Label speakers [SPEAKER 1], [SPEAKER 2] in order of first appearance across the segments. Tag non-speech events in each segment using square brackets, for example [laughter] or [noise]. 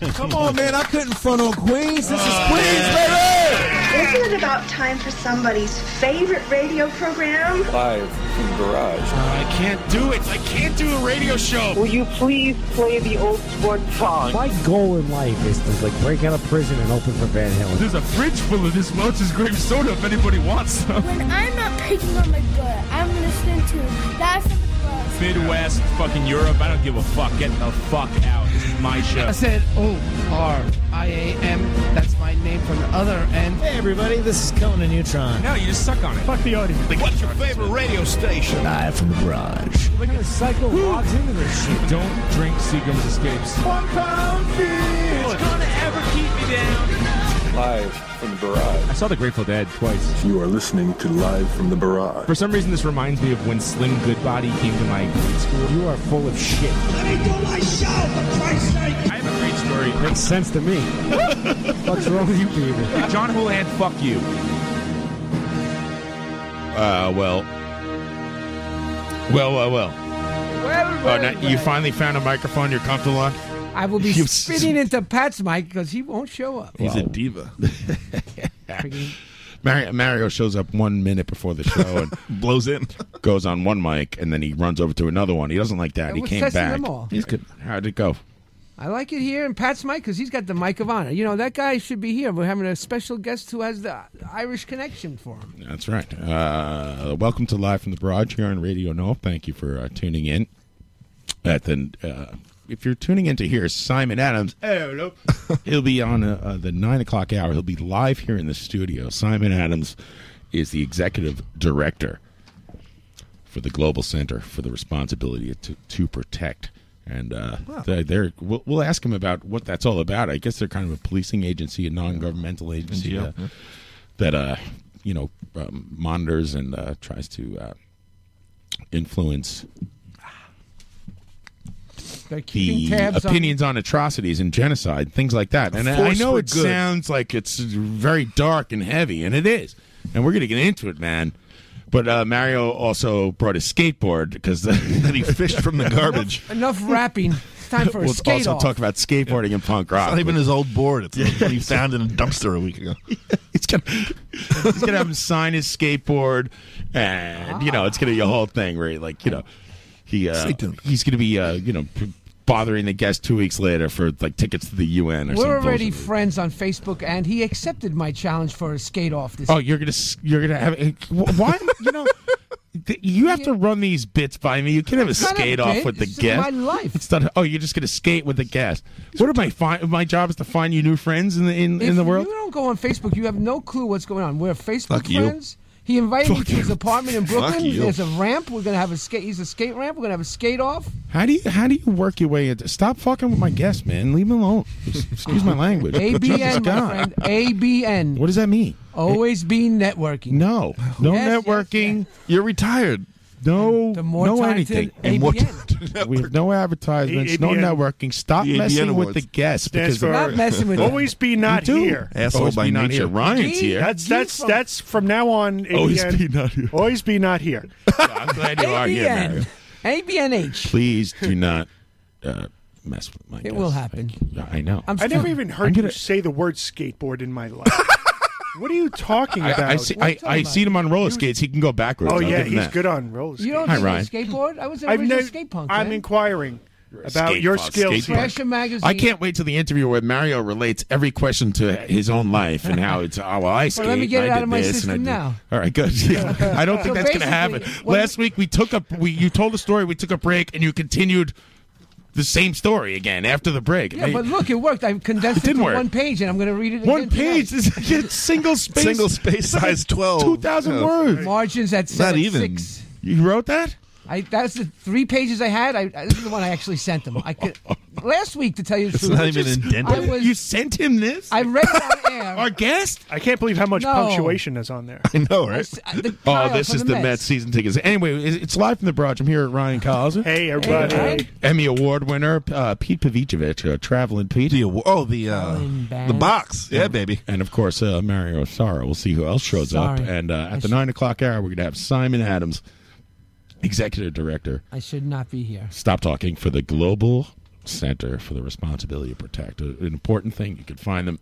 [SPEAKER 1] Come on, man. I couldn't front on Queens. This is
[SPEAKER 2] Uh,
[SPEAKER 1] Queens, baby.
[SPEAKER 3] Isn't it about time for somebody's favorite radio program?
[SPEAKER 4] Live from the garage.
[SPEAKER 5] I can't do it. I can't do a radio show.
[SPEAKER 6] Will you please play the old sports song?
[SPEAKER 7] My goal in life is to like break out of prison and open for Van Halen.
[SPEAKER 5] There's a fridge full of this Welch's grape soda if anybody wants some.
[SPEAKER 8] When I'm not picking on my butt, I'm listening to Live from the Garage.
[SPEAKER 5] Midwest, fucking Europe. I don't give a fuck. Get the fuck out. This is my show.
[SPEAKER 9] I said O R I A M. That's my name from the other end.
[SPEAKER 7] Hey, everybody. This is Conan Neutron.
[SPEAKER 5] No, you just suck on it. Fuck the audience. what's your favorite radio station?
[SPEAKER 7] Live from the garage. Look at the cycle logs into this shit.
[SPEAKER 5] Don't drink Seagram's Escapes.
[SPEAKER 7] One pound feet.
[SPEAKER 5] gonna ever keep me down.
[SPEAKER 4] Live from the barrage.
[SPEAKER 5] I saw The Grateful Dead twice.
[SPEAKER 2] You are listening to Live from the Barrage.
[SPEAKER 5] For some reason, this reminds me of when Slim Goodbody came to my grade school.
[SPEAKER 7] You are full of shit.
[SPEAKER 5] I have a great story.
[SPEAKER 7] Makes sense to [laughs] me. What's wrong with you people?
[SPEAKER 5] [laughs] John Houlihan, fuck you.
[SPEAKER 10] Uh, well. Well, well, well. Oh, now, you finally found a microphone you're comfortable on?
[SPEAKER 9] I will be
[SPEAKER 10] You've-
[SPEAKER 9] spitting into Pat's mic because he won't show up.
[SPEAKER 10] He's a diva. [laughs]
[SPEAKER 9] Friggin-
[SPEAKER 10] Mario, Mario shows up one minute before the show and [laughs] blows in, goes on one mic, and then he runs over to another one. He doesn't like that.
[SPEAKER 9] Yeah,
[SPEAKER 10] he
[SPEAKER 9] we're
[SPEAKER 10] came
[SPEAKER 9] testing
[SPEAKER 10] back.
[SPEAKER 9] them all.
[SPEAKER 10] He's good. How'd it go?
[SPEAKER 9] I like it here in Pat's mic because he's got the mic of honor. You know that guy should be here. We're having a special guest who has the Irish connection for him.
[SPEAKER 10] That's right. Uh, welcome to Live from the Barrage here on Radio Noel. Thank you for uh, tuning in. At the, uh, if you're tuning in to hear Simon Adams, hello. he'll be on uh, uh, the 9 o'clock hour. He'll be live here in the studio. Simon Adams is the executive director for the Global Center for the Responsibility to, to Protect. And uh, they- they're, we'll, we'll ask him about what that's all about. I guess they're kind of a policing agency, a non governmental agency. uh, that uh you know um, monitors and uh, tries to uh, influence
[SPEAKER 9] They're keeping
[SPEAKER 10] the
[SPEAKER 9] tabs
[SPEAKER 10] opinions on atrocities and genocide, things like that. And I
[SPEAKER 2] force
[SPEAKER 10] know
[SPEAKER 2] for
[SPEAKER 10] it
[SPEAKER 2] good.
[SPEAKER 10] sounds like it's very dark and heavy, and it is. And we're gonna get into it, man. But uh, Mario also brought his skateboard because [laughs] then he fished from
[SPEAKER 9] [laughs]
[SPEAKER 10] the garbage.
[SPEAKER 9] on. Enough rapping. It's time for a
[SPEAKER 10] [laughs] We'll
[SPEAKER 9] skate
[SPEAKER 10] also
[SPEAKER 9] off.
[SPEAKER 10] talk about skateboarding and punk rock.
[SPEAKER 2] Not even his old board. It's like what he found in a dumpster a week ago.
[SPEAKER 10] It's gonna, he's gonna have him sign his skateboard, and you know, it's gonna be a whole thing where, he, like, you know, he uh,
[SPEAKER 2] Stay tuned.
[SPEAKER 10] he's gonna be, uh, you know, p- bothering the guest two weeks later for like tickets to the UN or
[SPEAKER 9] We're
[SPEAKER 10] some
[SPEAKER 9] already
[SPEAKER 10] bullshit.
[SPEAKER 9] friends on Facebook, and he accepted my challenge for a skate off this.
[SPEAKER 10] Oh, you're gonna s- you're gonna have eh, why you know th- you have to run these bits by me. You can't have a
[SPEAKER 9] not a
[SPEAKER 10] skate off
[SPEAKER 9] bit.
[SPEAKER 10] with the
[SPEAKER 9] It's
[SPEAKER 10] guest.
[SPEAKER 9] my life.
[SPEAKER 10] It's not. Oh, you're just gonna skate with the guest. What am I find? My job is to find you new friends in the in, in
[SPEAKER 9] If
[SPEAKER 10] the world.
[SPEAKER 9] you don't go on Facebook, you have no clue what's going on. We're Facebook
[SPEAKER 2] Fuck you.
[SPEAKER 9] friends. He invited me
[SPEAKER 10] Fuck
[SPEAKER 9] to his
[SPEAKER 10] you.
[SPEAKER 9] apartment in Brooklyn.
[SPEAKER 2] you.
[SPEAKER 9] There's a ramp. We're gonna have a skate. He's a skate ramp. We're gonna have a skate
[SPEAKER 10] [laughs]
[SPEAKER 9] off.
[SPEAKER 10] How do you how do you work your way into? Stop fucking with my guests, man. Leave me alone. Excuse my language. Jesus
[SPEAKER 9] ABN, my
[SPEAKER 10] God.
[SPEAKER 9] friend. ABN.
[SPEAKER 10] What does that mean?
[SPEAKER 9] Always be networking.
[SPEAKER 10] No, no
[SPEAKER 9] Yes, yes,
[SPEAKER 10] networking.
[SPEAKER 2] You're retired.
[SPEAKER 10] No,
[SPEAKER 9] The more
[SPEAKER 10] no
[SPEAKER 9] time
[SPEAKER 10] anything.
[SPEAKER 9] to ABN.
[SPEAKER 10] [laughs] We have no advertisements,
[SPEAKER 5] A-
[SPEAKER 10] no
[SPEAKER 5] ABN.
[SPEAKER 10] networking. Stop
[SPEAKER 2] The
[SPEAKER 10] messing
[SPEAKER 2] ABN
[SPEAKER 10] with the
[SPEAKER 2] awards.
[SPEAKER 10] guests
[SPEAKER 5] Stands
[SPEAKER 10] because
[SPEAKER 5] for-
[SPEAKER 9] Not messing with
[SPEAKER 5] Always be not
[SPEAKER 10] Dude,
[SPEAKER 5] here.
[SPEAKER 2] Asshole
[SPEAKER 10] always
[SPEAKER 2] by
[SPEAKER 10] be not
[SPEAKER 2] nature.
[SPEAKER 10] here. Ryan's
[SPEAKER 9] Gee. [laughs]
[SPEAKER 10] here.
[SPEAKER 5] That's
[SPEAKER 9] You
[SPEAKER 5] that's
[SPEAKER 9] from-
[SPEAKER 5] that's from now on.
[SPEAKER 10] Always
[SPEAKER 5] ABN,
[SPEAKER 10] be not here.
[SPEAKER 5] Always be not here.
[SPEAKER 10] I'm glad you are here, Mario.
[SPEAKER 9] ABN. ABNH.
[SPEAKER 10] Please do not uh, mess with my.
[SPEAKER 9] It will happen.
[SPEAKER 10] I know.
[SPEAKER 9] I'm
[SPEAKER 5] I never
[SPEAKER 9] still-
[SPEAKER 5] even
[SPEAKER 10] I'm
[SPEAKER 5] heard
[SPEAKER 10] gonna-
[SPEAKER 5] you say the word skateboard in my
[SPEAKER 6] [laughs]
[SPEAKER 5] life. what are you talking about?
[SPEAKER 10] I, I see.
[SPEAKER 9] What are you
[SPEAKER 10] I,
[SPEAKER 9] talking
[SPEAKER 10] I
[SPEAKER 9] about?
[SPEAKER 10] see him on roller skates. He can go backwards.
[SPEAKER 5] oh
[SPEAKER 10] I'll
[SPEAKER 5] yeah,
[SPEAKER 10] give him
[SPEAKER 5] he's
[SPEAKER 10] that.
[SPEAKER 5] good on roller
[SPEAKER 9] You
[SPEAKER 5] skates.
[SPEAKER 9] don't
[SPEAKER 10] Hi,
[SPEAKER 9] see a
[SPEAKER 10] Ryan.
[SPEAKER 9] skateboard? I was an
[SPEAKER 5] I've
[SPEAKER 9] original
[SPEAKER 5] never-
[SPEAKER 9] skate punk.
[SPEAKER 5] I'm
[SPEAKER 9] man.
[SPEAKER 5] inquiring about
[SPEAKER 10] skate
[SPEAKER 5] your
[SPEAKER 10] punk, skate
[SPEAKER 5] skills.
[SPEAKER 10] punk.
[SPEAKER 9] Pressure magazine.
[SPEAKER 10] I can't wait till the interview where Mario relates every question to his own life and how it's oh well I skate.
[SPEAKER 9] let me get
[SPEAKER 10] and
[SPEAKER 9] it
[SPEAKER 10] I
[SPEAKER 9] out
[SPEAKER 10] did
[SPEAKER 9] of my
[SPEAKER 10] this and I
[SPEAKER 9] system
[SPEAKER 10] did-"
[SPEAKER 9] now.
[SPEAKER 10] All right, good. Yeah. [laughs] I don't think
[SPEAKER 9] So
[SPEAKER 10] that's gonna
[SPEAKER 9] basically,
[SPEAKER 10] happen.
[SPEAKER 9] what-
[SPEAKER 10] Last week we took up we you told a story. We took a break and you continued the same story again after the break.
[SPEAKER 9] Yeah,
[SPEAKER 10] Hey,
[SPEAKER 9] but look, it worked. I condensed
[SPEAKER 10] It
[SPEAKER 9] it,
[SPEAKER 10] did
[SPEAKER 9] to
[SPEAKER 10] work.
[SPEAKER 9] one page, and I'm going to read it.
[SPEAKER 10] one
[SPEAKER 9] again tonight.
[SPEAKER 10] page is
[SPEAKER 9] [laughs]
[SPEAKER 10] it's single space,
[SPEAKER 2] Single space, size 12.
[SPEAKER 10] two thousand
[SPEAKER 2] Yeah.
[SPEAKER 10] words.
[SPEAKER 9] Margins at
[SPEAKER 2] Not
[SPEAKER 9] seven,
[SPEAKER 2] even.
[SPEAKER 9] six.
[SPEAKER 10] You wrote that?
[SPEAKER 9] I, that's the three pages I had. I, I- this is the one I actually sent them. I could, last week, to tell you the
[SPEAKER 2] It's
[SPEAKER 9] truth,
[SPEAKER 2] not even
[SPEAKER 9] I
[SPEAKER 2] indented.
[SPEAKER 9] was
[SPEAKER 10] you sent him this?
[SPEAKER 9] I read it on air.
[SPEAKER 10] Our guest?
[SPEAKER 5] I can't believe how much
[SPEAKER 9] No.
[SPEAKER 5] punctuation is on there.
[SPEAKER 2] I know,
[SPEAKER 9] I
[SPEAKER 2] right?
[SPEAKER 9] s- I- uh, the
[SPEAKER 10] Oh,
[SPEAKER 9] Kyle
[SPEAKER 10] this
[SPEAKER 9] from
[SPEAKER 10] is the Mets. season tickets. Anyway, it's it's live from the barrage. I'm here at Ryan Collins.
[SPEAKER 5] Hey
[SPEAKER 9] Hey,
[SPEAKER 5] everybody.
[SPEAKER 9] Ryan.
[SPEAKER 10] Emmy Award winner uh, Pete Pavicevic, uh, traveling Pete,
[SPEAKER 2] The awa- oh, the uh,
[SPEAKER 9] Colin Bass.
[SPEAKER 2] the box. Yeah, baby.
[SPEAKER 10] and of course uh, Mario Sara. We'll see who else shows up.
[SPEAKER 9] Sorry.
[SPEAKER 10] And uh, at
[SPEAKER 9] I
[SPEAKER 10] the
[SPEAKER 9] sh-
[SPEAKER 10] nine o'clock hour, we're going to have Simon Adams, executive director.
[SPEAKER 9] I should not be here.
[SPEAKER 10] Stop talking for the global Center for the Responsibility to Protect. A- An important thing. You can find them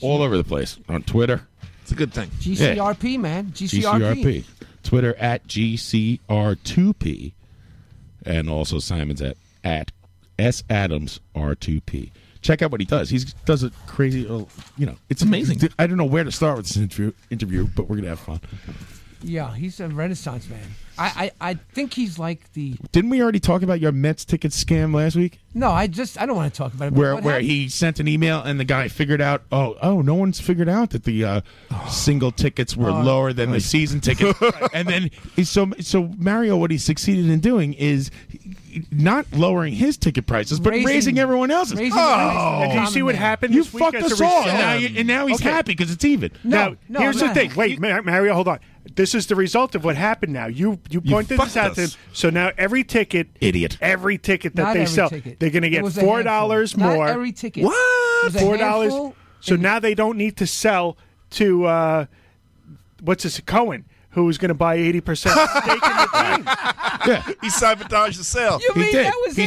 [SPEAKER 10] all over the place on Twitter.
[SPEAKER 5] It's a good thing.
[SPEAKER 9] GCRP, man. GCRP.
[SPEAKER 10] GCRP. Twitter at GCR2P. And also Simon's at, at S Adams R2P. Check out what he does. He does a crazy, little- you know, it's amazing. I don't know where to start with this interview, interview but we're going to have fun.
[SPEAKER 9] Yeah, he's a renaissance man. I, I, I think he's like the.
[SPEAKER 10] Didn't we already talk about your Mets ticket scam last week?
[SPEAKER 9] No, I just I don't want to talk about it. but
[SPEAKER 10] Where
[SPEAKER 9] what
[SPEAKER 10] where
[SPEAKER 9] happened-
[SPEAKER 10] he sent an email and the guy figured out, oh, oh, no one's figured out that
[SPEAKER 5] [sighs]
[SPEAKER 10] the uh, single tickets were
[SPEAKER 5] Oh,
[SPEAKER 10] lower than the
[SPEAKER 5] [laughs]
[SPEAKER 10] season ticket. and then he's so so Mario what he succeeded in doing is not lowering his ticket prices but raising,
[SPEAKER 9] Raising-
[SPEAKER 10] everyone else's.
[SPEAKER 9] raising
[SPEAKER 10] oh,
[SPEAKER 9] prices.
[SPEAKER 6] Do you see what
[SPEAKER 9] man.
[SPEAKER 6] happened?
[SPEAKER 10] you
[SPEAKER 6] this week
[SPEAKER 10] fucked
[SPEAKER 6] as a
[SPEAKER 10] us all. And
[SPEAKER 6] result?
[SPEAKER 10] now, you, and now he's
[SPEAKER 6] Okay.
[SPEAKER 10] happy because it's even.
[SPEAKER 6] Now,
[SPEAKER 9] no,
[SPEAKER 6] here's
[SPEAKER 9] no.
[SPEAKER 6] the thing. Wait, Mar- Mario, hold on. This is the result of what happened. Now you you pointed
[SPEAKER 5] fucked
[SPEAKER 6] this out to him.
[SPEAKER 5] us.
[SPEAKER 6] So now every ticket,
[SPEAKER 10] Idiot.
[SPEAKER 6] every ticket that
[SPEAKER 9] Not
[SPEAKER 6] they
[SPEAKER 9] every
[SPEAKER 6] sell,
[SPEAKER 9] ticket.
[SPEAKER 6] they're going to
[SPEAKER 9] It
[SPEAKER 6] get
[SPEAKER 9] was a
[SPEAKER 6] four dollars
[SPEAKER 9] handful.
[SPEAKER 6] more.
[SPEAKER 9] Not every ticket.
[SPEAKER 5] What?
[SPEAKER 9] It was a
[SPEAKER 6] four dollars.
[SPEAKER 9] handful,
[SPEAKER 6] So
[SPEAKER 9] and-
[SPEAKER 6] now they don't need to sell to uh, what's this Cohen, who's going to buy eighty
[SPEAKER 9] [laughs]
[SPEAKER 6] percent stake in the team.
[SPEAKER 5] He sabotaged the sale.
[SPEAKER 9] You
[SPEAKER 10] He
[SPEAKER 9] mean
[SPEAKER 10] did.
[SPEAKER 9] that was
[SPEAKER 10] he
[SPEAKER 9] it?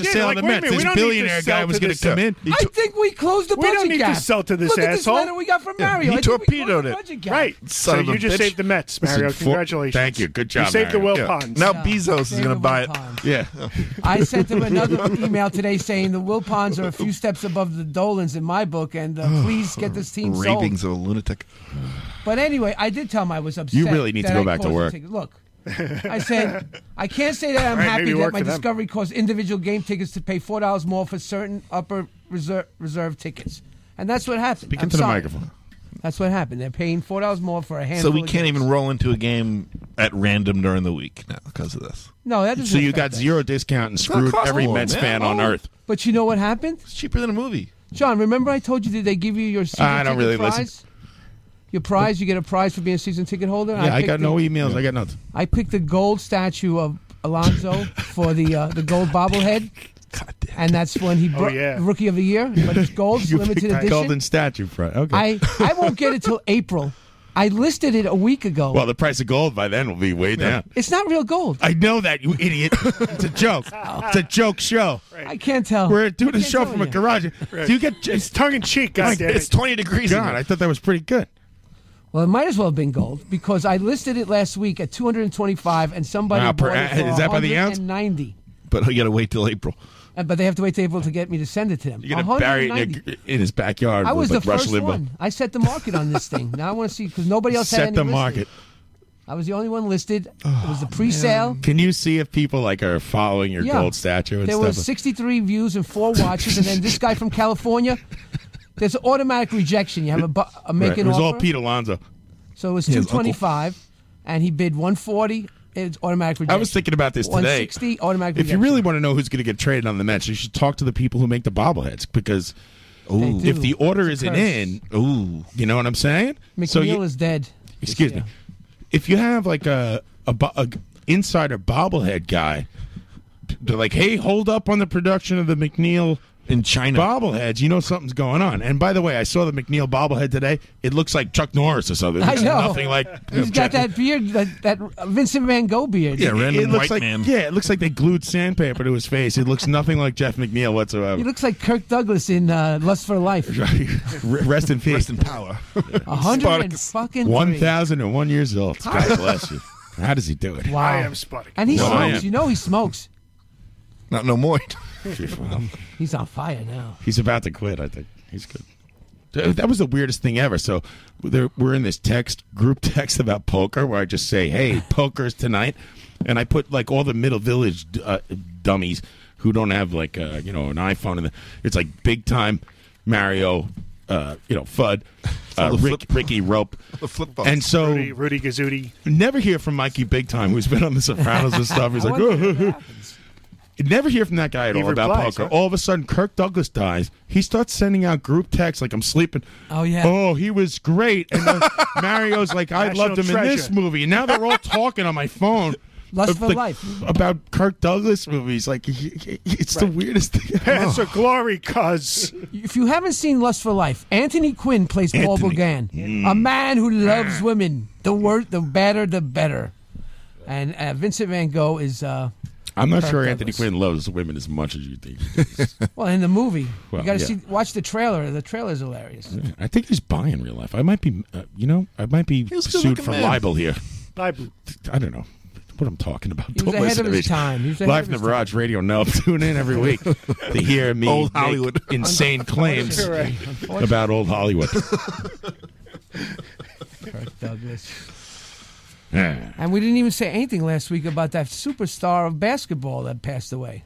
[SPEAKER 6] You
[SPEAKER 10] the
[SPEAKER 6] did.
[SPEAKER 10] sale
[SPEAKER 6] Like,
[SPEAKER 10] of the
[SPEAKER 6] wait a
[SPEAKER 10] Mets.
[SPEAKER 6] minute, we
[SPEAKER 10] This
[SPEAKER 6] don't need to
[SPEAKER 10] billionaire
[SPEAKER 6] sell
[SPEAKER 10] guy
[SPEAKER 6] to
[SPEAKER 10] was going
[SPEAKER 6] this,
[SPEAKER 10] to come
[SPEAKER 6] uh,
[SPEAKER 10] in.
[SPEAKER 9] I think we closed the
[SPEAKER 6] We don't
[SPEAKER 9] budget
[SPEAKER 6] need to
[SPEAKER 9] gap.
[SPEAKER 6] sell to this
[SPEAKER 9] Look at
[SPEAKER 6] asshole.
[SPEAKER 9] this letter we got from Mario.
[SPEAKER 5] He
[SPEAKER 9] I think we closed
[SPEAKER 5] torpedoed
[SPEAKER 9] the
[SPEAKER 5] it.
[SPEAKER 9] budget gap.
[SPEAKER 6] Right.
[SPEAKER 5] Son
[SPEAKER 6] so
[SPEAKER 5] of a
[SPEAKER 6] you just
[SPEAKER 5] bitch.
[SPEAKER 6] saved the Mets,
[SPEAKER 10] Listen,
[SPEAKER 6] Mario.
[SPEAKER 10] for-
[SPEAKER 6] Congratulations.
[SPEAKER 10] thank you. Good job,
[SPEAKER 6] You saved
[SPEAKER 10] Mario.
[SPEAKER 6] the Will
[SPEAKER 5] Yeah.
[SPEAKER 6] Ponds.
[SPEAKER 5] Now
[SPEAKER 9] Yeah.
[SPEAKER 5] Bezos is going
[SPEAKER 9] Save
[SPEAKER 5] to
[SPEAKER 9] one
[SPEAKER 5] buy it.
[SPEAKER 9] time.
[SPEAKER 10] Yeah.
[SPEAKER 9] I sent him another email today saying the Wilpons are a few steps above the Dolans in my book, and uh, please get this team sold.
[SPEAKER 5] Ravings of a lunatic.
[SPEAKER 9] But anyway, I did tell him I was upset.
[SPEAKER 10] You really need to
[SPEAKER 9] that
[SPEAKER 10] go
[SPEAKER 9] I
[SPEAKER 10] back to
[SPEAKER 9] caused the
[SPEAKER 10] work.
[SPEAKER 9] ticket. Look, I said I can't say that I'm
[SPEAKER 6] Right,
[SPEAKER 9] happy
[SPEAKER 6] maybe
[SPEAKER 9] that
[SPEAKER 6] work
[SPEAKER 9] my
[SPEAKER 6] for them.
[SPEAKER 9] discovery caused individual game tickets to pay four dollars more for certain upper reserve reserve tickets, and that's what happened.
[SPEAKER 10] Speak
[SPEAKER 9] I'm
[SPEAKER 10] into the
[SPEAKER 9] sorry.
[SPEAKER 10] microphone.
[SPEAKER 9] That's what happened. They're paying four dollars more for a handful.
[SPEAKER 5] So we
[SPEAKER 9] of
[SPEAKER 5] can't
[SPEAKER 9] games.
[SPEAKER 5] even roll into a game at random during the week now because of this.
[SPEAKER 9] No, that doesn't.
[SPEAKER 10] So you
[SPEAKER 9] affect
[SPEAKER 10] got
[SPEAKER 9] us.
[SPEAKER 10] zero discount and
[SPEAKER 5] gonna
[SPEAKER 10] screwed
[SPEAKER 5] cost
[SPEAKER 10] every
[SPEAKER 5] more,
[SPEAKER 10] Mets
[SPEAKER 5] man.
[SPEAKER 10] fan on
[SPEAKER 5] Oh.
[SPEAKER 10] earth.
[SPEAKER 9] But you know what happened,
[SPEAKER 5] It's cheaper than a movie.
[SPEAKER 9] John? Remember I told you that they give you your season
[SPEAKER 10] I don't
[SPEAKER 9] ticket
[SPEAKER 10] really
[SPEAKER 9] prize?
[SPEAKER 10] listen.
[SPEAKER 9] Your prize, you get a prize for being a season ticket holder. and
[SPEAKER 10] Yeah, I,
[SPEAKER 9] picked
[SPEAKER 10] got
[SPEAKER 9] the-
[SPEAKER 10] no e- emails. I
[SPEAKER 9] [laughs]
[SPEAKER 10] got nothing.
[SPEAKER 9] I picked the gold statue of Alonzo for the uh, the gold bobblehead,
[SPEAKER 5] God damn.
[SPEAKER 9] and that's when he brought
[SPEAKER 6] yeah.
[SPEAKER 9] rookie of the year. But it's
[SPEAKER 10] [laughs]
[SPEAKER 9] gold, it's limited edition.
[SPEAKER 10] golden statue front. Okay.
[SPEAKER 9] I I won't get it till April. I listed it a week ago.
[SPEAKER 10] well, the price of gold by then will be way down.
[SPEAKER 9] it's not real gold.
[SPEAKER 10] I know that you
[SPEAKER 9] [laughs]
[SPEAKER 10] idiot. it's a joke. It's a joke show.
[SPEAKER 9] Oh. I can't tell.
[SPEAKER 10] We're doing a
[SPEAKER 9] can't
[SPEAKER 10] show
[SPEAKER 9] tell
[SPEAKER 10] from a
[SPEAKER 9] you.
[SPEAKER 10] garage. Do you get?
[SPEAKER 6] It's tongue in cheek, goddammit.
[SPEAKER 5] It's 20 degrees. in
[SPEAKER 10] God,
[SPEAKER 5] here.
[SPEAKER 10] I thought that was pretty good.
[SPEAKER 9] Well, it might as well have been gold because I listed it last week at 225, and somebody
[SPEAKER 10] Ah, per-
[SPEAKER 9] bought it for
[SPEAKER 10] is that by the ounce?
[SPEAKER 9] 190.
[SPEAKER 5] but you got to wait till April.
[SPEAKER 9] Uh, But they have to wait till April to get me to send it to them.
[SPEAKER 10] You're gonna bury it
[SPEAKER 9] 190.
[SPEAKER 10] in, a, in his backyard.
[SPEAKER 9] I was
[SPEAKER 10] with
[SPEAKER 9] the
[SPEAKER 10] like Rush
[SPEAKER 9] first
[SPEAKER 10] Limbaugh.
[SPEAKER 9] one. I set the market on this thing. Now I want to see because nobody else had
[SPEAKER 10] Set
[SPEAKER 9] any
[SPEAKER 10] the
[SPEAKER 9] listed.
[SPEAKER 10] market. Oh,
[SPEAKER 9] I was the only one listed. it was the pre-sale.
[SPEAKER 10] Can you see if people like are following your
[SPEAKER 9] Yeah.
[SPEAKER 10] gold statue and
[SPEAKER 9] There were
[SPEAKER 10] stuff?
[SPEAKER 9] 63 views and four watches, and then this guy from California. There's an automatic rejection. You have a, bu- a make
[SPEAKER 10] Right.
[SPEAKER 9] an
[SPEAKER 10] It was all
[SPEAKER 9] offer.
[SPEAKER 10] Pete Alonso.
[SPEAKER 9] So it was
[SPEAKER 5] his uncle.
[SPEAKER 9] 225, and he bid 140. It's automatic rejection.
[SPEAKER 10] I was thinking about this today.
[SPEAKER 9] 160 automatic
[SPEAKER 10] If you
[SPEAKER 9] rejection.
[SPEAKER 10] really want to know who's going to get traded on the Mets, you should talk to the people who make the bobbleheads because
[SPEAKER 9] They do.
[SPEAKER 10] if the order
[SPEAKER 9] It's a
[SPEAKER 10] isn't
[SPEAKER 9] curse.
[SPEAKER 10] in, ooh, you know what I'm saying?
[SPEAKER 9] McNeil
[SPEAKER 10] so you,
[SPEAKER 9] is dead.
[SPEAKER 10] excuse me. If you have like a a, bo- a insider bobblehead guy, they're like, "Hey, hold up on the production of the McNeil
[SPEAKER 5] In China.
[SPEAKER 10] bobbleheads. You know something's going on." And by the way, I saw the McNeil bobblehead today. It looks like Chuck Norris or something. It
[SPEAKER 9] I
[SPEAKER 10] looks
[SPEAKER 9] know.
[SPEAKER 10] Nothing
[SPEAKER 9] [laughs]
[SPEAKER 10] like
[SPEAKER 9] He's got that beard, that, that Vincent Van Gogh beard.
[SPEAKER 5] Yeah, random
[SPEAKER 10] it looks
[SPEAKER 5] white
[SPEAKER 10] like,
[SPEAKER 5] man.
[SPEAKER 10] Yeah, it looks like they glued sandpaper to his face. It looks nothing like Jeff McNeil whatsoever.
[SPEAKER 9] He looks like Kirk Douglas in uh, Lust for Life.
[SPEAKER 10] Rest in peace.
[SPEAKER 5] Rest in power.
[SPEAKER 9] A hundred and
[SPEAKER 5] Spartacus.
[SPEAKER 9] fucking
[SPEAKER 10] One
[SPEAKER 9] three.
[SPEAKER 10] thousand and one years
[SPEAKER 5] [laughs]
[SPEAKER 10] old. God bless you. How does he do it?
[SPEAKER 9] Wow.
[SPEAKER 6] I am Sputnik.
[SPEAKER 9] And he
[SPEAKER 10] Wow. I
[SPEAKER 9] smokes.
[SPEAKER 10] am.
[SPEAKER 9] You know he smokes.
[SPEAKER 5] Not no more. [laughs]
[SPEAKER 9] He's on fire now.
[SPEAKER 10] He's about to quit. I think he's good. Th- That was the weirdest thing ever. So there, we're in this text group [laughs] text about poker where I just say, "Hey,
[SPEAKER 5] [laughs]
[SPEAKER 10] poker's tonight," and I put like all the middle village uh, dummies who don't have like uh, you know an iPhone, and the, it's like big time Mario, uh, you know Fud, uh,
[SPEAKER 5] the flip-
[SPEAKER 10] Rick,
[SPEAKER 5] [laughs]
[SPEAKER 10] Ricky Rope,
[SPEAKER 5] the flip phones.
[SPEAKER 10] and so
[SPEAKER 6] Rudy, Rudy Gazzuti.
[SPEAKER 10] never hear from Mikey Big Time, who's been on The Sopranos and stuff. He's
[SPEAKER 9] I
[SPEAKER 10] like,
[SPEAKER 9] wonder what
[SPEAKER 10] "Oh,
[SPEAKER 9] happens.
[SPEAKER 10] you [laughs] never hear from that guy at
[SPEAKER 6] He
[SPEAKER 10] all about
[SPEAKER 6] replies,
[SPEAKER 10] poker.
[SPEAKER 6] huh?
[SPEAKER 10] All of a sudden, Kirk Douglas dies. He starts sending out group texts like, "I'm sleeping."
[SPEAKER 9] Oh, yeah.
[SPEAKER 10] Oh, he was great. And
[SPEAKER 9] [laughs]
[SPEAKER 10] then Mario's like, "I
[SPEAKER 6] National
[SPEAKER 10] loved him in this
[SPEAKER 6] treasure.
[SPEAKER 10] movie." And now they're all talking on my phone.
[SPEAKER 9] Lust
[SPEAKER 10] of
[SPEAKER 9] for
[SPEAKER 10] the-
[SPEAKER 9] Life.
[SPEAKER 10] about Kirk Douglas movies. Like, he- he- it's the weirdest [laughs] thing.
[SPEAKER 6] Pass a glory, cuz.
[SPEAKER 9] If you haven't seen Lust for Life, Anthony Quinn plays Paul
[SPEAKER 5] Anthony.
[SPEAKER 9] Bogan,
[SPEAKER 10] Mm.
[SPEAKER 9] a man who loves
[SPEAKER 10] Ah.
[SPEAKER 9] women. The wor the better, the better. And uh, Vincent Van Gogh is uh,
[SPEAKER 10] I'm not
[SPEAKER 9] Kirk
[SPEAKER 10] sure
[SPEAKER 9] Douglas.
[SPEAKER 10] Anthony Quinn loves women as much as you think. he does.
[SPEAKER 9] Well, in the movie,
[SPEAKER 10] Well,
[SPEAKER 9] you got to see,
[SPEAKER 10] yeah.
[SPEAKER 9] watch the trailer. The trailer's hilarious.
[SPEAKER 10] Yeah, [laughs] I think he's bi in real life. I might be, uh, you know, I might be
[SPEAKER 11] He'll still
[SPEAKER 10] sued
[SPEAKER 11] look a
[SPEAKER 10] for
[SPEAKER 11] man.
[SPEAKER 10] libel here.
[SPEAKER 6] Bible.
[SPEAKER 10] I don't know what I'm talking about.
[SPEAKER 9] He was
[SPEAKER 10] Don't
[SPEAKER 9] ahead
[SPEAKER 10] listen
[SPEAKER 9] of
[SPEAKER 10] to
[SPEAKER 9] his
[SPEAKER 10] me.
[SPEAKER 9] time. He was ahead
[SPEAKER 10] Live
[SPEAKER 9] of
[SPEAKER 10] in the
[SPEAKER 9] his
[SPEAKER 10] Barrage Radio now. [laughs] Tune in every week to hear me
[SPEAKER 11] Old
[SPEAKER 10] make
[SPEAKER 11] Hollywood.
[SPEAKER 5] [laughs]
[SPEAKER 9] [laughs]
[SPEAKER 10] insane claims
[SPEAKER 6] Correct.
[SPEAKER 10] about old Hollywood.
[SPEAKER 9] Kirk Douglas.
[SPEAKER 10] Yeah.
[SPEAKER 9] And we didn't even say anything last week about that superstar of basketball that passed away.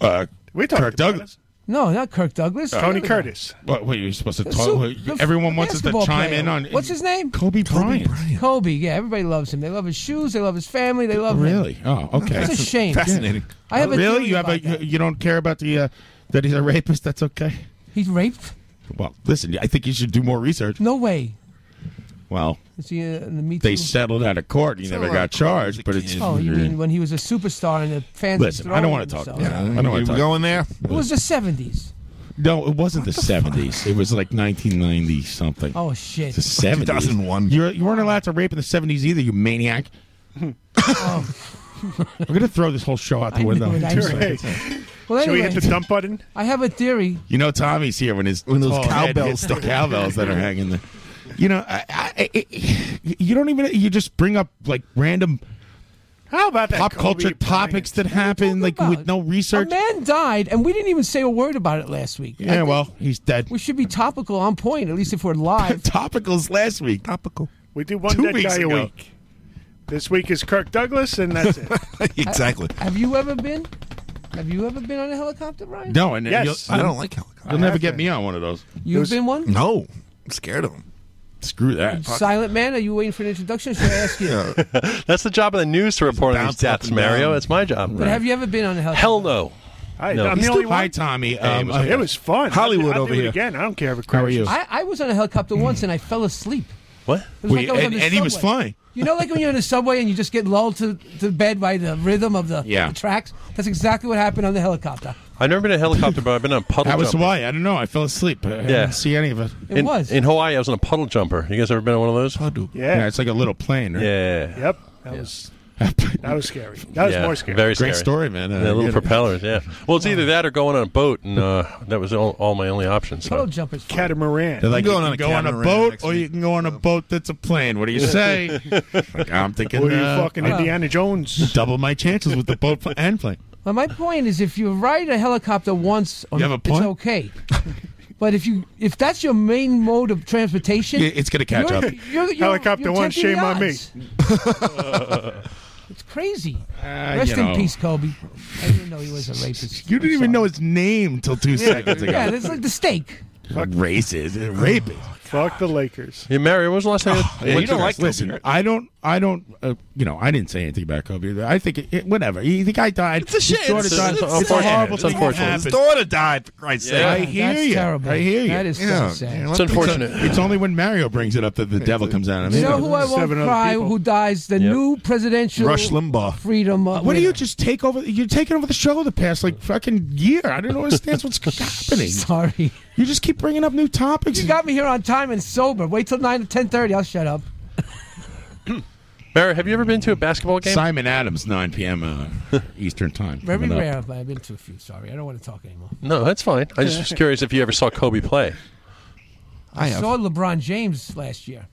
[SPEAKER 10] uh,
[SPEAKER 6] We talked
[SPEAKER 10] Kirk
[SPEAKER 6] about
[SPEAKER 10] Douglas.
[SPEAKER 9] No, not Kirk Douglas.
[SPEAKER 6] it.
[SPEAKER 9] The
[SPEAKER 6] Tony
[SPEAKER 9] other guy.
[SPEAKER 6] Curtis.
[SPEAKER 10] What, what you're supposed to
[SPEAKER 9] The
[SPEAKER 10] talk?
[SPEAKER 9] su-
[SPEAKER 10] what-
[SPEAKER 9] the
[SPEAKER 10] everyone wants us to
[SPEAKER 9] basketball
[SPEAKER 10] chime
[SPEAKER 9] player.
[SPEAKER 10] in on.
[SPEAKER 9] What's his name?
[SPEAKER 10] Kobe, Bryant.
[SPEAKER 9] Kobe. Yeah, everybody loves him. They love his shoes. They love his family. They love him.
[SPEAKER 10] Really? Oh, okay.
[SPEAKER 9] That's a shame.
[SPEAKER 11] Fascinating.
[SPEAKER 9] I have a
[SPEAKER 10] really?
[SPEAKER 9] theory
[SPEAKER 10] You have a
[SPEAKER 9] about that.
[SPEAKER 10] you don't care about the uh, that he's a rapist? That's okay.
[SPEAKER 9] He's raped?
[SPEAKER 10] Well, listen. I think you should do more research.
[SPEAKER 9] No way.
[SPEAKER 10] Well,
[SPEAKER 9] Is he uh, in the Me Too?
[SPEAKER 10] they settled out of court. He never
[SPEAKER 11] all
[SPEAKER 10] got
[SPEAKER 11] right.
[SPEAKER 10] charged, but it's.
[SPEAKER 9] oh, you mean when he was a superstar and the fans? were
[SPEAKER 10] Listen, I don't
[SPEAKER 9] throwing
[SPEAKER 10] want to talk.
[SPEAKER 9] themselves.
[SPEAKER 10] About it.
[SPEAKER 2] Uh,
[SPEAKER 10] I don't want
[SPEAKER 11] You
[SPEAKER 10] to talk.
[SPEAKER 11] going there?
[SPEAKER 9] It was the seventies.
[SPEAKER 10] No, it wasn't the seventies. It was like nineteen ninety something.
[SPEAKER 9] Oh shit!
[SPEAKER 10] the seventies.
[SPEAKER 11] 2001.
[SPEAKER 10] You you weren't allowed to rape in the seventies either. You maniac. I'm gonna throw this whole show out the
[SPEAKER 9] I
[SPEAKER 10] window.
[SPEAKER 9] knew it, I knew it. Well,
[SPEAKER 6] Should we
[SPEAKER 9] anyway,
[SPEAKER 6] hit the dump button?
[SPEAKER 9] I have a theory.
[SPEAKER 10] You know Tommy's here when his
[SPEAKER 11] When those
[SPEAKER 10] tall head
[SPEAKER 11] cowbells
[SPEAKER 10] hits the
[SPEAKER 11] start.
[SPEAKER 10] cowbells that are hanging there. You know, I, I, I, you don't even you just bring up like random
[SPEAKER 6] How about that?
[SPEAKER 10] pop
[SPEAKER 6] Kobe
[SPEAKER 10] culture
[SPEAKER 6] Bryant?
[SPEAKER 10] topics that happen like with no
[SPEAKER 9] A
[SPEAKER 10] research.
[SPEAKER 9] man died, and we didn't even say a word about it last week. I
[SPEAKER 10] Yeah,
[SPEAKER 9] think
[SPEAKER 10] well, he's dead.
[SPEAKER 9] we should be topical on point, at least if we're live.
[SPEAKER 10] [laughs] Topicals last week.
[SPEAKER 11] Topical.
[SPEAKER 6] We do one
[SPEAKER 10] Two
[SPEAKER 6] dead
[SPEAKER 10] weeks
[SPEAKER 6] guy
[SPEAKER 10] ago.
[SPEAKER 6] a week. This week is Kirk Douglas, and that's it.
[SPEAKER 11] exactly.
[SPEAKER 9] have you ever been? Have you ever been on a helicopter, Ryan?
[SPEAKER 10] No, and uh,
[SPEAKER 6] Yes.
[SPEAKER 10] you'll-
[SPEAKER 11] I don't like helicopters.
[SPEAKER 10] You'll never get
[SPEAKER 6] been.
[SPEAKER 10] me on one of those.
[SPEAKER 9] You've
[SPEAKER 6] was-
[SPEAKER 9] been one.
[SPEAKER 11] No, I'm scared of them.
[SPEAKER 10] Screw that.
[SPEAKER 9] Silent man, are you waiting for an introduction? Or should I
[SPEAKER 10] [laughs]
[SPEAKER 9] ask you?
[SPEAKER 5] That's the job of the news to report on these
[SPEAKER 11] bouncing up
[SPEAKER 5] deaths,
[SPEAKER 11] and down.
[SPEAKER 5] Mario. It's my job.
[SPEAKER 9] But have you ever been on a helicopter?
[SPEAKER 5] Hell no.
[SPEAKER 6] I,
[SPEAKER 5] No.
[SPEAKER 6] I'm
[SPEAKER 5] He's
[SPEAKER 6] the only
[SPEAKER 10] Hi,
[SPEAKER 6] one.
[SPEAKER 10] Tommy.
[SPEAKER 5] it
[SPEAKER 10] Um,
[SPEAKER 5] was
[SPEAKER 10] uh,
[SPEAKER 6] It was fun.
[SPEAKER 11] Hollywood
[SPEAKER 6] I'll do
[SPEAKER 11] over
[SPEAKER 6] it
[SPEAKER 11] here.
[SPEAKER 6] Again, I don't care if it
[SPEAKER 10] How are
[SPEAKER 6] crashes.
[SPEAKER 10] you?
[SPEAKER 9] I, I was on a helicopter once and I fell asleep.
[SPEAKER 5] What?
[SPEAKER 9] It was
[SPEAKER 10] We-
[SPEAKER 9] like I was on
[SPEAKER 10] Mm. and
[SPEAKER 9] the
[SPEAKER 10] and he was
[SPEAKER 9] subway.
[SPEAKER 10] flying.
[SPEAKER 9] You know, like when you're in a subway and you just get lulled to, to bed by the rhythm of the,
[SPEAKER 10] Yeah.
[SPEAKER 9] the tracks. That's exactly what happened on the helicopter.
[SPEAKER 5] I've never been in a helicopter, but I've been on puddle
[SPEAKER 10] That was
[SPEAKER 5] jumper.
[SPEAKER 10] Hawaii. I don't know. I fell asleep. I
[SPEAKER 5] Yeah.
[SPEAKER 10] didn't see any of it.
[SPEAKER 9] It
[SPEAKER 5] in,
[SPEAKER 9] was.
[SPEAKER 5] in Hawaii. I was on a puddle jumper. You guys ever been on one of those?
[SPEAKER 6] Yeah.
[SPEAKER 10] it's like a little plane, [laughs] right?
[SPEAKER 5] Yeah.
[SPEAKER 6] Yep. That was that was scary. That was
[SPEAKER 5] Yeah.
[SPEAKER 6] more scary.
[SPEAKER 5] Very scary.
[SPEAKER 10] Great story, man. Uh,
[SPEAKER 5] Yeah, little
[SPEAKER 10] you know,
[SPEAKER 5] propellers. Yeah. Well, it's either that or going on a boat, and uh, that was all, all my only options.
[SPEAKER 9] Puddle
[SPEAKER 5] So.
[SPEAKER 9] jumpers. fun.
[SPEAKER 6] Catamaran.
[SPEAKER 10] they're like,
[SPEAKER 11] I'm
[SPEAKER 10] you
[SPEAKER 11] going
[SPEAKER 10] can
[SPEAKER 11] on a
[SPEAKER 10] go on a
[SPEAKER 11] catamaran
[SPEAKER 10] boat
[SPEAKER 11] next
[SPEAKER 10] or
[SPEAKER 11] week.
[SPEAKER 10] you can go on a boat that's a plane. What do you say? like, I'm thinking
[SPEAKER 6] Were you
[SPEAKER 10] uh,
[SPEAKER 6] fucking [laughs]
[SPEAKER 10] I'd
[SPEAKER 6] Indiana
[SPEAKER 10] [laughs]
[SPEAKER 6] Jones?
[SPEAKER 10] double my chances with the boat pl- and [laughs] plane.
[SPEAKER 9] Well, my point is, if you ride a helicopter once,
[SPEAKER 10] You have a
[SPEAKER 9] it's
[SPEAKER 10] point?
[SPEAKER 9] okay. but if you if that's your main mode of transportation,
[SPEAKER 10] It- It's going to catch
[SPEAKER 9] you're,
[SPEAKER 10] up.
[SPEAKER 9] you're- you're-
[SPEAKER 6] Helicopter
[SPEAKER 9] you're
[SPEAKER 6] one,
[SPEAKER 9] tempting the
[SPEAKER 6] shame on me.
[SPEAKER 9] odds. it's crazy.
[SPEAKER 10] Uh,
[SPEAKER 9] "Ah, Rest
[SPEAKER 10] you
[SPEAKER 9] in
[SPEAKER 10] know.
[SPEAKER 9] peace, Kobe. I didn't know he was a rapist.
[SPEAKER 10] [laughs] You didn't even know his name till two seconds
[SPEAKER 9] Yeah,
[SPEAKER 10] ago.
[SPEAKER 9] that's like the steak.
[SPEAKER 10] Racist. Rapist.
[SPEAKER 6] Fuck the Lakers.
[SPEAKER 5] Yeah, Mario, what was the last time? you-
[SPEAKER 10] Yeah,
[SPEAKER 5] what
[SPEAKER 10] you
[SPEAKER 5] you
[SPEAKER 10] don't
[SPEAKER 5] guys-
[SPEAKER 10] like listen. I don't. I don't. Uh, you know, I didn't say anything about Kobe. I think it, it- whatever. He- The guy died.
[SPEAKER 11] It's a shame.
[SPEAKER 10] His daughter
[SPEAKER 5] It's-
[SPEAKER 10] died.
[SPEAKER 5] it's
[SPEAKER 10] It's a
[SPEAKER 5] unfortunate.
[SPEAKER 10] horrible
[SPEAKER 5] It's
[SPEAKER 10] thing that
[SPEAKER 5] unfortunate.
[SPEAKER 10] happened.
[SPEAKER 11] His daughter died, for Christ's
[SPEAKER 5] Yeah. Yeah,
[SPEAKER 10] I
[SPEAKER 9] Yeah,
[SPEAKER 10] hear
[SPEAKER 9] that's
[SPEAKER 10] you.
[SPEAKER 9] terrible.
[SPEAKER 10] I hear you.
[SPEAKER 9] That is
[SPEAKER 11] Yeah.
[SPEAKER 9] so sad.
[SPEAKER 11] Yeah,
[SPEAKER 5] It's
[SPEAKER 11] let me tell you.
[SPEAKER 5] unfortunate.
[SPEAKER 10] It's only when Mario brings it up that the devil comes out of him.
[SPEAKER 9] You know who I won't
[SPEAKER 6] Seven other
[SPEAKER 9] cry?
[SPEAKER 6] people.
[SPEAKER 9] Who dies? The
[SPEAKER 5] Yep.
[SPEAKER 9] new presidential
[SPEAKER 11] Rush Limbaugh.
[SPEAKER 9] freedom. Uh,
[SPEAKER 10] What do you
[SPEAKER 9] winner.
[SPEAKER 10] just take over? You're taking over the show the past like fucking year. I don't understand what's [laughs] happening.
[SPEAKER 9] [laughs] Sorry,
[SPEAKER 10] You just keep bringing up new topics.
[SPEAKER 9] you got me here on time and sober. Wait till nine to ten thirty. I'll shut up.
[SPEAKER 5] Mario, have you ever been to a basketball game?
[SPEAKER 10] Simon Adams, 9 p.m. Uh, Eastern time.
[SPEAKER 9] Very
[SPEAKER 10] Coming up.
[SPEAKER 9] rare, but I've been to a few. Sorry, I don't want to talk anymore.
[SPEAKER 5] No, that's fine. I just was curious if you ever saw Kobe play.
[SPEAKER 11] I,
[SPEAKER 9] I
[SPEAKER 11] have.
[SPEAKER 9] saw LeBron James last year.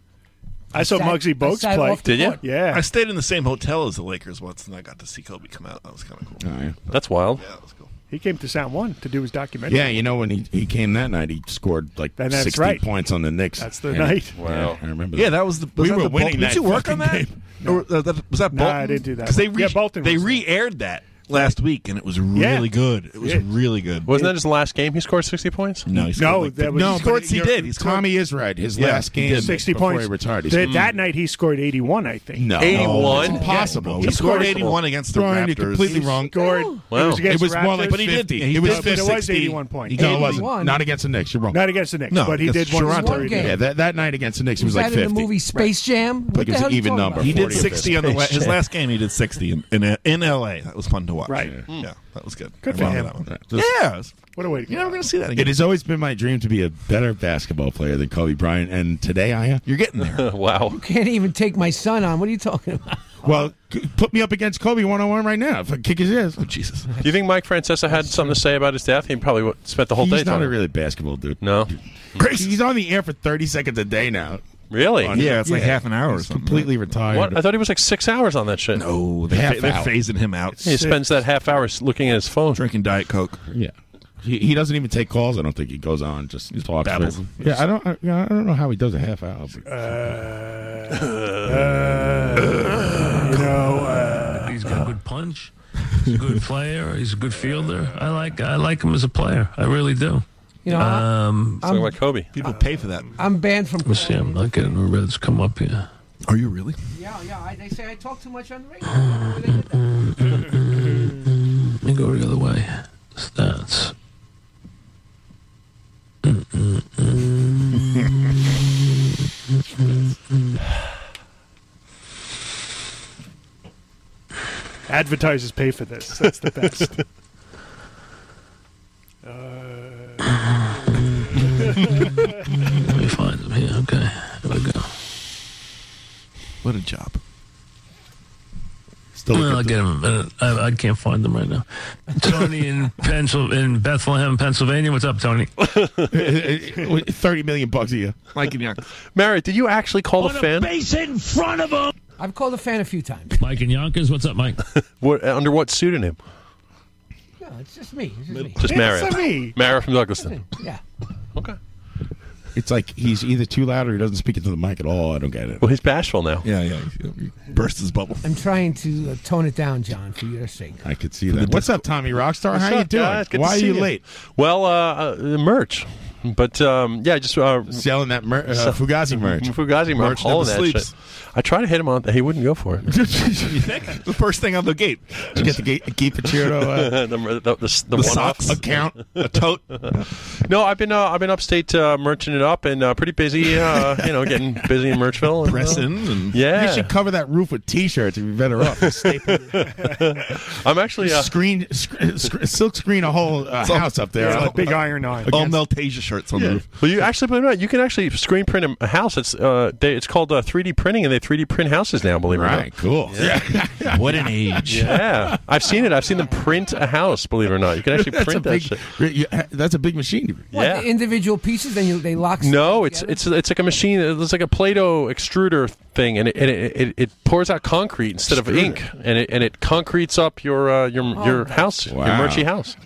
[SPEAKER 6] I saw
[SPEAKER 9] Sat-
[SPEAKER 6] Muggsy
[SPEAKER 9] I
[SPEAKER 6] Bogues
[SPEAKER 9] sat
[SPEAKER 6] play.
[SPEAKER 9] off the
[SPEAKER 5] Did you?
[SPEAKER 9] court.
[SPEAKER 6] Yeah.
[SPEAKER 2] I stayed in the same hotel as the Lakers once, and I got to see Kobe come out. That was kind of cool.
[SPEAKER 10] All right.
[SPEAKER 5] That's wild.
[SPEAKER 2] Yeah, that was cool.
[SPEAKER 6] He came to Sound One to do his documentary.
[SPEAKER 10] Yeah, you know when he, he came that night, he scored like
[SPEAKER 6] And that's
[SPEAKER 10] 60
[SPEAKER 6] right.
[SPEAKER 10] points on the Knicks.
[SPEAKER 6] That's the
[SPEAKER 10] And-
[SPEAKER 6] night.
[SPEAKER 5] Wow.
[SPEAKER 10] I remember.
[SPEAKER 2] Yeah,
[SPEAKER 10] that.
[SPEAKER 2] that was the. Was
[SPEAKER 10] We
[SPEAKER 2] that
[SPEAKER 10] were
[SPEAKER 2] the
[SPEAKER 10] winning
[SPEAKER 2] Bol-
[SPEAKER 10] that
[SPEAKER 2] Did you work on that?
[SPEAKER 10] fucking
[SPEAKER 2] Or, uh, that- was that
[SPEAKER 6] Nah,
[SPEAKER 2] Bolton?
[SPEAKER 6] I didn't do that.
[SPEAKER 2] Because they re-
[SPEAKER 6] Yeah, Bolton
[SPEAKER 2] they
[SPEAKER 6] was there.
[SPEAKER 2] re-aired that last week, and it was really good. It was
[SPEAKER 6] Yeah.
[SPEAKER 2] really good.
[SPEAKER 5] Wasn't that his last game? He scored sixty points.
[SPEAKER 2] No, he scored
[SPEAKER 6] No,
[SPEAKER 2] like
[SPEAKER 6] that
[SPEAKER 2] the-
[SPEAKER 6] was
[SPEAKER 10] No,
[SPEAKER 2] he scored.
[SPEAKER 10] but
[SPEAKER 2] He
[SPEAKER 10] you're-
[SPEAKER 2] did. He scored.
[SPEAKER 10] Tommy is right. His
[SPEAKER 2] Yeah,
[SPEAKER 10] last
[SPEAKER 2] he
[SPEAKER 10] game,
[SPEAKER 2] did.
[SPEAKER 6] 60
[SPEAKER 10] before
[SPEAKER 6] points.
[SPEAKER 10] he retired, he
[SPEAKER 6] Th-
[SPEAKER 10] scored-
[SPEAKER 6] that night he scored 81, I think.
[SPEAKER 10] no,
[SPEAKER 5] 81?
[SPEAKER 10] it's impossible.
[SPEAKER 2] He scored 81 against the
[SPEAKER 10] Brian,
[SPEAKER 2] Raptors.
[SPEAKER 10] you're completely
[SPEAKER 2] He
[SPEAKER 10] wrong.
[SPEAKER 6] Scored.
[SPEAKER 5] Wow.
[SPEAKER 6] It was against
[SPEAKER 10] It was
[SPEAKER 6] the Raptors.
[SPEAKER 10] more like
[SPEAKER 2] But he did-
[SPEAKER 10] 50.
[SPEAKER 2] yeah, he
[SPEAKER 10] it was
[SPEAKER 2] did.
[SPEAKER 6] But it was
[SPEAKER 10] 60.
[SPEAKER 6] 81 points.
[SPEAKER 10] No, it
[SPEAKER 9] 81.
[SPEAKER 10] wasn't. Not against the Knicks. You're wrong.
[SPEAKER 6] Not against the Knicks,
[SPEAKER 2] No,
[SPEAKER 6] but he did
[SPEAKER 2] against
[SPEAKER 6] one.
[SPEAKER 2] Toronto.
[SPEAKER 9] One game.
[SPEAKER 10] yeah, that, that night against the Knicks, it
[SPEAKER 9] Was
[SPEAKER 10] was like
[SPEAKER 9] that in
[SPEAKER 10] 50.
[SPEAKER 9] the movie Space Jam? What
[SPEAKER 10] Like it
[SPEAKER 9] the
[SPEAKER 10] was
[SPEAKER 9] hell
[SPEAKER 10] an
[SPEAKER 9] are you
[SPEAKER 10] even
[SPEAKER 9] talking
[SPEAKER 10] number.
[SPEAKER 9] about?
[SPEAKER 2] He did
[SPEAKER 10] 40 of it.
[SPEAKER 2] 60 on the la- his last game. He did 60 in in, in L.A. That was fun to watch.
[SPEAKER 6] Right.
[SPEAKER 2] Yeah, that was good.
[SPEAKER 6] Good
[SPEAKER 2] I
[SPEAKER 6] for
[SPEAKER 2] remember
[SPEAKER 6] him.
[SPEAKER 2] that one.
[SPEAKER 10] Right. Just-
[SPEAKER 2] Yeah, it was-
[SPEAKER 6] What a way to go.
[SPEAKER 2] you're never going to see that
[SPEAKER 10] It
[SPEAKER 2] again.
[SPEAKER 10] has always been my dream to be a better basketball player than Kobe Bryant, and today I am.
[SPEAKER 2] You're getting there.
[SPEAKER 5] [laughs] Wow.
[SPEAKER 9] Can't even take my son on. What are you talking about?
[SPEAKER 10] Well, c- put me up against Kobe one on one right now. If I kick his ass. Oh Jesus!
[SPEAKER 5] Do you think Mike Francesa had something to say about his death? He probably w- spent the whole
[SPEAKER 10] He's
[SPEAKER 5] day.
[SPEAKER 10] not
[SPEAKER 5] talking.
[SPEAKER 10] a really basketball dude.
[SPEAKER 5] No.
[SPEAKER 10] He's on the air for thirty seconds a day now.
[SPEAKER 5] Really?
[SPEAKER 10] On-
[SPEAKER 5] Yeah, it's like half an hour or
[SPEAKER 10] He's
[SPEAKER 5] something,
[SPEAKER 10] Completely retired.
[SPEAKER 5] What? I thought he was like six hours on that shit.
[SPEAKER 10] No,
[SPEAKER 5] they- they're
[SPEAKER 10] phasing him out.
[SPEAKER 5] He spends that half hour s- looking at his phone,
[SPEAKER 10] drinking diet coke. Yeah, he, he doesn't even take calls. I don't think he goes on just talks.
[SPEAKER 12] babbles.
[SPEAKER 10] Yeah, I don't. I, yeah, I don't know how he does a half hour. but-
[SPEAKER 13] you know, he's got good punch. He's a good player. He's a good fielder. I like I like him as a player. I really do.
[SPEAKER 14] You know, I-
[SPEAKER 13] um,
[SPEAKER 14] Talking I'm- about
[SPEAKER 5] Kobe.
[SPEAKER 12] People pay for that.
[SPEAKER 14] I'm banned from.
[SPEAKER 13] Let me see. I'm not getting the Reds come up here.
[SPEAKER 12] Are you really?
[SPEAKER 14] Yeah, yeah. I, they say I talk too much on the radio.
[SPEAKER 13] Let me go the other way. Stats.
[SPEAKER 6] Advertisers pay for this. That's the best.
[SPEAKER 13] Let me find him here. Okay, here we go.
[SPEAKER 12] What a job.
[SPEAKER 10] Still
[SPEAKER 13] well, I'll get him in a minute. I, I can't find them right now. Tony in Pencil in Bethlehem, Pennsylvania. What's up, Tony?
[SPEAKER 10] [laughs] Thirty million bucks a year. Mike and Young.
[SPEAKER 5] Mary, did you actually call
[SPEAKER 13] a fan? Base in front of him.
[SPEAKER 14] I've called a fan a few times.
[SPEAKER 13] Mike and Yonkers. What's up, Mike?
[SPEAKER 5] what, uh, under what pseudonym?
[SPEAKER 14] No, it's just me. It's just me.
[SPEAKER 5] Just Mara. Mara from Douglaston.
[SPEAKER 14] Yeah.
[SPEAKER 5] Okay.
[SPEAKER 10] It's like he's either too loud or he doesn't speak into the mic at all. I don't get it.
[SPEAKER 5] Well, he's bashful now.
[SPEAKER 10] Yeah, yeah. burst his bubble.
[SPEAKER 14] I'm trying to uh, tone it down, John, for your sake.
[SPEAKER 10] I could see that. What's up, Tommy Rockstar?
[SPEAKER 5] What's
[SPEAKER 10] how you
[SPEAKER 5] up,
[SPEAKER 10] doing?
[SPEAKER 5] guys? Good to
[SPEAKER 10] Why are
[SPEAKER 5] see
[SPEAKER 10] you late?
[SPEAKER 5] Well, uh, uh, merch. But um, yeah, just uh,
[SPEAKER 10] selling that mer- uh,
[SPEAKER 5] sell-
[SPEAKER 10] Fugazi
[SPEAKER 5] [laughs]
[SPEAKER 10] merch.
[SPEAKER 5] Fugazi merch.
[SPEAKER 10] Merch
[SPEAKER 5] I'm hauling
[SPEAKER 10] never
[SPEAKER 5] that
[SPEAKER 10] sleeps.
[SPEAKER 5] shit.
[SPEAKER 10] [laughs]
[SPEAKER 5] [laughs] I tried to hit him on. He wouldn't go for it. [laughs]
[SPEAKER 10] the first thing on the gate. Did you get the gate, gate Pacino, uh,
[SPEAKER 5] the, the, the, the,
[SPEAKER 10] the
[SPEAKER 5] one-off.
[SPEAKER 10] socks account, a [laughs] tote.
[SPEAKER 5] No, I've been uh, I've been upstate uh, merching it up and uh, pretty busy. Uh, you know, getting busy in Merchville. And, uh,
[SPEAKER 10] Pressing
[SPEAKER 5] And, yeah,
[SPEAKER 10] You should cover that roof with T-shirts. You'd be better
[SPEAKER 5] [laughs]
[SPEAKER 10] off. Staple
[SPEAKER 5] I'm actually uh,
[SPEAKER 10] screen, sc-
[SPEAKER 5] [laughs]
[SPEAKER 10] sc- silk screen a whole uh,
[SPEAKER 5] Some-
[SPEAKER 10] house up there.
[SPEAKER 5] Yeah,
[SPEAKER 10] Uh,
[SPEAKER 5] big
[SPEAKER 6] iron on.
[SPEAKER 12] All Meltasia shirts on the roof.
[SPEAKER 5] Well, you actually believe it or not, you can actually screen print a- a house. It's uh, they, it's called uh, 3D printing, and they 3D print houses now. Believe it or
[SPEAKER 10] Right,
[SPEAKER 5] not.
[SPEAKER 10] cool.
[SPEAKER 5] [laughs] what an age! Yeah, I've seen it. I've seen them print a house. Believe it or not, you can actually
[SPEAKER 10] That's a
[SPEAKER 5] print that
[SPEAKER 10] big-
[SPEAKER 5] shit.
[SPEAKER 10] you- That's a big machine.
[SPEAKER 14] What,
[SPEAKER 5] yeah.
[SPEAKER 14] the individual pieces, then you, they lock
[SPEAKER 5] No, it's it's it's like a machine. It's like a Play-Doh extruder thing, and it and it, it, it pours out concrete instead of ink, and it and it concretes up your uh, your
[SPEAKER 10] Oh
[SPEAKER 5] your house, your
[SPEAKER 10] Wow.
[SPEAKER 5] merchy house.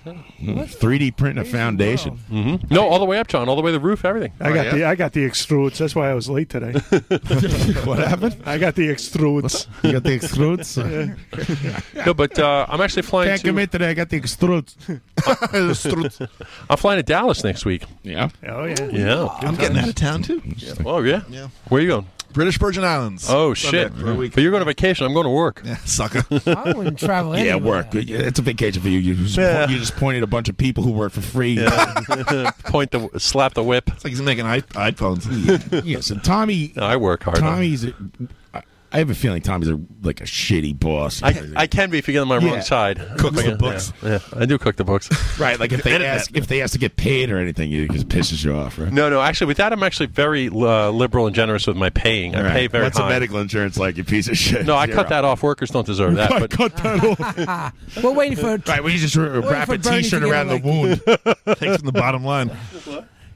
[SPEAKER 10] Three D print a foundation.
[SPEAKER 5] hmm No, all the way up, John, all the way to the roof, everything.
[SPEAKER 6] I got the I got the extrudes. That's why I was late today.
[SPEAKER 10] [laughs]
[SPEAKER 6] what
[SPEAKER 10] happened?
[SPEAKER 5] [laughs]
[SPEAKER 6] I got the extrudes.
[SPEAKER 10] You got the extrudes.
[SPEAKER 5] no, but uh, I'm actually flying.
[SPEAKER 10] Can't
[SPEAKER 5] to,
[SPEAKER 10] commit today. I got the extrudes.
[SPEAKER 5] [laughs] I'm flying to Dallas next week.
[SPEAKER 10] Yeah.
[SPEAKER 6] Oh yeah.
[SPEAKER 5] Yeah.
[SPEAKER 12] I'm getting out of town too.
[SPEAKER 5] Oh yeah.
[SPEAKER 12] Yeah.
[SPEAKER 5] Where are you going?
[SPEAKER 12] British Virgin Islands.
[SPEAKER 5] Oh
[SPEAKER 12] Sunday
[SPEAKER 5] shit!
[SPEAKER 12] For a week.
[SPEAKER 5] But you're going to vacation. I'm going to work.
[SPEAKER 12] Yeah, sucker.
[SPEAKER 14] I wouldn't travel
[SPEAKER 10] [laughs] Yeah,
[SPEAKER 14] anywhere.
[SPEAKER 10] work. Yeah, It's a vacation for you. You just,
[SPEAKER 5] Yeah.
[SPEAKER 10] you just pointed a bunch of people who work for free. [laughs]
[SPEAKER 5] Point the slap the whip.
[SPEAKER 12] It's like he's making i-
[SPEAKER 5] [laughs]
[SPEAKER 12] iPhones.
[SPEAKER 10] yeah, so Tommy,
[SPEAKER 5] No, I work hard. on it.
[SPEAKER 10] Tommy's. a- I I have a feeling Tommy's a, like a shitty boss.
[SPEAKER 5] I, I can be if you get on my
[SPEAKER 10] Yeah.
[SPEAKER 5] wrong side.
[SPEAKER 10] Cooks the
[SPEAKER 5] Yeah,
[SPEAKER 10] books.
[SPEAKER 5] Yeah, yeah. I do cook the
[SPEAKER 10] [laughs]
[SPEAKER 5] books.
[SPEAKER 10] right, like if they ask if they ask to get paid or anything, it just pisses you off, right?
[SPEAKER 5] No, no. Actually, with that, I'm actually very uh, liberal and generous with my paying. I
[SPEAKER 10] All right.
[SPEAKER 5] pay very
[SPEAKER 10] What's
[SPEAKER 5] high.
[SPEAKER 10] a medical insurance like? You piece of shit.
[SPEAKER 5] no, I
[SPEAKER 10] Zero.
[SPEAKER 5] cut that off. Workers don't deserve
[SPEAKER 10] [laughs]
[SPEAKER 5] that. But
[SPEAKER 10] cut that off.
[SPEAKER 14] We're waiting for.
[SPEAKER 10] right, we just r-
[SPEAKER 14] Wait
[SPEAKER 10] wrap
[SPEAKER 14] for
[SPEAKER 10] a
[SPEAKER 14] Bernie to
[SPEAKER 10] T-shirt
[SPEAKER 14] get
[SPEAKER 10] around the wound. Takes from the bottom line.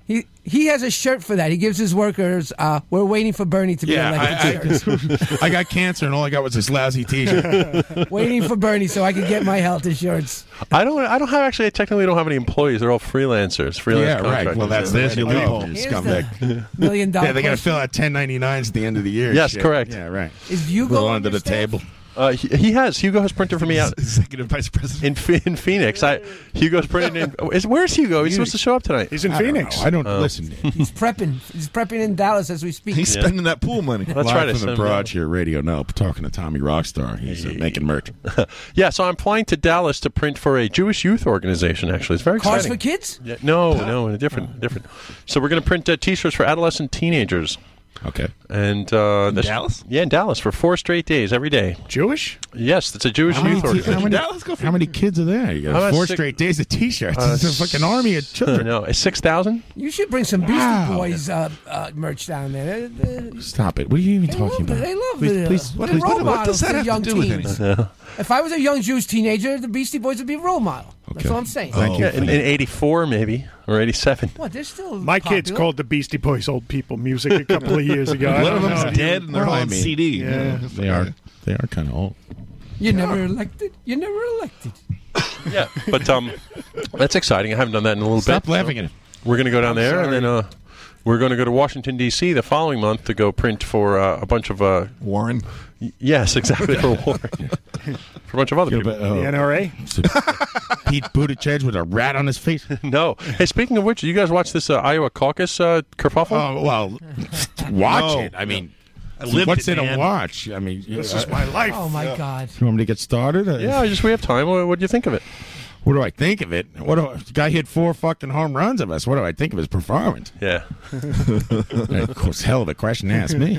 [SPEAKER 14] He he has a shirt for that. He gives his workers. Uh, we're waiting for Bernie to be
[SPEAKER 10] Yeah,
[SPEAKER 9] [laughs]
[SPEAKER 14] elected.
[SPEAKER 10] I, [laughs] I, I got cancer and all I got was this lousy [laughs] T-shirt.
[SPEAKER 14] waiting for Bernie so I can get my health insurance.
[SPEAKER 5] I don't. I don't have actually. I technically don't have any employers. They're all freelancers. Freelance
[SPEAKER 10] yeah, right.
[SPEAKER 5] contractors.
[SPEAKER 10] Well, that's there's your loophole, you
[SPEAKER 14] Here's
[SPEAKER 10] scumbag.
[SPEAKER 14] Million dollar.
[SPEAKER 10] Yeah, they got to
[SPEAKER 14] question.
[SPEAKER 10] fill out 1099s at the end of the year.
[SPEAKER 5] Yes,
[SPEAKER 10] shit.
[SPEAKER 5] correct.
[SPEAKER 10] Yeah, right.
[SPEAKER 14] Is Hugo
[SPEAKER 10] Roll
[SPEAKER 14] on
[SPEAKER 10] under
[SPEAKER 14] your
[SPEAKER 10] the
[SPEAKER 14] staff?
[SPEAKER 10] table.
[SPEAKER 5] Uh, he, he has. Hugo has printed for me
[SPEAKER 10] [laughs]
[SPEAKER 5] out
[SPEAKER 12] Executive vice president.
[SPEAKER 5] in, Ph- in Phoenix. I Hugo's printed in.
[SPEAKER 10] [laughs]
[SPEAKER 5] oh, Is, where's Hugo? He's supposed to show up tonight.
[SPEAKER 6] He's in
[SPEAKER 10] I don't know.
[SPEAKER 6] Phoenix.
[SPEAKER 10] I don't
[SPEAKER 5] Oh.
[SPEAKER 10] listen.
[SPEAKER 14] He's prepping. He's prepping in Dallas as we
[SPEAKER 12] [laughs]
[SPEAKER 14] speak.
[SPEAKER 12] He's spending that pool money.
[SPEAKER 5] That's
[SPEAKER 10] Live
[SPEAKER 5] right. I
[SPEAKER 10] From the
[SPEAKER 5] sent him down.
[SPEAKER 10] broad here, radio. No, talking to Tommy Rockstar. He's uh, making merch.
[SPEAKER 5] [laughs] Yeah, so I'm flying to Dallas to print for a Jewish youth organization. Actually, it's very
[SPEAKER 14] Cars
[SPEAKER 5] exciting.
[SPEAKER 14] for kids.
[SPEAKER 10] Oh.
[SPEAKER 5] Yeah, no, no, in a different, different. So we're going to print uh, T-shirts for adolescent teenagers.
[SPEAKER 10] Okay.
[SPEAKER 5] And uh, that's-
[SPEAKER 10] Dallas?
[SPEAKER 5] Yeah, in Dallas for four straight days every day.
[SPEAKER 6] Jewish?
[SPEAKER 5] Yes, it's a Jewish youth organization.
[SPEAKER 10] [laughs] how, many, how many kids are there? You
[SPEAKER 5] How
[SPEAKER 10] got
[SPEAKER 5] about
[SPEAKER 10] four
[SPEAKER 5] six-
[SPEAKER 10] straight days of T-shirts.
[SPEAKER 5] Uh,
[SPEAKER 10] it's a fucking army of children.
[SPEAKER 5] No, six thousand.
[SPEAKER 9] You should bring some Beastie
[SPEAKER 10] Wow.
[SPEAKER 9] Boys uh, uh, merch down there. Uh, They- they-
[SPEAKER 10] [laughs] Stop it! What are you even talking about?
[SPEAKER 9] They love
[SPEAKER 10] please,
[SPEAKER 9] the,
[SPEAKER 10] please,
[SPEAKER 9] the
[SPEAKER 10] please,
[SPEAKER 9] role
[SPEAKER 10] what
[SPEAKER 9] models
[SPEAKER 10] does that
[SPEAKER 9] to
[SPEAKER 10] have
[SPEAKER 9] young
[SPEAKER 10] to do with
[SPEAKER 9] teens.
[SPEAKER 10] anything?
[SPEAKER 9] If I was a young Jewish teenager, the Beastie Boys would be a role model. That's all I'm saying.
[SPEAKER 5] Yeah, in, in '84 maybe or
[SPEAKER 10] [laughs]
[SPEAKER 5] '87.
[SPEAKER 9] What? They're still
[SPEAKER 6] My kids
[SPEAKER 9] popular?
[SPEAKER 6] called the Beastie Boys old people music a couple of years
[SPEAKER 10] [laughs]
[SPEAKER 6] ago. I
[SPEAKER 15] One of
[SPEAKER 6] don't
[SPEAKER 15] them's
[SPEAKER 6] know.
[SPEAKER 15] dead and they're
[SPEAKER 6] Well,
[SPEAKER 15] all
[SPEAKER 6] I
[SPEAKER 15] on
[SPEAKER 6] mean,
[SPEAKER 15] CD.
[SPEAKER 6] Yeah.
[SPEAKER 10] They are. They are kind of old.
[SPEAKER 9] You're never elected. You're never elected.
[SPEAKER 5] Yeah, but um, that's exciting. I haven't done that in a little bit.
[SPEAKER 10] Stop laughing
[SPEAKER 5] so
[SPEAKER 10] at him.
[SPEAKER 5] We're gonna go down there, and then uh, we're gonna go to Washington D.C. the following month to go print for uh, a bunch of uh,
[SPEAKER 16] Warren.
[SPEAKER 5] Yes, exactly for
[SPEAKER 10] [laughs]
[SPEAKER 5] Warren. for a bunch of other people.
[SPEAKER 10] oh. The
[SPEAKER 6] NRA.
[SPEAKER 10] Pete Buttigieg with a rat on
[SPEAKER 5] [laughs]
[SPEAKER 10] his face.
[SPEAKER 5] no. Hey, speaking of which, you guys watch this uh, Iowa caucus uh, kerfuffle?
[SPEAKER 10] Oh well, watch
[SPEAKER 5] No.
[SPEAKER 10] it. I mean,
[SPEAKER 5] I lived
[SPEAKER 10] what's
[SPEAKER 5] it,
[SPEAKER 10] there
[SPEAKER 5] man.
[SPEAKER 10] to watch? I mean,
[SPEAKER 5] This
[SPEAKER 10] uh,
[SPEAKER 5] is my life.
[SPEAKER 9] Oh my God.
[SPEAKER 10] You want me to get started? Uh,
[SPEAKER 5] Yeah, I just we have time. What, what do you think of it?
[SPEAKER 10] What do I think of it? What do I, the guy hit four fucking home runs of us? What do I think of
[SPEAKER 5] [laughs]
[SPEAKER 10] his performance?
[SPEAKER 5] Yeah.
[SPEAKER 10] of course, hell of a question to
[SPEAKER 5] [laughs]
[SPEAKER 10] ask me.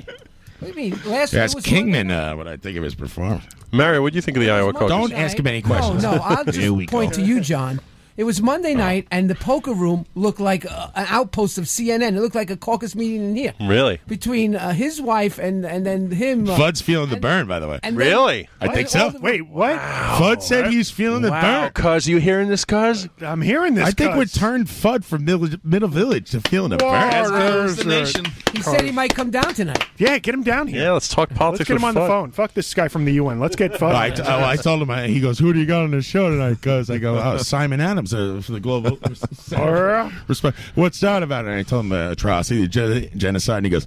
[SPEAKER 9] What do you mean? Last year
[SPEAKER 10] Ask
[SPEAKER 9] was
[SPEAKER 10] Kingman uh, what I think of his performance.
[SPEAKER 5] Mario, what do you think of the Iowa caucus?
[SPEAKER 10] Don't ask him any questions.
[SPEAKER 9] No, no.
[SPEAKER 10] [laughs]
[SPEAKER 9] I'll
[SPEAKER 10] Here we
[SPEAKER 9] just point
[SPEAKER 10] go.
[SPEAKER 9] to you, John. It was Monday night, and the poker room looked like uh an outpost of CNN. It looked like a caucus meeting in here.
[SPEAKER 5] Really?
[SPEAKER 9] Between uh, his wife and and then him. Uh,
[SPEAKER 10] Fudd's feeling the burn, by the way.
[SPEAKER 9] and then- Really?
[SPEAKER 10] I think so.
[SPEAKER 6] Wait, what?
[SPEAKER 10] Fudd said he's feeling the burn.
[SPEAKER 5] Cuz you hearing this, cuz?
[SPEAKER 6] I'm hearing this.
[SPEAKER 10] I think we
[SPEAKER 6] cuz. [laughs]
[SPEAKER 10] turned Fudd from Middle, Middle Village to feeling the burn.
[SPEAKER 9] He said he might come down tonight.
[SPEAKER 6] Yeah, get him down here.
[SPEAKER 5] Yeah, let's talk
[SPEAKER 6] Let's
[SPEAKER 5] politics.
[SPEAKER 6] get
[SPEAKER 5] with
[SPEAKER 6] him on the
[SPEAKER 5] Fudd.
[SPEAKER 6] phone. Fuck this guy from the UN. Let's get fucked.
[SPEAKER 10] I, oh, I told him. I, he goes, "Who do you got on the show tonight?" Because I go, oh, "Simon Adams uh, for the Global Response." What's that about? And I told him uh, atrocity, the gen- genocide. And he goes,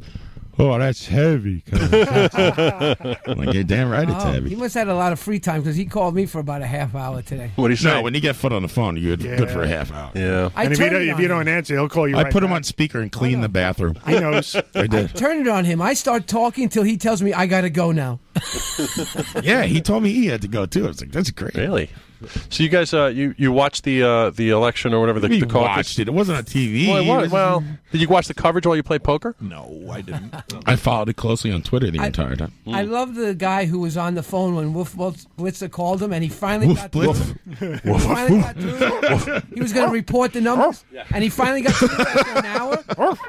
[SPEAKER 10] "Oh, that's heavy." cuz." I'm like, "You're damn right, it's
[SPEAKER 9] Oh,
[SPEAKER 10] heavy."
[SPEAKER 9] he must have had a lot of free time because he called me for about a half hour today.
[SPEAKER 5] What do you say?
[SPEAKER 10] No, when you get foot on the phone, you're good for a
[SPEAKER 6] Yeah.
[SPEAKER 10] half hour.
[SPEAKER 5] Yeah,
[SPEAKER 9] I
[SPEAKER 6] and if you,
[SPEAKER 9] turned
[SPEAKER 6] don't,
[SPEAKER 9] it
[SPEAKER 6] if
[SPEAKER 9] on
[SPEAKER 6] you don't answer, he'll call you.
[SPEAKER 10] I
[SPEAKER 6] right
[SPEAKER 10] put him
[SPEAKER 6] back.
[SPEAKER 10] on speaker and clean the bathroom.
[SPEAKER 6] I knows.
[SPEAKER 10] [laughs] I did.
[SPEAKER 9] Turn it on him. I start talking till he tells me I gotta go now.
[SPEAKER 10] yeah, he told me he had to go too. I was like, "That's great."
[SPEAKER 5] Really? So you guys, uh, you you watched the uh, the election or whatever the,
[SPEAKER 10] We
[SPEAKER 5] the caucus?
[SPEAKER 10] watched it. It wasn't on TV.
[SPEAKER 5] Well, it
[SPEAKER 10] It
[SPEAKER 5] was.
[SPEAKER 10] was-
[SPEAKER 5] Well, did you watch the coverage while you played poker?
[SPEAKER 16] No, I didn't.
[SPEAKER 10] I followed it closely on Twitter the
[SPEAKER 9] I-
[SPEAKER 10] entire time.
[SPEAKER 9] I love the guy who was on the phone when Wolf Blitz- Blitzer called him, and he finally
[SPEAKER 10] Wolf
[SPEAKER 9] got
[SPEAKER 10] Blitzer.
[SPEAKER 9] through. He
[SPEAKER 10] Wolf-
[SPEAKER 9] finally got through. He was going to report the numbers, and he finally got through after an hour.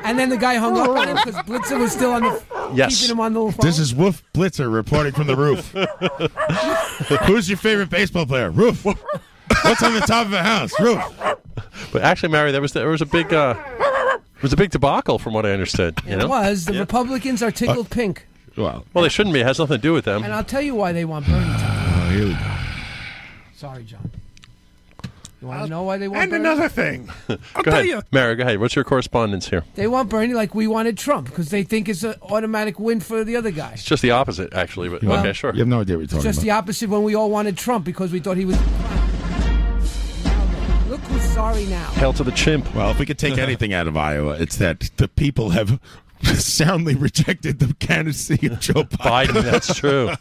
[SPEAKER 9] And then the guy hung up on him because Blitzer was still on the
[SPEAKER 10] Yes.
[SPEAKER 9] keeping him on the phone.
[SPEAKER 10] This is Wolf Blitzer reporting from
[SPEAKER 9] [laughs]
[SPEAKER 10] the roof. Who's your favorite baseball player? Roof. What's on the top of a house? Roof.
[SPEAKER 5] But actually, Mary, there was there was a big uh, it was a big debacle from what I understood. You know?
[SPEAKER 9] It was the Republicans are tickled
[SPEAKER 10] Uh,
[SPEAKER 9] pink,
[SPEAKER 10] Well,
[SPEAKER 5] well, they shouldn't be. It has nothing to do with them.
[SPEAKER 9] and I'll tell you why they want Bernie. To.
[SPEAKER 10] Oh, here we go.
[SPEAKER 9] Sorry, John. You want to know why they want?
[SPEAKER 6] Uh, And
[SPEAKER 9] [laughs] Bernie?
[SPEAKER 6] another thing.
[SPEAKER 5] go ahead, Mary. Go ahead. What's your correspondence here?
[SPEAKER 9] They want Bernie like we wanted Trump because they think it's an automatic win for the other guy.
[SPEAKER 5] It's just the opposite, actually. But
[SPEAKER 9] Well,
[SPEAKER 5] okay, sure.
[SPEAKER 10] You have no idea what you're
[SPEAKER 9] It's
[SPEAKER 10] talking
[SPEAKER 9] just the opposite when we all wanted Trump because we thought he was. Look who's sorry
[SPEAKER 10] [laughs]
[SPEAKER 9] now.
[SPEAKER 5] Hell to the chimp.
[SPEAKER 10] Well, if we could take anything out of Iowa, it's that the people have [laughs] soundly rejected the candidacy of [laughs] Joe Biden.
[SPEAKER 5] Biden, that's true.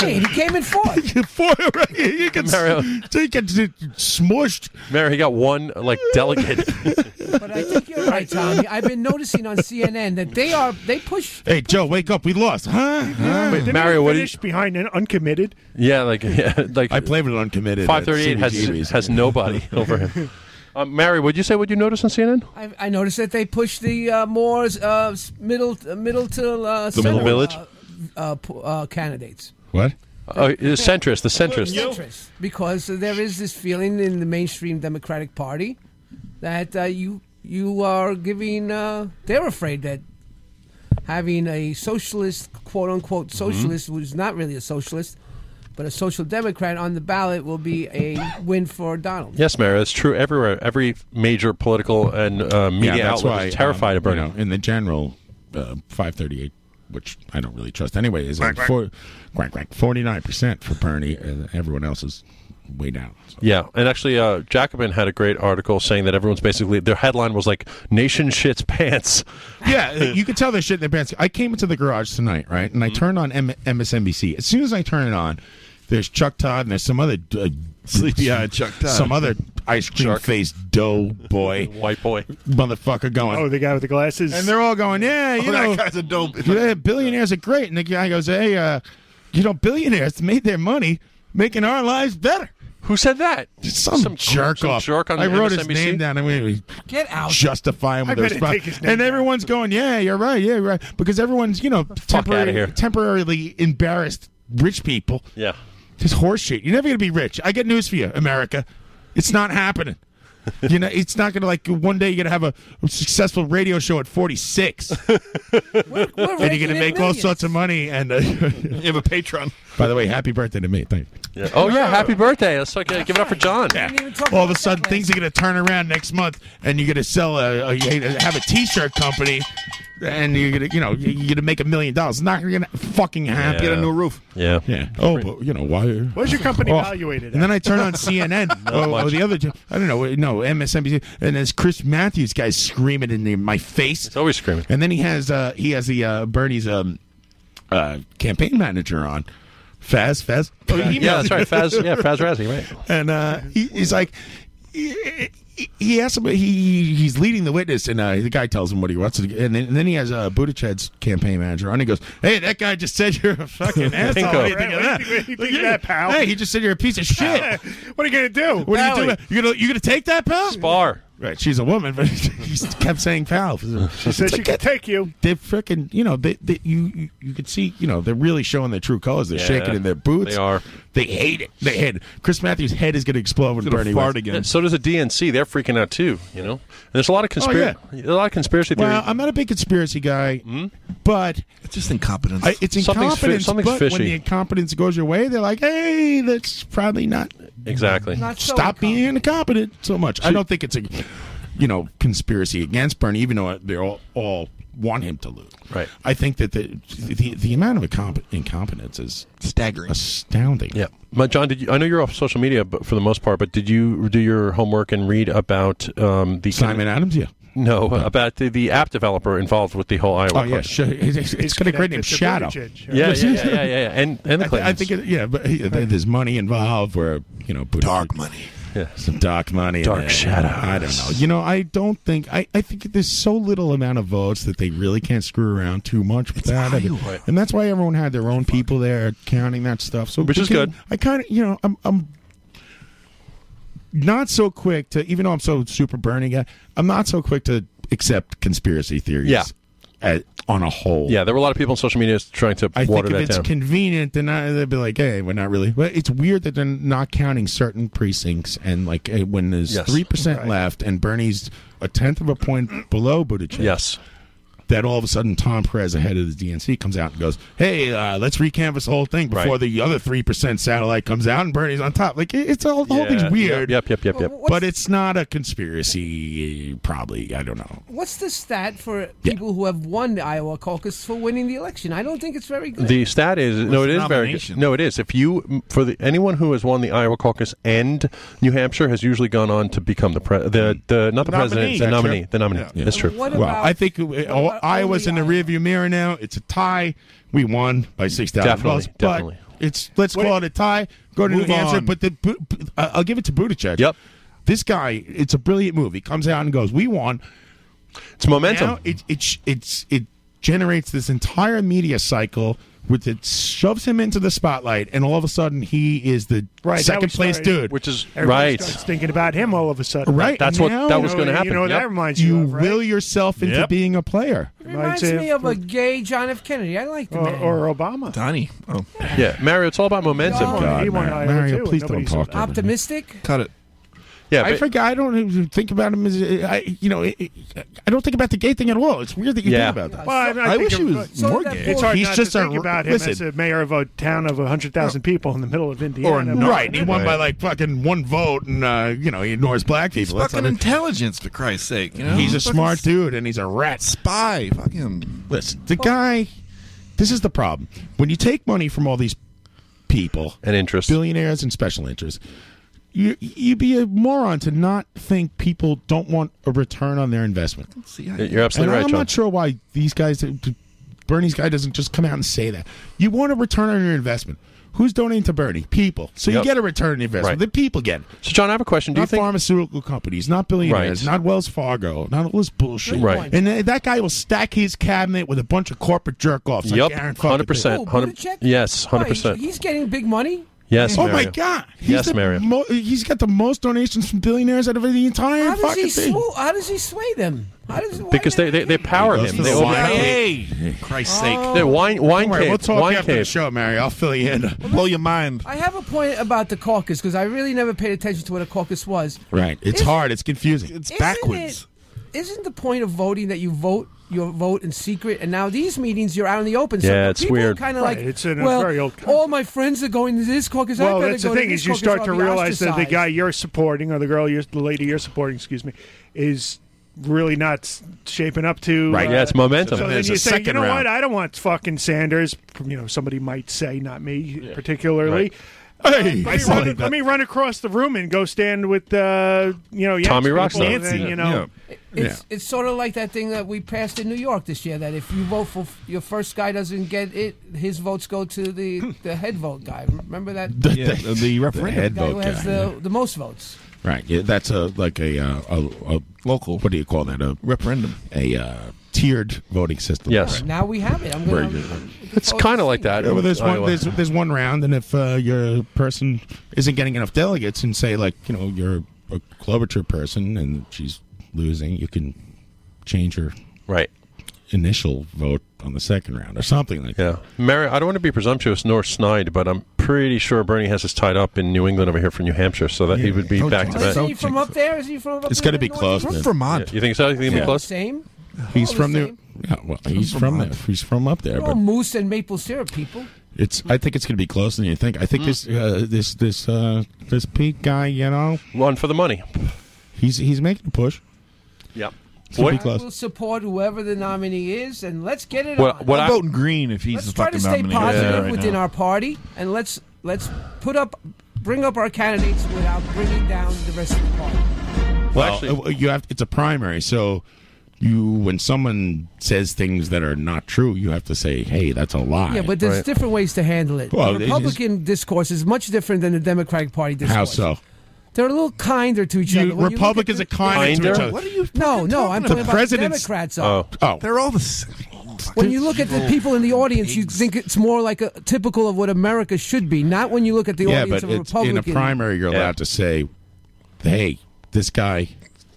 [SPEAKER 9] Hey, he came in fourth.
[SPEAKER 10] [laughs] Four, right? You can,
[SPEAKER 5] Mario.
[SPEAKER 10] so you can smushed.
[SPEAKER 5] Mary, he got one like delegate.
[SPEAKER 9] But I think you're right, Tommy. I've been noticing on CNN that they are they push.
[SPEAKER 10] Hey, Joe, wake up. We lost. Huh? Huh?
[SPEAKER 5] Wait, Mario, what do you-
[SPEAKER 6] Finish behind an uncommitted.
[SPEAKER 5] yeah, like yeah, like
[SPEAKER 10] I played with an uh, uncommitted.
[SPEAKER 5] five thirty eight
[SPEAKER 10] at
[SPEAKER 5] has
[SPEAKER 10] CBGB's.
[SPEAKER 5] has nobody over him. Um, Mary, would you say what you noticed on CNN?
[SPEAKER 9] I, I noticed that they push the uh, more uh, s- middle uh, middle to uh,
[SPEAKER 5] The middle
[SPEAKER 9] center,
[SPEAKER 5] village?
[SPEAKER 9] uh, uh, p- uh, candidates.
[SPEAKER 10] What?
[SPEAKER 5] Uh, centrist, the centrist.
[SPEAKER 9] Centrist, because there is this feeling in the mainstream Democratic Party that uh, you you are giving. Uh, they're afraid that having a socialist, quote unquote,
[SPEAKER 5] Mm-hmm.
[SPEAKER 9] socialist who's not really a socialist, but a social democrat on the ballot will be a win for Donald.
[SPEAKER 5] Yes, Mary, that's true everywhere. Every major political and uh, media
[SPEAKER 10] that's
[SPEAKER 5] outlet
[SPEAKER 10] why,
[SPEAKER 5] is terrified
[SPEAKER 10] um,
[SPEAKER 5] of Bernie.
[SPEAKER 10] You know, in the general, uh, five thirty-eight, which I don't really trust anyway, is
[SPEAKER 5] Quack, quack.
[SPEAKER 10] forty-nine percent for Bernie, and everyone else is way down.
[SPEAKER 5] Yeah, and actually, uh, Jacobin had a great article saying that everyone's basically their headline was like "Nation shits pants."
[SPEAKER 10] yeah, [laughs] you could tell they're shit in their pants. I came into the garage tonight, right, and I turned on M- MSNBC. As [laughs] soon as I turn it on, there's Chuck Todd and there's some other uh,
[SPEAKER 16] Sleepy-eyed Chuck Todd.
[SPEAKER 10] some other ice cream face dough boy,
[SPEAKER 5] white boy,
[SPEAKER 10] motherfucker going.
[SPEAKER 6] Oh, the guy with the glasses.
[SPEAKER 10] And they're all going, yeah,
[SPEAKER 6] [laughs]
[SPEAKER 10] you
[SPEAKER 6] Oh, that
[SPEAKER 10] know,
[SPEAKER 6] guy's a
[SPEAKER 10] dope. Yeah, billionaires are great. And the guy goes, hey, uh, you know, billionaires made their money making our lives better.
[SPEAKER 5] Who said that?
[SPEAKER 10] Some, jerk
[SPEAKER 5] some
[SPEAKER 10] off.
[SPEAKER 5] jerk on
[SPEAKER 10] I wrote his
[SPEAKER 5] MSNBC?
[SPEAKER 10] name down. I'm going
[SPEAKER 14] Get out.
[SPEAKER 10] justify him
[SPEAKER 5] I
[SPEAKER 10] with their
[SPEAKER 5] better
[SPEAKER 10] response.
[SPEAKER 5] take his name
[SPEAKER 10] And everyone's going, yeah, you're right, yeah, you're right, because everyone's you know
[SPEAKER 5] outta here.
[SPEAKER 10] temporarily temporarily embarrassed rich people.
[SPEAKER 5] Yeah.
[SPEAKER 10] This horseshit. You're never gonna be rich. I get news for you, America. It's not happening. you know, it's not gonna like one day you're gonna have a successful radio show at 46, and you're gonna make all sorts of money. And uh, [laughs] you
[SPEAKER 12] have a patron.
[SPEAKER 10] by the way, happy birthday to me. Thank you.
[SPEAKER 5] Yeah. Oh yeah, happy birthday! Let's like, uh, give it up for John.
[SPEAKER 10] All of a sudden, things are going to turn around next month, and you're going to sell a, a have a T-shirt company, and you're going to you know you're going to make a million dollars. It's not going to fucking happen.
[SPEAKER 12] Get a new roof.
[SPEAKER 5] Yeah.
[SPEAKER 10] Yeah. Oh, but you know why?
[SPEAKER 6] Where's your company
[SPEAKER 10] Oh.
[SPEAKER 6] evaluated?
[SPEAKER 10] And then I turn on CNN. oh, oh, the other, I don't know, no MSNBC, and there's Chris Matthews guy screaming in the, my face. It's
[SPEAKER 5] always screaming.
[SPEAKER 10] And then he has uh, he has the uh, Bernie's um, uh, campaign manager on. Faz, Faz. Oh, he
[SPEAKER 5] Yeah, that's
[SPEAKER 10] emailed-
[SPEAKER 5] right, Faz- [laughs] yeah, Faz Razzie, right.
[SPEAKER 10] And uh, he, he's like, he, he- he asked him, he, he's leading the witness, and uh, the guy tells him what he wants. To, and, then, and then he has uh, Buttigieg's campaign manager on. He goes, hey, that guy just said you're
[SPEAKER 6] [laughs]
[SPEAKER 10] a fucking asshole.
[SPEAKER 6] Pinko.
[SPEAKER 10] What do you think
[SPEAKER 6] Right,
[SPEAKER 10] of
[SPEAKER 6] what
[SPEAKER 10] that?
[SPEAKER 6] do you think- what do you think of
[SPEAKER 10] Yeah.
[SPEAKER 6] that, pal?
[SPEAKER 10] Hey, he just said you're a piece of shit.
[SPEAKER 6] [laughs] what are you gonna do?
[SPEAKER 10] What are you doing? You gonna you gonna take that, pal?
[SPEAKER 5] Spar.
[SPEAKER 10] Right, she's a woman, but [laughs] he kept saying pal. She
[SPEAKER 6] said she could take you.
[SPEAKER 10] They freaking, you know, they, they you you- you could see, you know, they're really showing their true colors. They're
[SPEAKER 5] Yeah,
[SPEAKER 10] shaking in their boots.
[SPEAKER 5] they are.
[SPEAKER 10] They hate it. They hate it. Chris Matthews' head is going to explode when Bernie wins.
[SPEAKER 5] Yeah, so does the DNC. They're freaking out too. You know, and there's a lot of
[SPEAKER 10] Oh,
[SPEAKER 5] conspiracy. a lot of conspiracy theories.
[SPEAKER 10] Well, I'm not a big conspiracy guy, but
[SPEAKER 12] it's just incompetence.
[SPEAKER 10] I, it's
[SPEAKER 5] Hmm? Something's fi-
[SPEAKER 10] incompetence.
[SPEAKER 5] something's
[SPEAKER 10] but when
[SPEAKER 5] fishy.
[SPEAKER 10] the incompetence goes your way, they're like, "Hey, that's probably not
[SPEAKER 5] exactly.
[SPEAKER 10] stop being incompetent so much. I don't think it's a, you know, conspiracy against Bernie, even though they all all want him to lose.
[SPEAKER 5] Right.
[SPEAKER 10] I think that the the, the amount of incomp- incompetence is staggering, astounding.
[SPEAKER 5] Yeah, but John, did you, I know you're off social media, but for the most part, but did you do your homework and read about um, the
[SPEAKER 10] Simon Adams? Yeah.
[SPEAKER 5] No, about the, the app developer involved with the whole Iowa.
[SPEAKER 10] Oh yeah,
[SPEAKER 5] project.
[SPEAKER 10] sure. It's, it's, it's got a great name, Shadow.
[SPEAKER 5] Yeah, yeah,
[SPEAKER 10] [laughs]
[SPEAKER 5] yeah, yeah, yeah, yeah. and and the
[SPEAKER 10] I, thi- I
[SPEAKER 5] Clintons.
[SPEAKER 10] think it, yeah, but yeah, there- there's money involved where you know dark money,
[SPEAKER 5] yeah,
[SPEAKER 10] some dark money,
[SPEAKER 5] Dark
[SPEAKER 10] shadow. I don't know. You know, I don't think I, I think there's so little amount of votes that they really can't screw around too much with that, I mean,
[SPEAKER 5] Iowa.
[SPEAKER 10] and that's why everyone had their own people there counting that stuff. So
[SPEAKER 5] Which
[SPEAKER 10] we
[SPEAKER 5] is
[SPEAKER 10] can-
[SPEAKER 5] good.
[SPEAKER 10] I kind of you know I'm I'm not so quick to even though I'm so super burning guy, I'm not so quick to accept conspiracy theories.
[SPEAKER 5] Yeah.
[SPEAKER 10] At, on a whole,
[SPEAKER 5] yeah, there were a lot of people on social media trying to
[SPEAKER 10] I think
[SPEAKER 5] water
[SPEAKER 10] if
[SPEAKER 5] that
[SPEAKER 10] it's
[SPEAKER 5] down.
[SPEAKER 10] convenient, then I, they'd be like, "Hey, we're not really." But it's weird that they're not counting certain precincts, and like eh, when there's
[SPEAKER 5] Yes.
[SPEAKER 10] three percent left, and Bernie's a tenth of a point below Buttigieg.
[SPEAKER 5] Yes.
[SPEAKER 10] That all of a sudden Tom Perez, ahead of the DNC, comes out and goes, "Hey, uh, let's recanvass the whole thing before
[SPEAKER 5] Right.
[SPEAKER 10] the other three percent satellite comes out and Bernie's on top." Like it, it's all the whole
[SPEAKER 5] Yeah,
[SPEAKER 10] thing's weird.
[SPEAKER 5] Yep, yep, yep, yep.
[SPEAKER 10] But it's not a conspiracy, probably. I don't know.
[SPEAKER 14] What's the stat for people who have won the Iowa caucus for winning the election? I don't think it's very good.
[SPEAKER 5] The stat is no, it
[SPEAKER 14] it's
[SPEAKER 5] is very good.
[SPEAKER 14] nomination.
[SPEAKER 5] no, it is. If you for the anyone who has won the Iowa caucus and New Hampshire has usually gone on to become the pre, the, the not the president, the nominee, the nominee. That's true.
[SPEAKER 10] Well, I think uh, Iowa's in the rearview mirror now. It's a tie. We won by six thousand votes.
[SPEAKER 5] Definitely, definitely.
[SPEAKER 10] But it's let's call it a tie. Go to
[SPEAKER 12] Move
[SPEAKER 10] New Hampshire,
[SPEAKER 12] on.
[SPEAKER 10] but the, Bu- Bu- I- I'll give it to Buttigieg. Yep. This guy, it's a brilliant move. He comes out and goes, "We won."
[SPEAKER 5] It's momentum.
[SPEAKER 10] Now it it sh- it's it generates this entire media cycle. Which it shoves him into the spotlight, and all of a sudden he is the
[SPEAKER 6] Right, now we
[SPEAKER 10] second place
[SPEAKER 6] started-
[SPEAKER 10] dude.
[SPEAKER 6] Everybody starts thinking about him all of a sudden.
[SPEAKER 10] Right. now-
[SPEAKER 6] You know, You know what that reminds you, of, right?
[SPEAKER 10] will yourself into
[SPEAKER 6] Yep.
[SPEAKER 10] being a player.
[SPEAKER 14] Reminds me of a gay John F. Kennedy. I like the man.
[SPEAKER 6] or Obama.
[SPEAKER 12] Donnie. Oh.
[SPEAKER 5] Yeah, Mario, it's all about momentum.
[SPEAKER 14] He won- God, he won Mario. Iowa Mario, too, and please don't nobody saw talk that. over me. Optimistic?
[SPEAKER 12] Cut it.
[SPEAKER 5] Yeah,
[SPEAKER 10] I
[SPEAKER 5] but-
[SPEAKER 10] forget. I don't even think about him as I, you know, it, it- I don't think about the gay thing at all. It's weird that you
[SPEAKER 5] Yeah.
[SPEAKER 10] think about that.
[SPEAKER 6] Well, I, mean, I think
[SPEAKER 10] wish he
[SPEAKER 6] of-
[SPEAKER 10] was more gay.
[SPEAKER 6] It's hard
[SPEAKER 10] He's
[SPEAKER 6] not
[SPEAKER 10] just
[SPEAKER 6] to
[SPEAKER 10] a-
[SPEAKER 6] think about him
[SPEAKER 10] listen,
[SPEAKER 6] as a mayor of a town of hundred thousand people in the middle of
[SPEAKER 10] or
[SPEAKER 6] Indiana.
[SPEAKER 10] right. He won by like fucking one vote, and uh, you know he ignores black
[SPEAKER 12] He's
[SPEAKER 10] people. That's
[SPEAKER 12] fucking
[SPEAKER 10] not it.
[SPEAKER 12] intelligence, for Christ's sake. You know?
[SPEAKER 10] He's a
[SPEAKER 12] Fucking
[SPEAKER 10] smart dude, and he's a rat
[SPEAKER 12] spy. Fuck him.
[SPEAKER 10] Listen, the guy. This is the problem. When you take money from all these people
[SPEAKER 5] and interests,
[SPEAKER 10] billionaires and special interests, you you be a moron to not think people don't want a return on their investment.
[SPEAKER 5] You're absolutely
[SPEAKER 10] And
[SPEAKER 5] right,
[SPEAKER 10] I'm
[SPEAKER 5] John.
[SPEAKER 10] not sure why these guys, Bernie's guy, doesn't just come out and say that. You want a return on your investment. Who's donating to Bernie? People. So
[SPEAKER 5] Yep.
[SPEAKER 10] you get a return investment.
[SPEAKER 5] Right.
[SPEAKER 10] The people get. it.
[SPEAKER 5] So, John, I have a question. Do you
[SPEAKER 10] not
[SPEAKER 5] think-
[SPEAKER 10] pharmaceutical companies, not billionaires,
[SPEAKER 5] Right.
[SPEAKER 10] not Wells Fargo, not all this bullshit?
[SPEAKER 5] Right. point.
[SPEAKER 10] And th- that guy will stack his cabinet with a bunch of corporate jerk offs.
[SPEAKER 5] Yep,
[SPEAKER 10] Like Aaron fucking
[SPEAKER 5] 100%,
[SPEAKER 10] Dale.
[SPEAKER 5] Oh, 100 Buttigieg? Yes,
[SPEAKER 9] Why,
[SPEAKER 5] 100%.
[SPEAKER 9] He's getting big money.
[SPEAKER 5] Yes,
[SPEAKER 10] Oh my
[SPEAKER 5] Mario.
[SPEAKER 10] God!
[SPEAKER 5] Yes,
[SPEAKER 10] the
[SPEAKER 5] Mario.
[SPEAKER 10] Mo- he's got the most donations from billionaires out of the entire
[SPEAKER 9] How does
[SPEAKER 10] fucking
[SPEAKER 9] he?
[SPEAKER 10] thing.
[SPEAKER 9] Sw- how does he sway them? How does?
[SPEAKER 5] because they, they, they power
[SPEAKER 10] Goes
[SPEAKER 5] him.
[SPEAKER 10] to
[SPEAKER 5] They
[SPEAKER 10] the
[SPEAKER 5] overpower
[SPEAKER 10] CIA.
[SPEAKER 5] him.
[SPEAKER 10] Christ's
[SPEAKER 9] sake.
[SPEAKER 5] They're wine wine
[SPEAKER 10] Don't worry,
[SPEAKER 5] cave.
[SPEAKER 10] we'll talk
[SPEAKER 5] wine
[SPEAKER 10] after the
[SPEAKER 5] cave.
[SPEAKER 10] show, Mary. I'll fill you in. Blow your mind.
[SPEAKER 9] I have a point about the caucus because I really never paid attention to what a caucus was.
[SPEAKER 10] Right. It's
[SPEAKER 9] Isn't-
[SPEAKER 10] hard. It's confusing. It's
[SPEAKER 9] Isn't
[SPEAKER 10] backwards.
[SPEAKER 9] It, isn't the point of voting that you vote your vote in secret, and now these meetings you're out in the open? so
[SPEAKER 5] Yeah, it's
[SPEAKER 9] people
[SPEAKER 5] weird.
[SPEAKER 9] Kind of
[SPEAKER 6] Right,
[SPEAKER 9] like
[SPEAKER 6] it's in a
[SPEAKER 9] well,
[SPEAKER 6] very old
[SPEAKER 9] all my friends are going to this caucus. I
[SPEAKER 6] Well,
[SPEAKER 9] better
[SPEAKER 6] that's
[SPEAKER 9] go
[SPEAKER 6] the thing
[SPEAKER 9] to this
[SPEAKER 6] is you
[SPEAKER 9] caucus or
[SPEAKER 6] start
[SPEAKER 9] I'll
[SPEAKER 6] to
[SPEAKER 9] be
[SPEAKER 6] realize that the
[SPEAKER 9] ostracized.
[SPEAKER 6] guy you're supporting or the girl you're the lady you're supporting, excuse me, is really not s- shaping up to uh,
[SPEAKER 5] Right. Yeah, it's momentum.
[SPEAKER 6] So then
[SPEAKER 5] There's
[SPEAKER 6] you
[SPEAKER 5] a
[SPEAKER 6] say, you
[SPEAKER 5] second
[SPEAKER 6] know what?
[SPEAKER 5] round."
[SPEAKER 6] I don't want fucking Sanders. You know, somebody might say, not me particularly.
[SPEAKER 5] Right.
[SPEAKER 6] Uh,
[SPEAKER 5] Hey, I
[SPEAKER 6] let, me
[SPEAKER 5] saw
[SPEAKER 6] run,
[SPEAKER 5] that.
[SPEAKER 6] let me run across the room and go stand with uh, you know Yank's
[SPEAKER 5] Tommy
[SPEAKER 6] people,
[SPEAKER 5] Rockstar.
[SPEAKER 6] and then,
[SPEAKER 5] Yeah.
[SPEAKER 6] you know,
[SPEAKER 9] It's, it's sort of like that thing that we passed in New York this year that if you vote for your first guy doesn't get it, his votes go to the, the head vote guy. Remember that?
[SPEAKER 10] Yeah, the, the referendum.
[SPEAKER 9] the guy who has the, the most votes.
[SPEAKER 10] Right. Yeah, that's a like a, uh, a a local. What do you call that? A referendum. A uh, tiered voting system.
[SPEAKER 5] Yes.
[SPEAKER 9] Now we have it. I'm
[SPEAKER 10] Very
[SPEAKER 9] going
[SPEAKER 10] good.
[SPEAKER 9] to.
[SPEAKER 5] It's kind of like that.
[SPEAKER 10] Yeah, well, there's
[SPEAKER 5] in
[SPEAKER 10] one
[SPEAKER 5] Iowa.
[SPEAKER 10] there's, there's one round, and if uh, your person isn't getting enough delegates, and say like you know you're a Klobuchar person and she's losing, you can change her
[SPEAKER 5] right
[SPEAKER 10] initial vote on the second round or something like
[SPEAKER 5] Yeah.
[SPEAKER 10] that.
[SPEAKER 5] Mary, I don't want to be presumptuous nor snide, but I'm pretty sure Bernie has us tied up in New England over here from New Hampshire, so that he
[SPEAKER 10] Yeah,
[SPEAKER 5] would be
[SPEAKER 10] don't
[SPEAKER 5] back
[SPEAKER 10] jinx
[SPEAKER 5] to
[SPEAKER 10] it.
[SPEAKER 5] that.
[SPEAKER 10] Don't
[SPEAKER 9] Is he from up there? Is he from up
[SPEAKER 10] It's
[SPEAKER 9] there
[SPEAKER 10] gotta
[SPEAKER 9] in
[SPEAKER 10] be
[SPEAKER 9] the
[SPEAKER 10] close,
[SPEAKER 9] Northeast?
[SPEAKER 10] man. From Vermont.
[SPEAKER 5] Yeah, You think so? You think it'll be
[SPEAKER 10] Yeah.
[SPEAKER 5] close?
[SPEAKER 9] Same.
[SPEAKER 10] He's
[SPEAKER 9] All
[SPEAKER 10] from
[SPEAKER 9] the
[SPEAKER 10] there.
[SPEAKER 9] same.
[SPEAKER 10] Yeah, well, he's from there. He's from up there,
[SPEAKER 9] We're all
[SPEAKER 10] but
[SPEAKER 9] moose and maple syrup people.
[SPEAKER 10] It's. I think it's going to be closer than you think. I think this. Uh, this. This. Uh, this Pete guy. You know.
[SPEAKER 5] One for the money.
[SPEAKER 10] He's. He's making a push.
[SPEAKER 5] Yep.
[SPEAKER 10] It's gonna be
[SPEAKER 9] I
[SPEAKER 10] close.
[SPEAKER 9] will support whoever the nominee is, and let's get it on.
[SPEAKER 5] What, what I,
[SPEAKER 2] green if he's
[SPEAKER 9] let's try to stay positive within our party, and let's let's put up, bring up our candidates without bringing down the rest of the party.
[SPEAKER 10] Well, uh, you have. It's a primary, so you when someone says things that are not true, you have to say, "Hey, that's a lie."
[SPEAKER 9] Yeah, but there's
[SPEAKER 10] Right.
[SPEAKER 9] different ways to handle it.
[SPEAKER 10] Well,
[SPEAKER 9] the
[SPEAKER 10] it is-
[SPEAKER 9] Republican discourse is much different than the Democratic Party discourse.
[SPEAKER 10] How so?
[SPEAKER 9] They're a little kinder to each
[SPEAKER 10] You-
[SPEAKER 9] other. When you look
[SPEAKER 10] Republicans
[SPEAKER 9] at
[SPEAKER 10] are kinder to each Kinder? other. What
[SPEAKER 9] are you? No, no, I'm
[SPEAKER 10] The
[SPEAKER 9] talking about the
[SPEAKER 10] president's-
[SPEAKER 9] Democrats are.
[SPEAKER 10] Oh,
[SPEAKER 2] they're all the same.
[SPEAKER 9] When you look at the people in the audience, you think it's more like a typical of what America should be. Not when you look at the
[SPEAKER 10] yeah,
[SPEAKER 9] audience
[SPEAKER 10] but
[SPEAKER 9] of a
[SPEAKER 10] it's, in
[SPEAKER 9] Republican.
[SPEAKER 10] a primary, you're allowed to say, "Hey, this guy."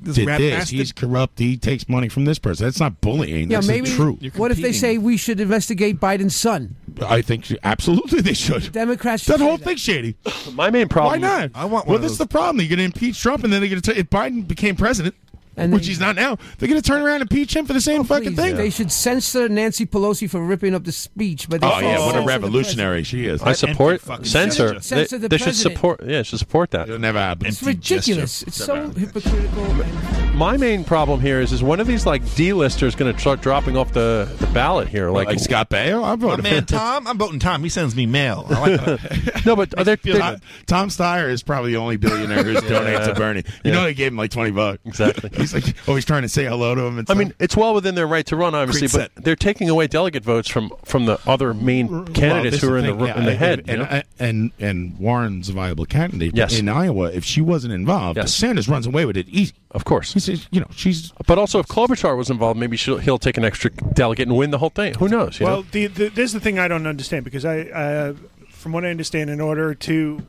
[SPEAKER 9] This
[SPEAKER 10] did
[SPEAKER 9] rat
[SPEAKER 10] this?
[SPEAKER 9] bastard."
[SPEAKER 10] He's corrupt. He takes money from this person. That's not bullying.
[SPEAKER 9] yeah,
[SPEAKER 10] That's
[SPEAKER 9] maybe.
[SPEAKER 10] the truth.
[SPEAKER 9] What if they say we should investigate Biden's son?
[SPEAKER 10] I think absolutely they should.
[SPEAKER 9] Democrats.
[SPEAKER 10] That whole thing's shady.
[SPEAKER 5] My main problem.
[SPEAKER 10] Why not?
[SPEAKER 5] I want one
[SPEAKER 10] Well,
[SPEAKER 5] of those.
[SPEAKER 10] this is the problem. You're going to impeach Trump, and then they're going to if Biden became president, which he's not now, they're going to turn around and impeach him for the same fucking thing.
[SPEAKER 9] Oh, They should censor Nancy Pelosi for ripping up the speech. But they
[SPEAKER 10] Oh yeah,
[SPEAKER 9] shouldn't
[SPEAKER 10] what a
[SPEAKER 9] censor the
[SPEAKER 10] revolutionary she is!
[SPEAKER 5] I support censor. They,
[SPEAKER 9] Censor the
[SPEAKER 5] they should
[SPEAKER 9] president.
[SPEAKER 5] support. Yeah, should support that. It'll
[SPEAKER 10] never happen.
[SPEAKER 9] It's ridiculous. It's so hypocritical. and-
[SPEAKER 5] My main problem here is is one of these like D-listers going to start dropping off the, the ballot here, like,
[SPEAKER 10] Like Scott Baio. I'm
[SPEAKER 2] My
[SPEAKER 10] voting
[SPEAKER 2] man
[SPEAKER 10] for
[SPEAKER 2] Tom, I'm voting Tom. He sends me mail. I like that.
[SPEAKER 5] no, but are there,
[SPEAKER 10] Tom, Tom Steyer is probably the only billionaire
[SPEAKER 5] [laughs]
[SPEAKER 10] who's donated to Bernie. You know they gave him like twenty bucks.
[SPEAKER 5] Exactly.
[SPEAKER 10] he's like, oh, he's trying to say hello to him. And
[SPEAKER 5] I mean, it's well within their right to run, obviously,
[SPEAKER 10] Green
[SPEAKER 5] but they're taking away delegate votes from from the other main candidates who are in the, ro- in the head. you
[SPEAKER 10] And,
[SPEAKER 5] know?
[SPEAKER 10] and, and Warren's a viable candidate.
[SPEAKER 5] Yes.
[SPEAKER 10] in Iowa, if she wasn't involved, Sanders runs away with it easy.
[SPEAKER 5] Of course,
[SPEAKER 10] he says, you know, she's.
[SPEAKER 5] But also, if Klobuchar was involved, maybe she'll, he'll take an extra delegate and win the whole thing. Who knows? You
[SPEAKER 6] Well,
[SPEAKER 5] know?
[SPEAKER 6] the, the, this is the thing I don't understand because I, uh, from what I understand, in order to,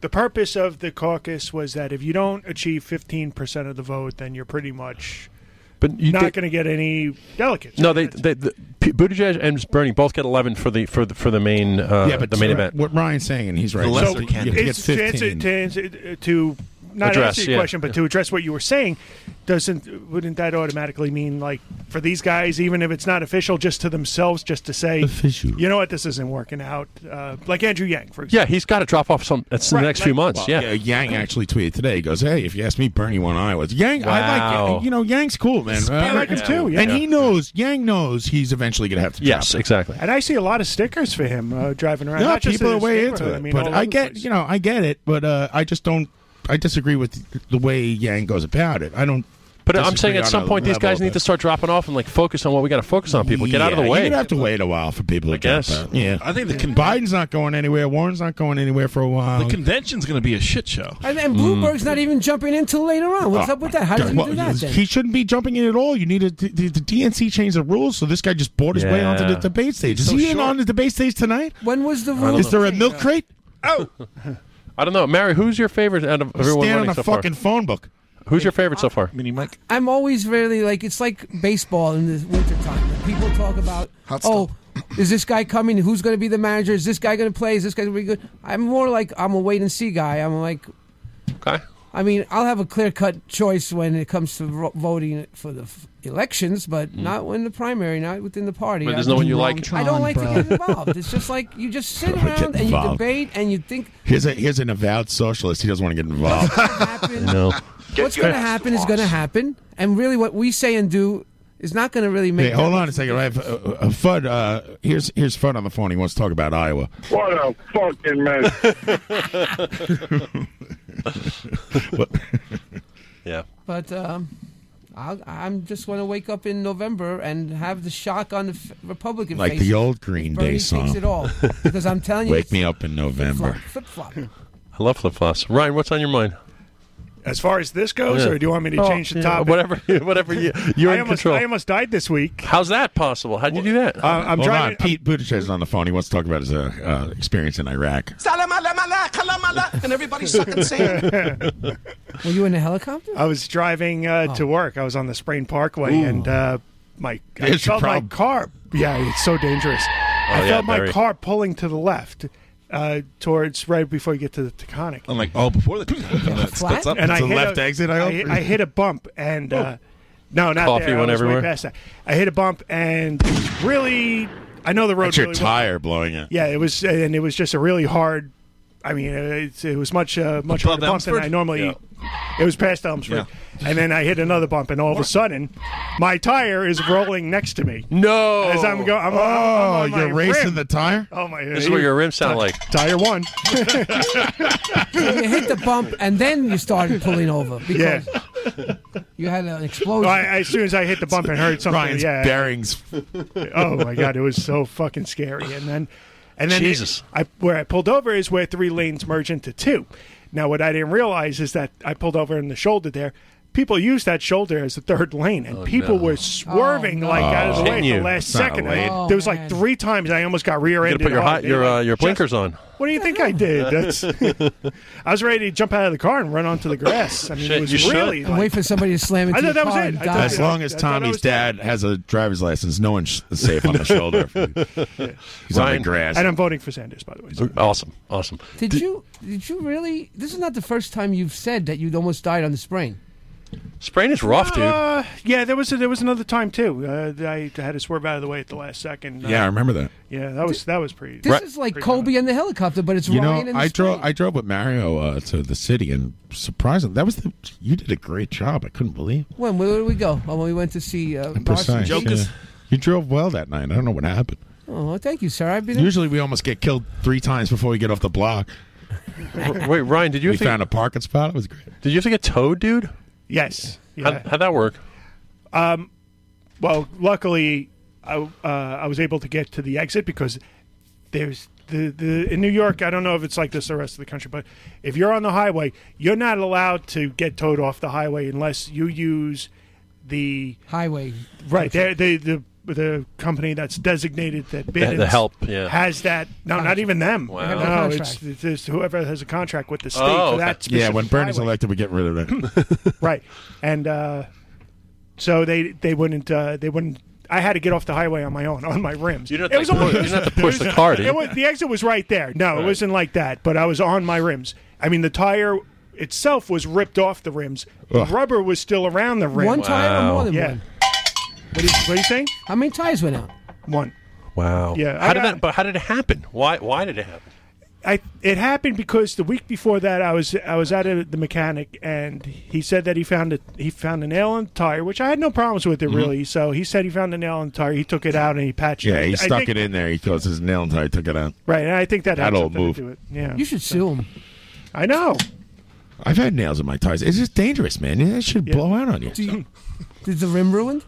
[SPEAKER 6] the purpose of the caucus was that if you don't achieve fifteen percent of the vote, then you're pretty much
[SPEAKER 5] but you
[SPEAKER 6] not
[SPEAKER 5] did-
[SPEAKER 6] going to get any delegates.
[SPEAKER 5] no, they, they the, P- Buttigieg and Bernie both get eleven for the for the for the main uh,
[SPEAKER 10] yeah, but
[SPEAKER 5] the main
[SPEAKER 10] Ri-
[SPEAKER 5] event.
[SPEAKER 10] What Ryan's saying, and he's right. So you get
[SPEAKER 6] it's to answer,
[SPEAKER 10] 15.
[SPEAKER 6] to, answer, uh, to not
[SPEAKER 10] Address,
[SPEAKER 6] answer your
[SPEAKER 10] yeah.
[SPEAKER 6] question, but to address what you were saying, doesn't wouldn't that automatically mean like for these guys, even if it's not official, just to themselves, just to say,
[SPEAKER 10] Official.
[SPEAKER 6] you know what, this isn't working out. Uh, like Andrew Yang, for example.
[SPEAKER 5] Yeah, he's got to drop off some. That's in
[SPEAKER 6] Right,
[SPEAKER 5] the next
[SPEAKER 6] like-
[SPEAKER 5] few months.
[SPEAKER 10] Well,
[SPEAKER 5] yeah.
[SPEAKER 10] Yang actually tweeted today. He goes, "Hey, if you ask me, Bernie won Iowa." Yang, I
[SPEAKER 5] Wow.
[SPEAKER 10] like you know Yang's cool, man. I like him
[SPEAKER 6] Yeah.
[SPEAKER 10] too,
[SPEAKER 6] yeah.
[SPEAKER 10] and he knows Yang knows he's eventually going to have to.
[SPEAKER 5] Oh, Yes, exactly.
[SPEAKER 6] And I see a lot of stickers for him uh, driving around.
[SPEAKER 10] No,
[SPEAKER 6] Not just
[SPEAKER 10] people
[SPEAKER 6] in
[SPEAKER 10] are
[SPEAKER 6] his
[SPEAKER 10] way
[SPEAKER 6] neighborhood,
[SPEAKER 10] into it,
[SPEAKER 6] I mean, all
[SPEAKER 10] but
[SPEAKER 6] over
[SPEAKER 10] I
[SPEAKER 6] the
[SPEAKER 10] get
[SPEAKER 6] place.
[SPEAKER 10] you know I get it, but uh, I just don't. I disagree with the way Yang goes about it. I don't
[SPEAKER 5] But I'm saying at some point these guys need to start dropping off and like focus on what we got to focus on. People, get out of the way.
[SPEAKER 10] You're gonna have to wait a while for people to I
[SPEAKER 5] guess.
[SPEAKER 10] Yeah,
[SPEAKER 17] I
[SPEAKER 10] [laughs]
[SPEAKER 17] think the con-
[SPEAKER 10] Biden's not going anywhere. Warren's not going anywhere for a while.
[SPEAKER 17] the convention's going to be a shit show.
[SPEAKER 9] And then Bloomberg's not even jumping in till later on. What's
[SPEAKER 10] Mm. Oh,
[SPEAKER 9] up with that? How did you
[SPEAKER 10] Well,
[SPEAKER 9] do that then?
[SPEAKER 10] He shouldn't be jumping in at all. You need a, the, the DNC changed the rules, so this guy just bought his way onto the
[SPEAKER 18] Yeah.
[SPEAKER 10] debate stage. Is
[SPEAKER 18] So
[SPEAKER 10] he in
[SPEAKER 18] short.
[SPEAKER 10] on the debate stage tonight?
[SPEAKER 9] When was the
[SPEAKER 5] don't
[SPEAKER 10] Is
[SPEAKER 5] know.
[SPEAKER 10] there a milk crate?
[SPEAKER 5] Oh, I don't know, Mary. Who's your favorite out of everyone?
[SPEAKER 10] Stand on
[SPEAKER 5] running
[SPEAKER 10] a
[SPEAKER 5] so far?
[SPEAKER 10] fucking phone book.
[SPEAKER 5] Who's your favorite so far?
[SPEAKER 17] Mini Mike.
[SPEAKER 9] I'm always really like it's like baseball in the wintertime. When People talk about
[SPEAKER 17] Hot
[SPEAKER 9] oh, [clears throat] is this guy coming? Who's going to be the manager? Is this guy going to play? Is this guy going to be good? I'm more like I'm a wait and see guy. I'm like
[SPEAKER 5] Okay.
[SPEAKER 9] I mean I'll have a clear cut choice when it comes to ro- voting for the f- elections, but not when the primary, not within the party.
[SPEAKER 5] Mm. But there's
[SPEAKER 9] I-
[SPEAKER 5] no one you like.
[SPEAKER 9] I don't like
[SPEAKER 5] Wrong
[SPEAKER 9] to
[SPEAKER 5] Tron,
[SPEAKER 9] get
[SPEAKER 5] bro.
[SPEAKER 9] involved. It's just like you just sit
[SPEAKER 10] Don't get
[SPEAKER 9] around and you
[SPEAKER 10] involved.
[SPEAKER 9] debate and you think
[SPEAKER 10] Here's a here's an avowed socialist. He doesn't want to
[SPEAKER 6] [laughs]
[SPEAKER 10] get involved. [laughs]
[SPEAKER 5] no.
[SPEAKER 9] what's going to happen is going to happen, and really what we say and do is not going to really make.
[SPEAKER 10] Hey, hold on a second. I have uh, uh, Fudd. Uh, here's here's Fudd on the phone. He wants to talk about Iowa.
[SPEAKER 2] What a fucking mess.
[SPEAKER 10] [laughs] What-
[SPEAKER 5] yeah.
[SPEAKER 9] But um, I'll, I'm just going to wake up in November and have the shock on the f- Republican
[SPEAKER 10] Like
[SPEAKER 9] face
[SPEAKER 10] the old
[SPEAKER 9] if
[SPEAKER 10] Green
[SPEAKER 9] Bernie
[SPEAKER 10] Day
[SPEAKER 9] takes
[SPEAKER 10] song.
[SPEAKER 9] it all. Because I'm
[SPEAKER 10] [laughs]
[SPEAKER 9] telling you,
[SPEAKER 10] Wake me up in November.
[SPEAKER 9] flip flop.
[SPEAKER 5] I love flip flops. Ryan, what's on your mind?
[SPEAKER 6] [laughs] As far as this goes,
[SPEAKER 5] Yeah.
[SPEAKER 6] or do you want me to
[SPEAKER 5] Oh,
[SPEAKER 6] change the
[SPEAKER 5] yeah,
[SPEAKER 6] topic?
[SPEAKER 5] Whatever, [laughs] whatever you, you're
[SPEAKER 6] I
[SPEAKER 5] in
[SPEAKER 6] almost,
[SPEAKER 5] control.
[SPEAKER 6] I Uh, almost died this week.
[SPEAKER 5] How's that possible? How'd you do that?
[SPEAKER 10] Hold on. Pete Buttigieg is on the phone. He wants to talk about his uh, uh, experience in Iraq.
[SPEAKER 2] and everybody's sucking sand.
[SPEAKER 9] Were you in a helicopter? [laughs]
[SPEAKER 6] I was driving uh, to work. I was on the Sprain Parkway,
[SPEAKER 10] Oh. Ooh.
[SPEAKER 6] and uh, my I
[SPEAKER 10] There's your
[SPEAKER 6] felt my
[SPEAKER 10] problem. Oh,
[SPEAKER 6] car. Yeah, it's so dangerous. I
[SPEAKER 17] yeah,
[SPEAKER 6] felt my
[SPEAKER 17] very.
[SPEAKER 6] car pulling to the left, uh, towards right before you get to the Taconic.
[SPEAKER 17] I'm like, oh, before the [laughs] that splits up,
[SPEAKER 6] And
[SPEAKER 17] it's
[SPEAKER 6] I
[SPEAKER 17] a
[SPEAKER 6] hit
[SPEAKER 17] left exit. I,
[SPEAKER 6] I,
[SPEAKER 17] hope.
[SPEAKER 6] hit a bump and
[SPEAKER 17] Oh.
[SPEAKER 6] uh, no, not
[SPEAKER 10] Coffee
[SPEAKER 6] there. I
[SPEAKER 10] went
[SPEAKER 6] was way
[SPEAKER 10] everywhere.
[SPEAKER 6] past that. I hit a bump and it was really. I know the road.
[SPEAKER 10] That's your
[SPEAKER 6] really well.
[SPEAKER 10] tire blowing it.
[SPEAKER 6] Yeah, it was, and it was just a really hard. I mean, it, it was much uh, much
[SPEAKER 10] Above
[SPEAKER 6] harder bump than
[SPEAKER 10] Elmsford?
[SPEAKER 6] I normally. It was past Elmsford, and then I hit another bump, and all of a sudden, my tire is rolling next to me.
[SPEAKER 5] No,
[SPEAKER 6] as I'm going, I'm,
[SPEAKER 10] oh,
[SPEAKER 6] I'm on
[SPEAKER 10] you're
[SPEAKER 6] my
[SPEAKER 10] racing
[SPEAKER 6] rim.
[SPEAKER 10] the tire.
[SPEAKER 6] Oh my!
[SPEAKER 5] This is what your rims sound like.
[SPEAKER 6] Tire
[SPEAKER 10] [laughs]
[SPEAKER 6] one.
[SPEAKER 9] you hit the bump and then you started pulling
[SPEAKER 10] [laughs]
[SPEAKER 9] over
[SPEAKER 6] Yeah.
[SPEAKER 9] because you had an explosion.
[SPEAKER 6] I, as soon as I hit the bump and heard something,
[SPEAKER 10] Ryan's
[SPEAKER 6] yeah,
[SPEAKER 10] bearings.
[SPEAKER 6] oh my god, it
[SPEAKER 5] [laughs]
[SPEAKER 6] was so fucking scary. And then, and then
[SPEAKER 10] Jesus.
[SPEAKER 6] I where I pulled over is where three lanes merge into two. Now, what I didn't realize is that I pulled over in the shoulder there. People use that shoulder as the third lane, and people
[SPEAKER 5] Oh, no.
[SPEAKER 6] were swerving
[SPEAKER 5] Oh,
[SPEAKER 6] like out of the
[SPEAKER 5] no.
[SPEAKER 6] way
[SPEAKER 5] Hitting
[SPEAKER 6] at the
[SPEAKER 5] you.
[SPEAKER 6] last
[SPEAKER 5] It's not a
[SPEAKER 6] second.
[SPEAKER 5] lane. Oh,
[SPEAKER 6] there was like three times I almost got
[SPEAKER 5] You got
[SPEAKER 6] rear-ended.
[SPEAKER 5] to put your
[SPEAKER 6] hard.
[SPEAKER 5] hot, your uh, your
[SPEAKER 6] Just-
[SPEAKER 5] blinkers on.
[SPEAKER 6] what do you think I
[SPEAKER 5] [laughs]
[SPEAKER 6] did? That's, [laughs] I was ready to jump out of the car and run onto the grass. I mean,
[SPEAKER 5] Shit,
[SPEAKER 6] it was
[SPEAKER 5] you should.
[SPEAKER 6] really.
[SPEAKER 9] and wait for somebody to slam into
[SPEAKER 6] I thought
[SPEAKER 9] the
[SPEAKER 6] that was
[SPEAKER 9] car
[SPEAKER 6] it.
[SPEAKER 9] and
[SPEAKER 6] I
[SPEAKER 9] die.
[SPEAKER 6] thought-
[SPEAKER 10] As long as Tommy's dad has a driver's license, no [laughs] one's safe on the [laughs] shoulder. He's on the
[SPEAKER 5] Ryan.
[SPEAKER 10] grass.
[SPEAKER 6] And I'm voting for Sanders, by the way.
[SPEAKER 5] Awesome, awesome.
[SPEAKER 9] Did you? Did you really? This is not the first time you've said that you'd almost died on the sprain.
[SPEAKER 5] Sprain is rough, dude.
[SPEAKER 6] Uh, yeah, there was a, there was another time too. Uh, I had to swerve out of the way at the last second. Uh,
[SPEAKER 10] Yeah, I remember that.
[SPEAKER 6] Yeah, that was that was pretty.
[SPEAKER 9] This is like Kobe and the helicopter, but it's
[SPEAKER 10] You
[SPEAKER 9] Ryan
[SPEAKER 10] know,
[SPEAKER 9] and the
[SPEAKER 10] I drove I drove with Mario uh, to the city, and surprisingly, that was the you did a great job. I couldn't believe.
[SPEAKER 9] When? Where did we go? Oh, when we went to see uh, Boston.
[SPEAKER 10] Precise, yeah. You drove well that night. I don't know what happened.
[SPEAKER 9] Oh, well, thank you, sir. I've been.
[SPEAKER 10] Usually, we almost get killed three times before we get off the block.
[SPEAKER 5] Wait, Ryan, did you
[SPEAKER 10] We
[SPEAKER 5] have to-
[SPEAKER 10] found a parking spot. It was great.
[SPEAKER 5] Did you have to get towed, dude?
[SPEAKER 6] Yes.
[SPEAKER 5] How, how'd that work?
[SPEAKER 6] Um, well, luckily, I uh, I was able to get to the exit because there's the the in New York. I don't know if it's like this the rest of the country, but if you're on the highway, you're not allowed to get towed off the highway unless you use the
[SPEAKER 9] highway.
[SPEAKER 6] Right. They they the. The company that's designated that
[SPEAKER 5] The- the
[SPEAKER 6] bid
[SPEAKER 5] help, yeah.
[SPEAKER 6] has that. No, not even them.
[SPEAKER 5] Wow. They have a
[SPEAKER 6] No, it's,
[SPEAKER 5] contract.
[SPEAKER 6] it's just whoever has a contract with the state
[SPEAKER 5] Oh,
[SPEAKER 6] for
[SPEAKER 5] okay.
[SPEAKER 6] that.
[SPEAKER 10] Yeah,
[SPEAKER 6] specific
[SPEAKER 10] when Bernie's
[SPEAKER 6] highway
[SPEAKER 10] elected, we get rid of [laughs] that.
[SPEAKER 6] right and uh, so they they wouldn't uh, they wouldn't i had to get off the highway on my own on my rims
[SPEAKER 5] You didn't have
[SPEAKER 6] It
[SPEAKER 5] to
[SPEAKER 6] was
[SPEAKER 5] push-
[SPEAKER 6] almost-
[SPEAKER 5] you didn't have to push the car, did you?
[SPEAKER 6] it was, the exit was right there no it
[SPEAKER 5] Right.
[SPEAKER 6] wasn't like that but i was on my rims i mean the tire itself was ripped off the rims the
[SPEAKER 9] Ugh.
[SPEAKER 6] rubber was still around the rim
[SPEAKER 9] One tire or more than
[SPEAKER 6] yeah
[SPEAKER 9] one?
[SPEAKER 6] what do you, what do you think
[SPEAKER 9] How many tires went out?
[SPEAKER 6] One.
[SPEAKER 5] Wow.
[SPEAKER 6] Yeah,
[SPEAKER 5] How
[SPEAKER 6] I
[SPEAKER 5] did
[SPEAKER 6] got-
[SPEAKER 5] that? But how did it happen? Why? Why did it happen?
[SPEAKER 6] I it happened because the week before that I was I was at a, the mechanic and he said that he found a he found a nail in the tire which I had no problems with it
[SPEAKER 10] Mhm.
[SPEAKER 6] really so he said he found a nail in the tire he took it out and he patched it
[SPEAKER 10] yeah, he
[SPEAKER 6] I
[SPEAKER 10] stuck
[SPEAKER 6] think-
[SPEAKER 10] it in there. He goes his nail and I took it out.
[SPEAKER 6] right and I think that had
[SPEAKER 10] That old
[SPEAKER 6] something
[SPEAKER 10] move.
[SPEAKER 6] to do with it yeah
[SPEAKER 9] You should sue him.
[SPEAKER 6] I know
[SPEAKER 10] I've had nails in my tires. It's just dangerous, man. It should blow out on you.
[SPEAKER 9] Do you did the rim ruined?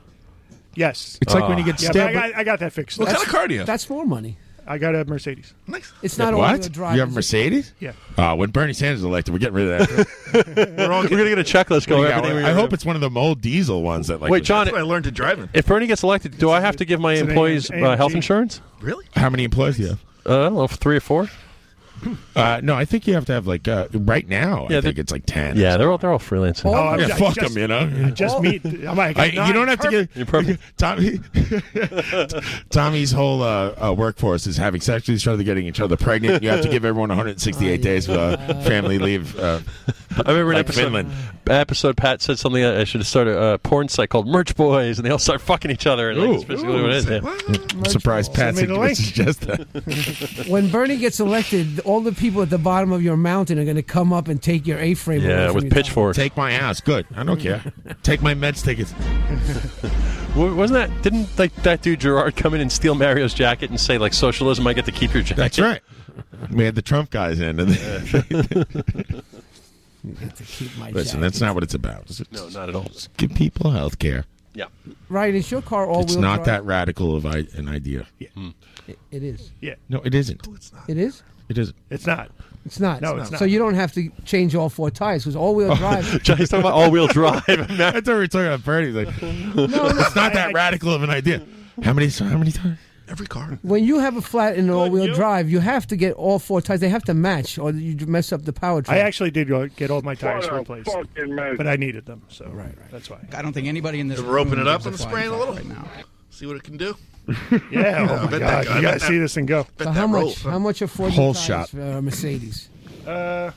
[SPEAKER 6] Yes.
[SPEAKER 10] It's like when you get
[SPEAKER 6] Ah. yeah,
[SPEAKER 10] stabbed
[SPEAKER 6] but I
[SPEAKER 10] with-
[SPEAKER 6] got, I got that fixed.
[SPEAKER 10] What kind of car do you have?
[SPEAKER 9] That's more money.
[SPEAKER 6] I got a Mercedes.
[SPEAKER 4] Nice.
[SPEAKER 9] It's
[SPEAKER 10] Yeah,
[SPEAKER 9] not all
[SPEAKER 10] what?
[SPEAKER 9] wheel drive.
[SPEAKER 10] You have a
[SPEAKER 9] is it?
[SPEAKER 10] Mercedes?
[SPEAKER 6] Yeah.
[SPEAKER 10] Uh, when Bernie Sanders is elected, we're getting rid of that.
[SPEAKER 6] [laughs]
[SPEAKER 4] We're all
[SPEAKER 5] gonna get a checklist
[SPEAKER 10] We
[SPEAKER 5] going.
[SPEAKER 10] got
[SPEAKER 5] everything
[SPEAKER 10] one.
[SPEAKER 5] we
[SPEAKER 10] I
[SPEAKER 5] wrote.
[SPEAKER 10] hope it's one of the old diesel ones that like.
[SPEAKER 5] Wait, John.
[SPEAKER 4] That's what I learned to drive in.
[SPEAKER 5] If Bernie gets elected, do I have to give my
[SPEAKER 10] it's an
[SPEAKER 5] employees
[SPEAKER 10] AMG.
[SPEAKER 5] uh, health insurance?
[SPEAKER 4] Really?
[SPEAKER 10] How many employees do you have?
[SPEAKER 5] Uh, I don't know, three or four.
[SPEAKER 10] Uh, no, I think you have to have like uh, right now. I think it's like ten.
[SPEAKER 5] Yeah, they're all they're all freelancing.
[SPEAKER 10] Oh, I'm
[SPEAKER 5] yeah,
[SPEAKER 10] ju- fuck 'em, you know?
[SPEAKER 6] I just meet. I'm like,
[SPEAKER 10] [laughs] I, you
[SPEAKER 6] nine.
[SPEAKER 10] don't have
[SPEAKER 6] Perfect.
[SPEAKER 10] to get [laughs] Tommy. Tommy's whole uh, uh, workforce is having sex with each other, getting each other pregnant. You have to give everyone 168 days of uh, family leave. Uh,
[SPEAKER 5] I remember an
[SPEAKER 10] like
[SPEAKER 5] episode.
[SPEAKER 10] Finland.
[SPEAKER 5] Episode Pat said something uh, I should have started a porn site called Merch Boys, and they all start fucking each other. And like, that's basically what it is. yeah.
[SPEAKER 10] I'm surprised Patsy
[SPEAKER 9] Send me the
[SPEAKER 10] would
[SPEAKER 9] link.
[SPEAKER 10] suggest that.
[SPEAKER 9] [laughs] When Bernie gets elected, all the people at the bottom of your mountain are going to come up and take your A-frame. away from you.
[SPEAKER 5] pitchforks.
[SPEAKER 10] Take my ass. Good. I don't care. Take my Mets tickets.
[SPEAKER 5] W- Wasn't that? Didn't like that dude Gerard come in and steal Mario's jacket and say like socialism? I get to keep your jacket.
[SPEAKER 10] That's right. We had the Trump guys in. [laughs] And Listen, that's not what it's about.
[SPEAKER 5] No, not at all.
[SPEAKER 10] Just give people health care.
[SPEAKER 5] Yeah. [laughs]
[SPEAKER 9] Right, is your car all-wheel
[SPEAKER 10] It's not
[SPEAKER 9] drive?
[SPEAKER 10] that radical of I- an idea.
[SPEAKER 9] that. It is.
[SPEAKER 6] Yeah.
[SPEAKER 10] No, it isn't.
[SPEAKER 9] It is.
[SPEAKER 10] It isn't.
[SPEAKER 6] It's not.
[SPEAKER 9] It's not.
[SPEAKER 6] No, it's not.
[SPEAKER 9] So you don't have to change all four tires because
[SPEAKER 10] [laughs] Oh,
[SPEAKER 9] all-wheel drive.
[SPEAKER 5] Johnny's talking about all-wheel drive. That's
[SPEAKER 10] what we're talking about. Bernie's like, it's not that radical of an idea. How many? How many times? Every car.
[SPEAKER 9] [laughs] When you have a flat and all-wheel drive, you have to get all four tires. They have to match, or you mess up the powertrain.
[SPEAKER 6] I actually did go- get all my tires
[SPEAKER 2] What a
[SPEAKER 6] replaced,
[SPEAKER 2] fucking mess.
[SPEAKER 6] but I needed them, so that's why.
[SPEAKER 2] I don't think anybody in this.
[SPEAKER 6] We're opening
[SPEAKER 2] room
[SPEAKER 6] it up
[SPEAKER 2] gives
[SPEAKER 6] and
[SPEAKER 2] flying
[SPEAKER 6] spraying a
[SPEAKER 2] fuck
[SPEAKER 6] little.
[SPEAKER 2] right now.
[SPEAKER 4] See what it can do.
[SPEAKER 6] Yeah,
[SPEAKER 10] [laughs]
[SPEAKER 4] I
[SPEAKER 6] oh
[SPEAKER 4] bet
[SPEAKER 6] my God,
[SPEAKER 4] that guy- I bet
[SPEAKER 6] you gotta
[SPEAKER 4] that-
[SPEAKER 6] see this and go.
[SPEAKER 4] bet
[SPEAKER 9] So
[SPEAKER 4] that
[SPEAKER 9] how
[SPEAKER 4] roll.
[SPEAKER 9] much? How much are four new
[SPEAKER 10] Whole
[SPEAKER 9] tires
[SPEAKER 10] shot.
[SPEAKER 9] for a Mercedes?
[SPEAKER 6] Uh,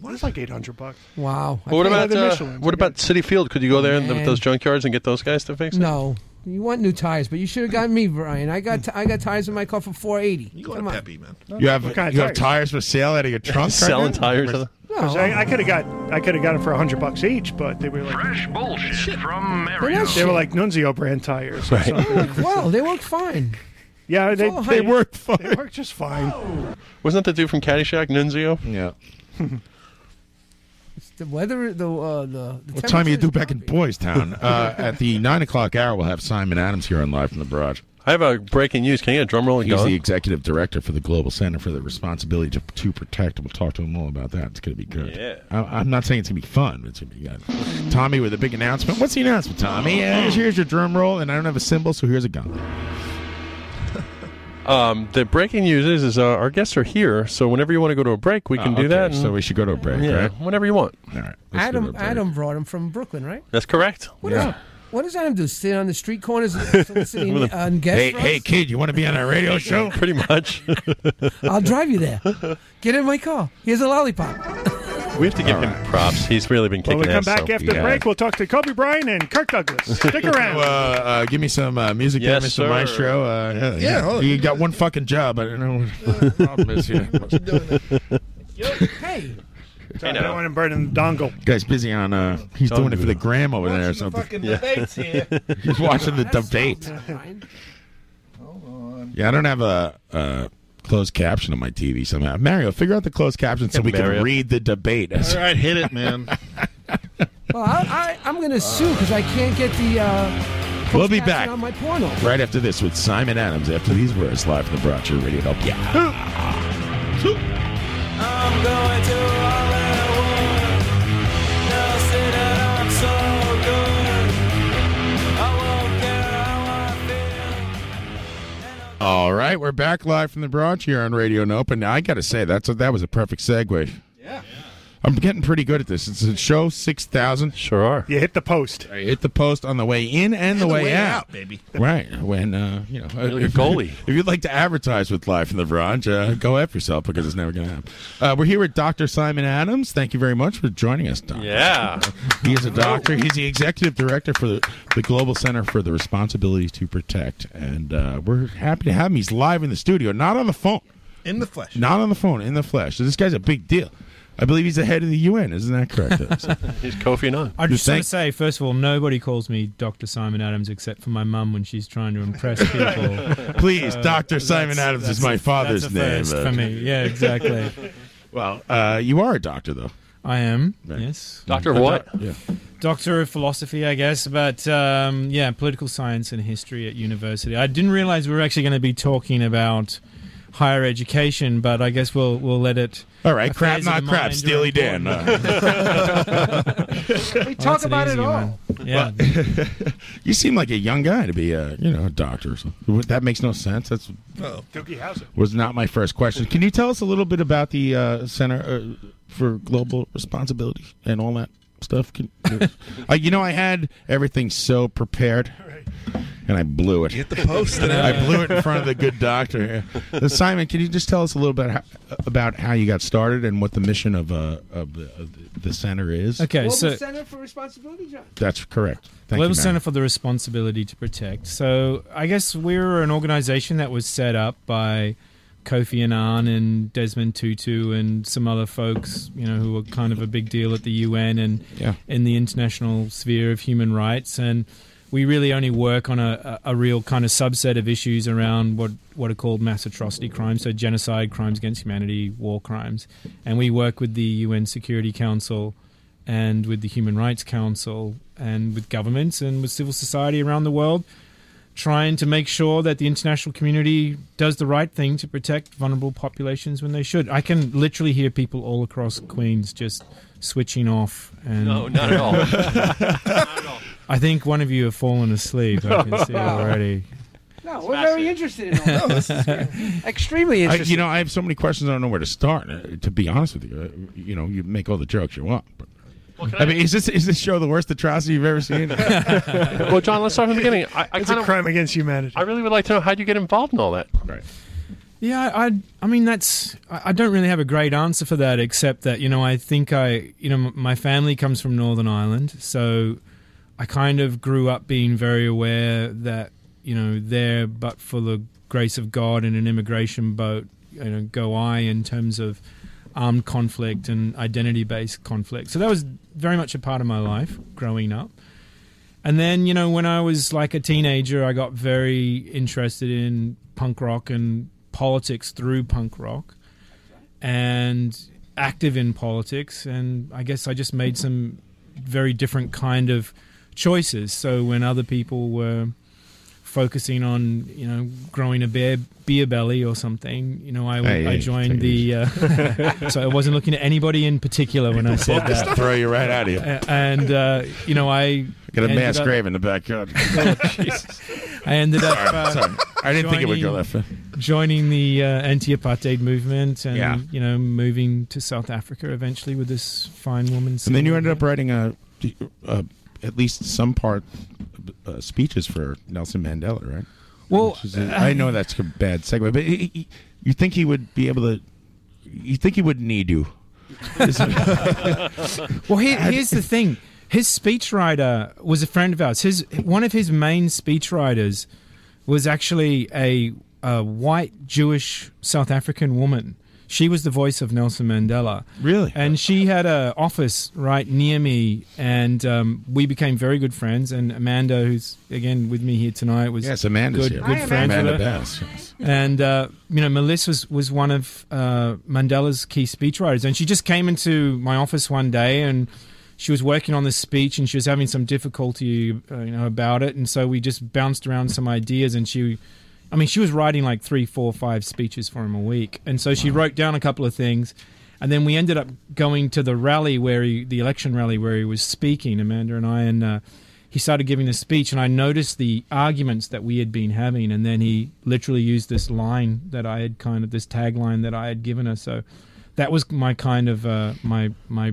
[SPEAKER 6] what is like eight hundred bucks?
[SPEAKER 9] Wow.
[SPEAKER 5] Well, what
[SPEAKER 9] I
[SPEAKER 5] about
[SPEAKER 9] think-
[SPEAKER 5] uh, what about City Field? Could you go there and with
[SPEAKER 9] Man.
[SPEAKER 5] those junkyards and get those guys to fix it?
[SPEAKER 9] No, you want new tires, but you should have gotten me, Brian. I got t- I got tires in my car for four eighty. You Come on.
[SPEAKER 4] man.
[SPEAKER 10] You have
[SPEAKER 6] What kind of
[SPEAKER 10] you have
[SPEAKER 6] tires?
[SPEAKER 10] tires for sale out of your trunk. right
[SPEAKER 5] Selling
[SPEAKER 10] now?
[SPEAKER 5] tires.
[SPEAKER 6] Because I, I could have got I could have got them for hundred bucks each, but they were like
[SPEAKER 19] Fresh bullshit from
[SPEAKER 6] They
[SPEAKER 19] Mario.
[SPEAKER 6] were like Nunzio brand tires. Or
[SPEAKER 19] Right.
[SPEAKER 6] something.
[SPEAKER 9] well, they work fine.
[SPEAKER 6] Yeah, they,
[SPEAKER 9] all
[SPEAKER 6] they
[SPEAKER 9] hype.
[SPEAKER 6] work
[SPEAKER 10] fine.
[SPEAKER 6] They work just fine.
[SPEAKER 5] Wasn't that the dude from Caddyshack, Nunzio?
[SPEAKER 10] Yeah.
[SPEAKER 9] The weather, the uh, the, the
[SPEAKER 10] What time
[SPEAKER 9] temperature-
[SPEAKER 10] you do back in Boys Town? Uh, at the nine o'clock hour, we'll have Simon Adams here on live from the barrage.
[SPEAKER 5] I have a breaking news. Can you get a drum roll and
[SPEAKER 10] He's
[SPEAKER 5] go?
[SPEAKER 10] the executive director for the Global Center for the Responsibility to, to Protect. We'll talk to him all about that. It's going to be good.
[SPEAKER 5] Yeah.
[SPEAKER 10] I, I'm not saying it's going to be fun. But it's going to be good. Tommy with a big announcement. What's the announcement,
[SPEAKER 5] Oh.
[SPEAKER 10] Tommy? Uh, here's your drum roll, and I don't have a cymbal, so here's a gun.
[SPEAKER 5] Um, the breaking news is, is uh, our guests are here, so whenever you want to go to a break, Ah, we can
[SPEAKER 10] Uh,
[SPEAKER 5] do that.
[SPEAKER 10] okay, so we should go to a break,
[SPEAKER 5] yeah,
[SPEAKER 10] right?
[SPEAKER 5] Whenever you want.
[SPEAKER 10] All right.
[SPEAKER 9] Adam Adam brought him from Brooklyn, right?
[SPEAKER 5] That's correct.
[SPEAKER 9] What does- What does Adam do? Sit on the street
[SPEAKER 10] [laughs]
[SPEAKER 9] corners soliciting
[SPEAKER 5] With a-
[SPEAKER 9] uh, guests?
[SPEAKER 10] hey,
[SPEAKER 9] for us?
[SPEAKER 10] hey, kid, you want to be on our radio show?
[SPEAKER 5] [laughs] Pretty much.
[SPEAKER 9] I'll drive you there. Get in my car. Here's a lollipop.
[SPEAKER 5] We have to give him props. He's really been
[SPEAKER 6] When
[SPEAKER 5] kicking
[SPEAKER 6] we come
[SPEAKER 5] ass,
[SPEAKER 6] back
[SPEAKER 5] so-
[SPEAKER 6] after the break, we'll talk to Kobe Bryant and Kirk Douglas. Stick around.
[SPEAKER 10] Uh, uh, give me some uh, music,
[SPEAKER 5] Yes,
[SPEAKER 10] give me some
[SPEAKER 5] sir.
[SPEAKER 10] maestro. Uh, yeah,
[SPEAKER 5] Yeah,
[SPEAKER 10] yeah.
[SPEAKER 5] hold
[SPEAKER 10] you got one fucking job. I don't know what the problem is here.
[SPEAKER 9] Hey.
[SPEAKER 6] Sorry, I don't want to burn in the dongle.
[SPEAKER 10] Guy's busy on. Uh, he's doing it for the gram over there or something.
[SPEAKER 6] fucking debates here.
[SPEAKER 10] he's [laughs] watching the
[SPEAKER 6] That's
[SPEAKER 10] debate.
[SPEAKER 6] something.
[SPEAKER 10] Yeah, I don't have a, a closed caption on my TV somehow. Mario, figure out the closed caption so
[SPEAKER 20] Yeah,
[SPEAKER 10] we
[SPEAKER 20] Mario.
[SPEAKER 10] can read the debate.
[SPEAKER 20] All right, hit it, man.
[SPEAKER 9] Well, I, I, I'm going to sue because I can't get the. Uh,
[SPEAKER 10] [laughs] We'll
[SPEAKER 9] post
[SPEAKER 10] be
[SPEAKER 9] caption
[SPEAKER 10] back.
[SPEAKER 9] on my porno.
[SPEAKER 10] Right after this with Simon Adams. After these words, live from the Broadchurch Radio. Help. Yeah.
[SPEAKER 21] I'm going to all I want. They'll say that I'm so good. I won't care how I
[SPEAKER 10] All right, we're back live from the Broad here on Radio Nope, and I got to say that's a, that was a perfect segue. Yeah. I'm getting pretty good at this. It's a show six thousand.
[SPEAKER 5] Sure are.
[SPEAKER 10] You hit the post. I hit the post on the way in and the, way, out.
[SPEAKER 4] baby.
[SPEAKER 10] [laughs] Right when uh, you know
[SPEAKER 5] You're like a goalie.
[SPEAKER 10] [laughs] If you'd like to advertise with Live from the Broad, uh, go F yourself because it's never going to happen. Uh, we're here with Dr. Simon Adams. Thank you very much for joining us, Doc.
[SPEAKER 5] Yeah.
[SPEAKER 10] He is a doctor. He's the executive director for the, the Global Center for the Responsibility to Protect, and uh, we're happy to have him. He's live in the studio, not on the phone,
[SPEAKER 4] In the flesh.
[SPEAKER 10] not on the phone, in the flesh. So this guy's a big deal. I believe he's the head of the UN. Isn't that correct? So-
[SPEAKER 5] He's Kofi Annan.
[SPEAKER 22] I just want
[SPEAKER 10] Thank-
[SPEAKER 22] to say, first of all, nobody calls me Dr. Simon Adams except for my mum when she's trying to impress people.
[SPEAKER 10] Please,
[SPEAKER 22] So
[SPEAKER 10] Dr.
[SPEAKER 22] that's-
[SPEAKER 10] Simon Adams
[SPEAKER 22] that's
[SPEAKER 10] is my
[SPEAKER 22] a-
[SPEAKER 10] [laughs] father's
[SPEAKER 22] that's a
[SPEAKER 10] name.
[SPEAKER 22] first
[SPEAKER 10] uh, [laughs]
[SPEAKER 22] for me. Yeah, exactly.
[SPEAKER 10] well, uh, you are a doctor, though.
[SPEAKER 9] I am. Yes.
[SPEAKER 5] [laughs] Doctor of [laughs] what?
[SPEAKER 10] Yeah.
[SPEAKER 9] Doctor of philosophy, I guess, but um, yeah, political science and history at university. I didn't realize we were actually going to be talking about higher education, but I guess we'll we'll let it.
[SPEAKER 10] All right,
[SPEAKER 9] affairs
[SPEAKER 10] crap,
[SPEAKER 9] of
[SPEAKER 10] not
[SPEAKER 9] the
[SPEAKER 10] crap,
[SPEAKER 9] mind are
[SPEAKER 10] Steely Dan. Uh,
[SPEAKER 9] important.
[SPEAKER 6] We
[SPEAKER 9] Well,
[SPEAKER 6] talk
[SPEAKER 9] that's an
[SPEAKER 6] about it
[SPEAKER 9] easy
[SPEAKER 6] all.
[SPEAKER 9] one. [laughs] Yeah.
[SPEAKER 10] Well, [laughs] you seem like a young guy to be a you know a doctor. or something. What- That makes no sense. That's
[SPEAKER 6] Dookie Howser.
[SPEAKER 10] was not my first question. Can you tell us a little bit about the uh, Center uh, for Global Responsibility and all that stuff? Can, [laughs] uh, you know, I had everything so prepared, and I blew it. Hit the uh,
[SPEAKER 23] post today.
[SPEAKER 10] I blew it in front of the good doctor. Uh, Simon, can you just tell us a little bit how, about how you got started and what the mission of uh, of, the, of the center is?
[SPEAKER 2] Global Center for Responsibility, John.
[SPEAKER 10] that's correct. Thank
[SPEAKER 9] Uh, Global
[SPEAKER 10] you, Mary.
[SPEAKER 9] Center for the Responsibility to Protect. So I guess we're an organization that was set up by Kofi Annan and Desmond Tutu and some other folks, you know, who were kind of a big deal at the UN and
[SPEAKER 10] Yeah.
[SPEAKER 9] in the international sphere of human rights. And we really only work on a, a, a real kind of subset of issues around what, what are called mass atrocity crimes, so genocide, crimes against humanity, war crimes. And we work with the UN Security Council and with the Human Rights Council and with governments and with civil society around the world, trying to make sure that the international community does the right thing to protect vulnerable populations when they should. I can literally hear people all across Queens just switching off. And
[SPEAKER 5] No, not
[SPEAKER 9] [laughs]
[SPEAKER 5] at all. Not at all.
[SPEAKER 9] I think one of you have fallen asleep. I can see already.
[SPEAKER 2] No, we're very interested in all that. Extremely
[SPEAKER 10] [laughs] I-
[SPEAKER 2] interested.
[SPEAKER 10] you know, I have so many questions. I don't know where to start. uh, To be honest with you, Uh, you know, you make all the jokes you want. But, I, mean, is this is this show the worst atrocity you've
[SPEAKER 9] [laughs]
[SPEAKER 10] ever seen?
[SPEAKER 5] well, John, let's start from the beginning. I, I
[SPEAKER 9] It's a
[SPEAKER 5] kind of
[SPEAKER 6] crime against humanity.
[SPEAKER 5] I really would like to know how you get involved in all that.
[SPEAKER 10] Right.
[SPEAKER 9] Yeah, I, I mean, that's, I I don't really have a great answer for that, except that, you know, I think I, you know, m- my family comes from Northern Ireland. So I kind of grew up being very aware that, you know, there, but for the grace of God in an immigration boat, you know, go I in terms of armed conflict and identity based conflict. So that was very much a part of my life growing up. And then, you know, when I was like a teenager, I got very interested in punk rock and politics through punk rock and active in politics. And I guess I just made some very different kind of choices. So when other people were focusing on, you know, growing a beer, beer belly or something, you know, I,
[SPEAKER 10] Hey,
[SPEAKER 9] I
[SPEAKER 10] hey,
[SPEAKER 9] joined
[SPEAKER 10] take it
[SPEAKER 9] the. Uh, [laughs] so I wasn't looking at anybody in particular when I said
[SPEAKER 10] Focus,
[SPEAKER 9] that.
[SPEAKER 10] throw you right out of you.
[SPEAKER 9] A- And, uh, you know, I.
[SPEAKER 10] Got a
[SPEAKER 9] ended
[SPEAKER 10] mass
[SPEAKER 9] up-
[SPEAKER 10] grave in the [laughs] backyard.
[SPEAKER 9] I ended up.
[SPEAKER 10] Sorry,
[SPEAKER 9] uh,
[SPEAKER 10] sorry. I didn't think it would go
[SPEAKER 9] joining-
[SPEAKER 10] that far.
[SPEAKER 9] Joining the uh, anti-apartheid movement and
[SPEAKER 10] Yeah.
[SPEAKER 9] you know moving to South Africa eventually with this fine woman.
[SPEAKER 10] And then you ended up writing a, a at least some part uh, speeches for Nelson Mandela, right?
[SPEAKER 9] Well,
[SPEAKER 10] Which is a- I know that's a bad segue, but he- he- you think he would be able to? You think he would need you?
[SPEAKER 9] well, here, here's the thing. His speechwriter was a friend of ours. His one of his main speechwriters was actually a, a white Jewish South African woman. She was the voice of Nelson Mandela.
[SPEAKER 10] Really?
[SPEAKER 9] And she had a office right near me, and um, we became very good friends. And Amanda, who's again with me here tonight, was
[SPEAKER 10] Yes, Amanda's
[SPEAKER 9] good,
[SPEAKER 10] here.
[SPEAKER 9] good
[SPEAKER 10] Hi,
[SPEAKER 9] friend
[SPEAKER 10] Amanda.
[SPEAKER 9] with her.
[SPEAKER 10] Amanda Bass, yes.
[SPEAKER 9] And uh, you know, Melissa was, was one of uh, Mandela's key speechwriters, and she just came into my office one day, and she was working on this speech, and she was having some difficulty, uh, you know, about it, and so we just bounced around some ideas, and she, I mean, she was writing like three, four, five speeches for him a week, and so she wrote down a couple of things. And then we ended up going to the rally where he, the election rally where he was speaking, Amanda and I, and uh, he started giving the speech, and I noticed the arguments that we had been having, and then he literally used this line that I had kind of this tagline that I had given her. So that was my kind of uh, my my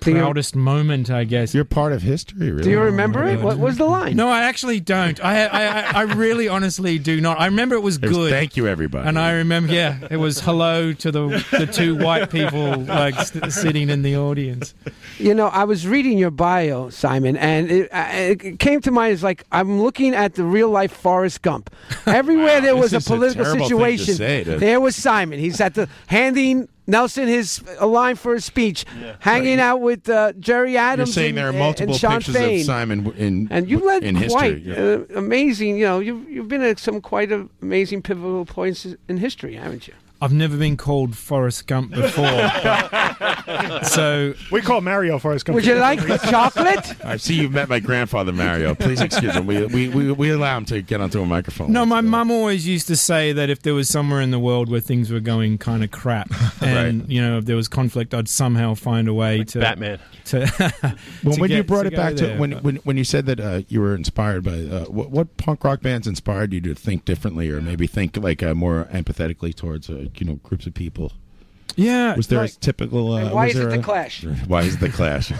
[SPEAKER 2] Do you-
[SPEAKER 9] proudest moment, I guess.
[SPEAKER 10] You're part of history, really.
[SPEAKER 2] Do you remember it? What was the line?
[SPEAKER 9] No, I actually don't. I I, I, I really, honestly do not. I remember it was
[SPEAKER 10] It was,
[SPEAKER 9] good.
[SPEAKER 10] Thank you, everybody.
[SPEAKER 9] And I remember, yeah, it was hello to the the [laughs] two white people like s- sitting in the audience.
[SPEAKER 24] You know, I was reading your bio, Simon, and it, I- it came to mind as like I'm looking at the real life Forrest
[SPEAKER 10] [laughs]
[SPEAKER 24] Gump. Everywhere there was
[SPEAKER 10] this
[SPEAKER 24] a
[SPEAKER 10] is a
[SPEAKER 24] political
[SPEAKER 10] terrible thing to
[SPEAKER 24] situation,
[SPEAKER 10] say to-
[SPEAKER 24] there was Simon. He's at the handing Nelson his a line for his speech, hanging out with uh, Jerry
[SPEAKER 10] You're
[SPEAKER 24] Adams.
[SPEAKER 10] saying
[SPEAKER 24] and,
[SPEAKER 10] there are
[SPEAKER 24] and
[SPEAKER 10] multiple
[SPEAKER 24] Sean
[SPEAKER 10] pictures
[SPEAKER 24] Fain.
[SPEAKER 10] of Simon w- in
[SPEAKER 24] And you led
[SPEAKER 10] in
[SPEAKER 24] quite
[SPEAKER 10] history. Yeah.
[SPEAKER 24] uh, amazing. You know, you've you've been at some quite amazing pivotal points in history, haven't you?
[SPEAKER 2] I've never been called Forrest Gump before. but- so
[SPEAKER 6] we call Mario Forrest Gump.
[SPEAKER 10] [laughs] I see you've met my grandfather Mario. Please excuse him. We we, we, we allow him to get onto a microphone.
[SPEAKER 2] No, my mum always used to say that if there was somewhere in the world where things were going kind of crap, and you know if there was conflict, I'd somehow find a way to
[SPEAKER 5] Batman.
[SPEAKER 2] To,
[SPEAKER 10] Well,
[SPEAKER 2] to
[SPEAKER 10] when you
[SPEAKER 2] get-
[SPEAKER 10] brought
[SPEAKER 2] to
[SPEAKER 10] it
[SPEAKER 2] go
[SPEAKER 10] back
[SPEAKER 2] there,
[SPEAKER 10] to when,
[SPEAKER 2] but-
[SPEAKER 10] when when you said that uh, you were inspired by uh, what, what punk rock bands inspired you to think differently or maybe think like uh, more empathetically towards uh, you know groups of people.
[SPEAKER 2] Yeah,
[SPEAKER 10] was there
[SPEAKER 2] like-
[SPEAKER 10] a typical? Uh,
[SPEAKER 2] And why
[SPEAKER 10] was
[SPEAKER 2] is it
[SPEAKER 10] there
[SPEAKER 2] The
[SPEAKER 10] a-
[SPEAKER 2] Clash?
[SPEAKER 10] [laughs] Why is it the Clash?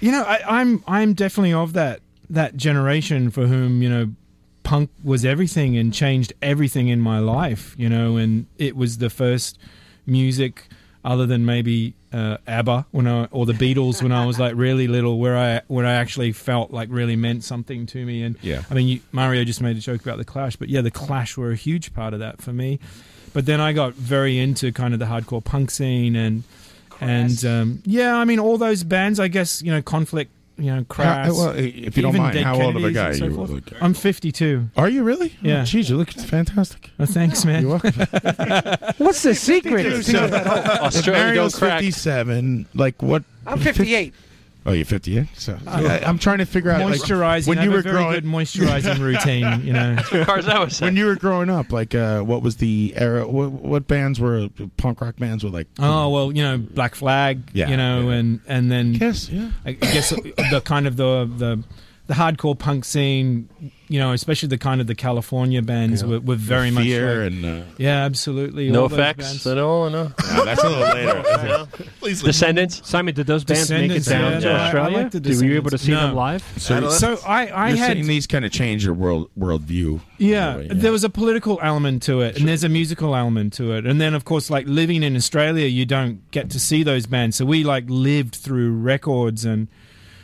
[SPEAKER 2] you know I, i'm i'm definitely of that that generation for whom you know punk was everything and changed everything in my life you know and it was the first music other than maybe uh, ABBA when I, or the Beatles when I was like really little, where I where I actually felt like really meant something to me, [laughs] and
[SPEAKER 10] Yeah.
[SPEAKER 2] I mean, you, Mario just made a joke about the Clash, but yeah, the Clash were a huge part of that for me. But then I got very into kind of the hardcore punk scene and and um, yeah, I mean, all those bands. I guess you know, conflict. You know, crash.
[SPEAKER 10] uh, well, if you don't mind, how old of a guy you look?
[SPEAKER 2] I'm 52.
[SPEAKER 10] Are you really?
[SPEAKER 2] Yeah.
[SPEAKER 10] Oh, geez, you look fantastic.
[SPEAKER 2] Oh, thanks, man. You're
[SPEAKER 10] welcome.
[SPEAKER 9] What's the secret?
[SPEAKER 10] So, if Mario's 57. Like what?
[SPEAKER 9] I'm 58.
[SPEAKER 10] Oh, you're 58. So
[SPEAKER 2] Oh.
[SPEAKER 10] yeah, I'm trying to figure out like,
[SPEAKER 2] Moisturizing. I
[SPEAKER 10] when
[SPEAKER 2] have
[SPEAKER 10] you
[SPEAKER 2] a
[SPEAKER 10] were
[SPEAKER 2] very
[SPEAKER 10] growing
[SPEAKER 2] good moisturizing routine, you know.
[SPEAKER 10] when you were growing up, like uh, what was the era? What, what bands were punk rock bands were like?
[SPEAKER 2] Oh well, you know, Black Flag,
[SPEAKER 10] Yeah,
[SPEAKER 2] you know, and and then
[SPEAKER 10] Kiss, yeah.
[SPEAKER 2] I guess the kind of the the the hardcore punk scene, you know, especially the kind of the California bands
[SPEAKER 10] Yeah.
[SPEAKER 2] were, were very much
[SPEAKER 10] Fear
[SPEAKER 2] like-
[SPEAKER 10] and, uh,
[SPEAKER 2] [laughs] yeah, absolutely.
[SPEAKER 5] No
[SPEAKER 2] all those
[SPEAKER 5] effects
[SPEAKER 2] bands.
[SPEAKER 5] at all. [laughs] No.
[SPEAKER 10] No, that's a
[SPEAKER 2] [laughs]
[SPEAKER 10] little later.
[SPEAKER 5] Please
[SPEAKER 25] Descendants. Simon, did those bands make it down
[SPEAKER 2] Descendants, yeah.
[SPEAKER 25] to
[SPEAKER 2] No, I- I
[SPEAKER 25] Australia?
[SPEAKER 2] like the
[SPEAKER 25] were you able to
[SPEAKER 2] Descendants.
[SPEAKER 25] see them
[SPEAKER 2] No.
[SPEAKER 25] live?
[SPEAKER 10] So,
[SPEAKER 2] So I- I
[SPEAKER 10] you're
[SPEAKER 2] had-
[SPEAKER 10] seeing these kind of change your world worldview.
[SPEAKER 25] Oh,
[SPEAKER 2] Yeah, there was a political element to it, and there's a musical element to it, and then of course, like living in Australia, you don't get to see those bands. So we like lived through records and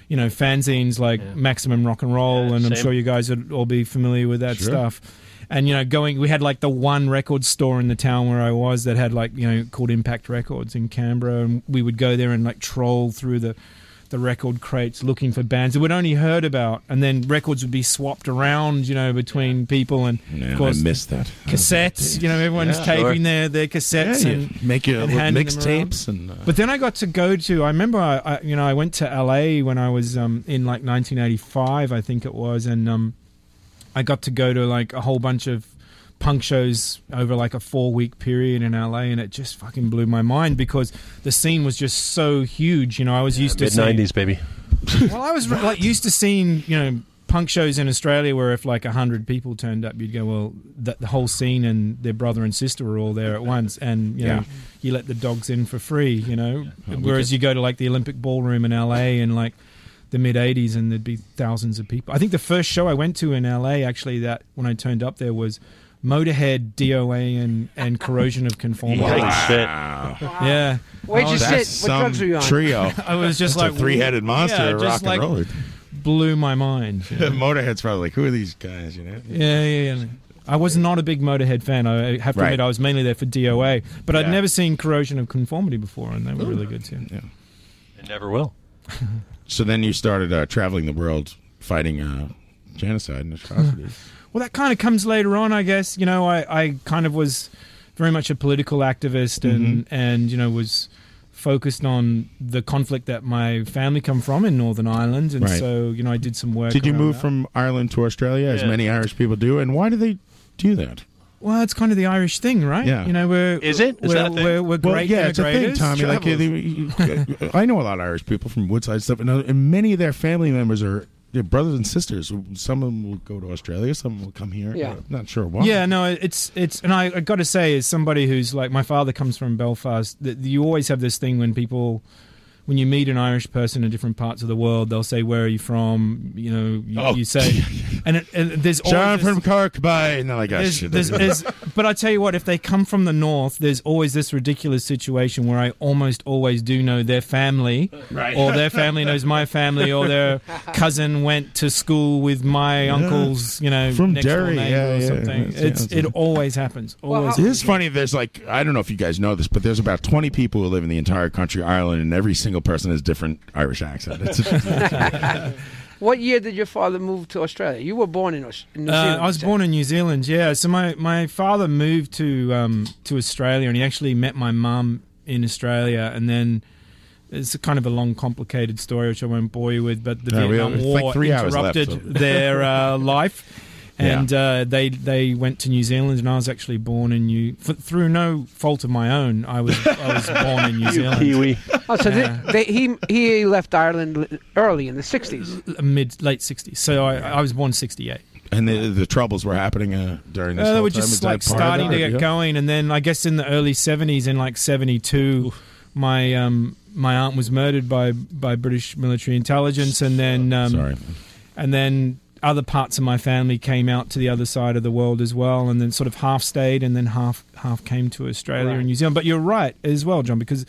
[SPEAKER 2] you know fanzines like Maximum Rock and Roll, and I'm
[SPEAKER 25] same.
[SPEAKER 2] sure you guys would all be familiar with that
[SPEAKER 25] Sure.
[SPEAKER 2] stuff. And you know, going we had like the one record store in the town where I was that had like you know called Impact Records in Canberra, and we would go there and like troll through the the record crates looking for bands that we'd only heard about, and then records would be swapped around, you know, between people, and
[SPEAKER 10] Man,
[SPEAKER 2] of course
[SPEAKER 10] I missed that.
[SPEAKER 2] cassettes. You know, everyone's
[SPEAKER 10] Yeah.
[SPEAKER 2] taping
[SPEAKER 10] Sure.
[SPEAKER 2] their their cassettes
[SPEAKER 10] Yeah, you
[SPEAKER 2] and
[SPEAKER 10] make your
[SPEAKER 2] and
[SPEAKER 10] little
[SPEAKER 2] handing them
[SPEAKER 10] mixtapes
[SPEAKER 2] around.
[SPEAKER 10] and, uh,
[SPEAKER 2] but then I got to go to. I remember, I, I you know, I went to LA when I was um, in like 1985, I think it was, and um, I got to go to like a whole bunch of punk shows over like a four week period in LA, and it just fucking blew my mind because the scene was just so huge. You know, I was used to
[SPEAKER 5] Mid
[SPEAKER 2] seeing-
[SPEAKER 5] nineties, baby.
[SPEAKER 2] well, I was like used to seeing you know punk shows in Australia where if like hundred people turned up, you'd go, well, the, the whole scene and their brother and sister were all there at once, and you know
[SPEAKER 10] Yeah.
[SPEAKER 2] you let the dogs in for free, you know.
[SPEAKER 10] Well, we
[SPEAKER 2] Whereas
[SPEAKER 10] did.
[SPEAKER 2] you go to like the Olympic Ballroom in LA and like the mid '80s, and there'd be thousands of people. I think the first show I went to in LA actually that when I turned up there was. Motorhead, DOA, and, and Corrosion of Conformity.
[SPEAKER 10] Holy
[SPEAKER 2] Wow.
[SPEAKER 10] shit.
[SPEAKER 2] Yeah.
[SPEAKER 10] Where'd
[SPEAKER 2] I
[SPEAKER 10] you
[SPEAKER 2] was-
[SPEAKER 10] sit? That's What drugs some were you on? trio.
[SPEAKER 2] Oh, [laughs] I was just
[SPEAKER 10] That's a
[SPEAKER 2] like
[SPEAKER 10] three-headed monster,
[SPEAKER 2] yeah,
[SPEAKER 10] a
[SPEAKER 2] just
[SPEAKER 10] rock and
[SPEAKER 2] [laughs] like,
[SPEAKER 10] roller.
[SPEAKER 2] Blew my mind. you know?
[SPEAKER 10] Motorhead's probably like, who are these guys? You know?
[SPEAKER 2] Yeah, yeah, yeah. I was not a big Motorhead fan. I have to
[SPEAKER 10] Right.
[SPEAKER 2] admit, I was mainly there for DOA, but I'd
[SPEAKER 10] Yeah.
[SPEAKER 2] never seen Corrosion of Conformity before, and they were really good too.
[SPEAKER 10] Yeah.
[SPEAKER 5] It never will.
[SPEAKER 10] So then you started uh, traveling the world, fighting uh, genocide and atrocities.
[SPEAKER 2] [laughs] Well, that kind of comes later on, I guess. You know, I, I kind of was very much a political activist and,
[SPEAKER 10] Mm-hmm.
[SPEAKER 2] and, you know, was focused on the conflict that my family come from in Northern Ireland. And
[SPEAKER 10] Right.
[SPEAKER 2] so, you know, I did some work.
[SPEAKER 10] Did you
[SPEAKER 2] around
[SPEAKER 10] move
[SPEAKER 2] that.
[SPEAKER 10] from Ireland to Australia, as
[SPEAKER 2] Yeah.
[SPEAKER 10] many Irish people do? And why do they do that?
[SPEAKER 2] Well, it's kind of the Irish thing, right?
[SPEAKER 10] Yeah.
[SPEAKER 2] You know, we're.
[SPEAKER 5] Is it? Is
[SPEAKER 2] we're,
[SPEAKER 5] that a thing?
[SPEAKER 2] We're, we're
[SPEAKER 10] Well,
[SPEAKER 2] great
[SPEAKER 10] yeah, it's a thing,
[SPEAKER 2] immigrators.
[SPEAKER 10] Tommy. Like, uh, they- I know a lot of Irish people from Woodside stuff, and, uh, and many of their family members are their brothers and sisters. Some of them will go to Australia, some of them will come here.
[SPEAKER 2] Yeah.
[SPEAKER 10] Uh, not sure why.
[SPEAKER 2] Yeah, no, it's it's, and I, I got to say, as somebody who's like, my father comes from Belfast. That you always have this thing when people, when you meet an Irish person in different parts of the world, they'll say, "Where are you from?" You know, you,
[SPEAKER 10] Oh.
[SPEAKER 2] you
[SPEAKER 5] [laughs]
[SPEAKER 2] say, and, it, and there's always
[SPEAKER 10] John
[SPEAKER 2] this-
[SPEAKER 10] from Cork, bye. And they're like, oh,
[SPEAKER 2] there's-
[SPEAKER 10] shit. [laughs]
[SPEAKER 2] there's- there's- but I tell you what, if they come from the north, there's always this ridiculous situation where I almost always do know their family,
[SPEAKER 25] Right.
[SPEAKER 2] or their family knows my family, or their cousin went to school with my
[SPEAKER 10] Yeah.
[SPEAKER 2] uncle's, you know,
[SPEAKER 10] From
[SPEAKER 2] next door
[SPEAKER 10] Derry,
[SPEAKER 2] neighbor
[SPEAKER 10] yeah,
[SPEAKER 2] or
[SPEAKER 10] yeah,
[SPEAKER 2] something.
[SPEAKER 10] that's- yeah,
[SPEAKER 2] it's
[SPEAKER 10] that's
[SPEAKER 2] it
[SPEAKER 10] it.
[SPEAKER 2] always happens. Always.
[SPEAKER 10] it is funny. There's like I don't know if you guys know this, but there's about 20 people who
[SPEAKER 2] [laughs]
[SPEAKER 10] live in the entire country, Ireland, and every single person has different Irish accent. It's
[SPEAKER 9] What year did your father move to Australia? You were born in Aus- New
[SPEAKER 2] Uh,
[SPEAKER 9] Zealand.
[SPEAKER 2] I was born in New Zealand. Yeah, so my, my father moved to um, to Australia, and he actually met my mum in Australia, and then it's a kind of a long, complicated story which I won't bore you with. But the
[SPEAKER 10] No, we-
[SPEAKER 2] Vietnam
[SPEAKER 10] it's
[SPEAKER 2] War
[SPEAKER 10] like three hours left,
[SPEAKER 2] interrupted
[SPEAKER 10] so-
[SPEAKER 2] their
[SPEAKER 10] [laughs]
[SPEAKER 2] uh, life, and uh, they they went to New Zealand, and I was actually born in New f- through no fault of my own. I was I
[SPEAKER 10] [laughs]
[SPEAKER 2] was born in New Zealand.
[SPEAKER 5] [laughs]
[SPEAKER 9] Oh, so
[SPEAKER 2] Yeah.
[SPEAKER 9] they, they, he he left Ireland l- early in the '60s.
[SPEAKER 2] mid late '60s. So I, I was born '68.
[SPEAKER 10] And the, the troubles were happening uh, during this.
[SPEAKER 2] Uh, they
[SPEAKER 10] whole
[SPEAKER 2] were
[SPEAKER 10] time. Is
[SPEAKER 2] just
[SPEAKER 10] that
[SPEAKER 2] like
[SPEAKER 10] part of
[SPEAKER 2] starting to
[SPEAKER 10] it?
[SPEAKER 2] get
[SPEAKER 10] Yeah.
[SPEAKER 2] going, and then I guess in the early seventies, in like seventy two, my um, my aunt was murdered by by British military intelligence, and then um,
[SPEAKER 10] Sorry.
[SPEAKER 2] and then other parts of my family came out to the other side of the world as well, and then sort of half stayed, and then half half came to Australia and New Zealand. But you're right as well, John, because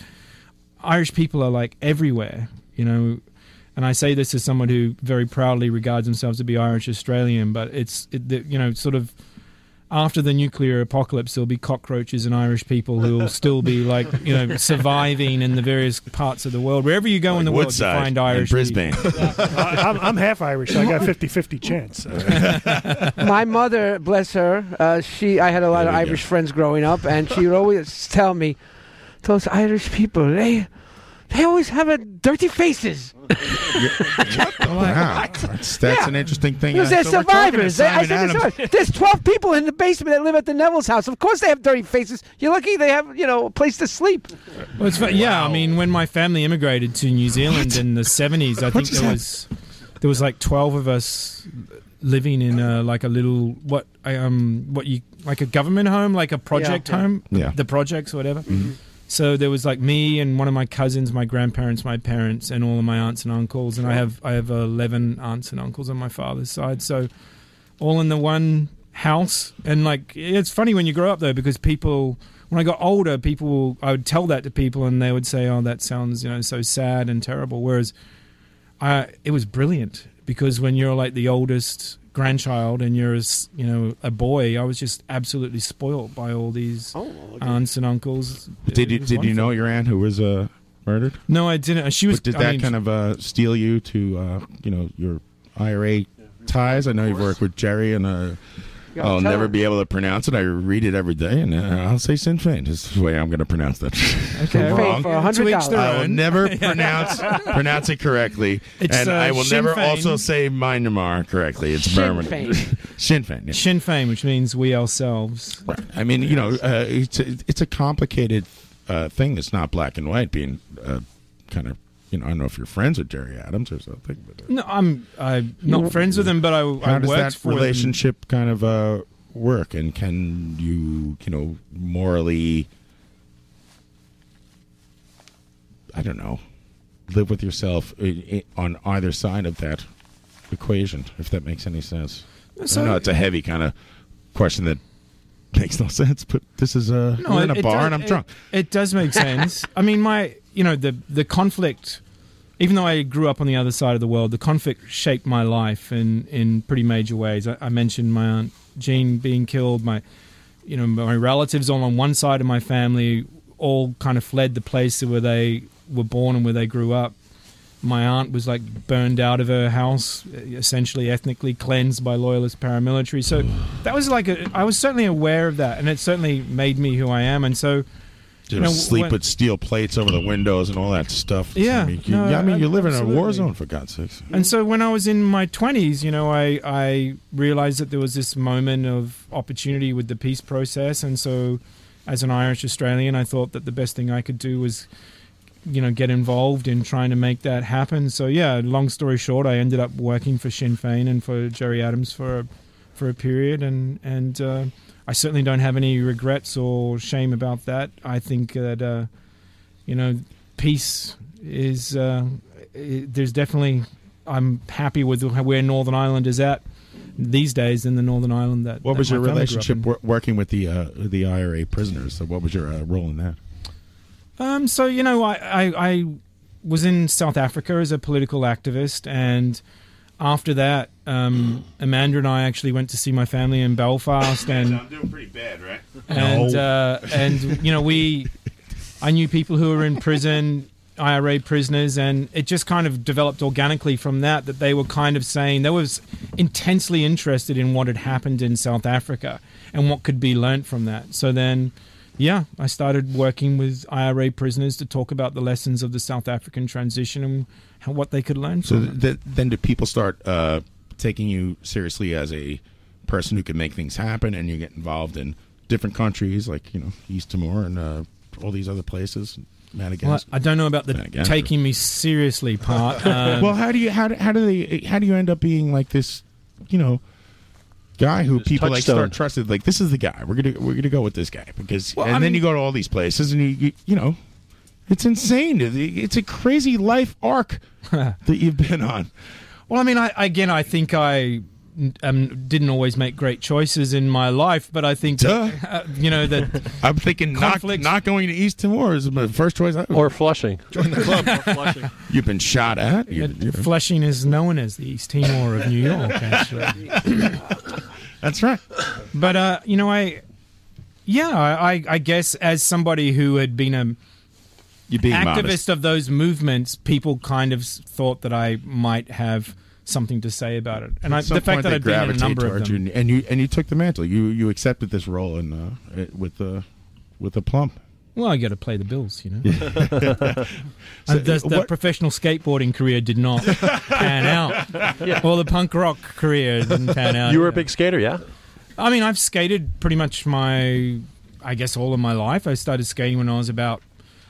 [SPEAKER 2] Irish people are like everywhere, you know. And I say this as someone who very proudly regards themselves to be Irish Australian, but it's it, the, you know sort of after the nuclear apocalypse, there'll be cockroaches and Irish people who will still be like you know surviving in the various parts of the world. Wherever you go in the world,
[SPEAKER 10] Woodside
[SPEAKER 2] you find
[SPEAKER 10] and
[SPEAKER 2] Irish
[SPEAKER 10] Brisbane.
[SPEAKER 6] I, am I'm half Irish, so I got a 50 50 chance.
[SPEAKER 9] My mother, bless her, uh, she I had a lot of Irish friends growing up, and she would always tell me, "Those Irish people, they they always have a dirty faces." [laughs]
[SPEAKER 10] Wow. That's, that's
[SPEAKER 9] Yeah.
[SPEAKER 10] an interesting thing.
[SPEAKER 9] Because
[SPEAKER 10] Uh,
[SPEAKER 9] they're
[SPEAKER 10] so we're talking to
[SPEAKER 9] survivors. They- I
[SPEAKER 10] Simon
[SPEAKER 9] said they're
[SPEAKER 10] Adams.
[SPEAKER 9] survivors. There's 12 people in the basement that live at the Neville's house. Of course they have dirty faces. You're lucky they have, you know, a place to sleep.
[SPEAKER 2] Well, it's, fu- yeah, I mean, when my family immigrated to New Zealand in the seventies, I think
[SPEAKER 9] just
[SPEAKER 2] there was there was like twelve of us living in a, like a little what um what you like a government home, like a project
[SPEAKER 9] yeah.
[SPEAKER 2] home,
[SPEAKER 9] Yeah.
[SPEAKER 2] the projects or whatever. So there was like me and one of my cousins, my grandparents, my parents, and all of my aunts and uncles, and I have I have eleven aunts and uncles on my father's side. So all in the one house. And like, it's funny when you grow up though, because people, when I got older, people, I would tell that to people and they would say, oh, that sounds, you know, so sad and terrible. Whereas I, it was brilliant because when you're like the oldest grandchild and you're, as you know, a boy, I was just absolutely spoiled by all these
[SPEAKER 9] Oh,
[SPEAKER 2] aunts and uncles.
[SPEAKER 10] Did you
[SPEAKER 2] It was
[SPEAKER 10] did you
[SPEAKER 2] wonderful.
[SPEAKER 10] know your aunt who was uh, murdered?
[SPEAKER 2] No, I didn't. She was.
[SPEAKER 10] But did
[SPEAKER 2] I
[SPEAKER 10] that
[SPEAKER 2] mean,
[SPEAKER 10] kind of uh, steal you to uh, you know your IRA ties? I know you've worked with Jerry and uh,
[SPEAKER 9] Yeah,
[SPEAKER 10] I'll
[SPEAKER 9] tell
[SPEAKER 10] never
[SPEAKER 9] him.
[SPEAKER 10] be able to pronounce it. I read it every day, and uh, I'll say Sinn Fein. This is the way I'm going to pronounce that. [laughs]
[SPEAKER 9] Okay,
[SPEAKER 10] Wrong.
[SPEAKER 9] for $100.
[SPEAKER 10] I will never [laughs]
[SPEAKER 9] Yeah.
[SPEAKER 10] pronounce pronounce it correctly,
[SPEAKER 2] It's,
[SPEAKER 10] and
[SPEAKER 2] uh,
[SPEAKER 10] I will
[SPEAKER 2] Sinn
[SPEAKER 10] never
[SPEAKER 2] Fein.
[SPEAKER 10] also say Myanmar correctly. It's
[SPEAKER 2] Sinn
[SPEAKER 10] Burma.
[SPEAKER 2] Fein.
[SPEAKER 10] [laughs] Sinn Fein. yeah.
[SPEAKER 2] Sinn Fein, which means we ourselves.
[SPEAKER 10] I mean, you know, uh, it's a, it's a complicated uh, thing. It's not black and white. Being uh, kind of, you know, I don't know if you're friends with Jerry Adams or something. But uh,
[SPEAKER 2] No, I'm I'm not friends with them, but I,
[SPEAKER 10] how
[SPEAKER 2] I
[SPEAKER 10] does
[SPEAKER 2] worked
[SPEAKER 10] that
[SPEAKER 2] for them.
[SPEAKER 10] relationship kind of uh, work? And can you, you know, morally, I don't know, live with yourself i i on either side of that equation, if that makes any sense?
[SPEAKER 2] So-
[SPEAKER 10] I know it's a heavy kind of question that [laughs] makes no sense, but this is a
[SPEAKER 2] No,
[SPEAKER 10] we're in
[SPEAKER 2] it-
[SPEAKER 10] a
[SPEAKER 2] it
[SPEAKER 10] bar
[SPEAKER 2] does-
[SPEAKER 10] and I'm
[SPEAKER 2] it-
[SPEAKER 10] drunk.
[SPEAKER 2] It does make
[SPEAKER 10] [laughs]
[SPEAKER 2] sense. I mean, my you know the the conflict. Even though I grew up on the other side of the world, the conflict shaped my life in in pretty major ways. I, I mentioned my aunt Jean being killed. My you know my relatives all on one side of my family all kind of fled the place where they were born and where they grew up. My aunt was like burned out of her house, essentially ethnically cleansed by loyalist paramilitary. So that was like a, I was certainly aware of that, and it certainly made me who I am. And so,
[SPEAKER 10] You
[SPEAKER 2] you know,
[SPEAKER 10] sleep
[SPEAKER 2] when-
[SPEAKER 10] with steel plates over the windows and all that stuff.
[SPEAKER 2] Yeah,
[SPEAKER 10] I mean, you,
[SPEAKER 2] no,
[SPEAKER 10] I mean,
[SPEAKER 2] I-
[SPEAKER 10] you live in a war
[SPEAKER 2] absolutely.
[SPEAKER 10] zone for God's sakes.
[SPEAKER 2] And so when I was in my 20s, you know, I, I realized that there was this moment of opportunity with the peace process. And so as an Irish Australian, I thought that the best thing I could do was, you know, get involved in trying to make that happen. So, yeah, long story short, I ended up working for Sinn Fein and for Jerry Adams for a, for a period. And, and uh, I certainly don't have any regrets or shame about that. I think that, uh, you know, peace is uh, i there's definitely. I'm happy with where Northern Ireland is at these days in the Northern Ireland that.
[SPEAKER 10] What
[SPEAKER 2] that
[SPEAKER 10] was
[SPEAKER 2] my family
[SPEAKER 10] your
[SPEAKER 2] grew up
[SPEAKER 10] relationship
[SPEAKER 2] in.
[SPEAKER 10] wor- working with the uh, the IRA prisoners? So what was your uh, role in that?
[SPEAKER 2] Um, so you know, I, I I was in South Africa as a political activist, and after that, um, Amanda and I actually went to see my family in Belfast, and
[SPEAKER 10] doing pretty bad, right?
[SPEAKER 2] uh, and uh, and you know we I knew people who were in prison. IRA prisoners, and it just kind of developed organically from that. That they were kind of saying they were s- intensely interested in what had happened in South Africa and what could be learnt from that. So then, yeah, I started working with IRA prisoners to talk about the lessons of the South African transition and how, what they could learn
[SPEAKER 10] So
[SPEAKER 2] from
[SPEAKER 10] th-
[SPEAKER 2] it.
[SPEAKER 10] th- then do people start uh, taking you seriously as a person who can make things happen and you get involved in different countries like, you know, East Timor and uh, all these other places,
[SPEAKER 2] Well,
[SPEAKER 10] Madagascar?
[SPEAKER 2] I don't know about the
[SPEAKER 10] Madagascar.
[SPEAKER 2] taking me seriously part. Um,
[SPEAKER 10] well, how do you how do, how do they how do you end up being like this, you know, guy who people like
[SPEAKER 2] touchstone.
[SPEAKER 10] start trusted like this is the guy. We're going to we're going to go with this guy because
[SPEAKER 2] Well,
[SPEAKER 10] and
[SPEAKER 2] I mean-
[SPEAKER 10] then you go to all these places and you you, you know, it's insane. It's a crazy life arc
[SPEAKER 2] [laughs]
[SPEAKER 10] that you've been on.
[SPEAKER 2] Well, I mean, I, again, I think I um, didn't always make great choices in my life, but I think, that, uh, you know, that
[SPEAKER 10] [laughs] I'm thinking not, not going to East Timor is my first choice. I or
[SPEAKER 5] Flushing.
[SPEAKER 10] Join the club.
[SPEAKER 5] Flushing.
[SPEAKER 10] You've been shot at. You- you-
[SPEAKER 2] Flushing is known as the East Timor of New
[SPEAKER 10] [laughs]
[SPEAKER 2] York, actually.
[SPEAKER 10] That's right.
[SPEAKER 2] But uh, you know, I yeah, I, I- I guess as somebody who had been a
[SPEAKER 10] you being
[SPEAKER 2] activist
[SPEAKER 10] modest.
[SPEAKER 2] of those movements, people kind of s- thought that I might have something to say about it, and I,
[SPEAKER 10] At some
[SPEAKER 2] the fact
[SPEAKER 10] point,
[SPEAKER 2] that
[SPEAKER 10] they
[SPEAKER 2] I've been in a
[SPEAKER 10] gravitate
[SPEAKER 2] number of
[SPEAKER 10] towards
[SPEAKER 2] them.
[SPEAKER 10] You, and you and you took the mantle. You you accepted this role and uh, it- with the with a plump.
[SPEAKER 2] Well, I got to play the bills, you know. [laughs]
[SPEAKER 10] So,
[SPEAKER 2] and the, the
[SPEAKER 10] what-
[SPEAKER 2] professional skateboarding career did
[SPEAKER 10] [laughs]
[SPEAKER 2] not pan out. Or the punk rock career didn't pan out.
[SPEAKER 5] You were a big skater, yeah?
[SPEAKER 2] I mean, I've skated pretty much my, I guess, all of my life. I started skating when I was about,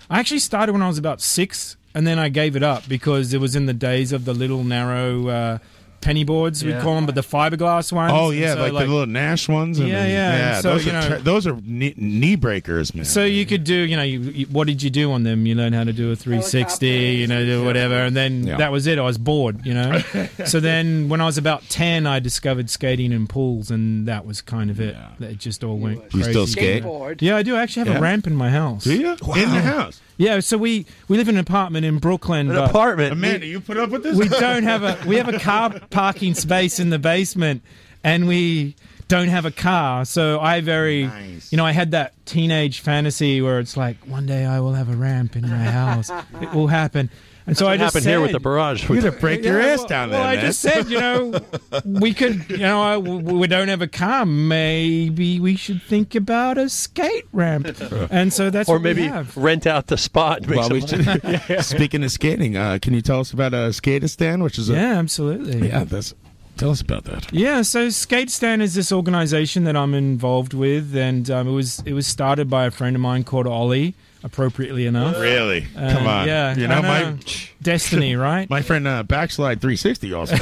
[SPEAKER 2] I actually started when I was about six, and then I gave it up because it was in the days of the little narrow uh, penny boards, we
[SPEAKER 10] Yeah.
[SPEAKER 2] call them, but the fiberglass ones.
[SPEAKER 10] Oh
[SPEAKER 2] And
[SPEAKER 10] yeah,
[SPEAKER 2] so,
[SPEAKER 10] like, the little Nash ones. And
[SPEAKER 2] Yeah,
[SPEAKER 10] the,
[SPEAKER 2] yeah, and so,
[SPEAKER 10] those,
[SPEAKER 2] you
[SPEAKER 10] are
[SPEAKER 2] know-
[SPEAKER 10] ter- those are knee, knee breakers, man.
[SPEAKER 2] So you could do, you know, you, you, what did you do on them? You learn how to do a 360, you know, do whatever, and then
[SPEAKER 10] Yeah.
[SPEAKER 2] that was it. I was bored, you
[SPEAKER 5] [laughs]
[SPEAKER 2] know. so then, when I was about 10, I discovered skating in pools, and that was kind of it. It just all went.
[SPEAKER 10] You
[SPEAKER 2] crazy.
[SPEAKER 10] still skate? Skateboard.
[SPEAKER 2] Yeah, I do. I actually have
[SPEAKER 10] Yeah.
[SPEAKER 2] a ramp in my house.
[SPEAKER 10] Do you? In the house?
[SPEAKER 2] Yeah. So we we live in an apartment in Brooklyn. but-
[SPEAKER 10] Amanda, you put up with this?
[SPEAKER 2] we don't
[SPEAKER 10] [laughs]
[SPEAKER 2] have a we have a
[SPEAKER 5] [laughs]
[SPEAKER 2] car parking space in the basement and we don't have a car so i very you know i had that teenage fantasy where it's like one day i will have a ramp in my house it will happen and so
[SPEAKER 5] That's
[SPEAKER 2] i
[SPEAKER 5] what
[SPEAKER 2] just
[SPEAKER 5] happened here with
[SPEAKER 2] said-
[SPEAKER 5] the barrage. You gotta break your ass
[SPEAKER 2] well-
[SPEAKER 5] down
[SPEAKER 2] well,
[SPEAKER 5] there,
[SPEAKER 2] i
[SPEAKER 5] man.
[SPEAKER 2] just said you
[SPEAKER 5] [laughs]
[SPEAKER 2] know we could you know I, we don't have a car maybe we should think about a skate
[SPEAKER 5] [laughs]
[SPEAKER 2] ramp and so that's
[SPEAKER 5] or
[SPEAKER 2] what we
[SPEAKER 5] maybe
[SPEAKER 2] have.
[SPEAKER 5] rent out the spot. and make
[SPEAKER 10] Well, we
[SPEAKER 5] some-
[SPEAKER 10] should- Speaking of skating, uh, can you tell us about uh, Skatistan, which is a
[SPEAKER 2] yeah absolutely
[SPEAKER 10] yeah. That's tell us about that.
[SPEAKER 2] Yeah, so Skate Stand is this organization that I'm involved with, and um, it was it was started by a friend of mine called Ollie. Appropriately
[SPEAKER 5] [laughs]
[SPEAKER 2] enough,
[SPEAKER 10] Really?
[SPEAKER 2] Uh,
[SPEAKER 10] Come on.
[SPEAKER 2] yeah,
[SPEAKER 10] You know,
[SPEAKER 2] I
[SPEAKER 10] my
[SPEAKER 2] destiny, right?
[SPEAKER 10] My friend uh, Backslide 360 also.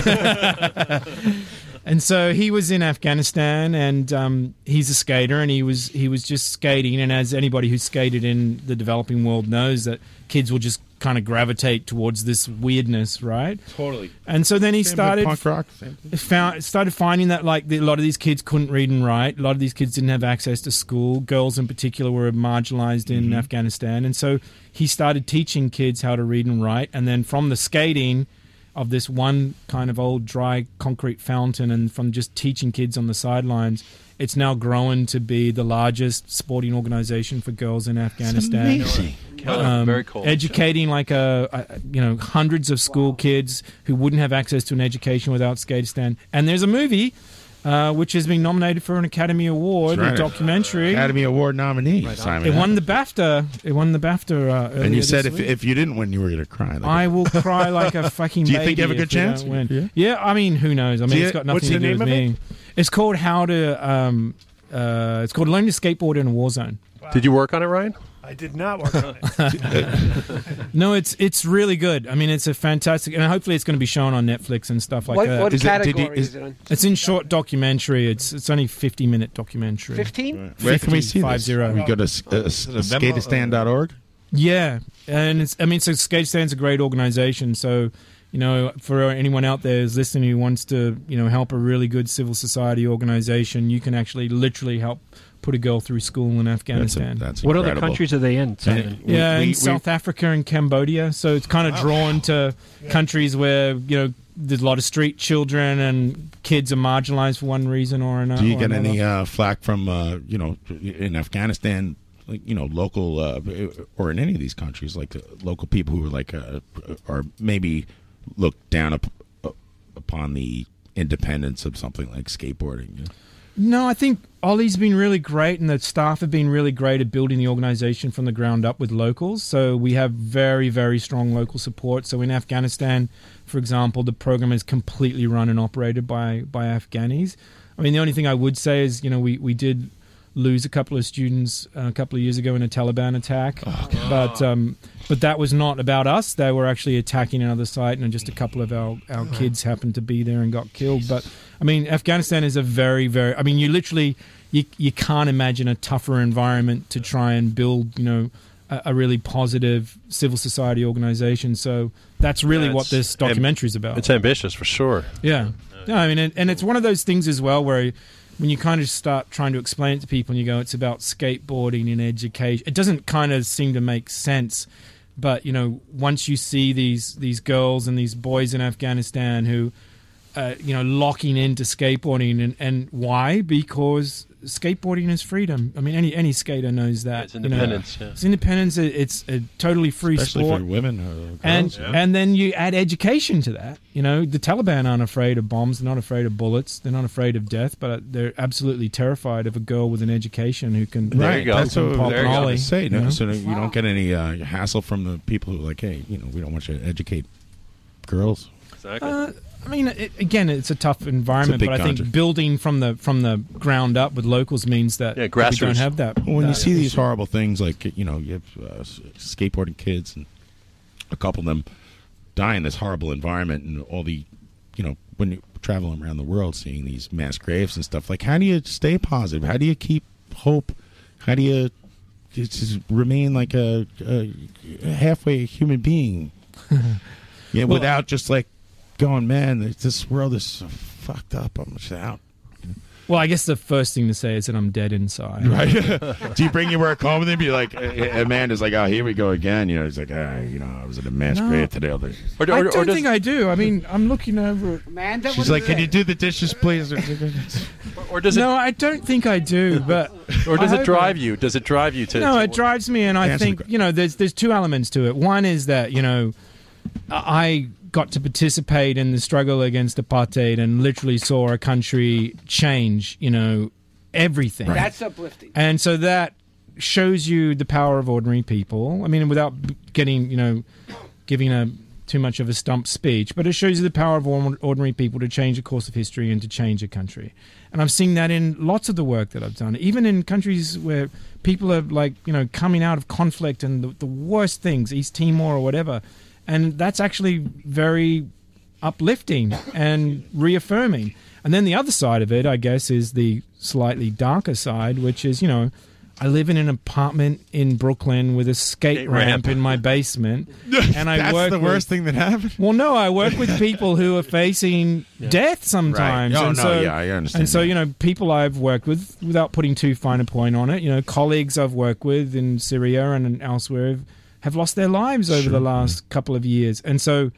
[SPEAKER 2] And so he was in Afghanistan, and um, he's a skater, and he was he was just skating. And as anybody who's skated in the developing world knows, that kids will just kind of gravitate towards this weirdness, right?
[SPEAKER 10] [laughs] Totally.
[SPEAKER 2] And so then he
[SPEAKER 10] Same with
[SPEAKER 2] started
[SPEAKER 10] punk rock, same thing.
[SPEAKER 2] found, started finding that like the, a lot of these kids couldn't read and write. A lot of these kids didn't have access to school. Girls in particular were marginalized in
[SPEAKER 26] Mhm.
[SPEAKER 2] Afghanistan, and so he started teaching kids how to read and write. And then from the skating of this one kind of old dry concrete fountain, and from just teaching kids on the sidelines. It's now grown to be the largest sporting organization for girls in Afghanistan.
[SPEAKER 10] amazing.
[SPEAKER 5] Wow, very cool.
[SPEAKER 2] Educating like a, a you know hundreds of school kids who wouldn't have access to an education without Skatistan. And there's a movie uh, which has been nominated for an Academy Award,
[SPEAKER 10] That's right.
[SPEAKER 2] a documentary.
[SPEAKER 10] Academy Award nominee, Simon.
[SPEAKER 2] It won the BAFTA. It won the BAFTA. Uh,
[SPEAKER 10] and
[SPEAKER 2] earlier
[SPEAKER 10] you said
[SPEAKER 2] this
[SPEAKER 10] if,
[SPEAKER 2] week.
[SPEAKER 10] if you didn't win, you were going to cry. Like,
[SPEAKER 2] I
[SPEAKER 10] [laughs]
[SPEAKER 2] will cry like a fucking.
[SPEAKER 10] Do you think you have a
[SPEAKER 2] baby
[SPEAKER 10] good
[SPEAKER 2] if we
[SPEAKER 10] chance?
[SPEAKER 2] don't win. Yeah. I mean, who knows? I mean,
[SPEAKER 10] Do
[SPEAKER 2] it's
[SPEAKER 10] you-
[SPEAKER 2] got
[SPEAKER 10] what's
[SPEAKER 2] nothing to
[SPEAKER 10] the
[SPEAKER 2] do with
[SPEAKER 10] name of
[SPEAKER 2] me. It's called How to. Um, uh, it's called Learn to Skateboard in a War Zone.
[SPEAKER 5] Did you work on it, Ryan?
[SPEAKER 6] I did not work on
[SPEAKER 2] no, it's it's really good. I mean, it's a fantastic, and hopefully, it's going to be shown on Netflix and stuff like uh,
[SPEAKER 9] What-
[SPEAKER 2] that.
[SPEAKER 9] what Is it- did category you- is- is it on?
[SPEAKER 2] It's in short documentary. It's it's only fifty minute documentary.
[SPEAKER 9] 15?
[SPEAKER 10] Where can we see
[SPEAKER 2] Five
[SPEAKER 10] this?
[SPEAKER 2] zero.
[SPEAKER 10] We go to uh, uh, skatestand.org.
[SPEAKER 2] Yeah, and it's I mean, so Skate Stand's a great organization. So, you know, for anyone out there who's listening who wants to, you know, help a really good civil society organization, you can actually literally help put a girl through school in Afghanistan.
[SPEAKER 10] that's
[SPEAKER 25] What other countries are they in? Simon?
[SPEAKER 2] yeah, in South Africa and Cambodia. So it's kind of drawn to countries where you know there's a lot of street children and kids are marginalized for one reason or another.
[SPEAKER 10] Do you
[SPEAKER 2] or
[SPEAKER 10] get
[SPEAKER 2] another.
[SPEAKER 10] any uh, flack from uh, you know in Afghanistan? like you know local uh, or in any of these countries like uh, local people who are like uh, are maybe looked down up, uh, upon the independence of something like skateboarding. You know?
[SPEAKER 2] No, I think Ollie's been really great, and the staff have been really great at building the organization from the ground up with locals. So we have very, very strong local support. So in Afghanistan, for example, the program is completely run and operated by by Afghanis. I mean, the only thing I would say is, you know, we we did lose a couple of students uh, a couple of years ago in a Taliban attack, but um, but that was not about us. They were actually attacking another site, and just a couple of our our kids happened to be there and got killed. But I mean, Afghanistan is a very very. I mean, you literally you you can't imagine a tougher environment to try and build. You know. A a really positive civil society organization. So that's really
[SPEAKER 5] Yeah,
[SPEAKER 2] what
[SPEAKER 5] it's-
[SPEAKER 2] this documentary is about.
[SPEAKER 5] It's ambitious for sure.
[SPEAKER 2] Yeah. No, I mean, and, and it's one of those things as well where when you kind of start trying to explain it to people and you go, it's about skateboarding and education, it doesn't kind of seem to make sense. But, you know, once you see these, these girls and these boys in Afghanistan who, uh, you know, locking into skateboarding and, and why? Because skateboarding is freedom. I mean, any, any skater knows that. It's
[SPEAKER 5] independence, yeah.
[SPEAKER 2] It's independence. It- It's a totally free
[SPEAKER 10] Especially
[SPEAKER 2] sport
[SPEAKER 10] for women or
[SPEAKER 2] and
[SPEAKER 10] girls, yeah.
[SPEAKER 2] and then you add education to that. You know, the Taliban aren't afraid of bombs. They're not afraid of bullets. They're not afraid of death. But they're absolutely terrified of a girl with an education who can.
[SPEAKER 10] Right, That's
[SPEAKER 2] who
[SPEAKER 10] what
[SPEAKER 2] can pop
[SPEAKER 10] there
[SPEAKER 2] an
[SPEAKER 10] you
[SPEAKER 2] ollie,
[SPEAKER 10] say. No,
[SPEAKER 2] you know?
[SPEAKER 10] So that you don't get any uh, hassle from the people who are like, hey, you know, we don't want you to educate girls.
[SPEAKER 5] Exactly.
[SPEAKER 2] Uh, I mean, it, again, it's a tough environment,
[SPEAKER 10] It's a big
[SPEAKER 2] but I think
[SPEAKER 10] country.
[SPEAKER 2] building from the from the ground up with locals means that
[SPEAKER 5] Yeah,
[SPEAKER 2] we don't
[SPEAKER 5] grassroots.
[SPEAKER 2] have that.
[SPEAKER 10] Well, when you
[SPEAKER 2] that
[SPEAKER 10] see these
[SPEAKER 2] issue.
[SPEAKER 10] horrible things, like you know, you have uh, s- skateboarding kids and a couple of them die in this horrible environment, and all the, you know, when you travel around the world, seeing these mass graves and stuff. Like, how do you stay positive? How do you keep hope? How do you just remain like a, a halfway
[SPEAKER 2] [laughs]
[SPEAKER 10] human being? yeah,
[SPEAKER 2] Well-
[SPEAKER 10] without just like going, man, this- this world is so fucked up. I'm just out.
[SPEAKER 2] Well, I guess the first thing to say is that I'm dead inside.
[SPEAKER 10] Right? Do you bring your work home and then be like, uh, uh, Amanda's like, oh, here we go again. You know, he's like, ah, you know, I was at a mass
[SPEAKER 2] No.
[SPEAKER 10] grave today. I'll do-
[SPEAKER 2] I don't think I do. I mean, I'm looking over. at
[SPEAKER 9] Amanda,
[SPEAKER 10] She's like, can you do the dishes, [laughs] please?
[SPEAKER 5] or does it?
[SPEAKER 2] No, I don't think I do. But
[SPEAKER 5] Or does
[SPEAKER 2] I
[SPEAKER 5] it
[SPEAKER 2] hope
[SPEAKER 5] drive you? Does it drive you to?
[SPEAKER 2] no,
[SPEAKER 5] to-
[SPEAKER 2] it drives me, and I
[SPEAKER 5] Answer the
[SPEAKER 2] think you know, there's there's two elements to it. One is that you know, I got to participate in the struggle against apartheid and literally saw a country change. You know, everything.
[SPEAKER 9] That's uplifting.
[SPEAKER 2] And so that shows you the power of ordinary people. I mean, without b- getting, you know, giving a too much of a stump speech, but it shows you the power of or- ordinary people to change the course of history and to change a country. And I've seen that in lots of the work that I've done, even in countries where people are like, you know, coming out of conflict and the, the worst things, East Timor or whatever. And that's actually very uplifting and reaffirming. And then the other side of it, I guess, is the slightly darker side, which is, you know, I live in an apartment in Brooklyn with a skate
[SPEAKER 10] Skate
[SPEAKER 2] ramp
[SPEAKER 10] ramp.
[SPEAKER 2] in my basement, and I
[SPEAKER 10] That's
[SPEAKER 2] work.
[SPEAKER 10] the
[SPEAKER 2] with-
[SPEAKER 10] worst thing that happened.
[SPEAKER 2] Well, no, I work
[SPEAKER 5] [laughs]
[SPEAKER 2] with people who are facing death sometimes.
[SPEAKER 10] Oh,
[SPEAKER 2] and
[SPEAKER 10] no,
[SPEAKER 2] so,
[SPEAKER 10] yeah, I understand
[SPEAKER 2] And so,
[SPEAKER 10] that.
[SPEAKER 2] you know, people I've worked with, without putting too fine a point on it, you know, colleagues I've worked with in Syria and elsewhere have, have lost their lives over the last couple of years, and so.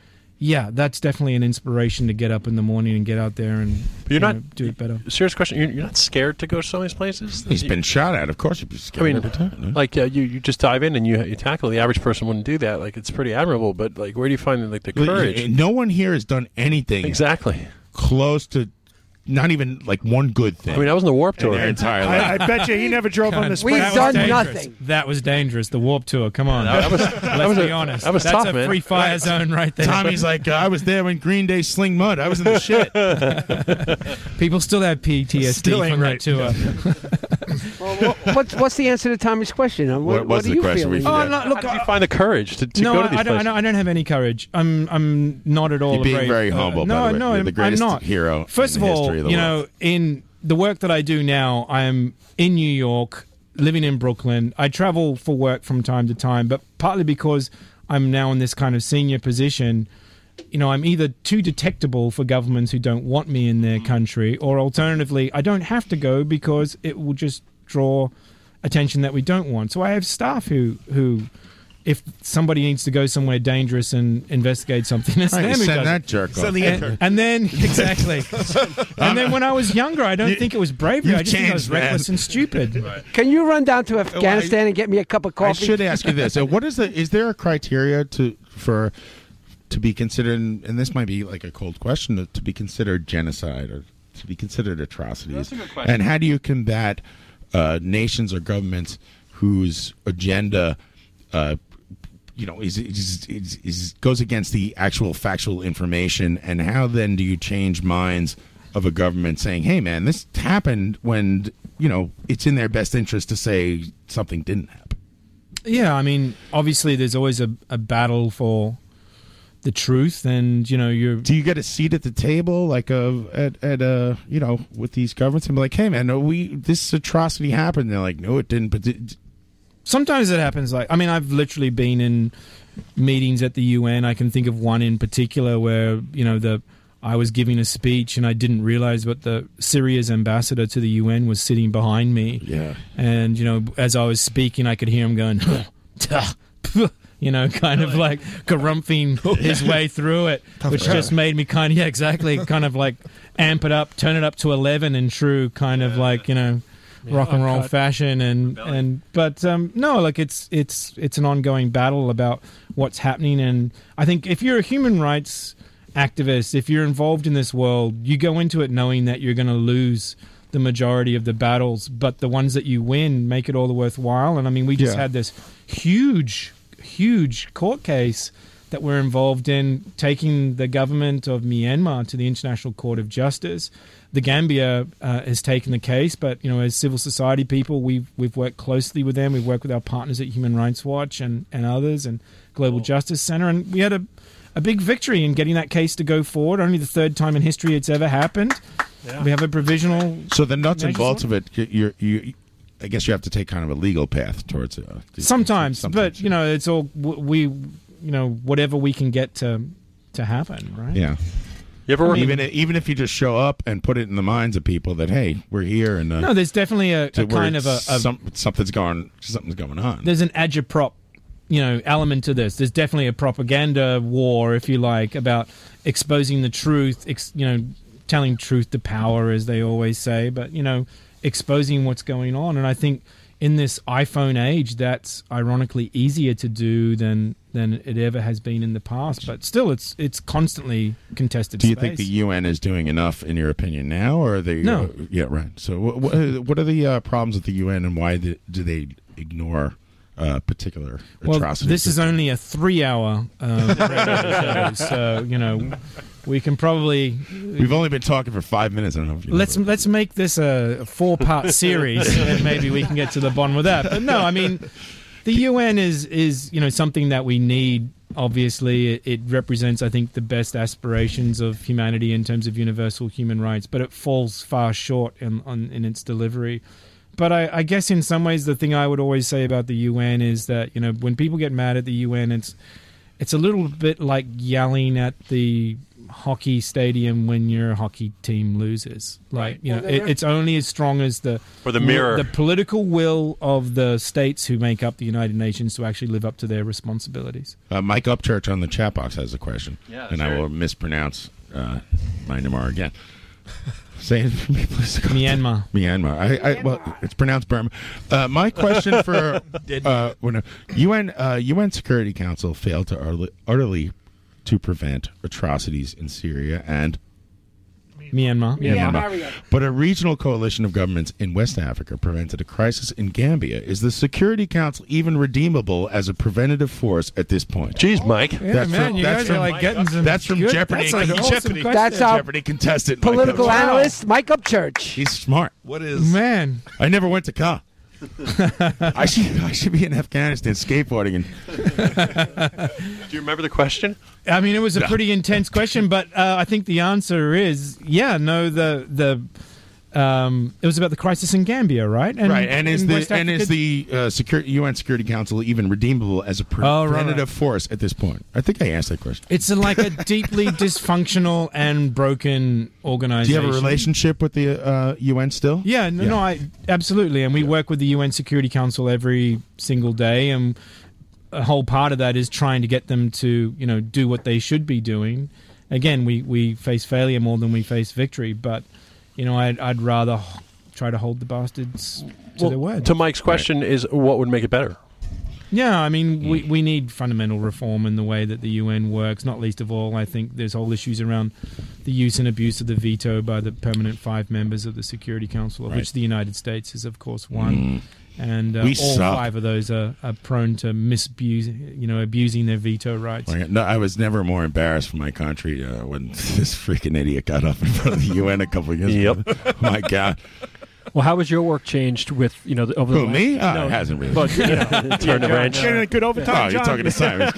[SPEAKER 2] Yeah, that's definitely an inspiration to get up in the morning and get out there and
[SPEAKER 5] But you're
[SPEAKER 2] you know,
[SPEAKER 5] not-
[SPEAKER 2] do it better.
[SPEAKER 5] Serious question. You're, you're not scared to go to some of these places?
[SPEAKER 10] He's
[SPEAKER 5] You-
[SPEAKER 10] been shot at. Of course, he'd be
[SPEAKER 5] I
[SPEAKER 10] scared
[SPEAKER 5] mean,
[SPEAKER 10] every time. no?
[SPEAKER 5] like uh, you, you just dive in and you, you tackle. The average person wouldn't do that. Like it's pretty admirable. But like, where do you find like the
[SPEAKER 10] Like,
[SPEAKER 5] courage?
[SPEAKER 10] uh, No one here has done anything
[SPEAKER 5] exactly
[SPEAKER 10] close to not even like one good thing.
[SPEAKER 5] I mean, I was in the Warped
[SPEAKER 10] in
[SPEAKER 5] Tour. [laughs]
[SPEAKER 10] their entire
[SPEAKER 6] [laughs]
[SPEAKER 10] life.
[SPEAKER 6] I, I bet you he never drove on
[SPEAKER 2] God,
[SPEAKER 6] the
[SPEAKER 2] We've
[SPEAKER 6] spring.
[SPEAKER 2] done nothing. That was dangerous. The warp tour. Come on.
[SPEAKER 5] Yeah, that was-
[SPEAKER 2] Let's
[SPEAKER 5] that was
[SPEAKER 2] be
[SPEAKER 5] a-
[SPEAKER 2] honest.
[SPEAKER 5] that was
[SPEAKER 2] That's
[SPEAKER 5] tough,
[SPEAKER 2] a
[SPEAKER 5] man.
[SPEAKER 2] free fire zone right there.
[SPEAKER 10] Tommy's like, uh, I was there when Green Day sling mud. I was [laughs] in the shit.
[SPEAKER 2] People still have PTSD
[SPEAKER 10] Still ain't
[SPEAKER 2] from
[SPEAKER 10] right.
[SPEAKER 2] that tour.
[SPEAKER 9] what's what's the answer to Tommy's question? Uh, What,
[SPEAKER 5] What was
[SPEAKER 9] are
[SPEAKER 5] the
[SPEAKER 9] you
[SPEAKER 5] question?
[SPEAKER 9] feeling?
[SPEAKER 5] We forget.
[SPEAKER 2] no, look,
[SPEAKER 5] How did you find the courage to, to
[SPEAKER 2] no,
[SPEAKER 5] go to
[SPEAKER 2] I,
[SPEAKER 5] these
[SPEAKER 2] I don't, I
[SPEAKER 5] places?
[SPEAKER 2] don't. I don't have any courage. I'm. I'm not at all.
[SPEAKER 10] You're being
[SPEAKER 2] brave.
[SPEAKER 10] very humble,
[SPEAKER 2] Uh,
[SPEAKER 10] by
[SPEAKER 2] no,
[SPEAKER 10] the way.
[SPEAKER 2] no,
[SPEAKER 10] You're
[SPEAKER 2] I'm,
[SPEAKER 10] the greatest
[SPEAKER 2] I'm not.
[SPEAKER 10] hero
[SPEAKER 2] First
[SPEAKER 10] in
[SPEAKER 2] of
[SPEAKER 10] the
[SPEAKER 2] all,
[SPEAKER 10] history of the
[SPEAKER 2] you
[SPEAKER 10] world.
[SPEAKER 2] know, in the work that I do now, I'm in New York, living in Brooklyn. I travel for work from time to time, but partly because I'm now in this kind of senior position. You know, I'm either too detectable for governments who don't want me in their country, or alternatively, I don't have to go because it will just draw attention that we don't want. So I have staff who who if somebody needs to go somewhere dangerous and investigate something, it's
[SPEAKER 10] Right,
[SPEAKER 2] them who
[SPEAKER 10] send
[SPEAKER 2] does
[SPEAKER 10] that
[SPEAKER 2] it.
[SPEAKER 10] jerk Send off. the
[SPEAKER 2] and,
[SPEAKER 10] jerk.
[SPEAKER 2] and then [laughs]
[SPEAKER 10] [laughs]
[SPEAKER 2] exactly. and then when I was younger, I don't
[SPEAKER 9] You-
[SPEAKER 2] think it was bravery.
[SPEAKER 9] you've
[SPEAKER 2] I just think I was
[SPEAKER 9] changed, man.
[SPEAKER 2] reckless and
[SPEAKER 10] [laughs]
[SPEAKER 2] stupid.
[SPEAKER 9] Can you run down to Afghanistan and get me a cup of
[SPEAKER 10] I
[SPEAKER 9] coffee?
[SPEAKER 10] should ask you this: Uh, What is the? Is there a criteria to for to be considered? And and this might be like a cold question to, to be considered genocide or to be considered atrocities.
[SPEAKER 26] That's a good question.
[SPEAKER 10] And how do you combat uh, nations or governments whose agenda? Uh, you know, is, is, is, is goes against the actual factual information, and how then do you change minds of a government saying, "Hey, man, this happened," when you know it's in their best interest to say something didn't happen?
[SPEAKER 2] Yeah, I mean, obviously, there's always a, a battle for the truth, and you know, you're. Do
[SPEAKER 10] you get a seat at the table, like a at at uh you know with these governments and be like, hey man, no, we this atrocity happened. And they're like, no, it didn't. But it-
[SPEAKER 2] Sometimes it happens. Like, I mean, I've literally been in meetings at the UN. I can think of one in particular where you know the I was giving a speech and I didn't realize what the Syria's ambassador to the UN was sitting behind me.
[SPEAKER 10] Yeah.
[SPEAKER 2] And you know, as I was speaking, I could hear him going, [laughs] "Tuh, puh," you know, kind of like garumphing
[SPEAKER 10] [laughs]
[SPEAKER 2] his way through it,
[SPEAKER 10] Tough
[SPEAKER 2] which
[SPEAKER 10] crowd.
[SPEAKER 2] just made me kind of yeah,
[SPEAKER 10] [laughs]
[SPEAKER 2] exactly, kind of like amp it up, turn it up to eleven in true kind of like you know. Rock and roll
[SPEAKER 25] Uncut.
[SPEAKER 2] fashion and and but um, no, like it's it's it's an ongoing battle about what's happening, and I think if you're a human rights activist, if you're involved in this world, you go into it knowing that you're going to lose the majority of the battles, but the ones that you win make it all the worthwhile. And I mean, we just
[SPEAKER 10] Yeah.
[SPEAKER 2] had this huge, huge court case that we're involved in taking the government of Myanmar to the International Court of Justice. The Gambia uh, has taken the case, but you know, as civil society people, we've we've worked closely with them. We've worked with our partners at Human Rights Watch and and others and Global Justice Center, and we had a a big victory in getting that case to go forward. Only the third time in history it's ever happened.
[SPEAKER 10] Yeah.
[SPEAKER 2] We have a provisional.
[SPEAKER 10] so the nuts and
[SPEAKER 2] Measures
[SPEAKER 10] bolts of it, you you, I guess you have to take kind of a legal path towards uh, it.
[SPEAKER 2] Sometimes, but you know, it's all w- we, you know, whatever we can get to to happen, right?
[SPEAKER 10] Yeah.
[SPEAKER 5] You ever
[SPEAKER 2] work-
[SPEAKER 10] even even if you just show up and put it in the minds of people that hey, we're here and uh,
[SPEAKER 2] No, there's definitely a,
[SPEAKER 10] to
[SPEAKER 2] a kind
[SPEAKER 10] where
[SPEAKER 2] of a, a
[SPEAKER 10] some, something's going something's going on.
[SPEAKER 2] there's an agitprop, you know, element to this. There's definitely a propaganda war, if you like, about exposing the truth. Ex, you know, telling truth to power, as they always say. But you know, exposing what's going on, and I think in this iPhone age, that's ironically easier to do than than it ever has been in the past. But still, it's it's constantly contested.
[SPEAKER 10] Do you
[SPEAKER 2] space.
[SPEAKER 10] think the UN is doing enough, in your opinion, now, or are they?
[SPEAKER 2] No.
[SPEAKER 10] uh, yeah, right. So, what, what are the uh, problems with the UN, and why the, do they ignore uh, particular atrocities?
[SPEAKER 2] This is only a three-hour
[SPEAKER 10] [laughs]
[SPEAKER 2] um, radio show, so you know we can probably.
[SPEAKER 10] We've only been talking for five minutes. I don't know. If you know
[SPEAKER 2] Let's let's make this a
[SPEAKER 10] [laughs]
[SPEAKER 2] four-part series, and then maybe we can get to the bottom of that. But no, I mean, the UN is is you know something that we need. Obviously, it, it represents I think the best aspirations of humanity in terms of universal human rights, but it falls far short in on, in its delivery. But I, I guess in some ways, the thing I would always say about the UN is that you know when people get mad at the UN, it's it's a little bit like yelling at the hockey stadium when your hockey team loses. Like you know,
[SPEAKER 25] Well, they're-
[SPEAKER 2] it, it's only as strong as the
[SPEAKER 5] Or the mirror.
[SPEAKER 2] the political will of the states who make up the United Nations to actually live up to their responsibilities.
[SPEAKER 10] uh, Mike Upchurch on the chat box has a question,
[SPEAKER 2] Yeah,
[SPEAKER 10] and I
[SPEAKER 2] sure.
[SPEAKER 10] will mispronounce uh, Myanmar again. Say it for me, please.
[SPEAKER 2] Myanmar.
[SPEAKER 10] Myanmar. I, I, well, it's pronounced Burma. Uh,
[SPEAKER 2] [laughs]
[SPEAKER 10] my question for uh, well, no. UN uh, UN Security Council failed to utterly, utterly to prevent atrocities in Syria and
[SPEAKER 2] Myanmar.
[SPEAKER 10] Myanmar. But a regional coalition of governments in West Africa prevented a crisis in Gambia. Is the Security Council even redeemable as a preventative force at this point?
[SPEAKER 5] Jeez, Mike.
[SPEAKER 10] Yeah, That's man, from- you that's guys are, from- like, getting some that's from good- Jeopardy. that's, like, an awesome Jeopardy. question. That's our Jeopardy contestant, Mike
[SPEAKER 9] Political
[SPEAKER 10] Upchurch.
[SPEAKER 9] analyst Mike Upchurch.
[SPEAKER 10] He's smart. What is
[SPEAKER 2] man?
[SPEAKER 10] I never went to [laughs] Ka. I should I should be in Afghanistan skateboarding and
[SPEAKER 5] Do you remember the question?
[SPEAKER 2] I mean, it was a
[SPEAKER 5] Yeah.
[SPEAKER 2] pretty intense question, but uh, I think the answer is yeah. No, the the um, it was about the crisis in Gambia, right?
[SPEAKER 10] right, and is
[SPEAKER 2] in
[SPEAKER 10] the
[SPEAKER 2] West
[SPEAKER 10] and is
[SPEAKER 2] Africa-
[SPEAKER 10] the uh, security UN Security Council even redeemable as a pre-
[SPEAKER 2] Oh, right, right.
[SPEAKER 10] preventative force at this point? I think I asked that question.
[SPEAKER 2] It's a- like a
[SPEAKER 10] [laughs]
[SPEAKER 2] deeply dysfunctional and broken
[SPEAKER 10] Do you
[SPEAKER 2] organization.
[SPEAKER 10] have a relationship with the uh, UN still?
[SPEAKER 2] Yeah, no, no, I absolutely, and we work with the UN Security Council every single day, and a whole part of that is trying to get them to you know do what they should be doing. Again, we we face failure more than we face victory, but you know I'd, I'd rather h- try to hold the bastards to their word.
[SPEAKER 5] to Mike's question is what would make
[SPEAKER 2] [laughs]
[SPEAKER 5] it better?
[SPEAKER 2] Yeah, I mean, we, we need fundamental reform in the way that the UN works, not least of all, I think there's whole issues around the use and abuse of the veto by the permanent five members of the Security Council, of
[SPEAKER 10] Right.
[SPEAKER 2] which the United States is, of course, one.
[SPEAKER 10] Mm.
[SPEAKER 2] And uh, all
[SPEAKER 10] We suck.
[SPEAKER 2] five of those are, are prone to misabuse, you know, abusing their veto rights.
[SPEAKER 10] No, I was never more embarrassed for my country uh, when [laughs] this freaking idiot got up in front of the UN a couple of years ago. [laughs] Yep. my God.
[SPEAKER 25] Well, how has your work changed with you know the, over the
[SPEAKER 10] Who,
[SPEAKER 25] last-
[SPEAKER 10] me? Oh,
[SPEAKER 25] No,
[SPEAKER 10] it hasn't really.
[SPEAKER 25] But, you know,
[SPEAKER 10] Turn the
[SPEAKER 25] yeah,
[SPEAKER 10] wrench.
[SPEAKER 25] John, uh,
[SPEAKER 10] Getting a good overtime, Oh, you're John. talking
[SPEAKER 2] [laughs]
[SPEAKER 10] to Simon.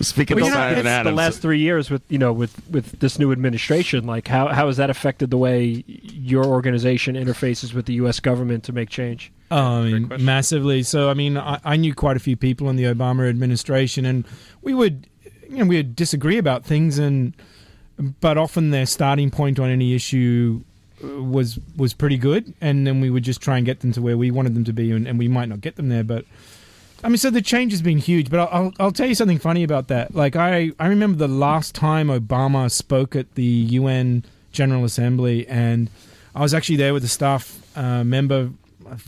[SPEAKER 10] Speaking
[SPEAKER 25] Well,
[SPEAKER 10] of
[SPEAKER 25] you know,
[SPEAKER 10] Simon
[SPEAKER 25] it's
[SPEAKER 10] Adams.
[SPEAKER 25] the last three years with you know with with this new administration, like how how has that affected the way your organization interfaces with the U.S. government to make change?
[SPEAKER 2] Oh, I mean, massively. So, I mean, I, I knew quite a few people in the Obama administration, and we would, you know, we would disagree about things, and but often their starting point on any issue uh, was was pretty good, and then we would just try and get them to where we wanted them to be, and, and we might not get them there, but. I mean, so the change has been huge, but I'll, I'll, I'll tell you something funny about that. Like, I, I remember the last time Obama spoke at the UN General Assembly, and I was actually there with a staff uh, member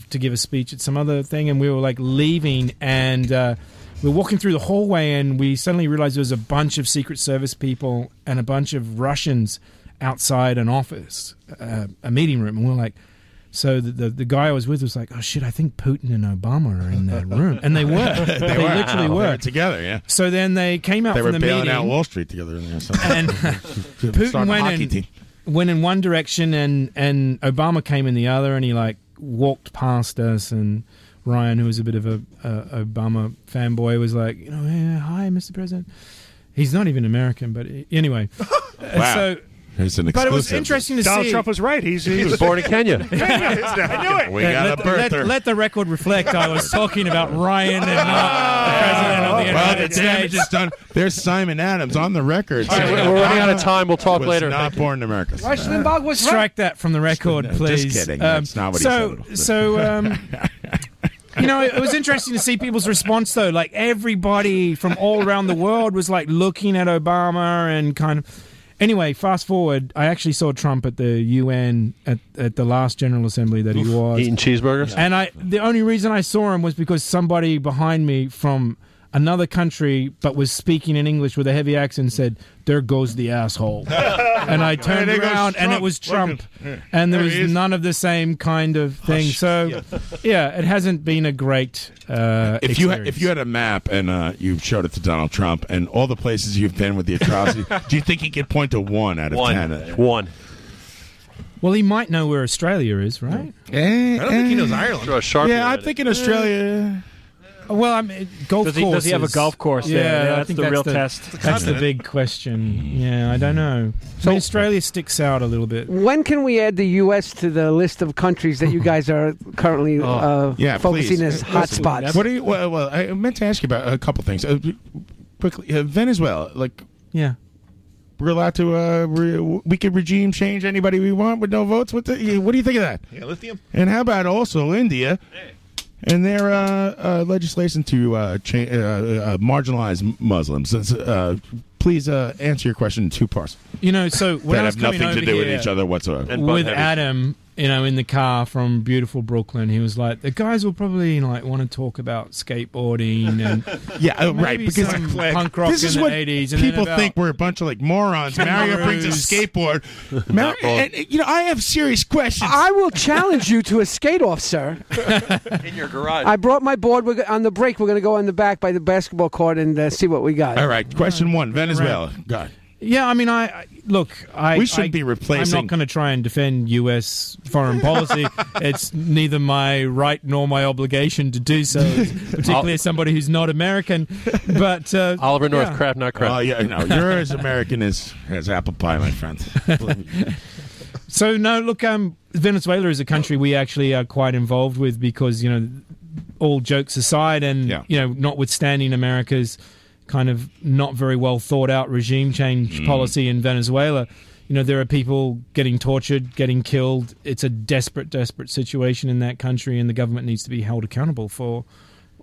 [SPEAKER 2] to give a speech at some other thing, and we were like leaving, and uh, we were walking through the hallway, and we suddenly realized there was a bunch of Secret Service people and a bunch of Russians outside an office, uh, a meeting room, and we we're like, so the, the the guy I was with was like, "Oh shit, I think Putin and Obama are in that room," and they were.
[SPEAKER 10] [laughs] They
[SPEAKER 2] [laughs] they
[SPEAKER 10] were.
[SPEAKER 2] literally
[SPEAKER 10] They
[SPEAKER 2] were.
[SPEAKER 10] were together, yeah.
[SPEAKER 2] So then they came out
[SPEAKER 10] They
[SPEAKER 2] from
[SPEAKER 10] were
[SPEAKER 2] the
[SPEAKER 10] bailing
[SPEAKER 2] meeting.
[SPEAKER 10] out Wall Street together. And,
[SPEAKER 2] [laughs] and
[SPEAKER 10] [laughs]
[SPEAKER 2] Putin went
[SPEAKER 10] hockey
[SPEAKER 2] in,
[SPEAKER 10] team.
[SPEAKER 2] went in one direction, and and Obama came in the other, and he like walked past us, and Ryan, who was a bit of a, a Obama fanboy, was like, you know, "Hey, hi, Mr. President. He's not even American, but anyway.
[SPEAKER 10] Wow.
[SPEAKER 2] Uh, So
[SPEAKER 10] It's an
[SPEAKER 2] but it was
[SPEAKER 10] exclusive.
[SPEAKER 2] interesting to
[SPEAKER 6] Donald
[SPEAKER 2] see.
[SPEAKER 6] Trump was right. He's,
[SPEAKER 2] He was born in Kenya.
[SPEAKER 6] [laughs] I knew it.
[SPEAKER 10] We got
[SPEAKER 2] let,
[SPEAKER 10] a birther.
[SPEAKER 2] Let, let the record reflect I was talking about Ryan and [laughs] not the president of the
[SPEAKER 10] Oh. well, the
[SPEAKER 2] United
[SPEAKER 10] damage
[SPEAKER 2] States.
[SPEAKER 10] is done. There's Simon Adams on the record.
[SPEAKER 5] All right, [laughs] we're- we're running out of time. We'll talk
[SPEAKER 10] was
[SPEAKER 5] later.
[SPEAKER 10] Not
[SPEAKER 5] Thank you.
[SPEAKER 10] born in America.
[SPEAKER 9] Rush Limbaugh was
[SPEAKER 2] Strike
[SPEAKER 9] right.
[SPEAKER 2] that from the record,
[SPEAKER 10] just
[SPEAKER 2] please.
[SPEAKER 10] kidding.
[SPEAKER 2] Um,
[SPEAKER 10] That's not what he
[SPEAKER 2] so,
[SPEAKER 10] said at all.
[SPEAKER 2] So,
[SPEAKER 10] [laughs]
[SPEAKER 2] um, you know, it was interesting to see people's response, though. Like, everybody from all around the world was, like, looking at Obama and kind of. Anyway, fast forward, I actually saw Trump at the UN at, at the last General Assembly that he was.
[SPEAKER 5] Eating cheeseburgers?
[SPEAKER 2] And I, the only reason I saw him was because somebody behind me from another country, but was speaking in English with a heavy accent, said, "There goes the
[SPEAKER 10] [laughs]
[SPEAKER 2] asshole," and I turned
[SPEAKER 10] There goes
[SPEAKER 2] around, and it
[SPEAKER 10] Trump.
[SPEAKER 2] was Trump,
[SPEAKER 10] Look at-
[SPEAKER 2] and there
[SPEAKER 10] There
[SPEAKER 2] was
[SPEAKER 10] he is.
[SPEAKER 2] none of the same kind of thing. So, yeah, it hasn't been a great. Uh,
[SPEAKER 10] If you
[SPEAKER 2] experience.
[SPEAKER 10] if you had a map and uh, you showed it to Donald Trump and all the places you've been with the atrocity, do you think he could point to one out of
[SPEAKER 5] One.
[SPEAKER 10] ten?
[SPEAKER 5] One.
[SPEAKER 2] well, he might know where Australia is, right?
[SPEAKER 10] I
[SPEAKER 5] don't think he knows Ireland. Throw a sharpie at
[SPEAKER 10] yeah, I'm
[SPEAKER 5] it.
[SPEAKER 10] thinking Australia.
[SPEAKER 2] Well, I
[SPEAKER 10] uh,
[SPEAKER 2] mean, golf
[SPEAKER 25] Does he-
[SPEAKER 2] course.
[SPEAKER 25] does he have a
[SPEAKER 2] is-
[SPEAKER 25] golf course
[SPEAKER 2] Yeah,
[SPEAKER 25] there? Yeah,
[SPEAKER 2] I
[SPEAKER 25] that's
[SPEAKER 2] think
[SPEAKER 25] the real test. It's a
[SPEAKER 2] That's the
[SPEAKER 25] continent.
[SPEAKER 2] big question. Yeah, I don't know. So Australia sticks out a little bit.
[SPEAKER 9] When can we add the U.S. to the list of
[SPEAKER 2] [laughs]
[SPEAKER 9] countries that you guys are currently
[SPEAKER 2] Oh.
[SPEAKER 9] uh,
[SPEAKER 10] yeah,
[SPEAKER 9] focusing
[SPEAKER 10] please.
[SPEAKER 9] as hot spots?
[SPEAKER 10] What are you? Well, well, I meant to ask you about a couple things uh, quickly. Uh, Venezuela, like
[SPEAKER 2] Yeah.
[SPEAKER 10] we're allowed to uh, re- we could regime change anybody we want with no votes. What the, what do you think of that?
[SPEAKER 27] Yeah, lithium.
[SPEAKER 10] And how about also India and their uh, uh, legislation to uh, cha- uh, uh, marginalize M- Muslims? That's, Uh, please uh, answer your question in two parts.
[SPEAKER 2] You know, so when
[SPEAKER 10] that
[SPEAKER 2] I was
[SPEAKER 10] have nothing
[SPEAKER 2] coming
[SPEAKER 10] to
[SPEAKER 2] over
[SPEAKER 10] do with
[SPEAKER 2] here
[SPEAKER 10] each other whatsoever.
[SPEAKER 2] with Adam, you know, in the car from beautiful Brooklyn, he was like, "The guys will probably like want to talk about skateboarding and
[SPEAKER 10] [laughs] Yeah, uh, right.
[SPEAKER 2] maybe
[SPEAKER 10] Because
[SPEAKER 2] some punk rock
[SPEAKER 10] this
[SPEAKER 2] in
[SPEAKER 10] is
[SPEAKER 2] the
[SPEAKER 10] what
[SPEAKER 2] 80s, and then
[SPEAKER 10] people
[SPEAKER 2] about-
[SPEAKER 10] think we're a bunch of like morons. Mario brings a
[SPEAKER 2] Kangaroos. [laughs]
[SPEAKER 10] skateboard. Mar-
[SPEAKER 9] wrong.
[SPEAKER 10] and, you know, I have serious questions.
[SPEAKER 9] I will challenge you to a skate off, sir.
[SPEAKER 4] [laughs] in your garage.
[SPEAKER 9] I brought my board. We're, go- on the break, we're going to go on the back by the basketball court and uh, see what we got.
[SPEAKER 10] All right, question one: Venezuela. God.
[SPEAKER 2] Yeah, I mean, I, I look. I
[SPEAKER 10] We shouldn't
[SPEAKER 2] I-
[SPEAKER 10] be replacing- uh,
[SPEAKER 2] I'm not going to try and defend U.S. foreign
[SPEAKER 10] [laughs]
[SPEAKER 2] policy. it's neither my right nor my obligation to do
[SPEAKER 10] [laughs]
[SPEAKER 2] so, particularly as somebody who's not American. But uh,
[SPEAKER 5] Oliver North,
[SPEAKER 2] yeah.
[SPEAKER 5] crap, not crap.
[SPEAKER 10] Oh yeah, no, you're as American as as apple pie, my friend.
[SPEAKER 2] So no, look, um, Venezuela is a country we actually are quite involved with because you know, all jokes aside, and you know, notwithstanding America's kind of not very well thought out regime change
[SPEAKER 10] Mm.
[SPEAKER 2] policy in Venezuela, you know, there are people getting tortured, getting killed. It's a desperate, desperate situation in that country, and the government needs to be held accountable for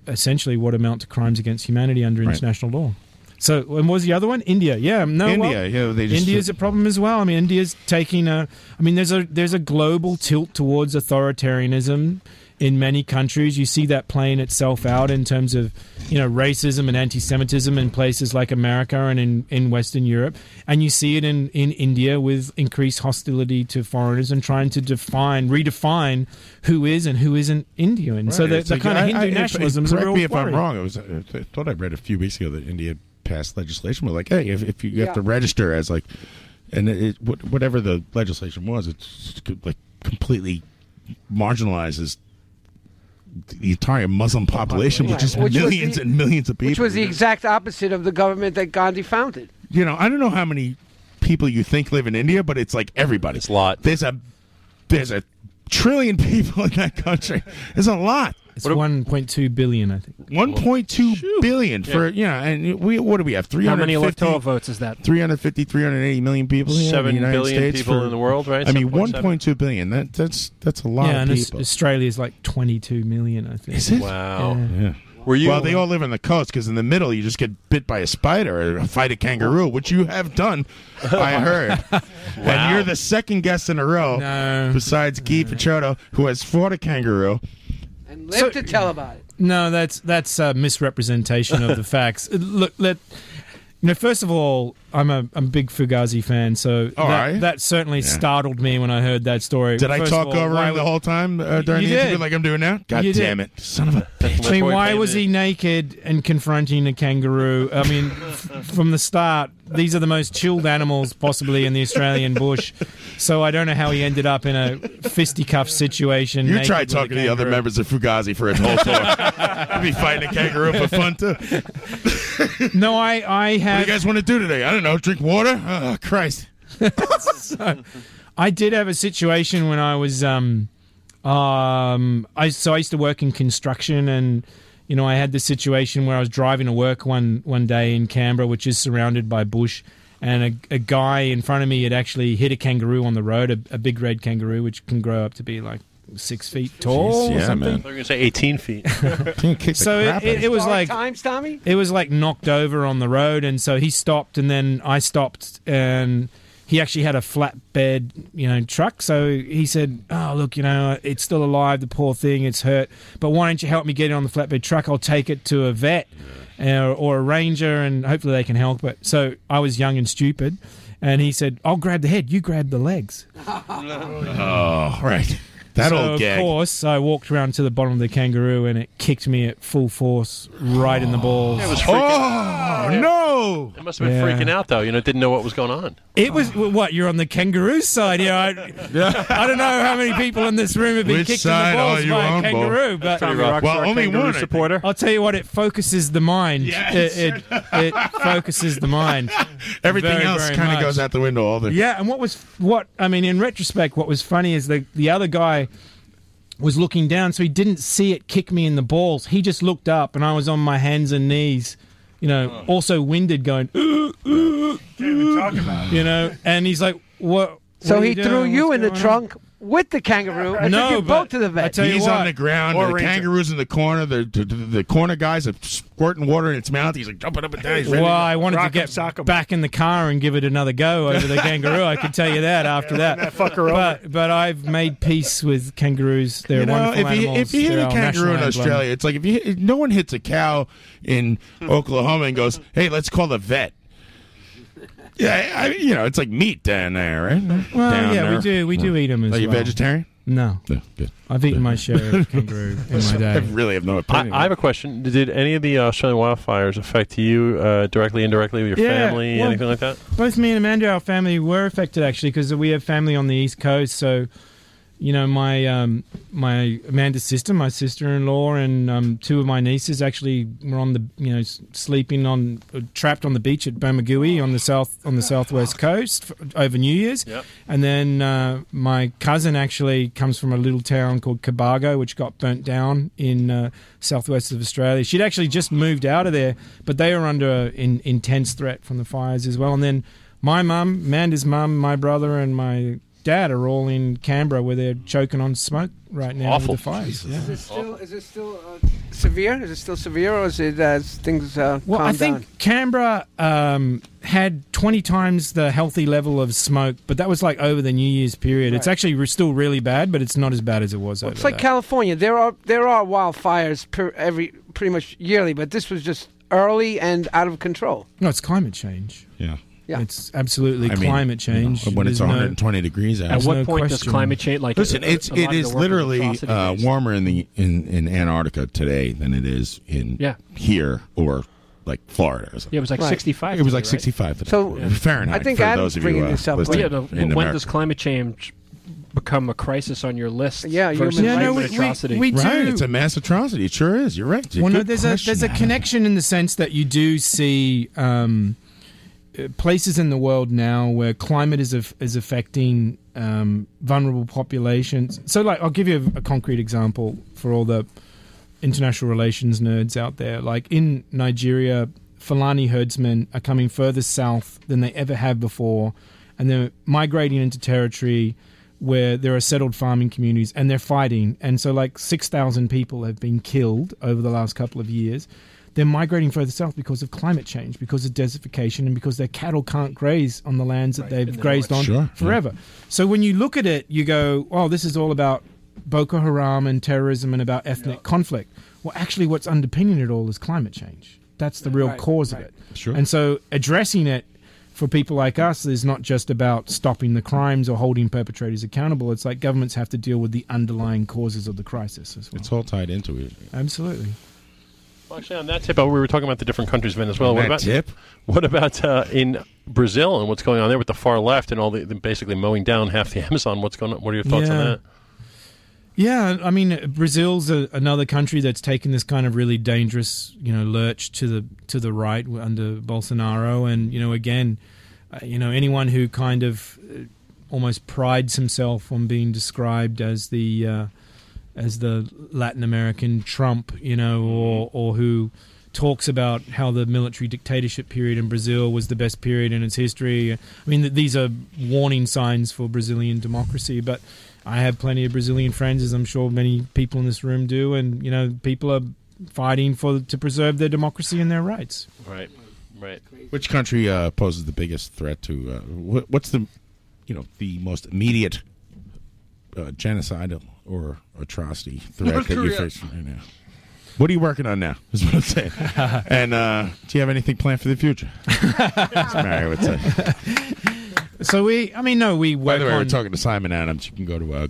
[SPEAKER 2] essentially what amount to crimes against humanity under
[SPEAKER 10] Right.
[SPEAKER 2] international law. So, and what was the other one? India. Yeah, no. [laughs] well,
[SPEAKER 10] India, yeah, they just-
[SPEAKER 2] India's a problem as well. I mean, India's taking a. I mean, there's a there's a global tilt towards authoritarianism in many countries. You see that playing itself out in terms of you know racism and anti-Semitism in places like America and in in Western Europe, and you see it in in India with increased hostility to foreigners and trying to define redefine who is and who isn't Indian. So
[SPEAKER 10] Right.
[SPEAKER 2] the,
[SPEAKER 10] It's
[SPEAKER 2] the
[SPEAKER 10] like,
[SPEAKER 2] kind of
[SPEAKER 10] I-
[SPEAKER 2] Hindu
[SPEAKER 10] I- if-
[SPEAKER 2] nationalism is a
[SPEAKER 10] correct
[SPEAKER 2] real
[SPEAKER 10] me if
[SPEAKER 2] worry.
[SPEAKER 10] I'm wrong. I, was, uh, I thought I read a few weeks ago that India passed legislation where, like, hey, if, if you
[SPEAKER 2] Yeah.
[SPEAKER 10] have to register as like, and it, it- what- whatever the legislation was, it's like completely marginalizes the entire Muslim population, which is
[SPEAKER 9] Right, which was
[SPEAKER 10] millions
[SPEAKER 9] the-
[SPEAKER 10] and millions of people.
[SPEAKER 9] Which was the
[SPEAKER 10] You know?
[SPEAKER 9] exact opposite of the government that Gandhi founded.
[SPEAKER 10] you know, I don't know how many people you think live in India, but it's like everybody. It's a lot. There's a there's a trillion [laughs] people in that country. There's a lot.
[SPEAKER 2] It's one point two billion, I think.
[SPEAKER 10] One point two billion for yeah, and we what do we have? Three
[SPEAKER 25] How
[SPEAKER 10] hundred
[SPEAKER 25] many electoral votes is that?
[SPEAKER 10] 350, 380 million people here
[SPEAKER 5] Seven
[SPEAKER 10] in the United
[SPEAKER 5] billion
[SPEAKER 10] States
[SPEAKER 5] people
[SPEAKER 10] for-
[SPEAKER 5] in the world, right?
[SPEAKER 10] I mean,
[SPEAKER 5] 7.7.
[SPEAKER 10] one point two billion. That that's that's a lot
[SPEAKER 2] Yeah,
[SPEAKER 10] of
[SPEAKER 2] and
[SPEAKER 10] people.
[SPEAKER 2] Australia's like twenty two million, I think.
[SPEAKER 10] Is it?
[SPEAKER 5] Wow.
[SPEAKER 2] Yeah.
[SPEAKER 5] Were you-
[SPEAKER 10] Well, they all live on the coast because in the middle you just get bit by a spider or fight a kangaroo, which you have done. I heard, and you're the second guest in a row, besides Guy Picciotto, who has fought a kangaroo.
[SPEAKER 9] And live to tell about it.
[SPEAKER 2] No, that's that's a misrepresentation
[SPEAKER 10] [laughs]
[SPEAKER 2] of the facts. Uh, Look, let you know. First of all, I'm a, I'm a big Fugazi fan, so
[SPEAKER 10] All
[SPEAKER 2] that,
[SPEAKER 10] right.
[SPEAKER 2] that certainly startled me when I heard that story.
[SPEAKER 10] Did I
[SPEAKER 2] First of
[SPEAKER 10] talk
[SPEAKER 2] all,
[SPEAKER 10] over
[SPEAKER 2] why
[SPEAKER 10] him the
[SPEAKER 2] would-
[SPEAKER 10] whole time uh, during
[SPEAKER 2] You
[SPEAKER 10] the interview
[SPEAKER 2] did.
[SPEAKER 10] like I'm doing now? God
[SPEAKER 2] You did.
[SPEAKER 10] damn it, son
[SPEAKER 2] [laughs]
[SPEAKER 10] of a bitch!
[SPEAKER 2] I mean, why was he naked and confronting a kangaroo? I mean, f- from the start, these are the most chilled animals possibly in the Australian bush. So I don't know how he ended up in a fisticuff situation.
[SPEAKER 10] You
[SPEAKER 2] naked
[SPEAKER 10] tried
[SPEAKER 2] with a
[SPEAKER 10] talking to the other
[SPEAKER 2] kangaroo.
[SPEAKER 10] members of Fugazi for his whole tour.
[SPEAKER 2] [laughs]
[SPEAKER 10] You'd be fighting a kangaroo for fun too.
[SPEAKER 2] no, I I
[SPEAKER 10] What do
[SPEAKER 2] have.
[SPEAKER 10] you guys want to do today? I don't know. Drink water? Oh, Christ.
[SPEAKER 2] So, I did have a situation when I was um um I so I used to work in construction and you know I had the situation where I was driving to work one one day in Canberra which is surrounded by bush and a, a guy in front of me had actually hit a kangaroo on the road a, a big red kangaroo which can grow up to be like 6 feet tall
[SPEAKER 5] Jeez,
[SPEAKER 2] or something
[SPEAKER 5] They're going to say 18 [laughs] feet.
[SPEAKER 2] so it, it, it was
[SPEAKER 9] Hard
[SPEAKER 2] like
[SPEAKER 9] times, Tommy.
[SPEAKER 2] it was like knocked over on the road, and so he stopped, and then I stopped, and he actually had a flatbed, you know, truck. So he said, "Oh, look, you know, it's still alive, the poor thing, it's hurt, but why don't you help me get it on the flatbed truck? I'll take it to a vet uh, or a ranger, and hopefully they can help it." So I was young and stupid, and he said, "I'll grab the head, you grab the legs."
[SPEAKER 10] Oh, right. That
[SPEAKER 2] so
[SPEAKER 10] old
[SPEAKER 2] of
[SPEAKER 10] gag.
[SPEAKER 2] course, I walked around to the bottom of the kangaroo and it kicked me at full force right in the balls.
[SPEAKER 5] It was freaking
[SPEAKER 10] Oh, no!
[SPEAKER 5] It must have been
[SPEAKER 2] Yeah.
[SPEAKER 5] freaking out, though. You know, didn't know what was going on.
[SPEAKER 2] It was
[SPEAKER 10] Oh.
[SPEAKER 2] well, what you're on the kangaroo side. Yeah, I,
[SPEAKER 10] [laughs]
[SPEAKER 2] I don't know how many people in this room have been
[SPEAKER 10] Which
[SPEAKER 2] kicked
[SPEAKER 10] side
[SPEAKER 2] in the
[SPEAKER 10] are
[SPEAKER 2] balls
[SPEAKER 10] you
[SPEAKER 2] by
[SPEAKER 10] on,
[SPEAKER 2] a kangaroo,
[SPEAKER 10] Bob?
[SPEAKER 2] but
[SPEAKER 10] That's pretty rough. Well, only one, I think.
[SPEAKER 2] I'll tell you what, it focuses the mind.
[SPEAKER 10] Yes.
[SPEAKER 2] It, it, it focuses the mind.
[SPEAKER 10] Everything
[SPEAKER 2] Very,
[SPEAKER 10] else
[SPEAKER 2] very
[SPEAKER 10] kind of
[SPEAKER 2] much.
[SPEAKER 10] goes out the window. All the
[SPEAKER 2] Yeah, and what was what I mean in retrospect, what was funny is the the other guy was looking down, so he didn't see it kick me in the balls. He just looked up, and I was on my hands and knees, you know,
[SPEAKER 10] Oh.
[SPEAKER 2] also winded, going, [gasps] "Ooh, ooh, ooh," you know, and he's like, "What?"
[SPEAKER 9] So
[SPEAKER 2] what are
[SPEAKER 9] he threw
[SPEAKER 2] doing?
[SPEAKER 9] you
[SPEAKER 2] What's
[SPEAKER 9] in the
[SPEAKER 2] going on?"
[SPEAKER 9] trunk with the kangaroo and
[SPEAKER 2] No,
[SPEAKER 9] took you
[SPEAKER 2] but
[SPEAKER 9] both to the vet.
[SPEAKER 2] I tell you
[SPEAKER 10] he's
[SPEAKER 2] what.
[SPEAKER 10] on the ground.
[SPEAKER 2] Or
[SPEAKER 10] the
[SPEAKER 2] Ranger.
[SPEAKER 10] kangaroo's in the corner. The, the the corner guys are squirting water in its mouth. He's like jumping up and down. He's ready
[SPEAKER 2] Well,
[SPEAKER 10] to
[SPEAKER 2] I wanted to
[SPEAKER 10] rock 'em,
[SPEAKER 2] get
[SPEAKER 10] sock 'em.
[SPEAKER 2] back in the car and give it another go over the
[SPEAKER 10] [laughs]
[SPEAKER 2] kangaroo. I can tell you that after that. but, but I've made peace with kangaroos. They're
[SPEAKER 10] you know,
[SPEAKER 2] wonderful
[SPEAKER 10] if you,
[SPEAKER 2] animals.
[SPEAKER 10] if you hit
[SPEAKER 2] They're
[SPEAKER 10] a
[SPEAKER 2] our
[SPEAKER 10] kangaroo
[SPEAKER 2] national
[SPEAKER 10] in
[SPEAKER 2] emblem.
[SPEAKER 10] Australia, it's like if you hit, no one hits a cow in
[SPEAKER 2] Hmm.
[SPEAKER 10] Oklahoma and goes, "Hey, let's call the vet." Yeah, I, you know, it's like meat down there, right?
[SPEAKER 2] Well,
[SPEAKER 10] Down
[SPEAKER 2] yeah,
[SPEAKER 10] there. Mm.
[SPEAKER 2] we do. We do eat them as
[SPEAKER 10] Are
[SPEAKER 2] well.
[SPEAKER 10] you vegetarian?
[SPEAKER 2] No. I've eaten my share
[SPEAKER 10] [laughs]
[SPEAKER 2] of kangaroo in my
[SPEAKER 10] I
[SPEAKER 2] day.
[SPEAKER 10] really have no
[SPEAKER 5] I,
[SPEAKER 10] opinion.
[SPEAKER 5] I have a question. Did any of the uh, Australian wildfires affect you uh, directly, indirectly, with your
[SPEAKER 2] Yeah,
[SPEAKER 5] family,
[SPEAKER 2] well-
[SPEAKER 5] anything like that?
[SPEAKER 2] Both me and Amanda, our family, were affected actually because we have family on the East Coast. So, you know, my um, my Amanda's sister, my sister-in-law, and um, two of my nieces actually were on the you know s- sleeping on uh, trapped on the beach at Bamagui on the south on the southwest coast f- over New Year's.
[SPEAKER 5] Yep.
[SPEAKER 2] And then uh, my cousin actually comes from a little town called Cabargo, which got burnt down in uh, southwest of Australia. She'd actually just moved out of there, but they were under in, intense threat from the fires as well. And then my mum, Amanda's mum, my brother, and my dad are all in Canberra where they're choking on smoke right now
[SPEAKER 9] Awful.
[SPEAKER 2] with the fires. Yeah.
[SPEAKER 9] Is it still? Is it still uh, severe? Is it still severe, or is it uh, things uh,
[SPEAKER 2] Well,
[SPEAKER 9] calmed
[SPEAKER 2] I think
[SPEAKER 9] down?
[SPEAKER 2] Canberra um, had 20 times the healthy level of smoke, but that was like over the New Year's period. It's
[SPEAKER 9] Right.
[SPEAKER 2] actually re- still really bad, but it's not as bad as it was over
[SPEAKER 9] It's like
[SPEAKER 2] that.
[SPEAKER 9] California. There are there are wildfires per every pretty much yearly, but this was just early and out of control.
[SPEAKER 2] no, it's climate change.
[SPEAKER 10] Yeah.
[SPEAKER 9] Yeah.
[SPEAKER 2] It's absolutely
[SPEAKER 10] I mean,
[SPEAKER 2] climate
[SPEAKER 10] you know,
[SPEAKER 2] change.
[SPEAKER 10] when it's
[SPEAKER 2] There's no-
[SPEAKER 10] 120 degrees out.
[SPEAKER 25] At
[SPEAKER 2] there's
[SPEAKER 25] what
[SPEAKER 2] no
[SPEAKER 25] point does
[SPEAKER 2] question.
[SPEAKER 25] climate change, like,
[SPEAKER 10] Listen,
[SPEAKER 25] a-
[SPEAKER 10] it's
[SPEAKER 25] a lot
[SPEAKER 10] it
[SPEAKER 25] of the
[SPEAKER 10] is
[SPEAKER 25] work of
[SPEAKER 10] literally
[SPEAKER 25] atrocity
[SPEAKER 10] uh,
[SPEAKER 25] based-
[SPEAKER 10] warmer in the in, in Antarctica today than it is in
[SPEAKER 25] Yeah.
[SPEAKER 10] here or like Florida. Or something.
[SPEAKER 25] Yeah, it was like
[SPEAKER 10] Right.
[SPEAKER 25] 65
[SPEAKER 10] It was
[SPEAKER 25] today,
[SPEAKER 10] like
[SPEAKER 25] right?
[SPEAKER 10] 65 today.
[SPEAKER 25] So,
[SPEAKER 10] Yeah. Fahrenheit.
[SPEAKER 25] I think
[SPEAKER 10] for
[SPEAKER 25] Adam's
[SPEAKER 10] those of
[SPEAKER 25] bringing
[SPEAKER 10] you,
[SPEAKER 25] this
[SPEAKER 10] uh,
[SPEAKER 25] up,
[SPEAKER 10] listening
[SPEAKER 25] yeah, no,
[SPEAKER 10] in
[SPEAKER 25] when
[SPEAKER 10] America.
[SPEAKER 25] does climate change become a crisis on your list?
[SPEAKER 2] Yeah, human
[SPEAKER 25] versus
[SPEAKER 2] rights. Yeah, no,
[SPEAKER 25] climate
[SPEAKER 2] we- we-
[SPEAKER 25] atrocity?
[SPEAKER 2] we do-
[SPEAKER 10] Right, it's a mass atrocity. It sure is. You're right. It's a
[SPEAKER 2] well, no,
[SPEAKER 10] good
[SPEAKER 2] there's
[SPEAKER 10] question.
[SPEAKER 2] a there's a connection in the sense that you do see um, uh, places in the world now where climate is af- is affecting um, vulnerable populations. So, like, I'll give you a, a concrete example for all the international relations nerds out there. Like in Nigeria, Fulani herdsmen are coming further south than they ever have before, and they're migrating into territory where there are settled farming communities and they're fighting. And so, like, 6,000 people have been killed over the last couple of years. They're migrating further south because of climate change, because of desertification, and because their cattle can't graze on the lands
[SPEAKER 25] in
[SPEAKER 2] that they've
[SPEAKER 25] the
[SPEAKER 2] grazed
[SPEAKER 25] north.
[SPEAKER 2] on
[SPEAKER 25] Sure, yeah.
[SPEAKER 2] forever. So, when you look at it, you go, oh, this is all about Boko Haram and terrorism and about ethnic conflict. Well, actually, what's underpinning it all is climate change. That's the real
[SPEAKER 25] Right,
[SPEAKER 2] cause
[SPEAKER 25] right.
[SPEAKER 2] of it.
[SPEAKER 25] Sure.
[SPEAKER 2] And so addressing it for people like us is not just about stopping the crimes or holding perpetrators accountable. It's like governments have to deal with the underlying causes of the crisis as well.
[SPEAKER 10] It's all tied into it.
[SPEAKER 2] Absolutely.
[SPEAKER 5] Well, actually, on that tip, uh, we were talking about the different countries, Venezuela. What
[SPEAKER 10] That
[SPEAKER 5] about
[SPEAKER 10] tip?
[SPEAKER 5] What about uh, in Brazil and what's going on there with the far left and all the, the basically mowing down half the [laughs] Amazon? What's going on? What are your thoughts on
[SPEAKER 2] Yeah.
[SPEAKER 5] that?
[SPEAKER 2] Yeah, I mean, Brazil's a, another country that's taken this kind of really dangerous, you know, lurch to the to the right under Bolsonaro, and you know, again, uh, you know, anyone who kind of uh, almost prides himself on being described as the uh, as the Latin American Trump, you know, or or who talks about how the military dictatorship period in Brazil was the best period in its history. I mean, th- these are warning signs for Brazilian democracy, but I have plenty of Brazilian friends, as I'm sure many people in this room do, and you know, people are fighting for to preserve their democracy and their rights.
[SPEAKER 5] Right, right.
[SPEAKER 10] Which country uh, poses the biggest threat to? Uh, wh- what's the, you know, the most immediate uh, genocidal or atrocity threat
[SPEAKER 27] North
[SPEAKER 10] that you're
[SPEAKER 27] Korea.
[SPEAKER 10] facing right now? What are you working on now? Is what I'm saying. and uh, do you have anything planned for the future? That's what Mario would say.
[SPEAKER 2] So we, I mean, no, we.
[SPEAKER 10] By the
[SPEAKER 2] work
[SPEAKER 10] way, we're
[SPEAKER 2] on-
[SPEAKER 10] talking to Simon Adams. You can go to uh,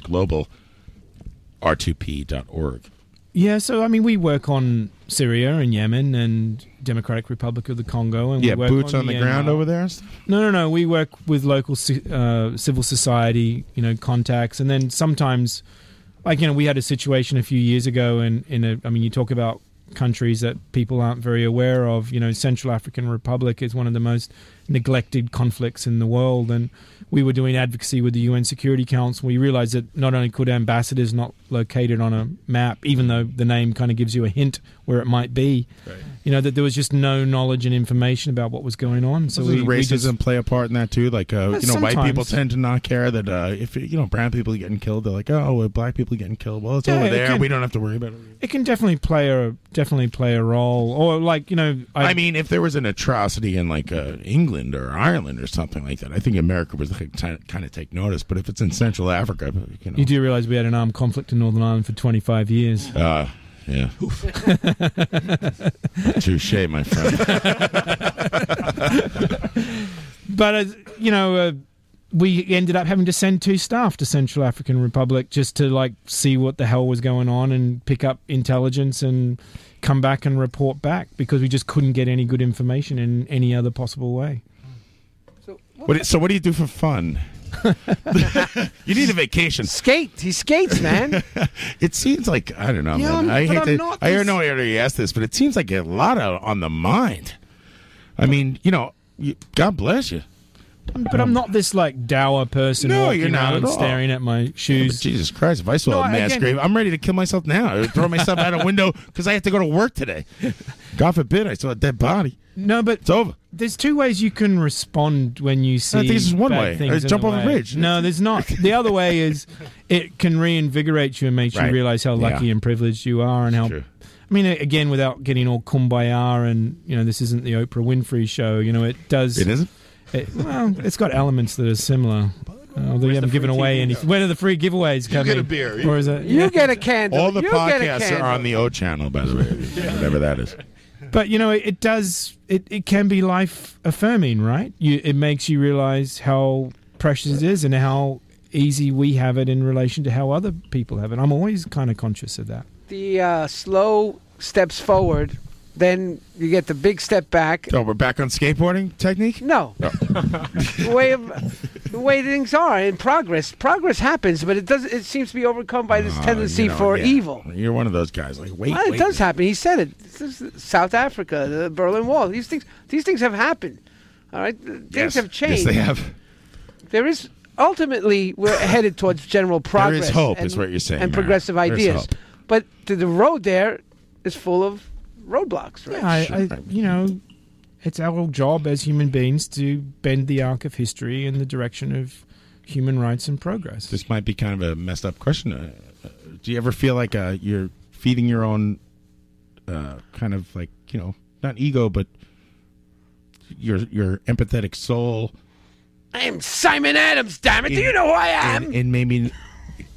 [SPEAKER 10] globalr2p.org.
[SPEAKER 2] Yeah, so I mean, we work on Syria and Yemen and Democratic Republic of the Congo, and
[SPEAKER 10] Yeah,
[SPEAKER 2] we work uh,
[SPEAKER 10] boots on the
[SPEAKER 2] Myanmar.
[SPEAKER 10] ground over there and
[SPEAKER 2] No, no, no. We work with local ci- uh, civil society, you know, contacts, and then sometimes, like you know, we had a situation a few years ago, and in, a, I mean, you talk about countries that people aren't very aware of. You know, Central African Republic is one of the most neglected conflicts in the world, and we were doing advocacy with the UN Security Council. We realized that not only could ambassadors not located on a map, even though the name kind of gives you a hint where it might be, you know, that there was just no knowledge and information about what was going on. So
[SPEAKER 10] Doesn't
[SPEAKER 2] we, we
[SPEAKER 10] racism
[SPEAKER 2] just
[SPEAKER 10] play a part in that too? Like uh,
[SPEAKER 2] Uh,
[SPEAKER 10] you know, white people
[SPEAKER 2] sometimes.
[SPEAKER 10] tend to not care that uh, if you know brown people are getting killed, they're like, oh, well, black people are getting killed. Well, it's
[SPEAKER 2] Yeah,
[SPEAKER 10] over
[SPEAKER 2] it
[SPEAKER 10] there.
[SPEAKER 2] can-
[SPEAKER 10] we don't have to worry about it.
[SPEAKER 2] It can definitely play a definitely play a role, or like you know,
[SPEAKER 10] I, mean, if there was an atrocity in like uh, England or Ireland or something like that, I think America would like, kind of take notice. But if it's in Central Africa, you know,
[SPEAKER 2] you do realize we had an armed conflict in Northern Ireland for 25 years.
[SPEAKER 10] uh, yeah, [laughs] touche,
[SPEAKER 2] [laughs]
[SPEAKER 10] my friend.
[SPEAKER 2] but uh, you know, uh, we ended up having to send two staff to Central African Republic just to like see what the hell was going on and pick up intelligence and come back and report back because we just couldn't get any good information in any other possible way.
[SPEAKER 10] What do- so what do you do
[SPEAKER 2] [laughs]
[SPEAKER 10] for fun? [laughs] you need a vacation.
[SPEAKER 9] Skate. He skates,
[SPEAKER 10] [laughs]
[SPEAKER 9] man.
[SPEAKER 10] it seems like I don't know.
[SPEAKER 9] Yeah, I'm-
[SPEAKER 10] man. I
[SPEAKER 9] but
[SPEAKER 10] hate
[SPEAKER 9] I'm
[SPEAKER 10] to.
[SPEAKER 9] not
[SPEAKER 10] I
[SPEAKER 9] this-
[SPEAKER 10] know I already asked this, but it seems like a lot of, on the mind. I mean, you know, you, God bless you.
[SPEAKER 2] But I'm not this like dour person
[SPEAKER 10] No,
[SPEAKER 2] walking
[SPEAKER 10] you're not
[SPEAKER 2] around
[SPEAKER 10] at all.
[SPEAKER 2] staring at my shoes.
[SPEAKER 10] Jesus Christ! If I saw
[SPEAKER 2] No,
[SPEAKER 10] a mass
[SPEAKER 2] again-
[SPEAKER 10] grave, I'm ready to kill myself now. I would throw myself out a window because I have to go to work today. God forbid I saw a dead body.
[SPEAKER 2] No, but
[SPEAKER 10] it's over.
[SPEAKER 2] There's two ways you can respond when you see.
[SPEAKER 10] I think this is one
[SPEAKER 2] bad
[SPEAKER 10] way.
[SPEAKER 2] things
[SPEAKER 10] Uh,
[SPEAKER 2] in
[SPEAKER 10] jump
[SPEAKER 2] the
[SPEAKER 10] off a
[SPEAKER 2] way.
[SPEAKER 10] bridge.
[SPEAKER 2] No, there's not. The other way is
[SPEAKER 10] [laughs]
[SPEAKER 2] it can reinvigorate you and make
[SPEAKER 10] Right.
[SPEAKER 2] you realize how lucky
[SPEAKER 10] Yeah.
[SPEAKER 2] and privileged you are, and how. I mean, again, without getting all kumbaya, and you know, this isn't the Oprah Winfrey show. You know, it does.
[SPEAKER 10] It isn't?
[SPEAKER 2] It, well, it's got elements that are similar. Although you haven't given away any. When are the free giveaways coming?
[SPEAKER 10] get a beer.
[SPEAKER 2] Or is it?
[SPEAKER 9] You
[SPEAKER 2] yeah.
[SPEAKER 9] get a candle.
[SPEAKER 10] All the
[SPEAKER 9] you get a
[SPEAKER 10] podcasts
[SPEAKER 9] candle.
[SPEAKER 10] are on the O channel, by the way, whatever that is.
[SPEAKER 2] But you know, it, it does. It, it can be life affirming, right? You, it makes you realize how precious it is and how easy we have it in relation to how other people have it. I'm always kind of conscious of that.
[SPEAKER 9] the uh, slow steps forward, then you get the big step back.
[SPEAKER 10] Oh, we're back on skateboarding technique.
[SPEAKER 9] No, the way of, the way things are in progress. Progress happens, but it does. It seems to be overcome by this
[SPEAKER 10] Uh,
[SPEAKER 9] tendency
[SPEAKER 10] you know,
[SPEAKER 9] for
[SPEAKER 10] yeah.
[SPEAKER 9] evil.
[SPEAKER 10] You're one of those guys. Like wait,
[SPEAKER 9] Well, it
[SPEAKER 10] wait.
[SPEAKER 9] does happen. He said it. This is South Africa, the Berlin Wall. These things. These things have happened. All right. Things
[SPEAKER 10] Yes.
[SPEAKER 9] have changed.
[SPEAKER 10] Yes, they have.
[SPEAKER 9] There is ultimately we're headed towards general progress.
[SPEAKER 10] hope,
[SPEAKER 9] and-
[SPEAKER 10] is what you're saying,
[SPEAKER 9] And
[SPEAKER 10] Mario.
[SPEAKER 9] progressive
[SPEAKER 10] There's
[SPEAKER 9] ideas,
[SPEAKER 10] hope.
[SPEAKER 9] but the, the road there is full of roadblocks. Right.
[SPEAKER 2] Yeah, I, I, you know, it's our job as human beings to bend the arc of history in the direction of human rights and progress.
[SPEAKER 10] This might be kind of a messed up question. Uh, uh, do you ever feel like uh, you're feeding your own uh, kind of like you know not ego, but your your empathetic soul?
[SPEAKER 9] I am Simon Adams. Damn it! Do you know who I am?
[SPEAKER 10] And, and maybe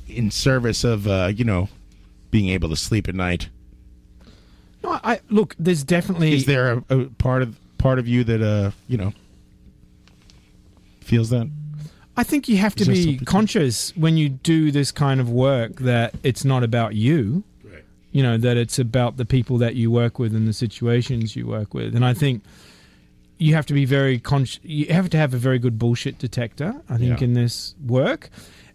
[SPEAKER 10] in service of uh, you know being able to sleep at night.
[SPEAKER 2] No, I look. There's definitely
[SPEAKER 10] Is there a, a part of part of you that uh you know feels that?
[SPEAKER 2] I think you have to
[SPEAKER 10] Is there
[SPEAKER 2] be
[SPEAKER 10] something-
[SPEAKER 2] conscious when you do this kind of work that it's not about you. Right. You know, that it's about the people that you work with and the situations you work with. And I think you have to be very conscious. You have to have a very good bullshit detector, I think,
[SPEAKER 25] Yeah.
[SPEAKER 2] in this work.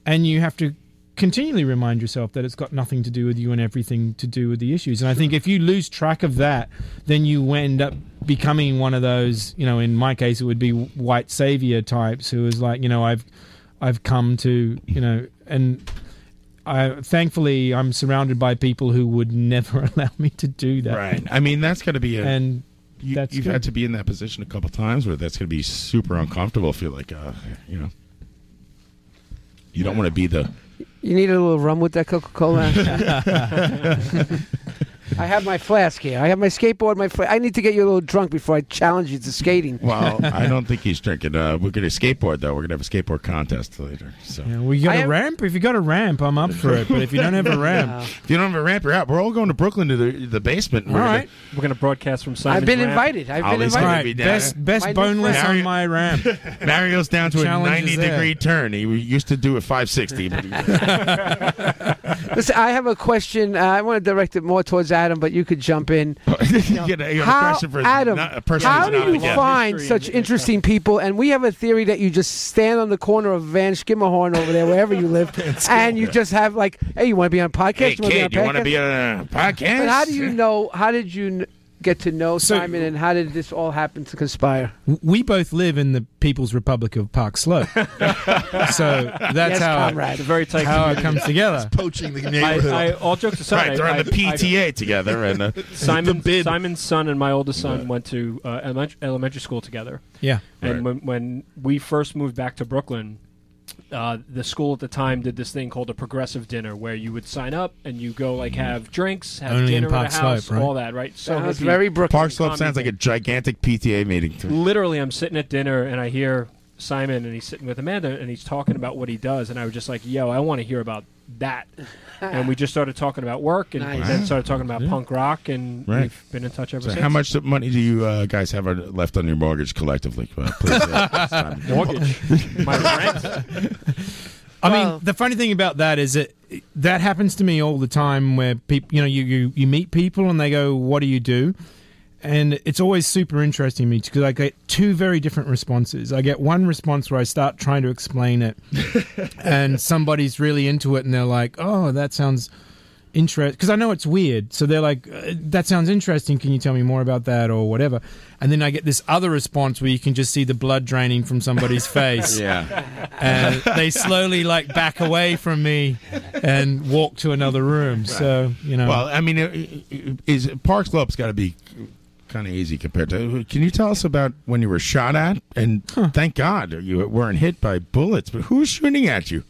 [SPEAKER 2] And you have to continually remind yourself that it's got nothing to do with you and everything to do with the issues. And I think if you lose track of that, then you end up becoming one of those, you know, in my case, it would be white savior types who is like, you know, I've, I've come to, you know, and I, thankfully I'm surrounded by people who would never [laughs] allow me to do that.
[SPEAKER 10] Right. I mean, that's got to be a.
[SPEAKER 2] And
[SPEAKER 10] you,
[SPEAKER 2] that's
[SPEAKER 10] you've
[SPEAKER 2] good.
[SPEAKER 10] had to be in that position a couple times where that's going to be super uncomfortable. Feel like, uh, you know, you don't want to be the.
[SPEAKER 9] You need a little rum with that Coca
[SPEAKER 10] [laughs]
[SPEAKER 9] Cola. [laughs] I have my flask here. I have my skateboard. My fla- I need to get you a little drunk before I challenge you to skating.
[SPEAKER 10] Well, [laughs] I don't think he's drinking. Uh, we're going to skateboard though. We're going to have a skateboard contest later. So
[SPEAKER 2] Yeah, well, you got
[SPEAKER 9] I
[SPEAKER 2] a
[SPEAKER 9] am-
[SPEAKER 2] ramp? If you got a ramp, I'm up for it. But if you don't
[SPEAKER 9] [laughs]
[SPEAKER 2] have a ramp,
[SPEAKER 10] if you don't have a ramp, you're out. We're all going to Brooklyn to the, the basement.
[SPEAKER 2] All right.
[SPEAKER 10] we're going to broadcast from
[SPEAKER 2] Simon's I've been ramp. invited. I've been invited. All right, best- best My new boneless friend. on my ramp.
[SPEAKER 10] Mario's down to a
[SPEAKER 2] Challenge is
[SPEAKER 10] 90
[SPEAKER 2] there.
[SPEAKER 10] degree turn. He used to do a 560. [laughs] But
[SPEAKER 9] Listen, I have a question. Uh, I want to direct it more towards Adam, but you could jump in.
[SPEAKER 10] you get a, you have a
[SPEAKER 9] How-
[SPEAKER 10] question for
[SPEAKER 9] Adam,
[SPEAKER 10] not- a person
[SPEAKER 9] how
[SPEAKER 10] who's
[SPEAKER 9] do
[SPEAKER 10] not
[SPEAKER 9] you
[SPEAKER 10] again.
[SPEAKER 9] find such interesting people? And we have a theory that you just stand on the corner of Van Schimmerhorn over there, wherever you
[SPEAKER 10] [laughs]
[SPEAKER 9] live, and you just have like, hey, you want to be on a podcast?
[SPEAKER 10] Hey,
[SPEAKER 9] wanna
[SPEAKER 10] kid, you want to be on a podcast?
[SPEAKER 9] But how do
[SPEAKER 10] [laughs]
[SPEAKER 9] you know? How did you kn- get to know Simon, and how did this all happen to conspire?
[SPEAKER 2] w- we both live in the People's Republic of Park
[SPEAKER 9] [laughs]
[SPEAKER 2] Slope, so that's
[SPEAKER 9] Yes,
[SPEAKER 2] how
[SPEAKER 9] comrade. It's
[SPEAKER 2] it,
[SPEAKER 9] a very tight
[SPEAKER 2] how it
[SPEAKER 9] community.
[SPEAKER 2] comes together.
[SPEAKER 12] Poaching the
[SPEAKER 2] neighborhood.
[SPEAKER 25] I, I, all jokes aside,
[SPEAKER 10] Right, they're on
[SPEAKER 25] I,
[SPEAKER 10] the
[SPEAKER 25] I- I-
[SPEAKER 10] PTA together, and uh,
[SPEAKER 25] Simon,
[SPEAKER 10] the bid.
[SPEAKER 25] Simon's son and my oldest son went to uh, elemen- elementary school together.
[SPEAKER 2] Yeah.
[SPEAKER 25] And when, when we first moved back to Brooklyn, uh, the school at the time did this thing called a progressive dinner where you would sign up and you go like have drinks, have
[SPEAKER 2] Mm-hmm. Only in
[SPEAKER 25] dinner
[SPEAKER 2] Park
[SPEAKER 25] at a house,
[SPEAKER 2] Slope, right?
[SPEAKER 25] all that, right?
[SPEAKER 9] Uh-huh,
[SPEAKER 25] hippie.
[SPEAKER 10] Park Slope sounds like a gigantic PTA meeting. To me.
[SPEAKER 25] literally I'm sitting at dinner and I hear Simon and he's sitting with Amanda and he's talking about what he does and I was just like, yo, I want to hear about
[SPEAKER 6] [laughs]
[SPEAKER 25] that. and we just started talking about work and
[SPEAKER 9] Nice.
[SPEAKER 25] then started talking about punk rock and
[SPEAKER 10] Right.
[SPEAKER 25] we've been in touch ever
[SPEAKER 10] So
[SPEAKER 25] since.
[SPEAKER 10] how much money do you uh, guys have on- left on your mortgage collectively? Uh,
[SPEAKER 6] [laughs]
[SPEAKER 10] please, uh, Simon.
[SPEAKER 25] Mortgage. My rent.
[SPEAKER 2] I mean, the funny thing about that is that that happens to me all the time where people, you know, you, you, you meet people and they go, What do you do? And it's always super interesting to me because I get two very different responses. I get one response where I start trying to explain it, and somebody's really into it and they're like, Oh, that sounds interest because I know it's weird. So they're like, uh, "That sounds interesting. Can you tell me more about that or whatever?" And then I get this other response where you can just see the blood draining from somebody's face.
[SPEAKER 28] Yeah.
[SPEAKER 6] [laughs]
[SPEAKER 2] and they slowly like back away from me and walk to another room. So you know,
[SPEAKER 10] Well, I mean, it- it- is Parks Club's got to be kind of easy compared to. Can you tell us about when you were shot at? And thank God you weren't hit by bullets. But who was shooting at you?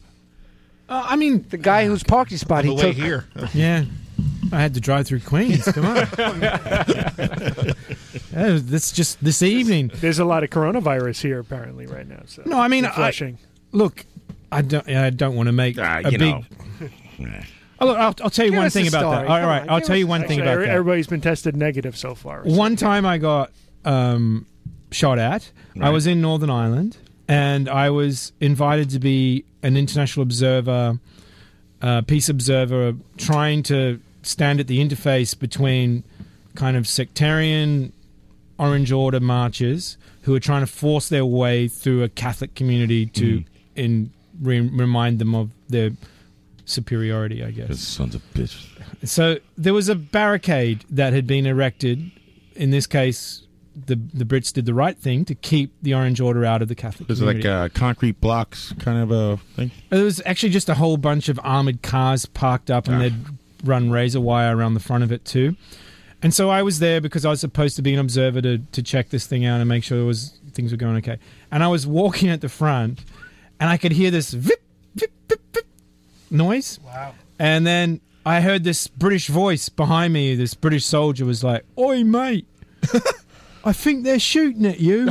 [SPEAKER 2] Uh, I mean,
[SPEAKER 9] the guy whose parking spot he took.
[SPEAKER 2] yeah. I had to drive through Queens. Come
[SPEAKER 6] [laughs]
[SPEAKER 2] on. [laughs] Oh, this just this evening.
[SPEAKER 6] There's a lot of coronavirus here apparently right now. So
[SPEAKER 2] No, I mean,
[SPEAKER 6] You're flushing.
[SPEAKER 2] I, look, I don't. I don't want to make a
[SPEAKER 6] Ah,
[SPEAKER 2] big.
[SPEAKER 6] you know.
[SPEAKER 2] Oh, look, I'll, I'll tell you one thing about that. All right, I'll tell you one thing about that.
[SPEAKER 6] Everybody's been tested negative so far.
[SPEAKER 2] One time I got um, shot at. I was in Northern Ireland and I was invited to be an international observer, uh, peace observer, trying to stand at the interface between kind of sectarian Orange Order marchers who are trying to force their way through a Catholic community to in, re- remind them of their superiority, I guess.
[SPEAKER 10] [laughs] Sons of bitches.
[SPEAKER 2] So there was a barricade that had been erected. In this case, the the Brits did the right thing to keep the Orange Order out of the Catholic
[SPEAKER 10] Was it
[SPEAKER 2] community.
[SPEAKER 10] like uh, concrete blocks kind of a thing?
[SPEAKER 2] there was actually just a whole bunch of armored cars parked up, and
[SPEAKER 10] Ah.
[SPEAKER 2] they'd run razor wire around the front of it too. And so I was there because I was supposed to be an observer to, to check this thing out and make sure it was things were going okay. And I was walking at the front, and I could hear this vip noise. Wow. And then I heard this British voice behind me. This British soldier was like, Oi,
[SPEAKER 10] [laughs]
[SPEAKER 2] mate, I think they're shooting at you.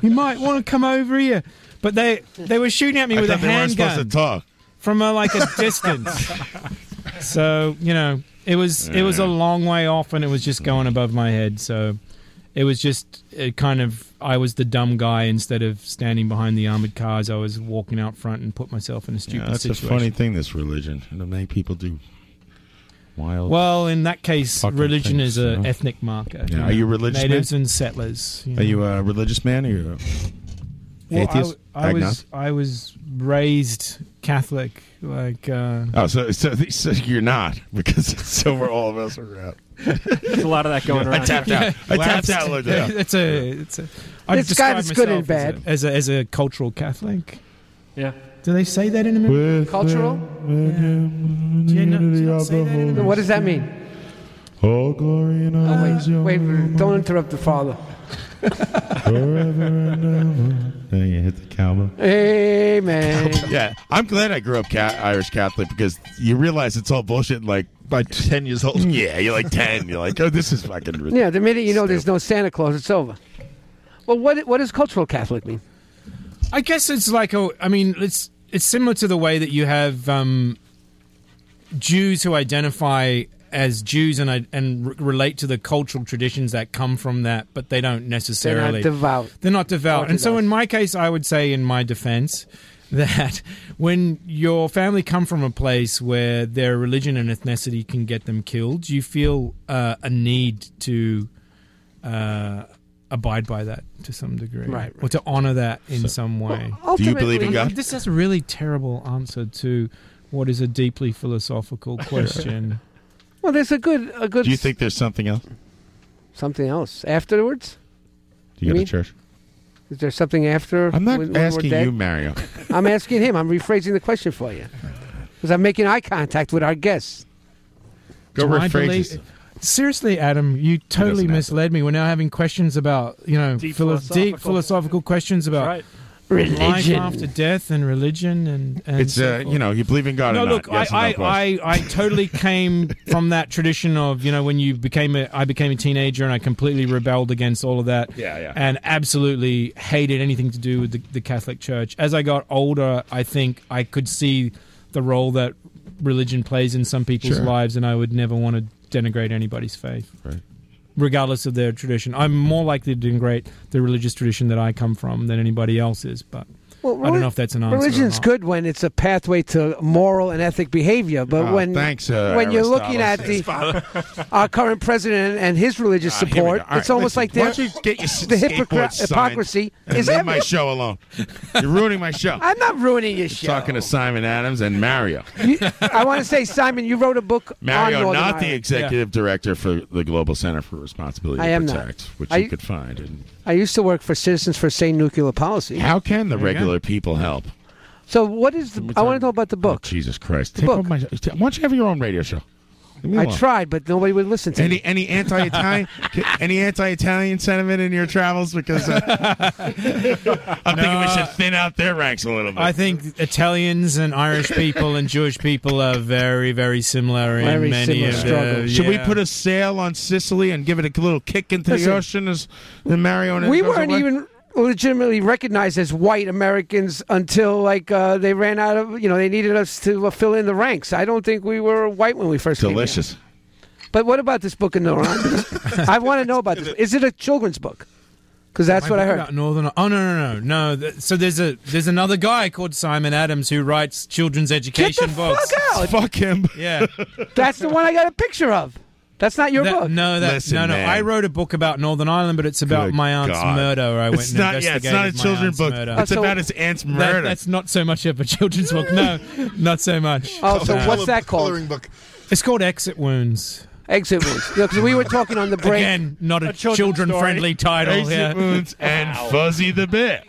[SPEAKER 2] you might want to come over here. But they, they were shooting at me
[SPEAKER 10] I
[SPEAKER 2] with a
[SPEAKER 10] thought they weren't
[SPEAKER 2] handgun.
[SPEAKER 10] supposed to talk.
[SPEAKER 2] From a, like a distance. so, you know, it was it was a long way off and it was just going above my head. So it was just it kind of I was the dumb guy instead of standing behind the armored cars. I was walking out front and put myself in a stupid
[SPEAKER 10] Yeah, that's
[SPEAKER 2] situation.
[SPEAKER 10] a funny thing. This religion. It'll make people do wild.
[SPEAKER 2] Well, in that case,
[SPEAKER 10] fucking
[SPEAKER 2] religion
[SPEAKER 10] things,
[SPEAKER 2] is an
[SPEAKER 10] you know?
[SPEAKER 2] ethnic marker.
[SPEAKER 10] Yeah, are you a religious
[SPEAKER 2] Natives
[SPEAKER 10] man?
[SPEAKER 2] and settlers.
[SPEAKER 10] Are you a religious man or you a
[SPEAKER 2] Well, I
[SPEAKER 10] atheist?
[SPEAKER 2] w- I, was
[SPEAKER 10] Agnostic?
[SPEAKER 2] I was raised Catholic. Like uh,
[SPEAKER 10] Oh, so, so so you're not [laughs] because it's so we're all of us are
[SPEAKER 2] [laughs]
[SPEAKER 10] out.
[SPEAKER 25] There's a lot of that going
[SPEAKER 10] I
[SPEAKER 25] around.
[SPEAKER 10] tapped out. I tapped out. Like
[SPEAKER 2] [laughs]
[SPEAKER 10] that.
[SPEAKER 2] It's a it's a. I'd
[SPEAKER 9] This guy
[SPEAKER 2] describe
[SPEAKER 9] that's good and
[SPEAKER 2] myself As a, as a as a cultural Catholic.
[SPEAKER 25] Yeah.
[SPEAKER 2] Do they say that in America?
[SPEAKER 9] Cultural? What does that mean?
[SPEAKER 10] Oh, glory and
[SPEAKER 9] Oh, wait, wait, don't interrupt the father.
[SPEAKER 10] Forever and ever. Then you hit the cowbell. [laughs]
[SPEAKER 9] Amen.
[SPEAKER 10] [laughs] Yeah, I'm glad I grew up ca- Irish Catholic because you realize it's all bullshit. Like by ten years old, [laughs] yeah, you're like ten. You're like, oh, this is fucking. Ridiculous.
[SPEAKER 9] Yeah, the minute you know there's no Santa Claus, it's over. Well, what what does cultural Catholic mean?
[SPEAKER 2] I guess it's like a. I mean, it's it's similar to the way that you have um, Jews who identify as Jews and I- and r- relate to the cultural traditions that come from that, but they don't necessarily
[SPEAKER 9] devout.
[SPEAKER 2] They're not devout. And so, in my case, I would say, in my defense, [laughs] that when your family come from a place where their religion and ethnicity can get them killed, you feel uh, a need to. Uh, Abide by that to some degree,
[SPEAKER 9] Right,
[SPEAKER 2] Or to honor that in some way.
[SPEAKER 9] Do you believe in ultimately- God?
[SPEAKER 2] Oh, This is a really terrible answer to what is a deeply
[SPEAKER 9] [laughs]
[SPEAKER 2] philosophical question.
[SPEAKER 9] Well, there's a good a good
[SPEAKER 10] Do you think there's something else?
[SPEAKER 9] something else afterwards.
[SPEAKER 10] Do you go
[SPEAKER 9] mean?
[SPEAKER 10] to church?
[SPEAKER 9] Is there something after?
[SPEAKER 10] I'm not
[SPEAKER 9] when- when we're
[SPEAKER 10] asking
[SPEAKER 9] dead?
[SPEAKER 2] [laughs]
[SPEAKER 10] you, Mario.
[SPEAKER 9] I'm asking him. I'm rephrasing the question for you because I'm making eye contact with our guests.
[SPEAKER 10] Go
[SPEAKER 2] Do I
[SPEAKER 10] rephrase
[SPEAKER 2] believe-
[SPEAKER 10] yourself.
[SPEAKER 2] Seriously, Adam, you totally misled me. We're now having questions about you know
[SPEAKER 9] Deep
[SPEAKER 2] philo- deep
[SPEAKER 9] philosophical-
[SPEAKER 2] philosophical questions
[SPEAKER 10] Uh,
[SPEAKER 2] about
[SPEAKER 9] right.
[SPEAKER 2] life
[SPEAKER 9] Religion.
[SPEAKER 2] after death and religion and, and
[SPEAKER 10] It's
[SPEAKER 2] so
[SPEAKER 10] uh,
[SPEAKER 2] forth.
[SPEAKER 10] you know, you believe in God
[SPEAKER 2] no,
[SPEAKER 10] or not?
[SPEAKER 2] look,
[SPEAKER 10] Yes or no
[SPEAKER 2] I,
[SPEAKER 10] question.
[SPEAKER 2] I, I, I totally came from that tradition of you know when you became a, I became a teenager and I completely rebelled against all of that.
[SPEAKER 10] Yeah, yeah.
[SPEAKER 2] And absolutely hated anything to do with the, the Catholic Church. As I got older, I think I could see the role that religion plays in some people's
[SPEAKER 10] Sure.
[SPEAKER 2] lives, and I would never want to denigrate anybody's faith.
[SPEAKER 10] Right.
[SPEAKER 2] Regardless of their tradition, I'm more likely to denigrate the religious tradition that I come from than anybody else is. But
[SPEAKER 9] Well,
[SPEAKER 2] I don't
[SPEAKER 9] reli-
[SPEAKER 2] know if that's an answer.
[SPEAKER 9] Religion's
[SPEAKER 2] or not.
[SPEAKER 9] good when it's a pathway to moral and ethic behavior, but
[SPEAKER 2] Ah,
[SPEAKER 9] when
[SPEAKER 2] thanks, uh,
[SPEAKER 9] when you're looking at
[SPEAKER 2] Aristotle.
[SPEAKER 9] the
[SPEAKER 2] Thanks, Father.
[SPEAKER 9] [laughs] our current president and his religious
[SPEAKER 10] Ah, here we go.
[SPEAKER 9] support,
[SPEAKER 10] All right,
[SPEAKER 9] it's almost
[SPEAKER 10] listen,
[SPEAKER 9] like
[SPEAKER 10] why
[SPEAKER 9] they're
[SPEAKER 10] don't you
[SPEAKER 9] [laughs]
[SPEAKER 10] get your s-
[SPEAKER 9] the
[SPEAKER 10] skateboard
[SPEAKER 9] hypocr-
[SPEAKER 10] signed
[SPEAKER 9] hypocrisy
[SPEAKER 10] and
[SPEAKER 9] is
[SPEAKER 10] leave
[SPEAKER 9] every-
[SPEAKER 10] my show alone. You're ruining
[SPEAKER 9] [laughs]
[SPEAKER 10] my show.
[SPEAKER 9] I'm not ruining your show.
[SPEAKER 10] Talking to Simon Adams and Mario.
[SPEAKER 9] You- I want to say, Simon, you wrote a book on
[SPEAKER 10] Mario,
[SPEAKER 9] Northern
[SPEAKER 10] not
[SPEAKER 9] Ireland.
[SPEAKER 10] the executive director for the Global Center for Responsibility
[SPEAKER 9] I
[SPEAKER 10] to
[SPEAKER 9] am not.
[SPEAKER 10] Protect, which
[SPEAKER 9] I-
[SPEAKER 10] you could find. And
[SPEAKER 9] I used to work for Citizens for Sane Nuclear Policy.
[SPEAKER 10] how can the
[SPEAKER 9] There you go.
[SPEAKER 10] regular people help? Oh,
[SPEAKER 9] So what is the? I want to know about the book.
[SPEAKER 10] Jesus Christ!
[SPEAKER 9] The
[SPEAKER 10] Take
[SPEAKER 9] book.
[SPEAKER 10] over my- t- why don't you have your own radio show? Leave me
[SPEAKER 9] I
[SPEAKER 10] alone.
[SPEAKER 9] tried, but nobody would listen to
[SPEAKER 10] Any
[SPEAKER 9] me. [laughs]
[SPEAKER 10] any anti-Italian any anti-Italian sentiment in your travels?
[SPEAKER 9] [laughs]
[SPEAKER 10] Because uh, I'm thinking we should thin out their ranks a little bit.
[SPEAKER 2] I think Italians and Irish people and Jewish people are very, very similar in
[SPEAKER 10] Very
[SPEAKER 2] many
[SPEAKER 10] similar
[SPEAKER 2] of
[SPEAKER 10] struggle.
[SPEAKER 2] the.
[SPEAKER 10] Should we
[SPEAKER 2] yeah.
[SPEAKER 10] put a sail on Sicily and give it a little kick into
[SPEAKER 9] Listen,
[SPEAKER 10] the ocean as the Mario? and it
[SPEAKER 9] we
[SPEAKER 10] goes
[SPEAKER 9] weren't
[SPEAKER 10] away?
[SPEAKER 9] even legitimately recognized as white Americans until like uh, they ran out of you know they needed us to uh, fill in the ranks. I don't think we were white when we first
[SPEAKER 10] delicious.
[SPEAKER 9] came here. But what about this book in Northern Ireland? I want to know about this. Is it a children's book? Because that's
[SPEAKER 2] My
[SPEAKER 9] what I
[SPEAKER 2] book
[SPEAKER 9] heard.
[SPEAKER 2] about Northern. Oh no, no, no, no. Th- So there's a there's another guy called Simon Adams who writes children's education books.
[SPEAKER 9] out.
[SPEAKER 10] Fuck him.
[SPEAKER 2] Oh, Yeah.
[SPEAKER 9] That's the one I got a picture of. That's not your
[SPEAKER 2] That-
[SPEAKER 9] book.
[SPEAKER 2] No, that, no, no. I wrote a book about Northern Ireland, but it's about
[SPEAKER 10] Good
[SPEAKER 2] my aunt's
[SPEAKER 10] God.
[SPEAKER 2] murder. I went
[SPEAKER 10] [laughs] It's
[SPEAKER 2] and
[SPEAKER 10] not- yeah, it's
[SPEAKER 2] investigated
[SPEAKER 10] not a
[SPEAKER 2] my
[SPEAKER 10] children's
[SPEAKER 2] aunt's
[SPEAKER 10] book.
[SPEAKER 2] Murder.
[SPEAKER 10] It's Oh, so- about his aunt's
[SPEAKER 2] That-
[SPEAKER 10] murder.
[SPEAKER 2] that's not so much of a children's book. No, not so much.
[SPEAKER 9] Oh, so
[SPEAKER 2] No.
[SPEAKER 9] what's that called?
[SPEAKER 2] It's called Exit Wounds.
[SPEAKER 9] Exit wounds. Because we were talking on the break.
[SPEAKER 2] Again, not a, children-friendly title
[SPEAKER 10] Exit
[SPEAKER 2] here.
[SPEAKER 10] Wounds and
[SPEAKER 2] Wow.
[SPEAKER 10] Fuzzy the Bear.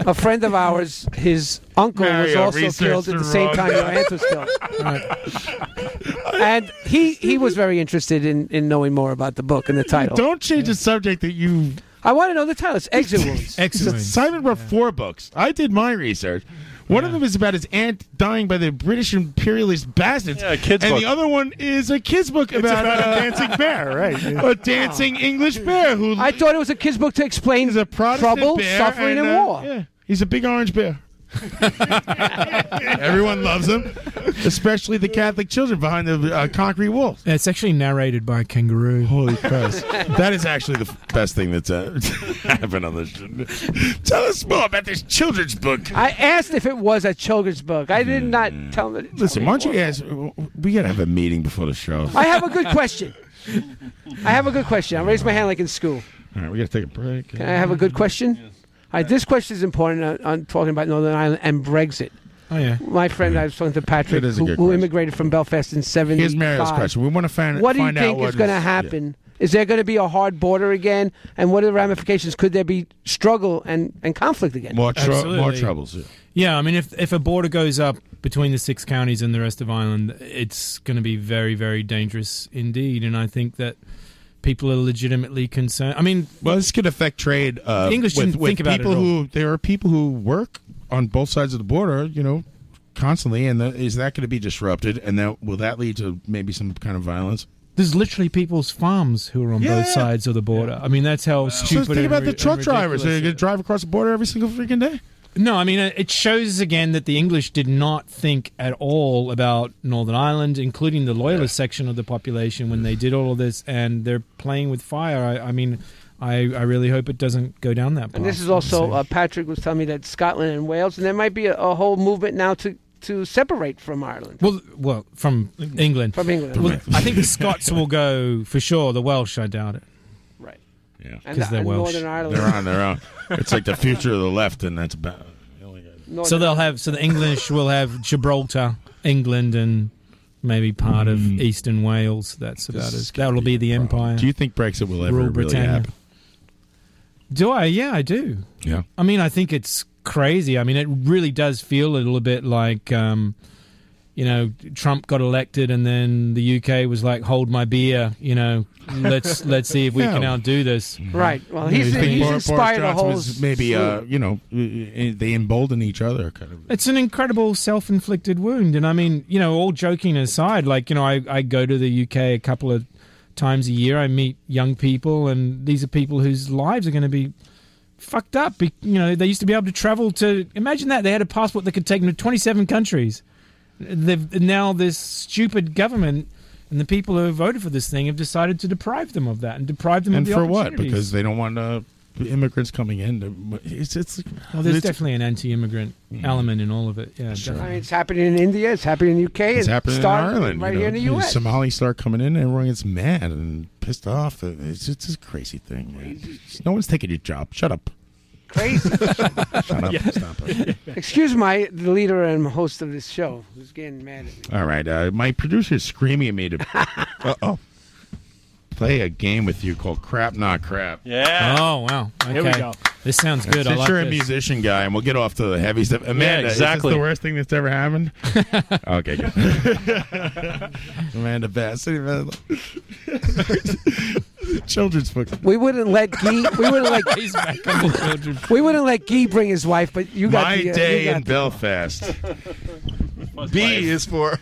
[SPEAKER 9] A friend of ours, his uncle was
[SPEAKER 10] Mario
[SPEAKER 9] also
[SPEAKER 10] researched
[SPEAKER 9] killed at
[SPEAKER 10] the
[SPEAKER 9] the same
[SPEAKER 10] wrong-
[SPEAKER 9] time your aunt was killed. And he he was very interested in, in knowing more about the book and the title.
[SPEAKER 10] Don't change the subject that you.
[SPEAKER 9] I want to know the title. It's Exit
[SPEAKER 10] [laughs]
[SPEAKER 9] Wounds.
[SPEAKER 10] Simon wrote four books. I did my research. One of them is about his aunt dying by the British imperialist bastards.
[SPEAKER 5] Yeah, a kid's
[SPEAKER 10] and
[SPEAKER 5] book.
[SPEAKER 10] the other one is a kid's book about,
[SPEAKER 6] about a
[SPEAKER 10] uh,
[SPEAKER 6] dancing bear, right.
[SPEAKER 10] [laughs] a dancing English bear who.
[SPEAKER 9] I thought it was a kid's book to explain
[SPEAKER 10] the
[SPEAKER 9] trouble, suffering, and, war.
[SPEAKER 10] uh, yeah, he's a big
[SPEAKER 6] [laughs]
[SPEAKER 10] orange bear. Everyone loves him, especially the Catholic children behind the uh, concrete walls.
[SPEAKER 2] It's actually narrated by a kangaroo. Holy
[SPEAKER 10] Christ. that is actually the f- best thing that's uh, [laughs] happened on this. show. Tell us more about this children's book.
[SPEAKER 9] I asked if it was a children's book. I did not tell him. that-
[SPEAKER 10] Listen, why don't you ask? We gotta have a meeting before the show.
[SPEAKER 9] I have a good question. I have a good question. I raised my hand like in school.
[SPEAKER 10] All right, we gotta take a break.
[SPEAKER 9] Can I have a good question? All right, this question is important on, on talking about Northern Ireland and Brexit.
[SPEAKER 2] [laughs] Oh yeah.
[SPEAKER 9] My friend, I was talking to Patrick,
[SPEAKER 10] It is a
[SPEAKER 9] who,
[SPEAKER 10] good
[SPEAKER 9] who
[SPEAKER 10] question.
[SPEAKER 9] immigrated from Belfast in '75.
[SPEAKER 10] Here's Mario's question. We want to find
[SPEAKER 9] What do you
[SPEAKER 10] find
[SPEAKER 9] think
[SPEAKER 10] out what
[SPEAKER 9] is going to
[SPEAKER 10] is-
[SPEAKER 9] happen? Is there going to be a hard border again? And what are the ramifications? Could there be struggle and, and conflict again?
[SPEAKER 10] More, trou- more
[SPEAKER 2] Absolutely.
[SPEAKER 10] troubles. yeah.
[SPEAKER 2] Yeah, I mean, if if a border goes up between the six counties and the rest of Ireland, it's going to be very, very dangerous indeed. And I think that people are legitimately concerned. I mean,
[SPEAKER 10] Well, this could affect trade. Uh,
[SPEAKER 2] The English
[SPEAKER 10] with,
[SPEAKER 2] didn't
[SPEAKER 10] with
[SPEAKER 2] think about it
[SPEAKER 10] people
[SPEAKER 2] at all.
[SPEAKER 10] who there are people who work on both sides of the border. You know, constantly, and the, is that going to be disrupted? And that will that lead to maybe some kind of violence?
[SPEAKER 2] there's literally people's farms who are on
[SPEAKER 10] Yeah.
[SPEAKER 2] both sides of the border. I mean, that's how
[SPEAKER 10] So
[SPEAKER 2] stupid.
[SPEAKER 10] think
[SPEAKER 2] and
[SPEAKER 10] about
[SPEAKER 2] ri-
[SPEAKER 10] the
[SPEAKER 2] and
[SPEAKER 10] truck drivers. They're
[SPEAKER 2] ridiculous
[SPEAKER 10] going to drive across the border every single freaking day.
[SPEAKER 2] No, I mean it shows again that the English did not think at all about Northern Ireland, including the loyalist section of the population when they did all of this, and they're playing with fire. I, I mean, I, I really hope it doesn't go down that path.
[SPEAKER 9] And this is also uh, Patrick was telling me that Scotland and Wales, and there might be a, a whole movement now to, to separate from Ireland.
[SPEAKER 2] well, well, from England,
[SPEAKER 9] From England.
[SPEAKER 2] Well, I think the Scots will go for sure. The Welsh, I doubt it.
[SPEAKER 9] Right.
[SPEAKER 10] Yeah,
[SPEAKER 2] 'Cause they're
[SPEAKER 9] and
[SPEAKER 2] Welsh.
[SPEAKER 9] Northern Ireland.
[SPEAKER 10] They're on their own. It's like the future of the left, and that's about.
[SPEAKER 2] so they'll have so the English will have Gibraltar, England, and maybe part of Eastern Wales. That's about
[SPEAKER 10] Hmm. This is
[SPEAKER 2] it. That'll be the empire.
[SPEAKER 10] Do you think Brexit will ever
[SPEAKER 2] Rule
[SPEAKER 10] really
[SPEAKER 2] Britannia.
[SPEAKER 10] happen?
[SPEAKER 2] Do I? Yeah, I do.
[SPEAKER 10] Yeah.
[SPEAKER 2] I mean, I think it's crazy. I mean, it really does feel a little bit like, um, you know, Trump got elected, and then the UK was like, "Hold my beer," you know. Let's [laughs] let's see if we can
[SPEAKER 10] Yeah.
[SPEAKER 2] outdo this.
[SPEAKER 9] Right. Well,
[SPEAKER 10] You
[SPEAKER 9] he's,
[SPEAKER 10] think
[SPEAKER 9] he's
[SPEAKER 10] Bor- Boris
[SPEAKER 9] inspired a
[SPEAKER 10] Johnson
[SPEAKER 9] whole.
[SPEAKER 10] was maybe
[SPEAKER 9] slew.
[SPEAKER 10] uh, you know they embolden each other kind of.
[SPEAKER 2] It's an incredible self-inflicted wound, and I mean, you know, all joking aside, like you know, I, I go to the UK a couple of times a year. I meet young people, and these are people whose lives are going to be fucked up. Be- You know, they used to be able to travel to. Imagine that they had a passport that could take them to twenty-seven countries. They've now this stupid government and the people who voted for this thing have decided to deprive them of that and deprive them
[SPEAKER 10] And
[SPEAKER 2] of the
[SPEAKER 10] for what?
[SPEAKER 2] opportunities.
[SPEAKER 10] Because they don't want to immigrants coming in. It's it's
[SPEAKER 2] Well, there's
[SPEAKER 10] it's- Mm.
[SPEAKER 2] definitely an anti-immigrant
[SPEAKER 10] Yeah.
[SPEAKER 2] element in all of it. Yeah,
[SPEAKER 9] I
[SPEAKER 10] Sure.
[SPEAKER 2] definitely.
[SPEAKER 9] mean, it's happening in India. It's happening in UK.
[SPEAKER 10] It's
[SPEAKER 9] and
[SPEAKER 10] happening in
[SPEAKER 9] starting
[SPEAKER 10] Ireland.
[SPEAKER 9] right
[SPEAKER 10] you
[SPEAKER 9] here
[SPEAKER 10] know.
[SPEAKER 9] in the US.
[SPEAKER 10] Somalis start coming in, everyone gets mad and pissed off. It's it's a crazy thing. man. No one's taking your job. Shut up.
[SPEAKER 9] Crazy.
[SPEAKER 10] Shut
[SPEAKER 2] [laughs]
[SPEAKER 10] up. Stop it.
[SPEAKER 9] Excuse my the leader and host of this show, who's getting mad at me.
[SPEAKER 10] All right, uh, my producer's screaming at me to [laughs] uh oh play a game with you called Crap Not Crap.
[SPEAKER 5] [laughs]
[SPEAKER 10] Uh,
[SPEAKER 5] Yeah.
[SPEAKER 2] Oh wow. Okay.
[SPEAKER 5] Here we go.
[SPEAKER 2] This sounds good. I
[SPEAKER 10] Since
[SPEAKER 2] like
[SPEAKER 10] you're a
[SPEAKER 2] this.
[SPEAKER 10] musician guy, and we'll get off to the heavy stuff. Amanda, is this
[SPEAKER 2] exactly.
[SPEAKER 10] the worst thing that's ever
[SPEAKER 2] [laughs]
[SPEAKER 10] happened. okay, good. Amanda Bass. [laughs] Children's book.
[SPEAKER 9] We wouldn't let Guy. We wouldn't
[SPEAKER 2] [laughs]
[SPEAKER 9] let.
[SPEAKER 2] He's back on the children.
[SPEAKER 9] We wouldn't let Guy bring his wife, but you got
[SPEAKER 10] My
[SPEAKER 9] the, uh,
[SPEAKER 10] day
[SPEAKER 9] you got
[SPEAKER 10] in
[SPEAKER 9] the-
[SPEAKER 10] Belfast.
[SPEAKER 12] B is for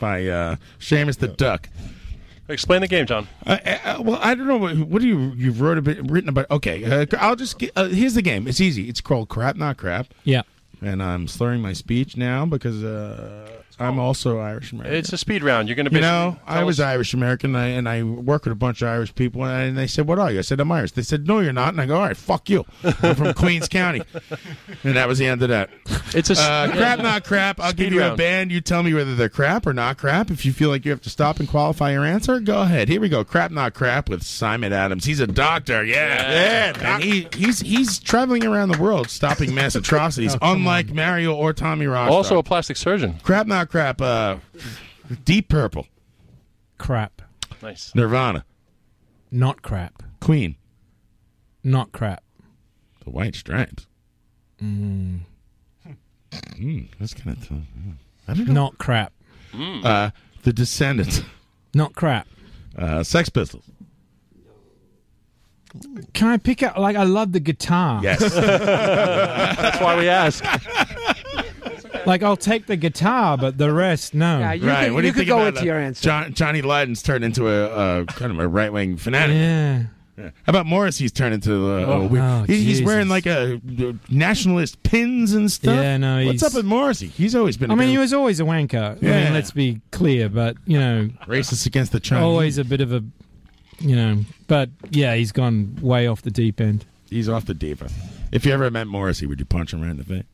[SPEAKER 10] by uh, Seamus the Duck.
[SPEAKER 5] Explain the game, John.
[SPEAKER 10] Uh, uh, well, I don't know. What, what do you you've wrote a bit, written about? Okay, uh, I'll just get, uh, here's the game. It's easy. It's called crap, not crap.
[SPEAKER 2] Yeah.
[SPEAKER 10] And I'm slurring my speech now because uh, I'm also Irish American.
[SPEAKER 5] It's a speed round. You're going to
[SPEAKER 10] You
[SPEAKER 5] be.
[SPEAKER 10] know, I was Irish American, and I, and I work with a bunch of Irish people, and, I, and they said, "What are you?" I said, "I'm Irish." They said, "No, you're not." And I go, "All right, fuck you. I'm from Queens County," and that was the end of that.
[SPEAKER 5] It's a s-
[SPEAKER 10] uh, crap, not crap. I'll give
[SPEAKER 5] Speed
[SPEAKER 10] you a
[SPEAKER 5] round.
[SPEAKER 10] band. You tell me whether they're crap or not crap. If you feel like you have to stop and qualify your answer, go ahead. Here we go. Crap, not crap with Simon Adams. He's a doctor. Yeah, yeah. And he, he's he's traveling around the world stopping mass atrocities, [laughs] unlike Mario or Tommy Rockstar.
[SPEAKER 5] also a plastic surgeon.
[SPEAKER 10] Crap, not crap. Uh, Deep Purple,
[SPEAKER 2] crap.
[SPEAKER 5] Nice.
[SPEAKER 10] Nirvana,
[SPEAKER 2] Not crap.
[SPEAKER 10] Queen,
[SPEAKER 2] Not crap.
[SPEAKER 10] The White Stripes.
[SPEAKER 2] Mm.
[SPEAKER 10] Mm, that's kind of tough. yeah. I don't know.
[SPEAKER 2] Not crap.
[SPEAKER 10] Uh, the Descendants,
[SPEAKER 2] Not crap.
[SPEAKER 10] uh, Sex Pistols.
[SPEAKER 2] Can I pick up? Like, I love the guitar.
[SPEAKER 10] Yes.
[SPEAKER 5] That's why we [laughs] ask.
[SPEAKER 2] Like, I'll take the guitar, but the rest, no.
[SPEAKER 10] right. what do you, think about that? John, Johnny Lydon's turned into a, a kind of a right wing fanatic.
[SPEAKER 2] Yeah.
[SPEAKER 10] How about Morrissey's turned into a, a
[SPEAKER 2] Oh,
[SPEAKER 10] weird-
[SPEAKER 2] oh,
[SPEAKER 10] he- he's
[SPEAKER 2] Jesus.
[SPEAKER 10] wearing like a uh, nationalist pins and stuff.
[SPEAKER 2] Yeah, no,
[SPEAKER 10] What's
[SPEAKER 2] he's-
[SPEAKER 10] up with Morrissey? He's always been.
[SPEAKER 2] I
[SPEAKER 10] a
[SPEAKER 2] mean,
[SPEAKER 10] bit
[SPEAKER 2] he was always a wanker. I
[SPEAKER 10] Yeah.
[SPEAKER 2] mean, let's be clear, but, you know,
[SPEAKER 10] racist against the Chinese.
[SPEAKER 2] always a bit of a, you know, but yeah, he's gone way off the deep end.
[SPEAKER 10] He's off the deep end. If you ever met Morrissey, would you punch him right in the face?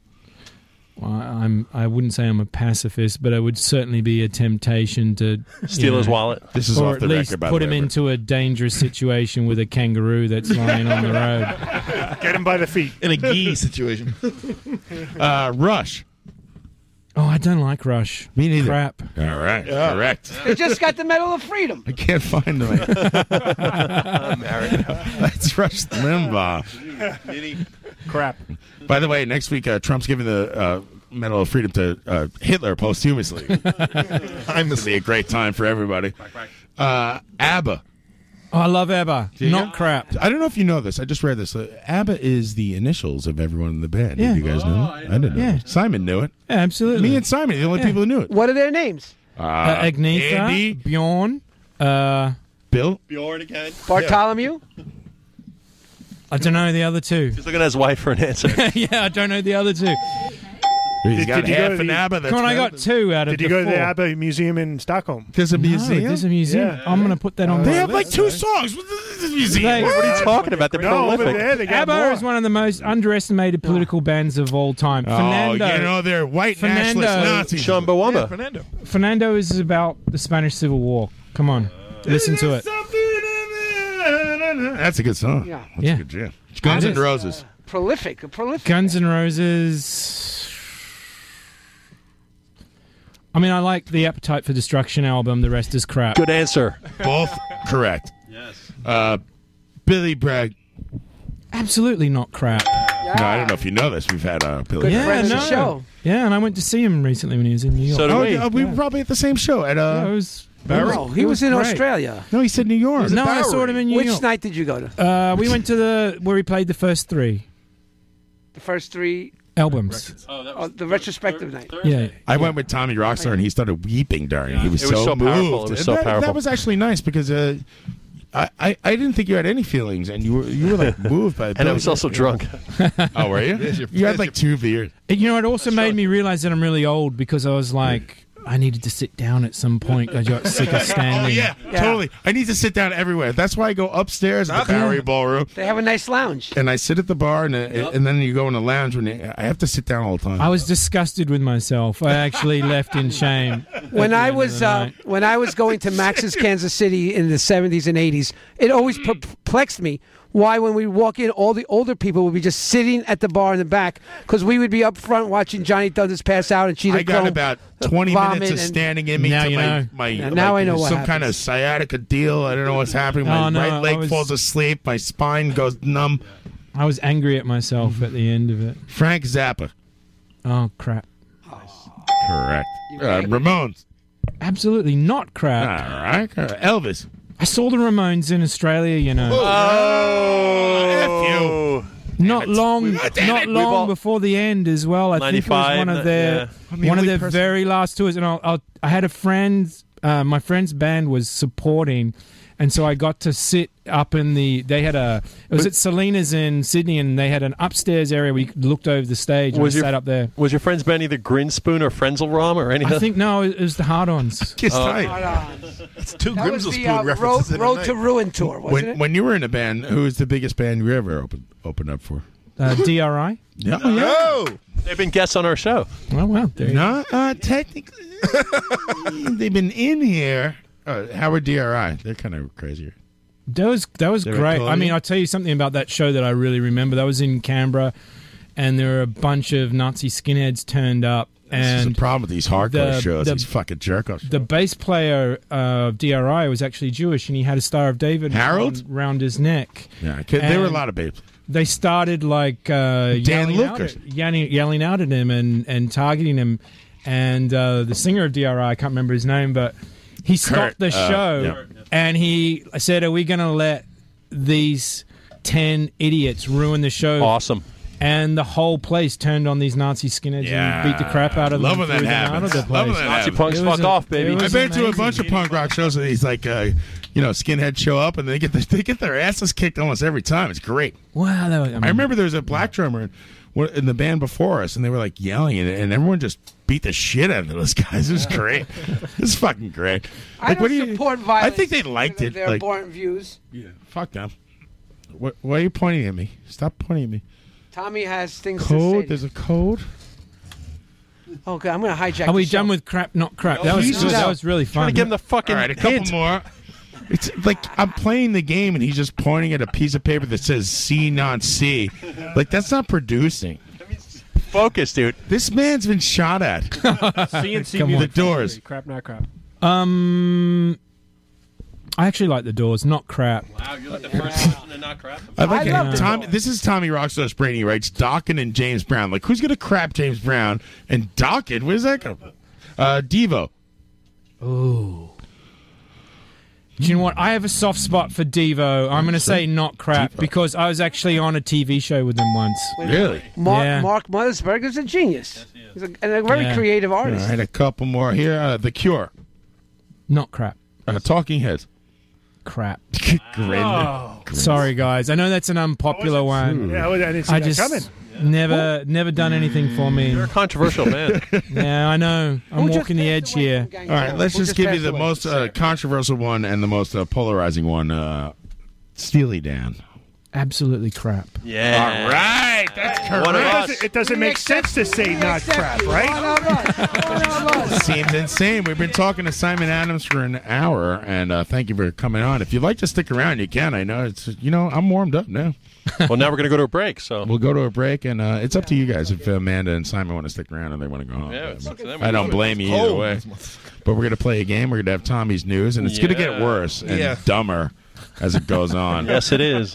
[SPEAKER 2] Well, I'm. I wouldn't say I'm a pacifist, but I would certainly be a temptation to you
[SPEAKER 5] Steal his
[SPEAKER 2] know,
[SPEAKER 5] wallet.
[SPEAKER 10] This is
[SPEAKER 2] or
[SPEAKER 10] off
[SPEAKER 2] at
[SPEAKER 10] the
[SPEAKER 2] least
[SPEAKER 10] record, by
[SPEAKER 2] put
[SPEAKER 10] the
[SPEAKER 2] him
[SPEAKER 10] way,
[SPEAKER 2] into a dangerous situation with a kangaroo that's lying on the road.
[SPEAKER 6] Get him by the feet.
[SPEAKER 12] in a
[SPEAKER 10] [laughs]
[SPEAKER 12] gee situation.
[SPEAKER 2] [laughs]
[SPEAKER 10] Uh, Rush.
[SPEAKER 2] [laughs] Oh, I don't like Rush.
[SPEAKER 10] Me neither.
[SPEAKER 2] Crap.
[SPEAKER 10] All right, correct.
[SPEAKER 9] They just got the Medal of Freedom.
[SPEAKER 10] I can't find them. [laughs] That's Rush Limbaugh.
[SPEAKER 25] Crap.
[SPEAKER 10] By the way, next week uh, Trump's giving the uh, Medal of Freedom to uh, Hitler posthumously. I'm going to be a great time for everybody. Uh, ABBA.
[SPEAKER 2] Oh, I love ABBA. Not crap.
[SPEAKER 10] I don't know if you know this. I just read this. Uh, ABBA is the initials of everyone in the band.
[SPEAKER 2] Yeah. Oh,
[SPEAKER 10] Did you guys know? that? I, didn't know.
[SPEAKER 2] Yeah.
[SPEAKER 10] that. Simon knew it.
[SPEAKER 2] Yeah, absolutely.
[SPEAKER 10] Me and Simon are the only people who knew it.
[SPEAKER 9] What are their names?
[SPEAKER 10] Uh,
[SPEAKER 2] uh, Agnetha,
[SPEAKER 10] Andy,
[SPEAKER 2] Bjorn, uh,
[SPEAKER 10] Bill.
[SPEAKER 12] Bjorn again.
[SPEAKER 9] Bartholomew.
[SPEAKER 2] I don't know the other two. [laughs]
[SPEAKER 5] He's looking at his wife for an answer.
[SPEAKER 2] yeah, I don't know the other two.
[SPEAKER 6] Did-
[SPEAKER 10] He's got
[SPEAKER 6] did you go
[SPEAKER 10] half
[SPEAKER 6] to
[SPEAKER 10] an
[SPEAKER 6] the-
[SPEAKER 10] ABBA. That's
[SPEAKER 2] Come on, I
[SPEAKER 10] better
[SPEAKER 2] got two out of
[SPEAKER 6] Did you
[SPEAKER 2] the
[SPEAKER 6] go to
[SPEAKER 2] four.
[SPEAKER 6] the ABBA museum in Stockholm?
[SPEAKER 10] than- There's a museum. Uh,
[SPEAKER 2] No, there's a museum.
[SPEAKER 6] Yeah.
[SPEAKER 2] I'm going to put that on.
[SPEAKER 10] they
[SPEAKER 2] my
[SPEAKER 10] have like
[SPEAKER 2] list.
[SPEAKER 10] two songs. What is this museum?
[SPEAKER 2] They-
[SPEAKER 5] What are you talking about? They're
[SPEAKER 6] No, over
[SPEAKER 5] prolific.
[SPEAKER 6] there they got
[SPEAKER 2] ABBA
[SPEAKER 6] more.
[SPEAKER 2] is one of the most underestimated political bands of all time. Fernando,
[SPEAKER 10] Oh, you know they're white
[SPEAKER 2] Fernando-
[SPEAKER 10] nationalist Nazis.
[SPEAKER 5] Chumbawamba.
[SPEAKER 12] Fernando.
[SPEAKER 2] Fernando is about the Spanish Civil War. Come on, listen to it.
[SPEAKER 10] That's a good song.
[SPEAKER 9] Yeah.
[SPEAKER 10] That's
[SPEAKER 2] Yeah.
[SPEAKER 10] a good jam. Guns
[SPEAKER 2] It
[SPEAKER 10] N'
[SPEAKER 2] is.
[SPEAKER 10] Roses.
[SPEAKER 9] Prolific. Prolific.
[SPEAKER 2] Guns N' Roses. I mean, I like the Appetite for Destruction album. The rest is crap.
[SPEAKER 5] Good answer.
[SPEAKER 10] Both correct. Yes. Uh, Billy Bragg.
[SPEAKER 2] Absolutely not crap.
[SPEAKER 10] No, I don't know if you know this. We've had uh, Billy.
[SPEAKER 9] Good
[SPEAKER 10] Bragg.
[SPEAKER 9] friend of
[SPEAKER 2] no.
[SPEAKER 9] the show.
[SPEAKER 2] Yeah, and I went to see him recently when he was in New York.
[SPEAKER 5] So do
[SPEAKER 10] Oh,
[SPEAKER 5] we.
[SPEAKER 10] yeah, we were probably at the same show at
[SPEAKER 2] Yeah, it
[SPEAKER 10] uh.
[SPEAKER 2] was
[SPEAKER 9] No, he was, in
[SPEAKER 2] great.
[SPEAKER 9] Australia.
[SPEAKER 10] No, he said New York.
[SPEAKER 2] No, I saw him in New
[SPEAKER 9] Which
[SPEAKER 2] York.
[SPEAKER 9] night did you go to?
[SPEAKER 2] Uh, we went to the where he played the first three
[SPEAKER 9] The first three.
[SPEAKER 2] albums.
[SPEAKER 9] Oh, the retrospective night.
[SPEAKER 2] Yeah,
[SPEAKER 10] I went with Tommy Rockstar and he started weeping during it. He was,
[SPEAKER 5] It was
[SPEAKER 10] so,
[SPEAKER 5] so
[SPEAKER 10] moved.
[SPEAKER 5] powerful. It was
[SPEAKER 10] And
[SPEAKER 5] so
[SPEAKER 10] that, That
[SPEAKER 5] powerful.
[SPEAKER 10] was actually nice because uh, I, I I didn't think you had any feelings and you were you were like [laughs] moved by.
[SPEAKER 5] And
[SPEAKER 10] Billy
[SPEAKER 5] I was also
[SPEAKER 10] Bragg.
[SPEAKER 5] drunk. [laughs]
[SPEAKER 10] Oh, were you?
[SPEAKER 12] There's your-
[SPEAKER 10] you had
[SPEAKER 12] there's
[SPEAKER 10] like two beers.
[SPEAKER 2] And, you know, it also made me realize that I'm really old because I was like, I needed to sit down at some point. I got sick of standing.
[SPEAKER 10] [laughs] Oh yeah,
[SPEAKER 9] Yeah.
[SPEAKER 10] totally. I need to sit down everywhere. That's why I go upstairs at the
[SPEAKER 9] Okay.
[SPEAKER 10] Bowery Ballroom,
[SPEAKER 9] They have a nice lounge.
[SPEAKER 10] and I sit at the bar, and, uh, and then you go in the lounge. When you, I have to sit down all the time.
[SPEAKER 2] I was disgusted with myself. I
[SPEAKER 5] [laughs]
[SPEAKER 2] actually left in shame. at
[SPEAKER 9] when
[SPEAKER 2] the
[SPEAKER 9] I
[SPEAKER 2] end of
[SPEAKER 9] was
[SPEAKER 2] the
[SPEAKER 9] uh,
[SPEAKER 2] night.
[SPEAKER 9] when I
[SPEAKER 2] [laughs]
[SPEAKER 9] was going to Max's Kansas City in the seventies and eighties, it always
[SPEAKER 2] Mm.
[SPEAKER 9] perplexed me why when we walk in, all the older people would be just sitting at the bar in the back because we would be up front watching Johnny Thunders pass out and Cheetah.
[SPEAKER 10] I got
[SPEAKER 9] Chrome
[SPEAKER 10] about 20
[SPEAKER 9] vomit
[SPEAKER 10] minutes of
[SPEAKER 9] and-
[SPEAKER 10] standing in me to my, my
[SPEAKER 9] Yeah, now
[SPEAKER 10] like,
[SPEAKER 9] I know what
[SPEAKER 10] some
[SPEAKER 9] happened.
[SPEAKER 10] kind of sciatica deal. I don't know what's happening. My
[SPEAKER 2] Oh, no, I
[SPEAKER 10] right leg
[SPEAKER 2] was-
[SPEAKER 10] falls asleep. My spine goes numb.
[SPEAKER 2] I was angry at myself at the end of it.
[SPEAKER 10] Frank Zappa.
[SPEAKER 2] Oh crap!
[SPEAKER 10] Correct. Uh, Ramones.
[SPEAKER 2] Absolutely not crap.
[SPEAKER 10] All right. Elvis.
[SPEAKER 2] I saw the Ramones in Australia. You know.
[SPEAKER 10] Oh,
[SPEAKER 2] Not long,
[SPEAKER 10] We've- Damn
[SPEAKER 2] not
[SPEAKER 10] it.
[SPEAKER 2] long
[SPEAKER 10] We've all-
[SPEAKER 2] before the end as well. I think it was
[SPEAKER 5] 95,
[SPEAKER 2] one of their
[SPEAKER 5] yeah. I mean,
[SPEAKER 2] one of
[SPEAKER 5] we
[SPEAKER 2] their
[SPEAKER 5] pers-
[SPEAKER 2] very last tours. And I'll, I'll, I had a friend's, uh, my friend's band was supporting, and so I got to sit up in the. They had a. It was at Salinas in Sydney, and they had an upstairs area where you looked over the stage. and I sat up there?
[SPEAKER 5] Was your friend's band either Grinspoon or Frenzelrom or anything?
[SPEAKER 2] I think no, it was the Hard-Ons.
[SPEAKER 5] Kiss
[SPEAKER 10] Oh.
[SPEAKER 5] tight.
[SPEAKER 10] That's two
[SPEAKER 9] That was the uh, road, road to Ruin tour, wasn't
[SPEAKER 10] When,
[SPEAKER 9] it?
[SPEAKER 10] when you were in a band, who was the biggest band you ever opened opened up for?
[SPEAKER 2] Uh, DRI.
[SPEAKER 10] Yeah.
[SPEAKER 5] They've been guests on our show.
[SPEAKER 2] Oh wow. There you
[SPEAKER 10] No, uh, technically, [laughs] they've been in here. Uh, Howard DRI. They're kind of crazier.
[SPEAKER 2] That was that was
[SPEAKER 10] They're
[SPEAKER 2] great.
[SPEAKER 10] cool.
[SPEAKER 2] I mean, I'll tell you something about that show that I really remember. That was in Canberra, and there were a bunch of Nazi skinheads turned up.
[SPEAKER 10] This
[SPEAKER 2] And
[SPEAKER 10] is the problem with these hardcore
[SPEAKER 2] the-
[SPEAKER 10] shows.
[SPEAKER 2] the-
[SPEAKER 10] these fucking jerk offs.
[SPEAKER 2] the bass player of DRI was actually Jewish, and he had a Star of David
[SPEAKER 10] Harold?
[SPEAKER 2] round, round his neck.
[SPEAKER 10] Yeah, I kid- there were a
[SPEAKER 2] And
[SPEAKER 10] lot of babes.
[SPEAKER 2] They started like uh,
[SPEAKER 10] Dan
[SPEAKER 2] yelling out,
[SPEAKER 10] Lucas.
[SPEAKER 2] at, yelling, yelling out at him and and targeting him, and uh, the singer of DRI, I can't remember his name, but he stopped the
[SPEAKER 10] Kurt, uh,
[SPEAKER 2] show and he said, "Are we going to let these ten idiots ruin the show?"
[SPEAKER 5] Awesome.
[SPEAKER 2] And the whole place turned on these Nazi skinheads
[SPEAKER 10] Yeah.
[SPEAKER 2] and beat the crap out of
[SPEAKER 10] Love
[SPEAKER 2] them.
[SPEAKER 10] when
[SPEAKER 2] and
[SPEAKER 10] that
[SPEAKER 2] threw them out of
[SPEAKER 10] happens.
[SPEAKER 2] the
[SPEAKER 10] Love when
[SPEAKER 2] place.
[SPEAKER 10] that Nazi happens. punks
[SPEAKER 2] It was
[SPEAKER 10] fuck off,
[SPEAKER 2] it
[SPEAKER 10] I
[SPEAKER 2] was
[SPEAKER 10] been to a
[SPEAKER 2] amazing.
[SPEAKER 10] bunch of punk rock shows and these like, uh, you know, skinhead show up and they get the, they get their [laughs] asses kicked almost every time. It's great.
[SPEAKER 2] Wow, that was, I,
[SPEAKER 10] I remember there was a black drummer in- one- in the band before us, and they were like yelling, and, and everyone just beat the shit out of those guys. It was great. it's fucking great.
[SPEAKER 9] I don't support
[SPEAKER 10] I
[SPEAKER 9] violence.
[SPEAKER 10] think they liked it.
[SPEAKER 9] Their
[SPEAKER 10] Like,
[SPEAKER 9] abhorrent views.
[SPEAKER 10] yeah, fuck them. What, why are you pointing at me? Stop pointing at me.
[SPEAKER 9] Tommy has things
[SPEAKER 10] Code.
[SPEAKER 9] to say.
[SPEAKER 10] There's a code.
[SPEAKER 9] Oh, God, I'm going to hijack
[SPEAKER 2] Are we
[SPEAKER 9] the show.
[SPEAKER 2] done with crap? Not crap. That was
[SPEAKER 10] Jesus.
[SPEAKER 2] good. That was really
[SPEAKER 10] Trying
[SPEAKER 2] fun.
[SPEAKER 10] to give him the fucking All right, a couple hint. more. It's like I'm playing the game and he's just pointing at a piece of paper that says C not C. Like that's not producing.
[SPEAKER 5] Focus, dude.
[SPEAKER 10] This man's been shot at.
[SPEAKER 25] CNC
[SPEAKER 10] Come on. the
[SPEAKER 25] music
[SPEAKER 10] doors.
[SPEAKER 25] Factory. Crap, not crap.
[SPEAKER 2] Um, I actually like the Doors. Not crap.
[SPEAKER 5] Wow, you're like the first person to not crap.
[SPEAKER 10] I like
[SPEAKER 2] I love
[SPEAKER 10] it.
[SPEAKER 2] the
[SPEAKER 10] Tommy, this is Tommy Rockstar's brain. He writes Dokken and James Brown. Like who's gonna crap James Brown and Dokken? Where's that come? from? Uh, Devo.
[SPEAKER 2] Ooh. Do you know what? I have a soft spot for Devo. I'm going to say not crap because I was actually on a TV show with them once.
[SPEAKER 10] Really?
[SPEAKER 9] Mark,
[SPEAKER 2] Yeah.
[SPEAKER 9] Mark Mothersberg is a genius. He's a, and a very
[SPEAKER 2] Yeah.
[SPEAKER 9] creative
[SPEAKER 10] All
[SPEAKER 9] artist.
[SPEAKER 10] right, a couple more here. Uh, the Cure.
[SPEAKER 2] Not crap.
[SPEAKER 10] Uh, talking Heads. [laughs]
[SPEAKER 2] Crap.
[SPEAKER 10] Grin.
[SPEAKER 2] Sorry, guys. I know that's an unpopular one.
[SPEAKER 6] Yeah, well, I didn't see that
[SPEAKER 2] just
[SPEAKER 6] coming.
[SPEAKER 2] never, never done anything for me. You're a
[SPEAKER 5] controversial man.
[SPEAKER 2] yeah, I know. I'm walking the edge here.
[SPEAKER 10] All right, let's just give you the most uh, controversial one and the most uh, polarizing one. Uh, Steely Dan.
[SPEAKER 2] Absolutely crap.
[SPEAKER 5] [laughs] Yeah.
[SPEAKER 10] All right. That's correct.
[SPEAKER 6] It doesn't, it doesn't make sense to say not crap, right?
[SPEAKER 9] [laughs]
[SPEAKER 10] Seems insane. We've been talking to Simon Adams for an hour, and uh, thank you for coming on. If you'd like to stick around, you can. I know it's you know I'm warmed up now.
[SPEAKER 5] well, now we're going to go to a break, so.
[SPEAKER 10] We'll go to a break, and uh, it's up to you guys if Amanda and Simon want to stick around or they want to go home.
[SPEAKER 5] Yeah, it's up to them.
[SPEAKER 10] I don't blame you either
[SPEAKER 5] Cold.
[SPEAKER 10] way. But we're gonna play a game. We're gonna have Tommy's news, and it's gonna get
[SPEAKER 5] Yeah.
[SPEAKER 10] worse and
[SPEAKER 5] Yeah.
[SPEAKER 10] dumber as it goes on.
[SPEAKER 5] [laughs] Yes, it is.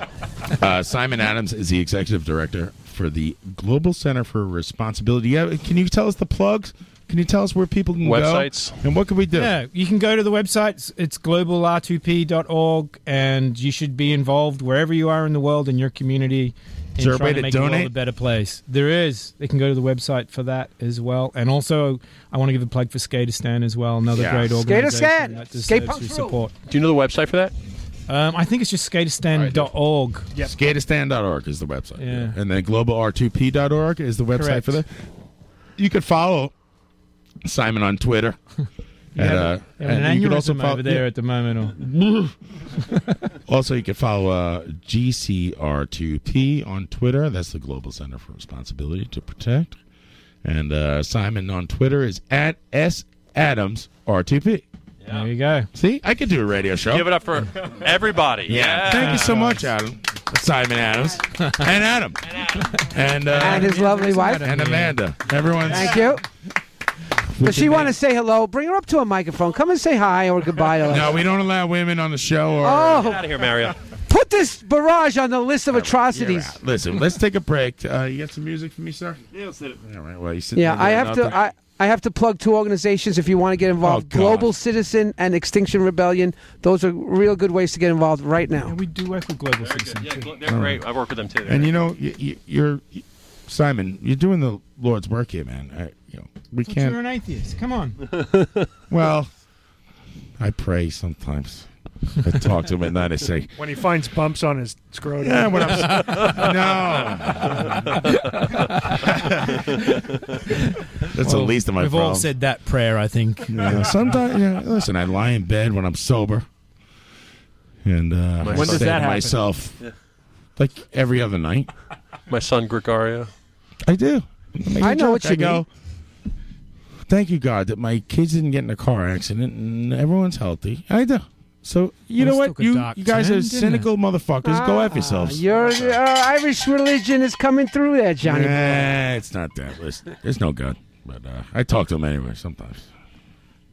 [SPEAKER 10] Uh, Simon Adams is the executive director for the Global Center for Responsibility. Yeah, can you tell us the plugs? Can you tell us where people can
[SPEAKER 2] Websites.
[SPEAKER 10] go? And what can we do?
[SPEAKER 2] Yeah, you can go to the website. It's- It's globalr2p.org, and you should be involved wherever you are in the world in your community. In
[SPEAKER 10] Is there a
[SPEAKER 2] trying
[SPEAKER 10] way
[SPEAKER 2] to
[SPEAKER 10] to
[SPEAKER 2] make the world
[SPEAKER 10] donate?
[SPEAKER 2] a better place? There is. They can go to the website for that as well. And also, I want to give a plug for Skaterstan as well. Another
[SPEAKER 5] Yeah.
[SPEAKER 2] great organization
[SPEAKER 9] Skaterstan!
[SPEAKER 2] that
[SPEAKER 9] Skate
[SPEAKER 2] deserves your
[SPEAKER 9] Punk's rule.
[SPEAKER 2] support.
[SPEAKER 5] Do you know the website for that?
[SPEAKER 2] Um, I think it's just skaterstan.org.
[SPEAKER 10] Skaterstan.org is the website.
[SPEAKER 2] Yeah.
[SPEAKER 10] And then globalr2p.org is the website
[SPEAKER 2] Correct.
[SPEAKER 10] for the. You could follow Simon on
[SPEAKER 2] [laughs]
[SPEAKER 10] Twitter. uh,
[SPEAKER 2] have- you have an
[SPEAKER 10] could
[SPEAKER 2] aneurysm over there at the moment.
[SPEAKER 10] yeah. also, you can follow uh, GCR2P on Twitter. That's the Global Center for Responsibility to Protect. And uh, Simon on Twitter is at S Adams R2P.
[SPEAKER 2] There you go.
[SPEAKER 10] See, I could do a radio show.
[SPEAKER 5] Give it up for everybody.
[SPEAKER 10] Yeah. Thank you so much, Adam. Simon
[SPEAKER 9] [laughs]
[SPEAKER 10] Adams. and Adam. And, uh,
[SPEAKER 9] And his lovely wife.
[SPEAKER 10] And Amanda. Everyone's.
[SPEAKER 9] Thank you. Does she want to say hello? Bring her up to a microphone. Come and say hi or
[SPEAKER 10] [laughs]
[SPEAKER 9] goodbye to us.
[SPEAKER 10] No, we don't allow women on the show. Or
[SPEAKER 9] Oh. Get outta here,
[SPEAKER 5] Mario.
[SPEAKER 9] Put this barrage on the list of atrocities.
[SPEAKER 10] Listen, let's take a break. Uh, you got some music for me, sir?
[SPEAKER 12] Yeah, let's hit it.
[SPEAKER 10] All right. Well, you sit
[SPEAKER 9] Yeah,
[SPEAKER 10] there
[SPEAKER 9] I
[SPEAKER 10] doing
[SPEAKER 9] have to.
[SPEAKER 10] nothing. Oh,
[SPEAKER 9] I, I have to plug two organizations if you want to get involved:
[SPEAKER 10] God.
[SPEAKER 9] Global Citizen and Extinction Rebellion. Those are real good ways to get involved right now.
[SPEAKER 2] we do work with Global Citizen.
[SPEAKER 5] Yeah, gl- they're great. I work with them too.
[SPEAKER 10] And you know, you, you, you're Simon. You're doing the Lord's work here, man. I, you know, we
[SPEAKER 2] But
[SPEAKER 10] can't.
[SPEAKER 2] You're an atheist. Come on.
[SPEAKER 10] Well, I pray sometimes. I talk to him at night. I say,
[SPEAKER 6] When he finds bumps on his scrotum.
[SPEAKER 10] Yeah, Eh, when I'm- That's the
[SPEAKER 2] Well,
[SPEAKER 10] least of my
[SPEAKER 2] We've all
[SPEAKER 10] problems.
[SPEAKER 2] said that prayer, I think.
[SPEAKER 10] Yeah, sometimes, yeah, listen, I lie in bed when I'm sober, and uh,
[SPEAKER 5] When
[SPEAKER 10] I
[SPEAKER 5] does
[SPEAKER 10] say
[SPEAKER 5] that
[SPEAKER 10] to
[SPEAKER 5] happen?
[SPEAKER 10] myself,
[SPEAKER 5] Yeah.
[SPEAKER 10] like every other night.
[SPEAKER 5] My son Gregario.
[SPEAKER 10] I do. make
[SPEAKER 5] I
[SPEAKER 10] a
[SPEAKER 5] know
[SPEAKER 10] joke.
[SPEAKER 5] what you
[SPEAKER 10] I go, Thank you, God, that my kids didn't get in a car accident and everyone's healthy. I do. So you
[SPEAKER 9] Well,
[SPEAKER 10] know
[SPEAKER 9] it's
[SPEAKER 10] what?
[SPEAKER 9] took a
[SPEAKER 10] You
[SPEAKER 9] dark
[SPEAKER 10] you guys
[SPEAKER 9] turn,
[SPEAKER 10] are
[SPEAKER 9] didn't it?
[SPEAKER 10] cynical motherfuckers. Go
[SPEAKER 9] Ah,
[SPEAKER 10] f yourselves.
[SPEAKER 9] Your, your Irish religion is coming through there, Johnny.
[SPEAKER 10] Nah, it's not that. Listen, there's no God, but uh, I talk to him anyway sometimes.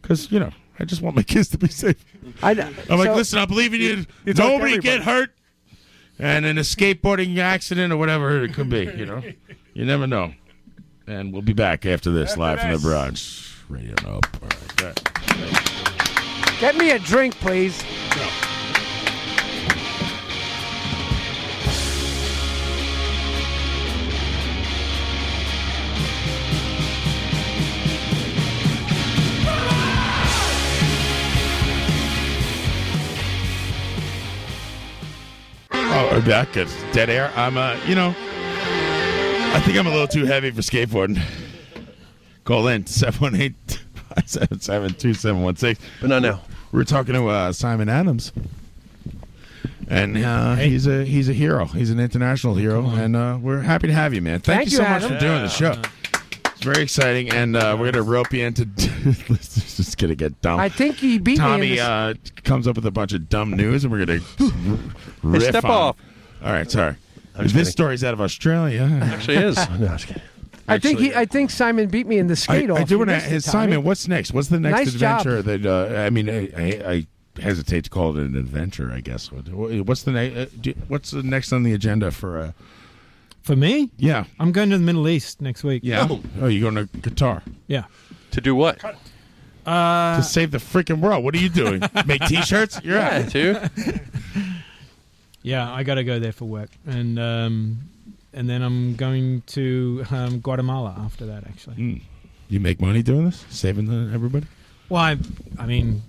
[SPEAKER 10] Because you know, I just want my [laughs] kids to be safe.
[SPEAKER 9] I,
[SPEAKER 10] I'm like,
[SPEAKER 9] so-
[SPEAKER 10] listen, I'm believing you.
[SPEAKER 9] It's like
[SPEAKER 10] Nobody
[SPEAKER 9] everybody.
[SPEAKER 10] get hurt, and in a skateboarding accident or whatever it could be, you know, you never know. And we'll be back after this, live from the barrage. Radio Nope. All right, all right.
[SPEAKER 9] Get me a drink, please.
[SPEAKER 10] Oh, we're back. It's dead air. I'm, uh, you know, I think I'm a little too heavy for skateboarding. Call in 718 577 2716. But
[SPEAKER 5] [laughs]
[SPEAKER 10] not now. We're talking to uh, Simon Adams. And uh, he's a he's a hero. He's an international hero, and uh, we're happy to have you, man. Thank,
[SPEAKER 9] Thank
[SPEAKER 10] you
[SPEAKER 9] you,
[SPEAKER 10] so
[SPEAKER 9] Adam.
[SPEAKER 10] much for doing the show. It's very exciting, and uh, we're gonna rope you into. [laughs] this is gonna get dumb.
[SPEAKER 9] I think he beat me in
[SPEAKER 10] Oh. Tommy
[SPEAKER 9] this-
[SPEAKER 10] uh, comes up with a bunch of dumb news, and we're gonna r- riff
[SPEAKER 5] step
[SPEAKER 10] on-
[SPEAKER 5] off.
[SPEAKER 10] All right, sorry. This
[SPEAKER 5] kidding.
[SPEAKER 10] story's out of Australia.
[SPEAKER 5] Actually is. No, I'm just kidding.
[SPEAKER 9] I think he. I think Simon beat me in the skate
[SPEAKER 10] I,
[SPEAKER 9] off.
[SPEAKER 10] I do
[SPEAKER 9] You
[SPEAKER 10] want
[SPEAKER 9] missed
[SPEAKER 10] to.
[SPEAKER 9] it, Tommy.
[SPEAKER 10] Simon, what's next? What's the next
[SPEAKER 9] Nice job.
[SPEAKER 10] adventure that? Uh, I mean, I, I, I hesitate to call it an adventure. I guess. What- What's the next? Uh, do- what's the next on the agenda for? Uh,
[SPEAKER 2] For me?
[SPEAKER 10] Yeah.
[SPEAKER 2] I'm going to the Middle East next week.
[SPEAKER 10] yeah. Oh, you're going to Qatar
[SPEAKER 2] Yeah.
[SPEAKER 5] To do what?
[SPEAKER 2] Uh,
[SPEAKER 10] to save the freaking world. What are you doing? Make T-shirts? You're
[SPEAKER 2] Yeah,
[SPEAKER 10] out,
[SPEAKER 5] dude.
[SPEAKER 2] Yeah, I got to go there for work, and um, and then I'm going to um, Guatemala after that. Actually,
[SPEAKER 10] Mm. You make money doing this, saving the, everybody.
[SPEAKER 2] well, I, I mean,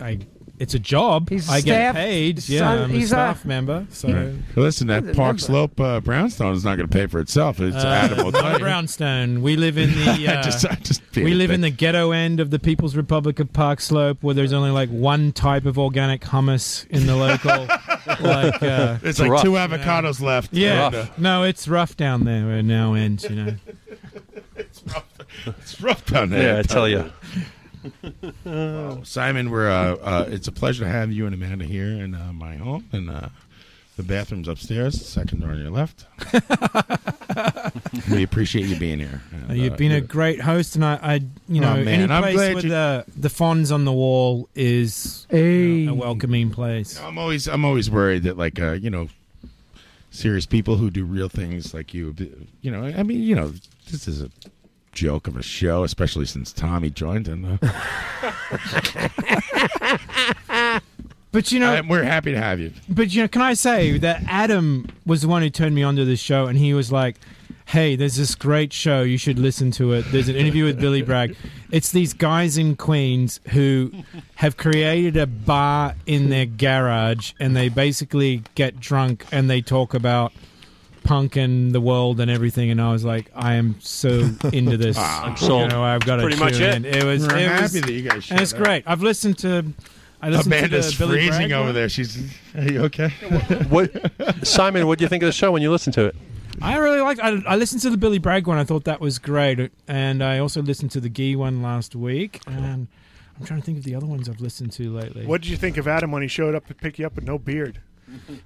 [SPEAKER 2] I, I- it's a job.
[SPEAKER 9] He's
[SPEAKER 2] I get
[SPEAKER 9] staff-
[SPEAKER 2] paid. Yeah,
[SPEAKER 9] son-
[SPEAKER 2] I'm a
[SPEAKER 9] he's a-
[SPEAKER 2] staff member. So
[SPEAKER 10] Right. Well, listen,
[SPEAKER 2] Good
[SPEAKER 10] that
[SPEAKER 2] number.
[SPEAKER 10] Park Slope uh, brownstone is not going to pay for itself. It's
[SPEAKER 2] Uh,
[SPEAKER 10] Adam will
[SPEAKER 2] not
[SPEAKER 10] tell you.
[SPEAKER 2] brownstone. We live in the
[SPEAKER 10] [laughs] I
[SPEAKER 2] uh,
[SPEAKER 10] just- I just did
[SPEAKER 2] we
[SPEAKER 10] it,
[SPEAKER 2] live in
[SPEAKER 10] but-
[SPEAKER 2] the ghetto end of the People's Republic of Park Slope, where there's only like one type of organic hummus in the
[SPEAKER 10] [laughs]
[SPEAKER 2] local. like uh,
[SPEAKER 10] it's like two avocados left.
[SPEAKER 2] Yeah,
[SPEAKER 10] And, uh,
[SPEAKER 2] no, it's rough down there where it now ends. You know,
[SPEAKER 10] it's rough down there.
[SPEAKER 5] Yeah, I tell ya.
[SPEAKER 10] Wow. Simon, we're uh, uh, it's a pleasure to have you and Amanda here in uh, my home, and uh, the bathroom's upstairs, the second door on your
[SPEAKER 2] [laughs]
[SPEAKER 10] left. we appreciate you being here. And,
[SPEAKER 2] Uh, you've
[SPEAKER 10] uh,
[SPEAKER 2] been a
[SPEAKER 10] you're-
[SPEAKER 2] great host, and I, I you know,
[SPEAKER 10] Oh, man,
[SPEAKER 2] any
[SPEAKER 10] I'm
[SPEAKER 2] place
[SPEAKER 10] glad
[SPEAKER 2] with
[SPEAKER 10] you-
[SPEAKER 2] the the fons on the wall is you know, a welcoming place.
[SPEAKER 10] I'm always I'm always worried that like uh, you know, serious people who do real things like you, you know. I mean, you know, this is a joke of a show, especially since Tommy joined and.
[SPEAKER 2] [laughs]
[SPEAKER 10] Uh,
[SPEAKER 2] But you know,
[SPEAKER 10] I- we're happy to have you.
[SPEAKER 2] But you know, can I say that Adam was the one who turned me onto this show, and he was like, "Hey, there's this great show. You should listen to it. There's an interview with Billy Bragg. It's these guys in Queens who have created a bar in their garage, and they basically get drunk and they talk about." punk and the world and everything, and I was like, I am so into this.
[SPEAKER 5] I'm sold.
[SPEAKER 2] You know, I've got to
[SPEAKER 5] Ah, Pretty much
[SPEAKER 2] tune
[SPEAKER 5] it.
[SPEAKER 2] in. It was.
[SPEAKER 5] We're
[SPEAKER 2] it
[SPEAKER 5] happy
[SPEAKER 2] was-
[SPEAKER 5] that you guys
[SPEAKER 2] And it's
[SPEAKER 5] showed up.
[SPEAKER 2] great. I've listened to. I listened
[SPEAKER 10] Amanda's
[SPEAKER 2] to the Billy
[SPEAKER 10] freezing
[SPEAKER 2] Bragg
[SPEAKER 10] over
[SPEAKER 2] one.
[SPEAKER 10] there. She's. [laughs] Are you okay?
[SPEAKER 2] [laughs]
[SPEAKER 5] what, Simon? What do you think of the show when you listen to it?
[SPEAKER 2] I really liked. I, I listened to the Billy Bragg one. I thought that was great, and I also listened to the Gee one last week. And I'm trying to think of the other ones I've listened to lately.
[SPEAKER 6] What did you think of Adam when he showed up to pick you up with no beard?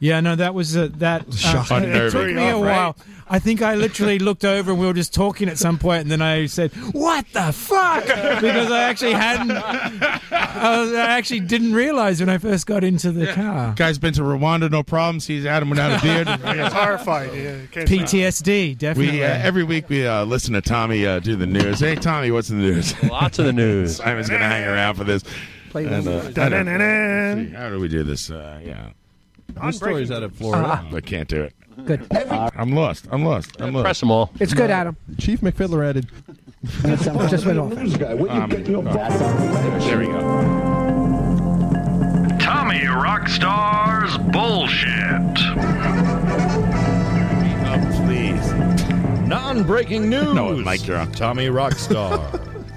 [SPEAKER 2] Yeah, no, that was uh, that.
[SPEAKER 6] [laughs] Shocking.
[SPEAKER 2] Uh, it took
[SPEAKER 6] Unnerving.
[SPEAKER 2] me a
[SPEAKER 6] Off, right?
[SPEAKER 2] while. I think I literally looked over and we were just talking at some point, and then I said, "What the fuck?" Because I actually hadn't. I, was- I actually didn't realize when I first got into the car.
[SPEAKER 10] Guy's been to Rwanda, no problem. Sees Adam
[SPEAKER 2] [laughs]
[SPEAKER 10] without a beard.
[SPEAKER 6] Yeah, horrified. Yeah, can't-
[SPEAKER 2] PTSD, definitely.
[SPEAKER 10] We uh, every week we uh, listen to Tommy uh, do the news. Hey Tommy, what's in the news? [laughs]
[SPEAKER 5] Lots of the news.
[SPEAKER 10] Simon's gonna hang around for this.
[SPEAKER 6] Play
[SPEAKER 10] And,
[SPEAKER 6] one.
[SPEAKER 10] uh, I don't- let's see, How do we do this? Uh, yeah.
[SPEAKER 6] On This story's breaking out of news. Florida.
[SPEAKER 10] I can't do it.
[SPEAKER 9] Good.
[SPEAKER 10] I'm lost. I'm lost. I'm lost.
[SPEAKER 5] Press them all.
[SPEAKER 9] It's good, Adam.
[SPEAKER 26] Chief McFiddler added.
[SPEAKER 9] [laughs] Just went off.
[SPEAKER 10] Um, there we go.
[SPEAKER 28] Tommy Rockstar's bullshit.
[SPEAKER 10] Oh, please.
[SPEAKER 26] Non-breaking news.
[SPEAKER 10] No, Mike, you're up.
[SPEAKER 26] Tommy Rockstar.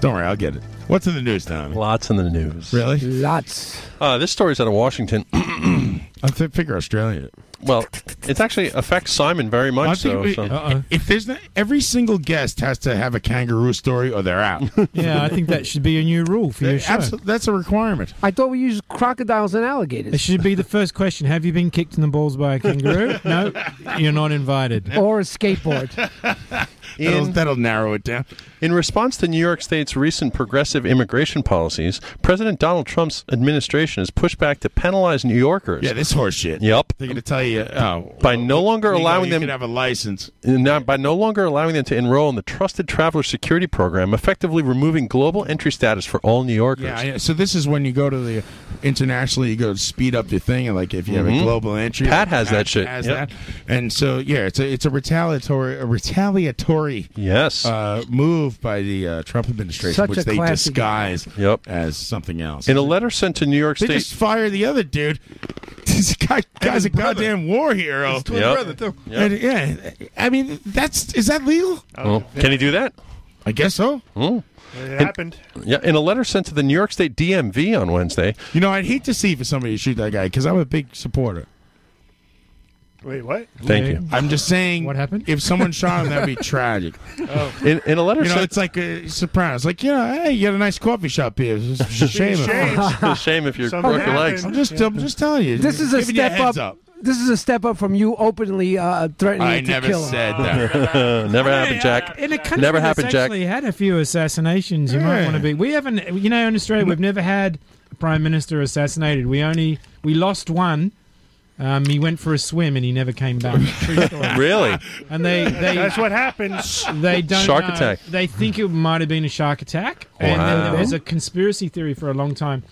[SPEAKER 10] [laughs] Don't worry, I'll get it. What's in the news, Tommy?
[SPEAKER 5] Lots in the news.
[SPEAKER 10] Really?
[SPEAKER 9] Lots.
[SPEAKER 5] Uh, this story's out of Washington. [clears throat]
[SPEAKER 10] I th- figure Australia.
[SPEAKER 5] well, it actually affects Simon very much.
[SPEAKER 10] I
[SPEAKER 5] so,
[SPEAKER 10] think we-
[SPEAKER 5] so-
[SPEAKER 10] If there's not, every single guest has to have a kangaroo story, or they're out.
[SPEAKER 2] yeah, I think that should be a new rule
[SPEAKER 6] Uh,
[SPEAKER 2] for your show.
[SPEAKER 10] Absolutely, that's a requirement.
[SPEAKER 9] I thought we used crocodiles and alligators.
[SPEAKER 2] It should be the first question. Have you been kicked in the balls by a [laughs] kangaroo? no, you're not invited.
[SPEAKER 9] [laughs] Or a skateboard.
[SPEAKER 10] That'll, that'll narrow it down.
[SPEAKER 5] In response to New York State's recent progressive immigration policies, President Donald Trump's administration has pushed back to penalize New Yorkers.
[SPEAKER 10] Yeah, this horse shit.
[SPEAKER 5] Yep.
[SPEAKER 10] They're going to tell you oh,
[SPEAKER 5] by no longer
[SPEAKER 10] you know,
[SPEAKER 5] allowing
[SPEAKER 10] you
[SPEAKER 5] them
[SPEAKER 10] can have a license.
[SPEAKER 5] Now, by no longer allowing them to enroll in the Trusted Traveler Security Program, effectively removing global entry status for all New Yorkers.
[SPEAKER 10] Yeah, yeah. So this is when you go to the internationally, you go to speed up your thing, and like if you have
[SPEAKER 5] Mhm.
[SPEAKER 10] a global entry,
[SPEAKER 5] Pat has that shit.
[SPEAKER 10] Mm-hmm. Pat has
[SPEAKER 5] Yep.
[SPEAKER 10] that. And so yeah, it's a it's a retaliatory a retaliatory
[SPEAKER 5] yes
[SPEAKER 10] uh, move by the uh, Trump administration,
[SPEAKER 5] Such a
[SPEAKER 10] which they
[SPEAKER 5] classy
[SPEAKER 10] disguise
[SPEAKER 5] yep.
[SPEAKER 10] as something else.
[SPEAKER 5] In a letter sent to New York
[SPEAKER 10] they
[SPEAKER 5] State,
[SPEAKER 10] just fired the other dude. [laughs] This guy, guy's a goddamn war hero.
[SPEAKER 5] His twin Yep. brother, too. Yep.
[SPEAKER 10] And, yeah, I mean that's is that legal?
[SPEAKER 5] Oh, can he do that?
[SPEAKER 10] I guess so.
[SPEAKER 6] It
[SPEAKER 5] In-
[SPEAKER 6] happened.
[SPEAKER 5] Yeah, in a letter sent to the New York State DMV on Wednesday.
[SPEAKER 10] You know, I'd hate to see for somebody to shoot that guy because I'm a big supporter.
[SPEAKER 6] Wait,
[SPEAKER 10] [laughs]
[SPEAKER 6] what?
[SPEAKER 5] Thank you.
[SPEAKER 10] I'm just saying. What happened? If someone shot him, that'd be [laughs] tragic.
[SPEAKER 6] Oh.
[SPEAKER 5] In, in a letter
[SPEAKER 10] You know,
[SPEAKER 5] sent
[SPEAKER 10] it's like a surprise. Like, yeah, hey, you got a nice coffee shop here. It's [laughs] a shame.
[SPEAKER 5] It's a shame if you broke your legs.
[SPEAKER 10] I'm just, I'm just telling you.
[SPEAKER 9] This is a
[SPEAKER 10] giving you
[SPEAKER 9] step up.
[SPEAKER 10] heads
[SPEAKER 9] This is a step up from you openly uh, threatening
[SPEAKER 10] I
[SPEAKER 9] to
[SPEAKER 10] never
[SPEAKER 9] kill him.
[SPEAKER 10] [laughs] said
[SPEAKER 5] that. Never happened, Jack.
[SPEAKER 2] In a country
[SPEAKER 5] Never
[SPEAKER 2] that's
[SPEAKER 5] happened, Jack.
[SPEAKER 2] actually had a few assassinations, you might
[SPEAKER 5] Yeah.
[SPEAKER 2] want to be. We haven't, you know, in Australia, we've never had a prime minister assassinated. We only we lost one. Um, he went for a swim and he never came [laughs] back. True story.
[SPEAKER 10] [laughs]
[SPEAKER 5] Really?
[SPEAKER 2] And they, they
[SPEAKER 6] That's what happens.
[SPEAKER 2] They don't
[SPEAKER 5] Shark
[SPEAKER 2] know.
[SPEAKER 5] attack.
[SPEAKER 2] They think it might have been a shark attack, and then
[SPEAKER 5] Wow.
[SPEAKER 2] there was a conspiracy theory for a long time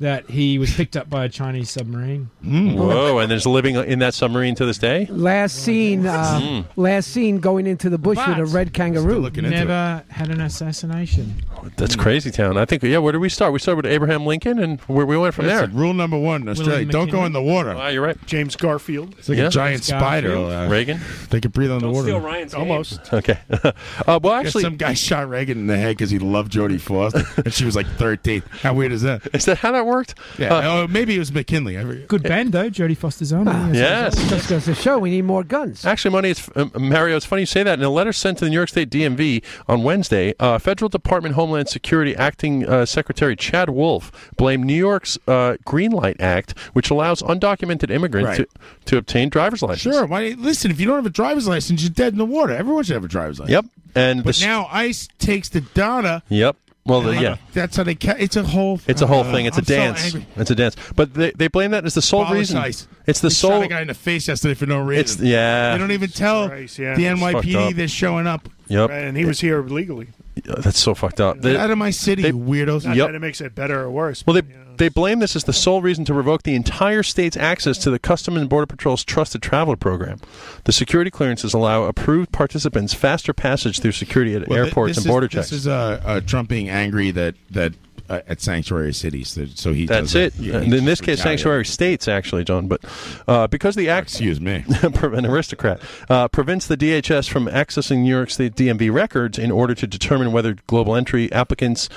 [SPEAKER 2] that he was picked up by a Chinese submarine.
[SPEAKER 5] Whoa, and there's living in that submarine to this day?
[SPEAKER 9] Last seen, uh,
[SPEAKER 5] Mm.
[SPEAKER 9] last seen going into the bush with a red kangaroo.
[SPEAKER 2] Never had an assassination.
[SPEAKER 5] That's
[SPEAKER 10] Mm.
[SPEAKER 5] crazy town. I think, yeah, where did we start? We started with Abraham Lincoln, and where we went from there.
[SPEAKER 10] Listen, Rule number one in Australia don't go in the water.
[SPEAKER 5] Wow,
[SPEAKER 10] [laughs]
[SPEAKER 5] you're right.
[SPEAKER 6] James Garfield.
[SPEAKER 10] It's like a giant spider. uh,
[SPEAKER 5] Reagan?
[SPEAKER 10] They could breathe on the water.
[SPEAKER 6] Ryan's almost.
[SPEAKER 5] Okay. [laughs] uh, well,
[SPEAKER 10] I guess
[SPEAKER 5] actually,
[SPEAKER 10] some [laughs] guy shot Reagan in the head because he loved Jodie Foster, and she was like 13. How weird is that?
[SPEAKER 5] Is that how that worked?
[SPEAKER 10] Yeah.
[SPEAKER 5] Uh,
[SPEAKER 10] oh, maybe it was McKinley. I forget.
[SPEAKER 2] Good band though, Jodie Foster's Army.
[SPEAKER 5] Yes.
[SPEAKER 9] Just goes to show we need more guns.
[SPEAKER 5] Actually, money. It's um, Mario. It's funny you say that. In a letter sent to the New York State DMV on Wednesday, uh, Federal Department Homeland Security Acting uh, Secretary Chad Wolf blamed New York's uh, Green Light Act, which allows undocumented immigrants
[SPEAKER 10] Right.
[SPEAKER 5] to, to obtain driver's license.
[SPEAKER 10] Sure. Why? Listen, if you don't have a driver's license, you're dead in the water. Everyone should have a driver's
[SPEAKER 5] Yep.
[SPEAKER 10] license.
[SPEAKER 5] And
[SPEAKER 10] But
[SPEAKER 5] the-
[SPEAKER 10] now ICE takes the data.
[SPEAKER 5] Yep. Well, the,
[SPEAKER 10] and
[SPEAKER 5] yeah.
[SPEAKER 10] That's how they. Ca- it's a whole.
[SPEAKER 5] It's a whole
[SPEAKER 10] Uh,
[SPEAKER 5] thing. It's a
[SPEAKER 10] I'm so
[SPEAKER 5] dance.
[SPEAKER 10] angry.
[SPEAKER 5] it's a dance. But they, they blame that as the sole
[SPEAKER 10] Abolish
[SPEAKER 5] reason.
[SPEAKER 10] ICE.
[SPEAKER 5] It's the
[SPEAKER 10] They
[SPEAKER 5] sole.
[SPEAKER 10] shot a guy in the face yesterday for no reason.
[SPEAKER 5] It's- yeah.
[SPEAKER 10] They don't even tell
[SPEAKER 6] Christ, yeah.
[SPEAKER 10] the
[SPEAKER 6] It's
[SPEAKER 5] fucked
[SPEAKER 10] NYPD
[SPEAKER 5] up.
[SPEAKER 10] they're showing up.
[SPEAKER 5] Yep.
[SPEAKER 6] And he was here legally.
[SPEAKER 5] That's so fucked up. They-
[SPEAKER 10] Get out of my city, you weirdos.
[SPEAKER 6] Not
[SPEAKER 5] Yep.
[SPEAKER 6] that it makes it better or worse.
[SPEAKER 5] Well, they they blame this as the sole reason to revoke the entire state's access to the Custom and Border Patrol's Trusted Traveler Program. The security clearances allow approved participants faster passage through security at
[SPEAKER 10] Well, thi-
[SPEAKER 5] airports
[SPEAKER 10] this
[SPEAKER 5] and
[SPEAKER 10] is-
[SPEAKER 5] border
[SPEAKER 10] This
[SPEAKER 5] checks.
[SPEAKER 10] is uh, uh, Trump being angry that that uh, at sanctuary cities. that- So he
[SPEAKER 5] That's
[SPEAKER 10] doesn't-
[SPEAKER 5] it.
[SPEAKER 10] yeah,
[SPEAKER 5] Uh,
[SPEAKER 10] he
[SPEAKER 5] in this
[SPEAKER 10] just
[SPEAKER 5] case,
[SPEAKER 10] retaliates.
[SPEAKER 5] sanctuary states actually, John. But uh, because the act, [laughs]
[SPEAKER 10] excuse me,
[SPEAKER 5] an aristocrat uh, prevents the DHS from accessing New York State DMV records in order to determine whether global entry applicants.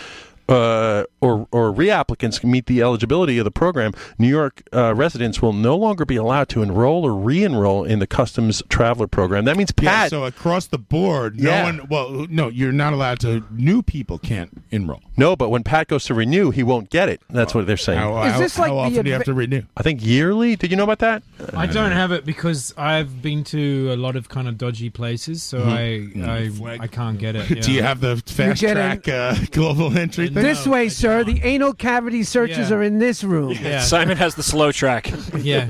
[SPEAKER 5] Uh, or or reapplicants meet the eligibility of the program. New York uh, residents will no longer be allowed to enroll or re-enroll in the Customs Traveler Program. That means
[SPEAKER 10] Yeah,
[SPEAKER 5] Pat.
[SPEAKER 10] so across the board, no
[SPEAKER 5] Yeah.
[SPEAKER 10] one. Well, no, you're not allowed to. New people can't enroll.
[SPEAKER 5] no, but when Pat goes to renew, he won't get it. That's what they're saying.
[SPEAKER 10] How- uh Is this how- like how the often do you have adva- to renew?
[SPEAKER 5] I think yearly. Did you know about that?
[SPEAKER 2] I don't have it because I've been to a lot of kind of dodgy places, so
[SPEAKER 5] Mm-hmm.
[SPEAKER 10] Mhm.
[SPEAKER 2] I, I I can't get
[SPEAKER 5] [laughs]
[SPEAKER 2] it.
[SPEAKER 10] Do
[SPEAKER 2] yeah.
[SPEAKER 10] you have the fast
[SPEAKER 2] get
[SPEAKER 10] track uh, [laughs] global entry thing?
[SPEAKER 9] This way, sir. The anal cavity searches
[SPEAKER 2] Yeah.
[SPEAKER 9] are in this
[SPEAKER 10] [laughs]
[SPEAKER 9] room.
[SPEAKER 5] Simon has the slow track.
[SPEAKER 2] Yeah.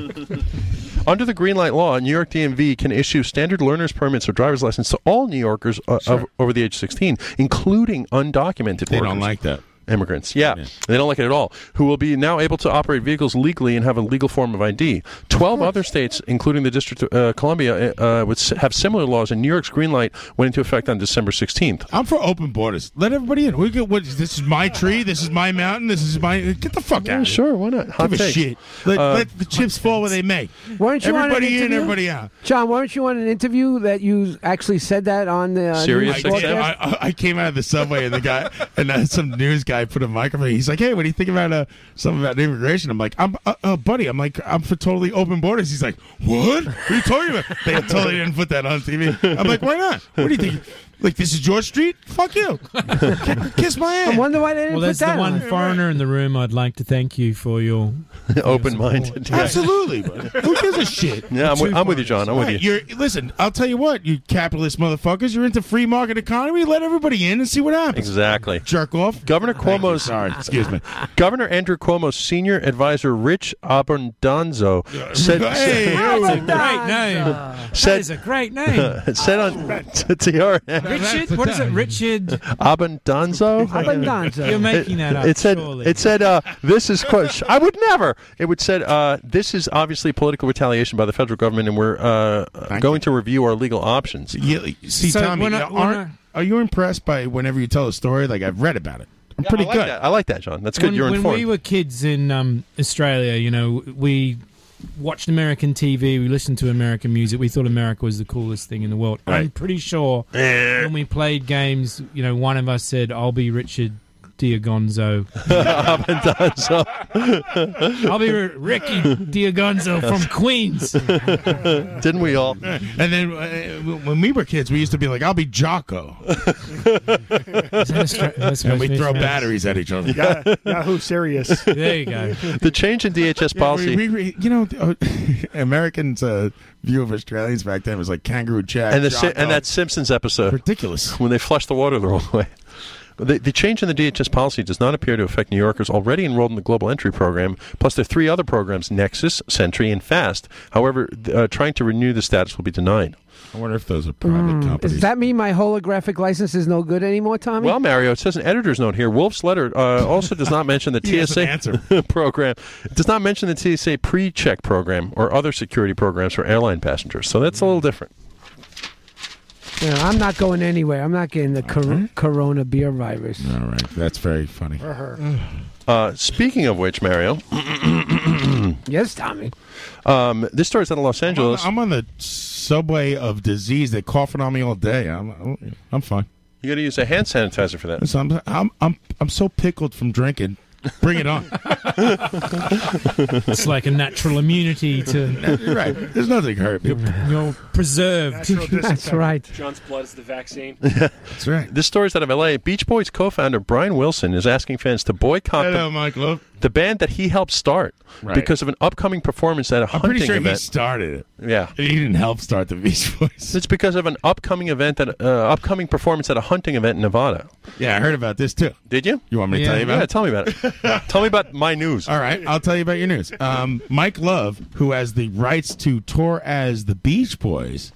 [SPEAKER 5] Under the green light law, New York DMV can issue standard learner's permits or driver's license to all New Yorkers uh, of, over the age of 16, including undocumented
[SPEAKER 10] They
[SPEAKER 5] workers.
[SPEAKER 10] don't like that.
[SPEAKER 5] Immigrants, yeah. They don't like it at all. Who will be now able to operate vehicles legally and have a legal form of ID. Twelve other states, including the District of uh, Columbia, uh, uh, would s- have similar laws, and New York's green light went into effect on December 16th.
[SPEAKER 10] I'm for open borders. Let everybody in. We get what this is my tree. This is my mountain. This is my get the fuck out.
[SPEAKER 5] Sure, why not?
[SPEAKER 9] Hot
[SPEAKER 10] Give a
[SPEAKER 5] [laughs]
[SPEAKER 9] take.
[SPEAKER 10] shit. Let,
[SPEAKER 9] Uh,
[SPEAKER 10] let the chips fall where they may.
[SPEAKER 9] Weren't you on an
[SPEAKER 10] everybody in,
[SPEAKER 9] interview?
[SPEAKER 10] everybody out?
[SPEAKER 9] John, weren't you on an interview that you actually said that on the uh,
[SPEAKER 10] I,
[SPEAKER 9] news
[SPEAKER 10] did.
[SPEAKER 9] broadcast?
[SPEAKER 10] I, I- I came out of the subway and the guy [laughs] and uh, some news guy put a microphone. He's like, "Hey, what do you think about uh, something about immigration?" I'm like, "I'm uh, uh, buddy. I'm like, I'm for totally open borders." He's like, "What? What are you talking about?" They totally didn't put that on TV. I'm like, "Why not? What do you think?" Like this is George Street? Fuck you! Kiss my ass. I wonder
[SPEAKER 9] why they
[SPEAKER 2] Well, there's the one foreigner in the room. I'd like to thank you for your
[SPEAKER 5] open-minded.
[SPEAKER 10] Absolutely, buddy. Who gives a shit?
[SPEAKER 5] Yeah, I'm with, I'm with you, John. I'm with you.
[SPEAKER 10] Right, You're, listen, I'll tell you what, you capitalist motherfuckers, you're into free market economy. Let everybody in and see what happens.
[SPEAKER 5] Exactly.
[SPEAKER 10] Jerk off.
[SPEAKER 5] Governor Cuomo's.
[SPEAKER 10] Sorry, excuse me.
[SPEAKER 5] Governor Andrew Cuomo's senior advisor, Rich Abondanzo, said.
[SPEAKER 10] Hey,
[SPEAKER 2] That's a great name.
[SPEAKER 5] Said-
[SPEAKER 2] that is a great
[SPEAKER 5] [laughs]
[SPEAKER 2] name.
[SPEAKER 5] said on [laughs] to TRN.
[SPEAKER 2] Richard, what is it? Richard.
[SPEAKER 5] Abondanzo?
[SPEAKER 2] Abondanzo. You're making that up,
[SPEAKER 5] [laughs] It said,
[SPEAKER 2] surely.
[SPEAKER 5] it said uh, this is, quote, I would never. It would said, uh, this is obviously political retaliation by the federal government, and we're uh, going to review our legal options.
[SPEAKER 10] See, Tommy,
[SPEAKER 5] when I-
[SPEAKER 10] you know,
[SPEAKER 5] when
[SPEAKER 10] aren't- are you impressed by whenever you tell a story? Like, I've read about it. I'm
[SPEAKER 5] Yeah,
[SPEAKER 10] pretty
[SPEAKER 5] I like
[SPEAKER 10] good.
[SPEAKER 5] that. I like that, John. That's good.
[SPEAKER 2] When,
[SPEAKER 5] You're
[SPEAKER 2] when
[SPEAKER 5] informed.
[SPEAKER 2] we were kids in um, Australia, you know, we watched American TV, we listened to American music, we thought America was the coolest thing in the world. I'm
[SPEAKER 5] Right.
[SPEAKER 2] pretty sure when we played games, you know, one of us said, "I'll be Richard."
[SPEAKER 5] [laughs]
[SPEAKER 2] Diagonzo. [laughs]
[SPEAKER 5] Abondanzo.
[SPEAKER 2] I'll be Ri- Ricky Diagonzo from
[SPEAKER 5] [laughs]
[SPEAKER 2] Queens.
[SPEAKER 5] Didn't we [laughs] all?
[SPEAKER 10] And then uh, when we were kids, we used to be like, I'll be Jocko. and we throw batteries at each other.
[SPEAKER 6] [laughs] Yeah,
[SPEAKER 5] [laughs]
[SPEAKER 6] Yahoo Serious.
[SPEAKER 2] There you go.
[SPEAKER 5] The change in DHS policy.
[SPEAKER 10] We, we- you know, [laughs] uh, Americans' uh, view of Australians back then was like kangaroo jack.
[SPEAKER 5] and the Si-
[SPEAKER 10] Jocko.
[SPEAKER 5] and that Simpsons episode
[SPEAKER 10] ridiculous
[SPEAKER 5] when they flush the water the wrong way. The, the change in the DHS policy does not appear to affect New Yorkers already enrolled in the Global Entry Program, plus their three other programs, Nexus, Sentry, and FAST. However, th- uh, trying to renew the status will be denied.
[SPEAKER 10] I wonder if those are
[SPEAKER 9] Mm.
[SPEAKER 10] Oh,
[SPEAKER 9] Does that mean my holographic license is no good anymore, Tommy?
[SPEAKER 5] Well, Mario, it says an editor's note here. Wolf's letter uh, also does not
[SPEAKER 10] [laughs]
[SPEAKER 5] mention the
[SPEAKER 9] He doesn't
[SPEAKER 5] TSA [laughs] program. It does not mention the TSA pre-check program or other security programs for airline passengers. So that's a little different.
[SPEAKER 9] Yeah, I'm not going anywhere. I'm not getting the cor- corona beer virus.
[SPEAKER 10] All right, that's very funny.
[SPEAKER 5] Uh, speaking of which, Mario. [clears throat]
[SPEAKER 9] yes, Tommy.
[SPEAKER 5] Um, this story's out of Los Angeles.
[SPEAKER 10] I'm on the subway of disease. They're coughing on me all day. I'm, I'm fine.
[SPEAKER 5] You got to use a hand sanitizer for that.
[SPEAKER 10] So I'm, I'm, I'm, I'm so pickled from drinking. Bring
[SPEAKER 5] [laughs]
[SPEAKER 10] it on.
[SPEAKER 2] It's like a natural immunity
[SPEAKER 5] [laughs]
[SPEAKER 2] to.
[SPEAKER 10] You're right. There's nothing hurt. me.
[SPEAKER 2] You're preserved.
[SPEAKER 9] [laughs]
[SPEAKER 25] John's blood is the vaccine.
[SPEAKER 10] That's right.
[SPEAKER 5] This story's out of LA. Beach Boys co founder Brian Wilson is asking fans to boycott Uh,
[SPEAKER 10] Hello,
[SPEAKER 5] the,
[SPEAKER 10] Mike
[SPEAKER 5] the band that he helped start
[SPEAKER 10] Right.
[SPEAKER 5] because of an upcoming performance at a
[SPEAKER 10] I'm
[SPEAKER 5] hunting
[SPEAKER 10] pretty sure he
[SPEAKER 5] event.
[SPEAKER 10] started it.
[SPEAKER 5] yeah.
[SPEAKER 10] He didn't help start the Beach Boys.
[SPEAKER 5] It's because of an upcoming event that uh, upcoming performance at a hunting event in Nevada.
[SPEAKER 10] Yeah, I heard about this too.
[SPEAKER 5] Did you?
[SPEAKER 10] You want me to tell you about
[SPEAKER 5] Yeah,
[SPEAKER 10] it?
[SPEAKER 5] tell me about
[SPEAKER 10] [laughs]
[SPEAKER 5] it. tell me about my news.
[SPEAKER 10] All right, I'll tell you about your news. Um, Mike Love, who has the rights to tour as the Beach Boys,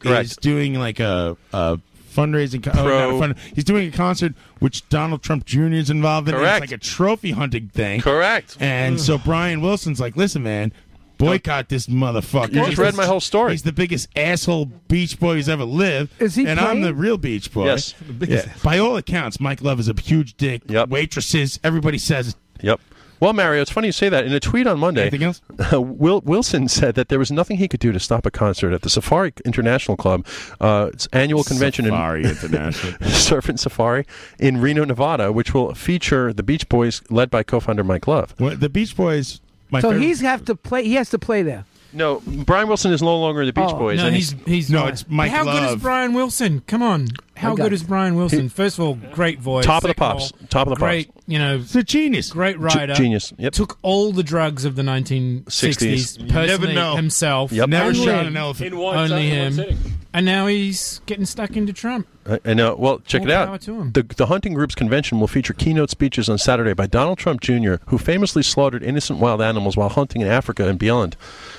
[SPEAKER 5] Correct.
[SPEAKER 10] is doing like a, a fundraising. Co- oh, not a
[SPEAKER 5] Pro-
[SPEAKER 10] fund- he's doing a concert which Donald Trump Jr. is involved in.
[SPEAKER 5] Correct.
[SPEAKER 10] It's like a trophy hunting thing.
[SPEAKER 5] Correct.
[SPEAKER 10] And so Brian Wilson's like, listen, man. Boycott this motherfucker.
[SPEAKER 5] You just read my whole story.
[SPEAKER 10] He's the biggest asshole Beach Boy who's ever lived.
[SPEAKER 5] Is he
[SPEAKER 10] And I'm
[SPEAKER 5] playing?
[SPEAKER 10] the real Beach Boy.
[SPEAKER 5] Yes.
[SPEAKER 10] The biggest- By all accounts, Mike Love is a huge dick. Waitresses, everybody says it.
[SPEAKER 5] Yep. Well, Mario, it's funny you say that. In a tweet on Monday,
[SPEAKER 10] Anything else?
[SPEAKER 5] [laughs] Wil- Wilson said that there was nothing he could do to stop a concert at the Safari International Club, uh, its annual convention
[SPEAKER 10] Safari
[SPEAKER 5] in [laughs]
[SPEAKER 10] International.
[SPEAKER 5] Serpent Safari in Reno, Nevada, which will feature the Beach Boys, led by co-founder Mike Love.
[SPEAKER 10] What, the Beach Boys.
[SPEAKER 9] so he's have to play. He has to play there.
[SPEAKER 5] no Brian Wilson is no longer the Beach
[SPEAKER 9] Oh.
[SPEAKER 5] Boys.
[SPEAKER 9] No,
[SPEAKER 5] and
[SPEAKER 9] he's-
[SPEAKER 2] he's
[SPEAKER 10] no, it's Mike
[SPEAKER 2] How good is
[SPEAKER 10] Love.
[SPEAKER 2] Brian Wilson? Come on. How
[SPEAKER 10] Okay.
[SPEAKER 2] good is Brian Wilson? First of all, great voice.
[SPEAKER 5] Top of the
[SPEAKER 2] Second
[SPEAKER 5] pops.
[SPEAKER 2] all,
[SPEAKER 5] Top of the
[SPEAKER 2] great,
[SPEAKER 5] pops.
[SPEAKER 2] You know, it's
[SPEAKER 10] a genius.
[SPEAKER 2] Great writer.
[SPEAKER 5] genius. Yep.
[SPEAKER 2] Took all the drugs of the 1960s.
[SPEAKER 5] You
[SPEAKER 2] Personally,
[SPEAKER 5] never know.
[SPEAKER 2] himself.
[SPEAKER 5] Yep. Never
[SPEAKER 2] Only
[SPEAKER 5] shot
[SPEAKER 2] him.
[SPEAKER 5] an elephant. In one-
[SPEAKER 2] Only
[SPEAKER 5] in one
[SPEAKER 2] him.
[SPEAKER 5] sitting.
[SPEAKER 2] And now he's getting stuck into Trump.
[SPEAKER 5] I- I know. Well, check
[SPEAKER 2] More
[SPEAKER 5] it
[SPEAKER 2] power
[SPEAKER 5] out.
[SPEAKER 2] to 'em.
[SPEAKER 5] The, the Hunting Group's convention will feature keynote speeches on Saturday by Donald Trump Jr., who famously slaughtered innocent wild animals while hunting in Africa and beyond,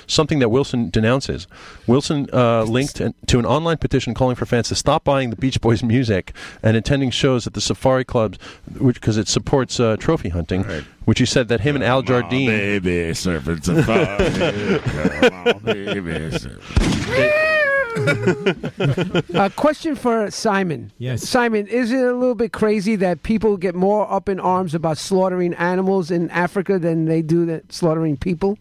[SPEAKER 5] something that Wilson denounces. Wilson uh, linked an, to an online petition calling for fans to stop buying the Beach Boys [laughs] music and attending shows at the safari clubs because it supports uh, trophy hunting, which he said that him and Al Jardine.
[SPEAKER 10] baby, serpent
[SPEAKER 2] [laughs]
[SPEAKER 9] uh, question for Simon.
[SPEAKER 2] Yes.
[SPEAKER 9] Simon, is it a little bit crazy that people get more up in arms about slaughtering animals in Africa than they do that slaughtering people?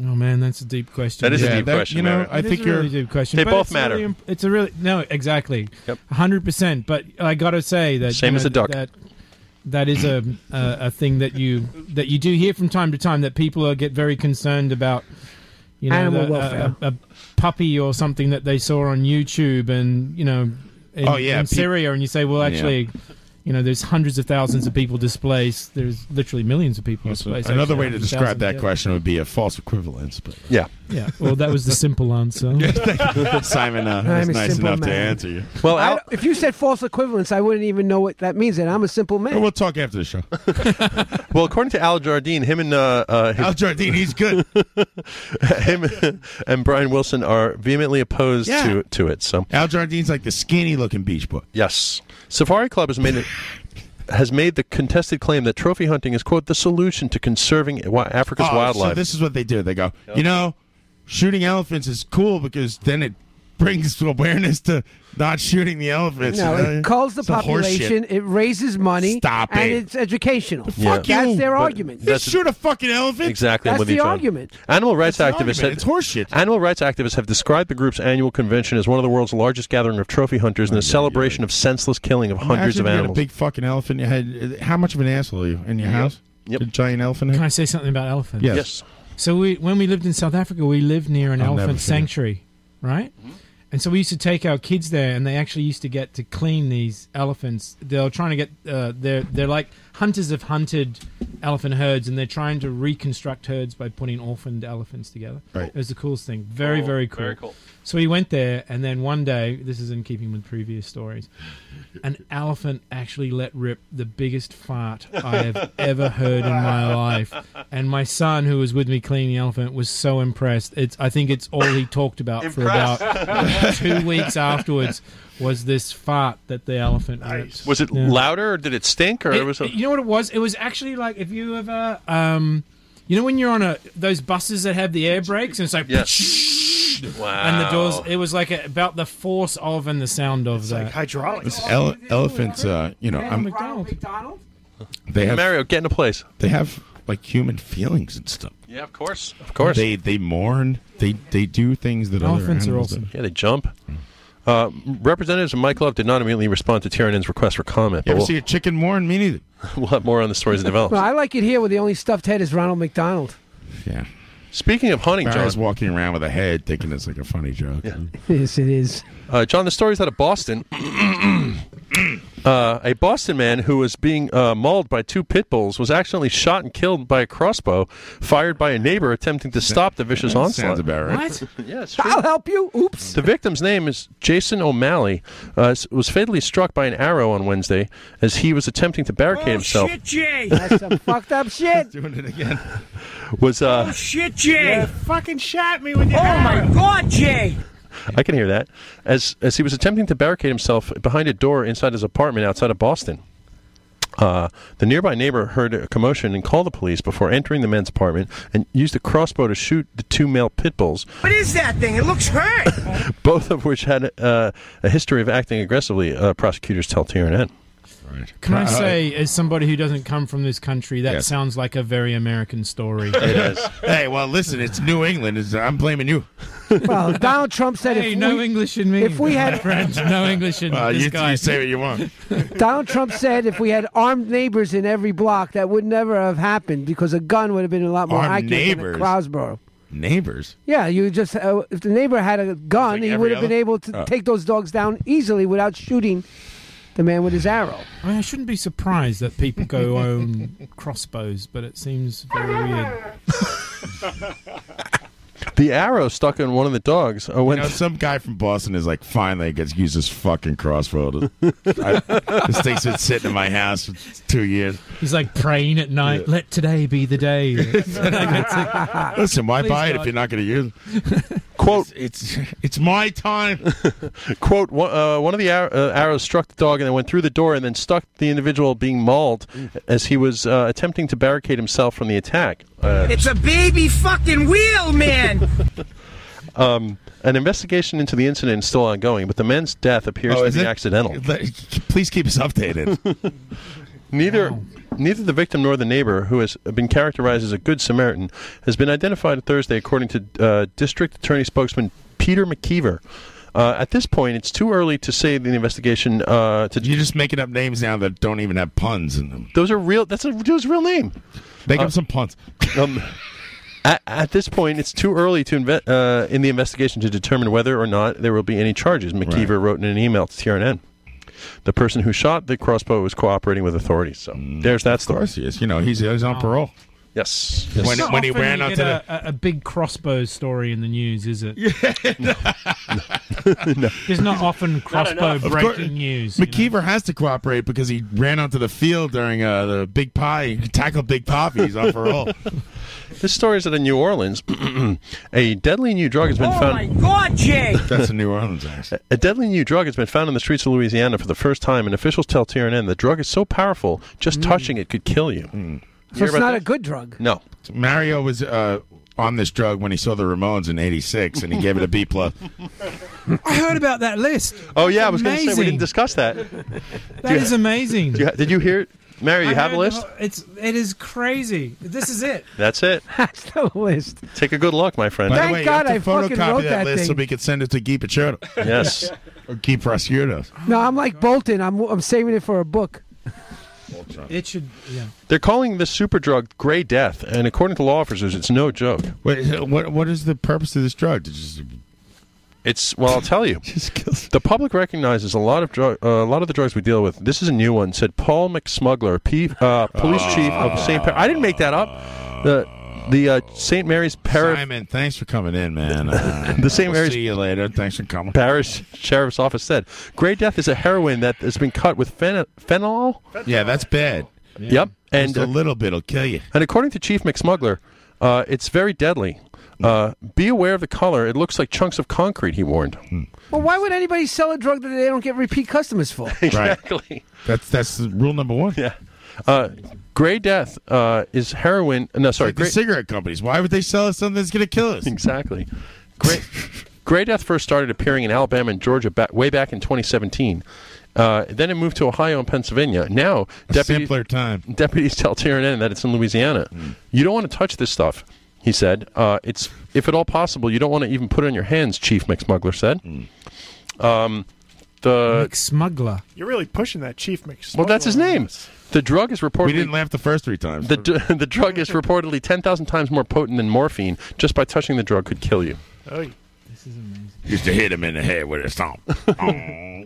[SPEAKER 2] Oh man, that's a deep question.
[SPEAKER 5] That is a Yeah, deep that- question, you know, Mary. I
[SPEAKER 2] It is
[SPEAKER 5] think
[SPEAKER 2] a
[SPEAKER 5] you're-
[SPEAKER 2] really deep question.
[SPEAKER 5] They
[SPEAKER 2] but
[SPEAKER 5] both
[SPEAKER 2] it's really
[SPEAKER 5] matter.
[SPEAKER 2] imp- it's a really no, exactly, hundred percent. But I got to say that
[SPEAKER 5] Same
[SPEAKER 2] you
[SPEAKER 5] as
[SPEAKER 2] know,
[SPEAKER 5] the duck.
[SPEAKER 2] That, that is a, a a thing that you that you do hear from time to time that people are, get very concerned about. You know,
[SPEAKER 9] Animal
[SPEAKER 2] the- a-
[SPEAKER 9] welfare.
[SPEAKER 2] A, a puppy or something that they saw on YouTube, and you know, in,
[SPEAKER 10] Oh, yeah,
[SPEAKER 2] in
[SPEAKER 10] peop-
[SPEAKER 2] Syria, and you say, well,
[SPEAKER 10] Yeah.
[SPEAKER 2] actually. You know, there's hundreds of thousands of people displaced. There's literally millions of people displaced.
[SPEAKER 10] Another
[SPEAKER 2] actually,
[SPEAKER 10] way to
[SPEAKER 2] hundreds of
[SPEAKER 10] describe
[SPEAKER 2] thousands,
[SPEAKER 10] that
[SPEAKER 2] yeah.
[SPEAKER 10] question would be a false equivalence. But
[SPEAKER 5] yeah,
[SPEAKER 2] Yeah. Well, that was the simple answer.
[SPEAKER 10] [laughs] Simon uh,
[SPEAKER 9] I'm
[SPEAKER 10] was
[SPEAKER 9] a
[SPEAKER 10] nice
[SPEAKER 9] simple
[SPEAKER 10] enough to
[SPEAKER 9] man.
[SPEAKER 10] answer you.
[SPEAKER 5] Well,
[SPEAKER 9] I don't- if you said false equivalence, I wouldn't even know what that means, and I'm a simple man.
[SPEAKER 10] We'll talk after the [laughs] show.
[SPEAKER 5] Well, according to Al Jardine, him and uh, uh, his, Al
[SPEAKER 10] Jardine, he's good.
[SPEAKER 5] him [laughs] and Brian Wilson are vehemently opposed
[SPEAKER 10] Yeah.
[SPEAKER 5] to to it. So
[SPEAKER 10] Al Jardine's like the skinny looking beach boy.
[SPEAKER 5] Yes. Safari Club has made it has made the contested claim that trophy hunting is quote the solution to conserving wi- Africa's
[SPEAKER 10] Oh,
[SPEAKER 5] wildlife.
[SPEAKER 10] So this is what they do. They go, you know, shooting elephants is cool because then it brings [laughs] awareness to not shooting the elephants.
[SPEAKER 9] no,
[SPEAKER 10] You know,
[SPEAKER 9] it calls the
[SPEAKER 10] some horse
[SPEAKER 9] population.
[SPEAKER 10] shit.
[SPEAKER 9] It raises money.
[SPEAKER 10] Stop
[SPEAKER 9] And
[SPEAKER 10] it.
[SPEAKER 9] it's educational.
[SPEAKER 5] Yeah.
[SPEAKER 9] Fuck That's their
[SPEAKER 5] But
[SPEAKER 9] argument.
[SPEAKER 5] that's-
[SPEAKER 10] shoot a fucking elephant.
[SPEAKER 5] Exactly, I'm
[SPEAKER 9] That's
[SPEAKER 5] with
[SPEAKER 9] the
[SPEAKER 5] you, John.
[SPEAKER 9] argument.
[SPEAKER 5] Animal rights activists have,
[SPEAKER 10] argument. It's horseshit.
[SPEAKER 5] Animal rights activists have described the group's annual convention as one of the world's largest gathering of trophy hunters and a celebration of senseless killing of hundreds of
[SPEAKER 10] Imagine if you had
[SPEAKER 5] animals.
[SPEAKER 10] a big fucking elephant in your head. How much of an asshole are you in your
[SPEAKER 5] Yep.
[SPEAKER 10] house? Yep. A giant elephant.
[SPEAKER 2] Can I say something about elephants?
[SPEAKER 10] Yes. Yes.
[SPEAKER 2] So we, when we lived in South Africa, we lived near an
[SPEAKER 10] I'll never
[SPEAKER 2] elephant
[SPEAKER 10] forget.
[SPEAKER 2] sanctuary, right? And so we used to take our kids there, and they actually used to get to clean these elephants. They're trying to get uh, they're they're like hunters have hunted elephant herds, and they're trying to reconstruct herds by putting orphaned elephants together.
[SPEAKER 10] Right.
[SPEAKER 2] It was the coolest thing. Very
[SPEAKER 5] Oh,
[SPEAKER 2] very cool.
[SPEAKER 5] very cool.
[SPEAKER 2] So we went there, and then one day, this is in keeping with previous stories, an elephant actually let rip the biggest fart I have ever heard in my life. And my son, who was with me cleaning the elephant, was so impressed. It's I think it's all he talked about for
[SPEAKER 5] Impressed.
[SPEAKER 2] about [laughs] two weeks afterwards was this fart that the elephant ripped.
[SPEAKER 5] was it
[SPEAKER 2] Yeah.
[SPEAKER 5] louder or did it stink or
[SPEAKER 2] It-
[SPEAKER 5] was it
[SPEAKER 2] you know what it was? It was actually like if you ever, um, you know, when you're on a those buses that have the air brakes and it's like, and the doors. It was like a, about the force of and the sound of that.
[SPEAKER 6] like hydraulics.
[SPEAKER 10] Ele- elephants, uh, you know, I'm,
[SPEAKER 9] Ronald
[SPEAKER 28] Oh
[SPEAKER 9] McDonald.
[SPEAKER 10] they have
[SPEAKER 5] Mario, get in a place.
[SPEAKER 10] they have like human feelings and stuff.
[SPEAKER 5] Yeah, of course. Of course.
[SPEAKER 10] They they mourn. They they do things that other
[SPEAKER 2] Elephants are
[SPEAKER 10] animals
[SPEAKER 2] awesome.
[SPEAKER 10] don't.
[SPEAKER 5] Yeah, they jump. Uh, representatives of Mike Love did not immediately respond to Tiernan's request for comment. But
[SPEAKER 10] You ever
[SPEAKER 5] we'll,
[SPEAKER 10] see a chicken mourn? Me neither.
[SPEAKER 5] we'll have more on the stories develop.
[SPEAKER 9] Well, I like it here where the only stuffed head is Ronald McDonald.
[SPEAKER 10] Yeah.
[SPEAKER 5] Speaking of hunting,
[SPEAKER 10] Barry's
[SPEAKER 5] John.
[SPEAKER 10] walking around with a head, thinking it's like a funny joke.
[SPEAKER 9] Yes, it is.
[SPEAKER 5] Uh, John, the story's out of Boston. [clears throat] uh, a Boston man who was being uh, mauled by two pit bulls was accidentally shot and killed by a crossbow fired by a neighbor attempting to stop the vicious
[SPEAKER 10] That
[SPEAKER 5] onslaught.
[SPEAKER 10] sounds about right.
[SPEAKER 5] yeah, it's
[SPEAKER 9] I'll help you. Oops.
[SPEAKER 5] The victim's name is Jason O'Malley. Uh, s- was fatally struck by an arrow on Wednesday as he was attempting to
[SPEAKER 9] Oh,
[SPEAKER 5] barricade himself.
[SPEAKER 9] Jay. That's some fucked up shit.
[SPEAKER 10] Doing it again.
[SPEAKER 5] Was uh,
[SPEAKER 29] Shit, Jay! fucking shot me with your Oh my god, Jay!
[SPEAKER 5] I can hear that as as he was attempting to barricade himself behind a door inside his apartment outside of Boston. Uh, the nearby neighbor heard a commotion and called the police before entering the men's apartment and used a crossbow to shoot the two male pit bulls,
[SPEAKER 28] What is that thing? It looks hurt.
[SPEAKER 5] [laughs] both of which had uh, a history of acting aggressively, uh, prosecutors tell TRN.
[SPEAKER 10] Right.
[SPEAKER 2] Can I
[SPEAKER 5] Uh, [laughs]
[SPEAKER 10] [laughs]
[SPEAKER 2] say, as somebody who doesn't come from this country, that
[SPEAKER 10] Yes.
[SPEAKER 2] sounds like a very American
[SPEAKER 10] [laughs]
[SPEAKER 2] story.
[SPEAKER 10] hey, well, listen, it's New England. It's, I'm blaming you.
[SPEAKER 9] Well, Donald Trump said
[SPEAKER 2] Hey,
[SPEAKER 9] if
[SPEAKER 2] no
[SPEAKER 9] we,
[SPEAKER 2] English in me,
[SPEAKER 9] If we
[SPEAKER 2] my
[SPEAKER 9] had
[SPEAKER 2] friend, no English in [laughs]
[SPEAKER 10] Well,
[SPEAKER 2] this
[SPEAKER 10] Uh, you,
[SPEAKER 2] guy.
[SPEAKER 10] you say what you want.
[SPEAKER 9] Donald Trump said if we had armed neighbors in every block, that would never have happened because a gun would have been a lot more
[SPEAKER 10] Armed
[SPEAKER 9] accurate than
[SPEAKER 10] neighbors?
[SPEAKER 9] a crossbow.
[SPEAKER 10] Neighbors.
[SPEAKER 9] Yeah, you just uh, if the neighbor had a gun, he
[SPEAKER 10] every
[SPEAKER 9] would have been
[SPEAKER 10] other-
[SPEAKER 9] able to
[SPEAKER 10] Oh.
[SPEAKER 9] take those dogs down easily without shooting the man with his arrow.
[SPEAKER 2] I, mean, I shouldn't be surprised that people
[SPEAKER 9] [laughs]
[SPEAKER 2] go own crossbows, but it seems very weird.
[SPEAKER 5] The arrow stuck in one of the dogs. Uh, when [laughs]
[SPEAKER 10] You know, some guy from Boston is like, finally, I gets use this fucking crossbow.
[SPEAKER 5] [laughs]
[SPEAKER 10] To, I, this thing's been sitting in my house for two years.
[SPEAKER 2] He's like praying at night, let today be the day.
[SPEAKER 10] [laughs] Listen, why
[SPEAKER 2] Please
[SPEAKER 10] buy it
[SPEAKER 2] God.
[SPEAKER 10] if you're not going to use it?
[SPEAKER 5] Quote:
[SPEAKER 10] It's it's, my time.
[SPEAKER 5] Quote: One, uh, one of the ar- uh, arrows struck the dog and then went through the door and then stuck the individual being mauled as he was uh, attempting to barricade himself from the attack.
[SPEAKER 9] [laughs]
[SPEAKER 5] Uh,
[SPEAKER 28] It's a baby fucking wheel, man.
[SPEAKER 5] um, an investigation into the incident is still ongoing, but the man's death appears
[SPEAKER 10] Oh,
[SPEAKER 5] to
[SPEAKER 10] is
[SPEAKER 5] be
[SPEAKER 10] it?
[SPEAKER 5] accidental.
[SPEAKER 10] Please keep us updated.
[SPEAKER 5] Neither
[SPEAKER 10] Oh.
[SPEAKER 5] neither the victim nor the neighbor, who has been characterized as a good Samaritan, has been identified Thursday, according to uh, District Attorney spokesman Peter McKeever. Uh, at this point, it's too early to say the investigation. Uh, to
[SPEAKER 10] You're just making up names now that don't even have puns in them.
[SPEAKER 5] Those are real. That's a dude's real name.
[SPEAKER 10] Make
[SPEAKER 5] Uh,
[SPEAKER 10] up some puns.
[SPEAKER 5] Um, at, at this point, it's too early to inve- uh, in the investigation to determine whether or not there will be any charges. McKeever wrote in an email to TRN. The person who shot the crossbow was cooperating with authorities. So there's that story. Mm, Of course
[SPEAKER 10] he is. You know, he's, he's on parole.
[SPEAKER 5] Yes.
[SPEAKER 10] When-
[SPEAKER 2] Not
[SPEAKER 10] when he
[SPEAKER 2] often
[SPEAKER 10] ran
[SPEAKER 2] you
[SPEAKER 10] onto
[SPEAKER 2] get a, a, a big crossbow story in the news, is
[SPEAKER 10] [laughs]
[SPEAKER 2] it?
[SPEAKER 5] [laughs]
[SPEAKER 2] There's not often crossbow
[SPEAKER 10] Of
[SPEAKER 2] breaking
[SPEAKER 10] course-
[SPEAKER 2] news.
[SPEAKER 10] McKeever has to cooperate because he ran onto the field during uh, the Big Pie. He tackled Big Poppy. He's on parole.
[SPEAKER 5] This story is that in New Orleans, [clears throat] a deadly new drug has been
[SPEAKER 28] Oh my
[SPEAKER 5] found.
[SPEAKER 28] God, Jay.
[SPEAKER 10] That's in New Orleans, actually.
[SPEAKER 5] A deadly new drug has been found in the streets of Louisiana for the first time, and officials tell TRN the drug is so powerful, just touching it could kill you.
[SPEAKER 9] So it's not a good drug. [laughs]
[SPEAKER 5] No.
[SPEAKER 10] Mario was uh, on this drug when he saw the Ramones in '86, and he gave it a B plus.
[SPEAKER 2] I heard about that list.
[SPEAKER 5] Oh yeah, I was going to say we
[SPEAKER 2] Amazing.
[SPEAKER 5] didn't discuss that.
[SPEAKER 2] That is
[SPEAKER 5] [laughs]
[SPEAKER 2] amazing.
[SPEAKER 5] Do you- did you hear, Mary? You
[SPEAKER 2] I
[SPEAKER 5] have
[SPEAKER 2] heard
[SPEAKER 5] a
[SPEAKER 2] the
[SPEAKER 5] list.
[SPEAKER 2] whole- It's it is crazy. This is
[SPEAKER 5] [laughs]
[SPEAKER 2] it.
[SPEAKER 5] That's it.
[SPEAKER 9] That's the list.
[SPEAKER 5] Take a good look, my friend.
[SPEAKER 10] By the way, you have to photocopy that, list so we could send it to Guy Pachoto.
[SPEAKER 5] [laughs] Yes.
[SPEAKER 10] or Guy Prosciutto.
[SPEAKER 9] No, I'm like Bolton. I'm I'm saving it for a book.
[SPEAKER 2] It should. Yeah.
[SPEAKER 5] They're calling this super drug Gray Death, and according to law officers, it's no joke.
[SPEAKER 10] Wait, what what is the purpose of this drug? To just
[SPEAKER 5] It's well, I'll tell you. [laughs] the public recognizes a lot of drug, uh, a lot of the drugs we deal with. This is a new one," said Paul McSmuggler, P, uh, police chief of St. Pat. I didn't make that up. The the uh, St. Mary's Parish.
[SPEAKER 10] Simon, thanks for coming in, man. Uh,
[SPEAKER 5] The St.
[SPEAKER 10] we'll
[SPEAKER 5] Mary's-
[SPEAKER 10] See you later. Thanks for coming.
[SPEAKER 5] Parish Sheriff's Office said, "Gray Death is a heroin that has been cut with phen- fentanyl,
[SPEAKER 10] Yeah, that's bad.
[SPEAKER 5] Yep, and uh,
[SPEAKER 10] Just a little bit'll kill you.
[SPEAKER 5] And according to Chief McSmuggler, uh, it's very deadly. Uh, be aware of the color; it looks like chunks of concrete. He warned. [laughs]
[SPEAKER 9] Well, why would anybody sell a drug that they don't get repeat customers
[SPEAKER 10] [laughs]
[SPEAKER 9] for?
[SPEAKER 5] Exactly.
[SPEAKER 10] That's that's rule number one.
[SPEAKER 5] Yeah. Uh, gray Death uh, is heroin. No, sorry,
[SPEAKER 10] The cigarette companies. Why would they sell us something that's going to kill us?
[SPEAKER 5] Exactly. Gray, Gray Death first started appearing in Alabama and Georgia ba- way back in 2017. Uh, then it moved to Ohio and Pennsylvania. Now, deputy,
[SPEAKER 10] simpler time.
[SPEAKER 5] deputies tell TRN that it's in Louisiana.
[SPEAKER 10] Hmm.
[SPEAKER 5] You don't want to touch this stuff, he said. Uh, it's if at all possible, you don't want to even put it on your hands. Chief McSmuggler said.
[SPEAKER 10] Hmm.
[SPEAKER 5] Um, the
[SPEAKER 2] McSmuggler.
[SPEAKER 6] You're really pushing that Chief McSmuggler.
[SPEAKER 5] well, that's his name. The drug is reportedly.
[SPEAKER 10] We didn't laugh the first three times.
[SPEAKER 5] The, dr- [laughs] the drug is reportedly 10,000 times more potent than morphine. Just by touching the drug could kill you.
[SPEAKER 6] Oy.
[SPEAKER 2] [laughs]
[SPEAKER 10] Used to hit him in the head with a stomp. Oh,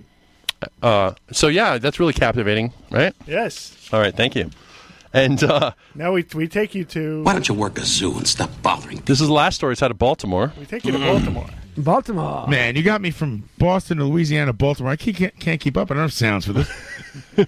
[SPEAKER 5] Uh, so, yeah, that's really captivating, right?
[SPEAKER 6] Yes.
[SPEAKER 5] All right, thank you. And uh,
[SPEAKER 6] Now we, we take you to.
[SPEAKER 5] you work a zoo and stop bothering This is the last story. It's out of Baltimore.
[SPEAKER 6] We take you
[SPEAKER 5] [laughs]
[SPEAKER 6] to Baltimore.
[SPEAKER 9] Baltimore.
[SPEAKER 10] Man, you got me from Boston to Louisiana, Baltimore. I can't, can't keep up. I don't have sounds for this.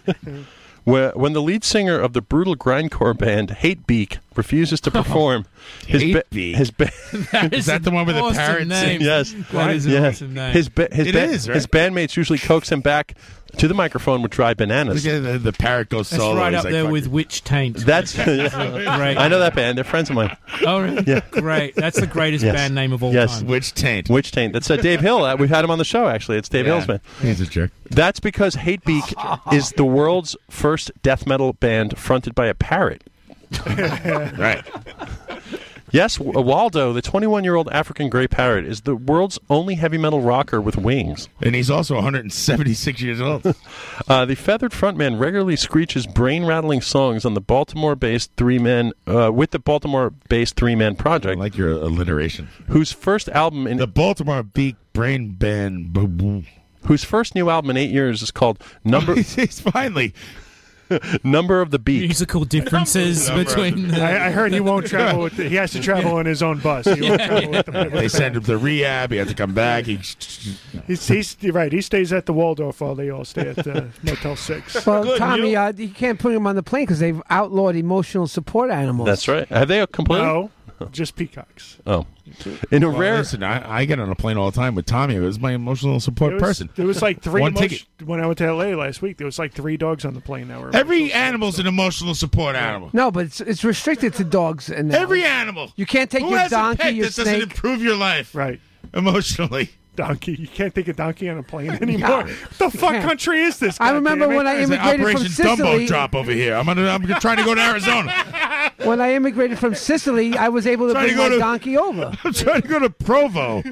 [SPEAKER 5] Where, when the lead singer of the brutal grindcore band Hatebeak refuses
[SPEAKER 10] [laughs]
[SPEAKER 5] to perform, his ba- his ba-
[SPEAKER 10] Is Oh, [laughs] that the one with the
[SPEAKER 2] awesome
[SPEAKER 10] parrot
[SPEAKER 2] name.
[SPEAKER 5] [laughs]
[SPEAKER 10] sings?
[SPEAKER 5] yes,
[SPEAKER 2] That is an
[SPEAKER 5] yes.
[SPEAKER 2] awesome name.
[SPEAKER 5] His ba- his,
[SPEAKER 10] It
[SPEAKER 5] ba-
[SPEAKER 10] is, right?
[SPEAKER 5] his bandmates usually coax him back to the microphone with dry bananas.
[SPEAKER 10] Look at the, the parrot goes
[SPEAKER 2] That's
[SPEAKER 5] solo.
[SPEAKER 2] right
[SPEAKER 5] He's
[SPEAKER 2] up
[SPEAKER 5] like,
[SPEAKER 2] there
[SPEAKER 5] "Fuck
[SPEAKER 2] with Witch Taint.
[SPEAKER 5] [laughs]
[SPEAKER 2] [laughs]
[SPEAKER 5] That's
[SPEAKER 2] right.
[SPEAKER 5] I know that band. They're friends of mine.
[SPEAKER 2] Oh, really?
[SPEAKER 5] Yeah.
[SPEAKER 2] Great. That's the greatest
[SPEAKER 5] Yes.
[SPEAKER 2] band name of all
[SPEAKER 5] yes.
[SPEAKER 2] time.
[SPEAKER 5] Witch Taint. Witch Taint. That's uh, Dave Hill. Uh, we've had him on the show, actually. It's Dave
[SPEAKER 10] Yeah.
[SPEAKER 5] Hill's band.
[SPEAKER 10] He's a jerk.
[SPEAKER 5] That's because
[SPEAKER 10] [laughs]
[SPEAKER 5] Hatebeak is the world's first death metal band fronted by a parrot. right. Yes, W- Waldo, the 21 year old African gray parrot, is the world's only heavy metal rocker with wings.
[SPEAKER 10] And he's also 176 years old.
[SPEAKER 5] uh, the feathered frontman regularly screeches brain rattling songs on the Baltimore based three man, uh, with the Baltimore based three man project.
[SPEAKER 10] like your alliteration.
[SPEAKER 5] Whose first album in
[SPEAKER 10] the Baltimore Beak Brain Band. boo, boo.
[SPEAKER 5] whose first new album in eight years is called
[SPEAKER 10] [laughs]
[SPEAKER 5] Number.
[SPEAKER 10] He's finally
[SPEAKER 5] Number of the Beak.
[SPEAKER 2] Musical differences between. the-
[SPEAKER 6] I, I heard he won't travel with. The, he has to travel on his own bus. He won't travel with the,
[SPEAKER 5] [laughs]
[SPEAKER 10] they send him to rehab. He has to come back. He,
[SPEAKER 6] he's, he's you're right. He stays at the Waldorf while they all stay
[SPEAKER 5] [laughs]
[SPEAKER 6] at uh, Motel Six.
[SPEAKER 9] Well, Tommy, you? Uh, you can't put him on the plane because they've outlawed emotional support animals.
[SPEAKER 5] That's right. Have they complained?
[SPEAKER 6] No, just peacocks.
[SPEAKER 5] Oh, in a
[SPEAKER 10] Well,
[SPEAKER 5] rare.
[SPEAKER 10] Listen, I, I get on a plane all the time with Tommy. It was my emotional support
[SPEAKER 6] There was,
[SPEAKER 10] person.
[SPEAKER 6] There was like three.
[SPEAKER 10] One
[SPEAKER 6] emotion-
[SPEAKER 10] ticket.
[SPEAKER 6] When I went to LA last week, there was like three dogs on the plane that were.
[SPEAKER 10] Every animal's an emotional support animal.
[SPEAKER 9] No, but it's, it's restricted to dogs and now.
[SPEAKER 10] Every animal.
[SPEAKER 9] You can't take
[SPEAKER 10] Who
[SPEAKER 9] your
[SPEAKER 10] has a
[SPEAKER 9] donkey,
[SPEAKER 10] pet
[SPEAKER 9] your
[SPEAKER 10] that
[SPEAKER 9] snake.
[SPEAKER 10] doesn't improve your life?
[SPEAKER 6] Right.
[SPEAKER 10] Emotionally.
[SPEAKER 6] Donkey. You can't take a donkey on a plane anymore. What the fuck country is this?
[SPEAKER 9] I remember
[SPEAKER 6] goddammit?
[SPEAKER 9] when I
[SPEAKER 10] It's an
[SPEAKER 9] immigrated from
[SPEAKER 10] Operation
[SPEAKER 9] Sicily.
[SPEAKER 10] Dumbo drop over here. I'm, gonna, I'm trying to go to Arizona.
[SPEAKER 9] [laughs] When I immigrated from Sicily, I was able to
[SPEAKER 10] Trying to
[SPEAKER 9] bring
[SPEAKER 10] go
[SPEAKER 9] my
[SPEAKER 10] to-
[SPEAKER 9] donkey
[SPEAKER 10] [laughs]
[SPEAKER 9] over.
[SPEAKER 10] I'm trying to go to [laughs] Provo.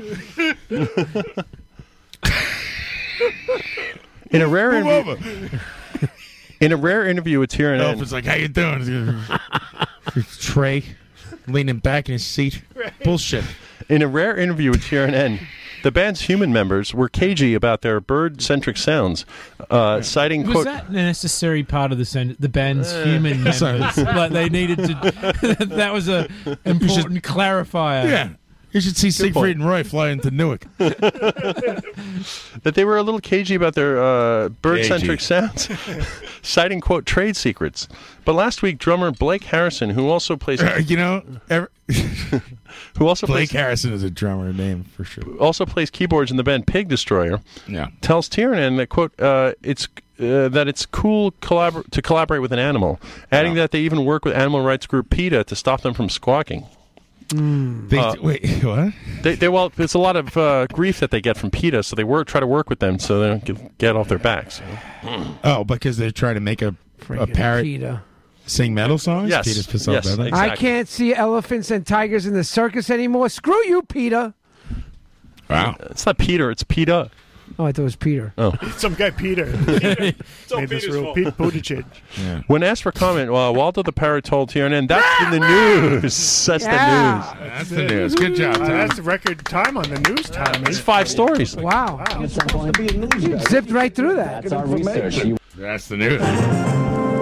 [SPEAKER 5] In a rare
[SPEAKER 10] Move
[SPEAKER 5] interview, in a rare interview with Tyrion,
[SPEAKER 10] Elf is like, "How you doing?" [laughs] Trey leaning back in his seat. Bullshit.
[SPEAKER 5] in a rare interview with TRN, the band's human members were cagey about their bird-centric sounds, uh, citing
[SPEAKER 2] [laughs] Was
[SPEAKER 5] quote.
[SPEAKER 2] that a necessary part of the sen- the band's human members?
[SPEAKER 5] sorry.
[SPEAKER 2] like they needed to. [laughs] that was a important clarifier.
[SPEAKER 10] Yeah. Uh, You should see
[SPEAKER 5] Good
[SPEAKER 10] Siegfried
[SPEAKER 5] point.
[SPEAKER 10] and Roy fly into [laughs] Newark.
[SPEAKER 5] that they were a little cagey about their uh, bird-centric
[SPEAKER 10] Cagey.
[SPEAKER 5] sounds,
[SPEAKER 10] [laughs]
[SPEAKER 5] citing quote trade secrets. But last week, drummer Blake Harrison, who also plays,
[SPEAKER 10] [laughs] you know,
[SPEAKER 5] who also
[SPEAKER 10] Blake
[SPEAKER 5] plays
[SPEAKER 10] Harrison is a drummer name for sure.
[SPEAKER 5] also plays keyboards in the band Pig Destroyer.
[SPEAKER 10] Yeah.
[SPEAKER 5] tells Tiernan that quote uh, it's uh, that it's cool collabor- to collaborate with an animal, adding that they even work with animal rights group PETA to stop them from squawking.
[SPEAKER 10] They, wait, what?
[SPEAKER 5] They, they well, it's a lot of uh, grief that they get from PETA, so they work try to work with them so they don't get, get off their backs.
[SPEAKER 10] Oh, because they're trying to make a, a
[SPEAKER 9] Friggin'
[SPEAKER 10] parrot
[SPEAKER 9] PETA.
[SPEAKER 10] sing metal songs?
[SPEAKER 5] Yes.
[SPEAKER 10] PETA's pissed off
[SPEAKER 5] Yes,
[SPEAKER 10] about that?
[SPEAKER 9] I can't see elephants and tigers in the circus anymore. Screw you, Peter.
[SPEAKER 10] Wow,
[SPEAKER 5] it's not Peter, it's PETA.
[SPEAKER 9] Oh, I thought it was Peter.
[SPEAKER 5] Oh.
[SPEAKER 6] [laughs] Some guy Peter.
[SPEAKER 9] It's all
[SPEAKER 6] made this
[SPEAKER 9] Peter's
[SPEAKER 6] rule.
[SPEAKER 9] fault.
[SPEAKER 6] Pete Buttigieg.
[SPEAKER 5] When asked for comment, uh, Waldo the parrot told Tiernan, "That's in the news. [laughs] That's the
[SPEAKER 9] Ah,
[SPEAKER 5] news.
[SPEAKER 10] That's the news. Good job,
[SPEAKER 6] Wow,
[SPEAKER 10] Tom.
[SPEAKER 6] Uh, that's record time on the news, Tommy.
[SPEAKER 5] It's five stories.
[SPEAKER 9] Wow. You zipped right through that.
[SPEAKER 10] That's the news.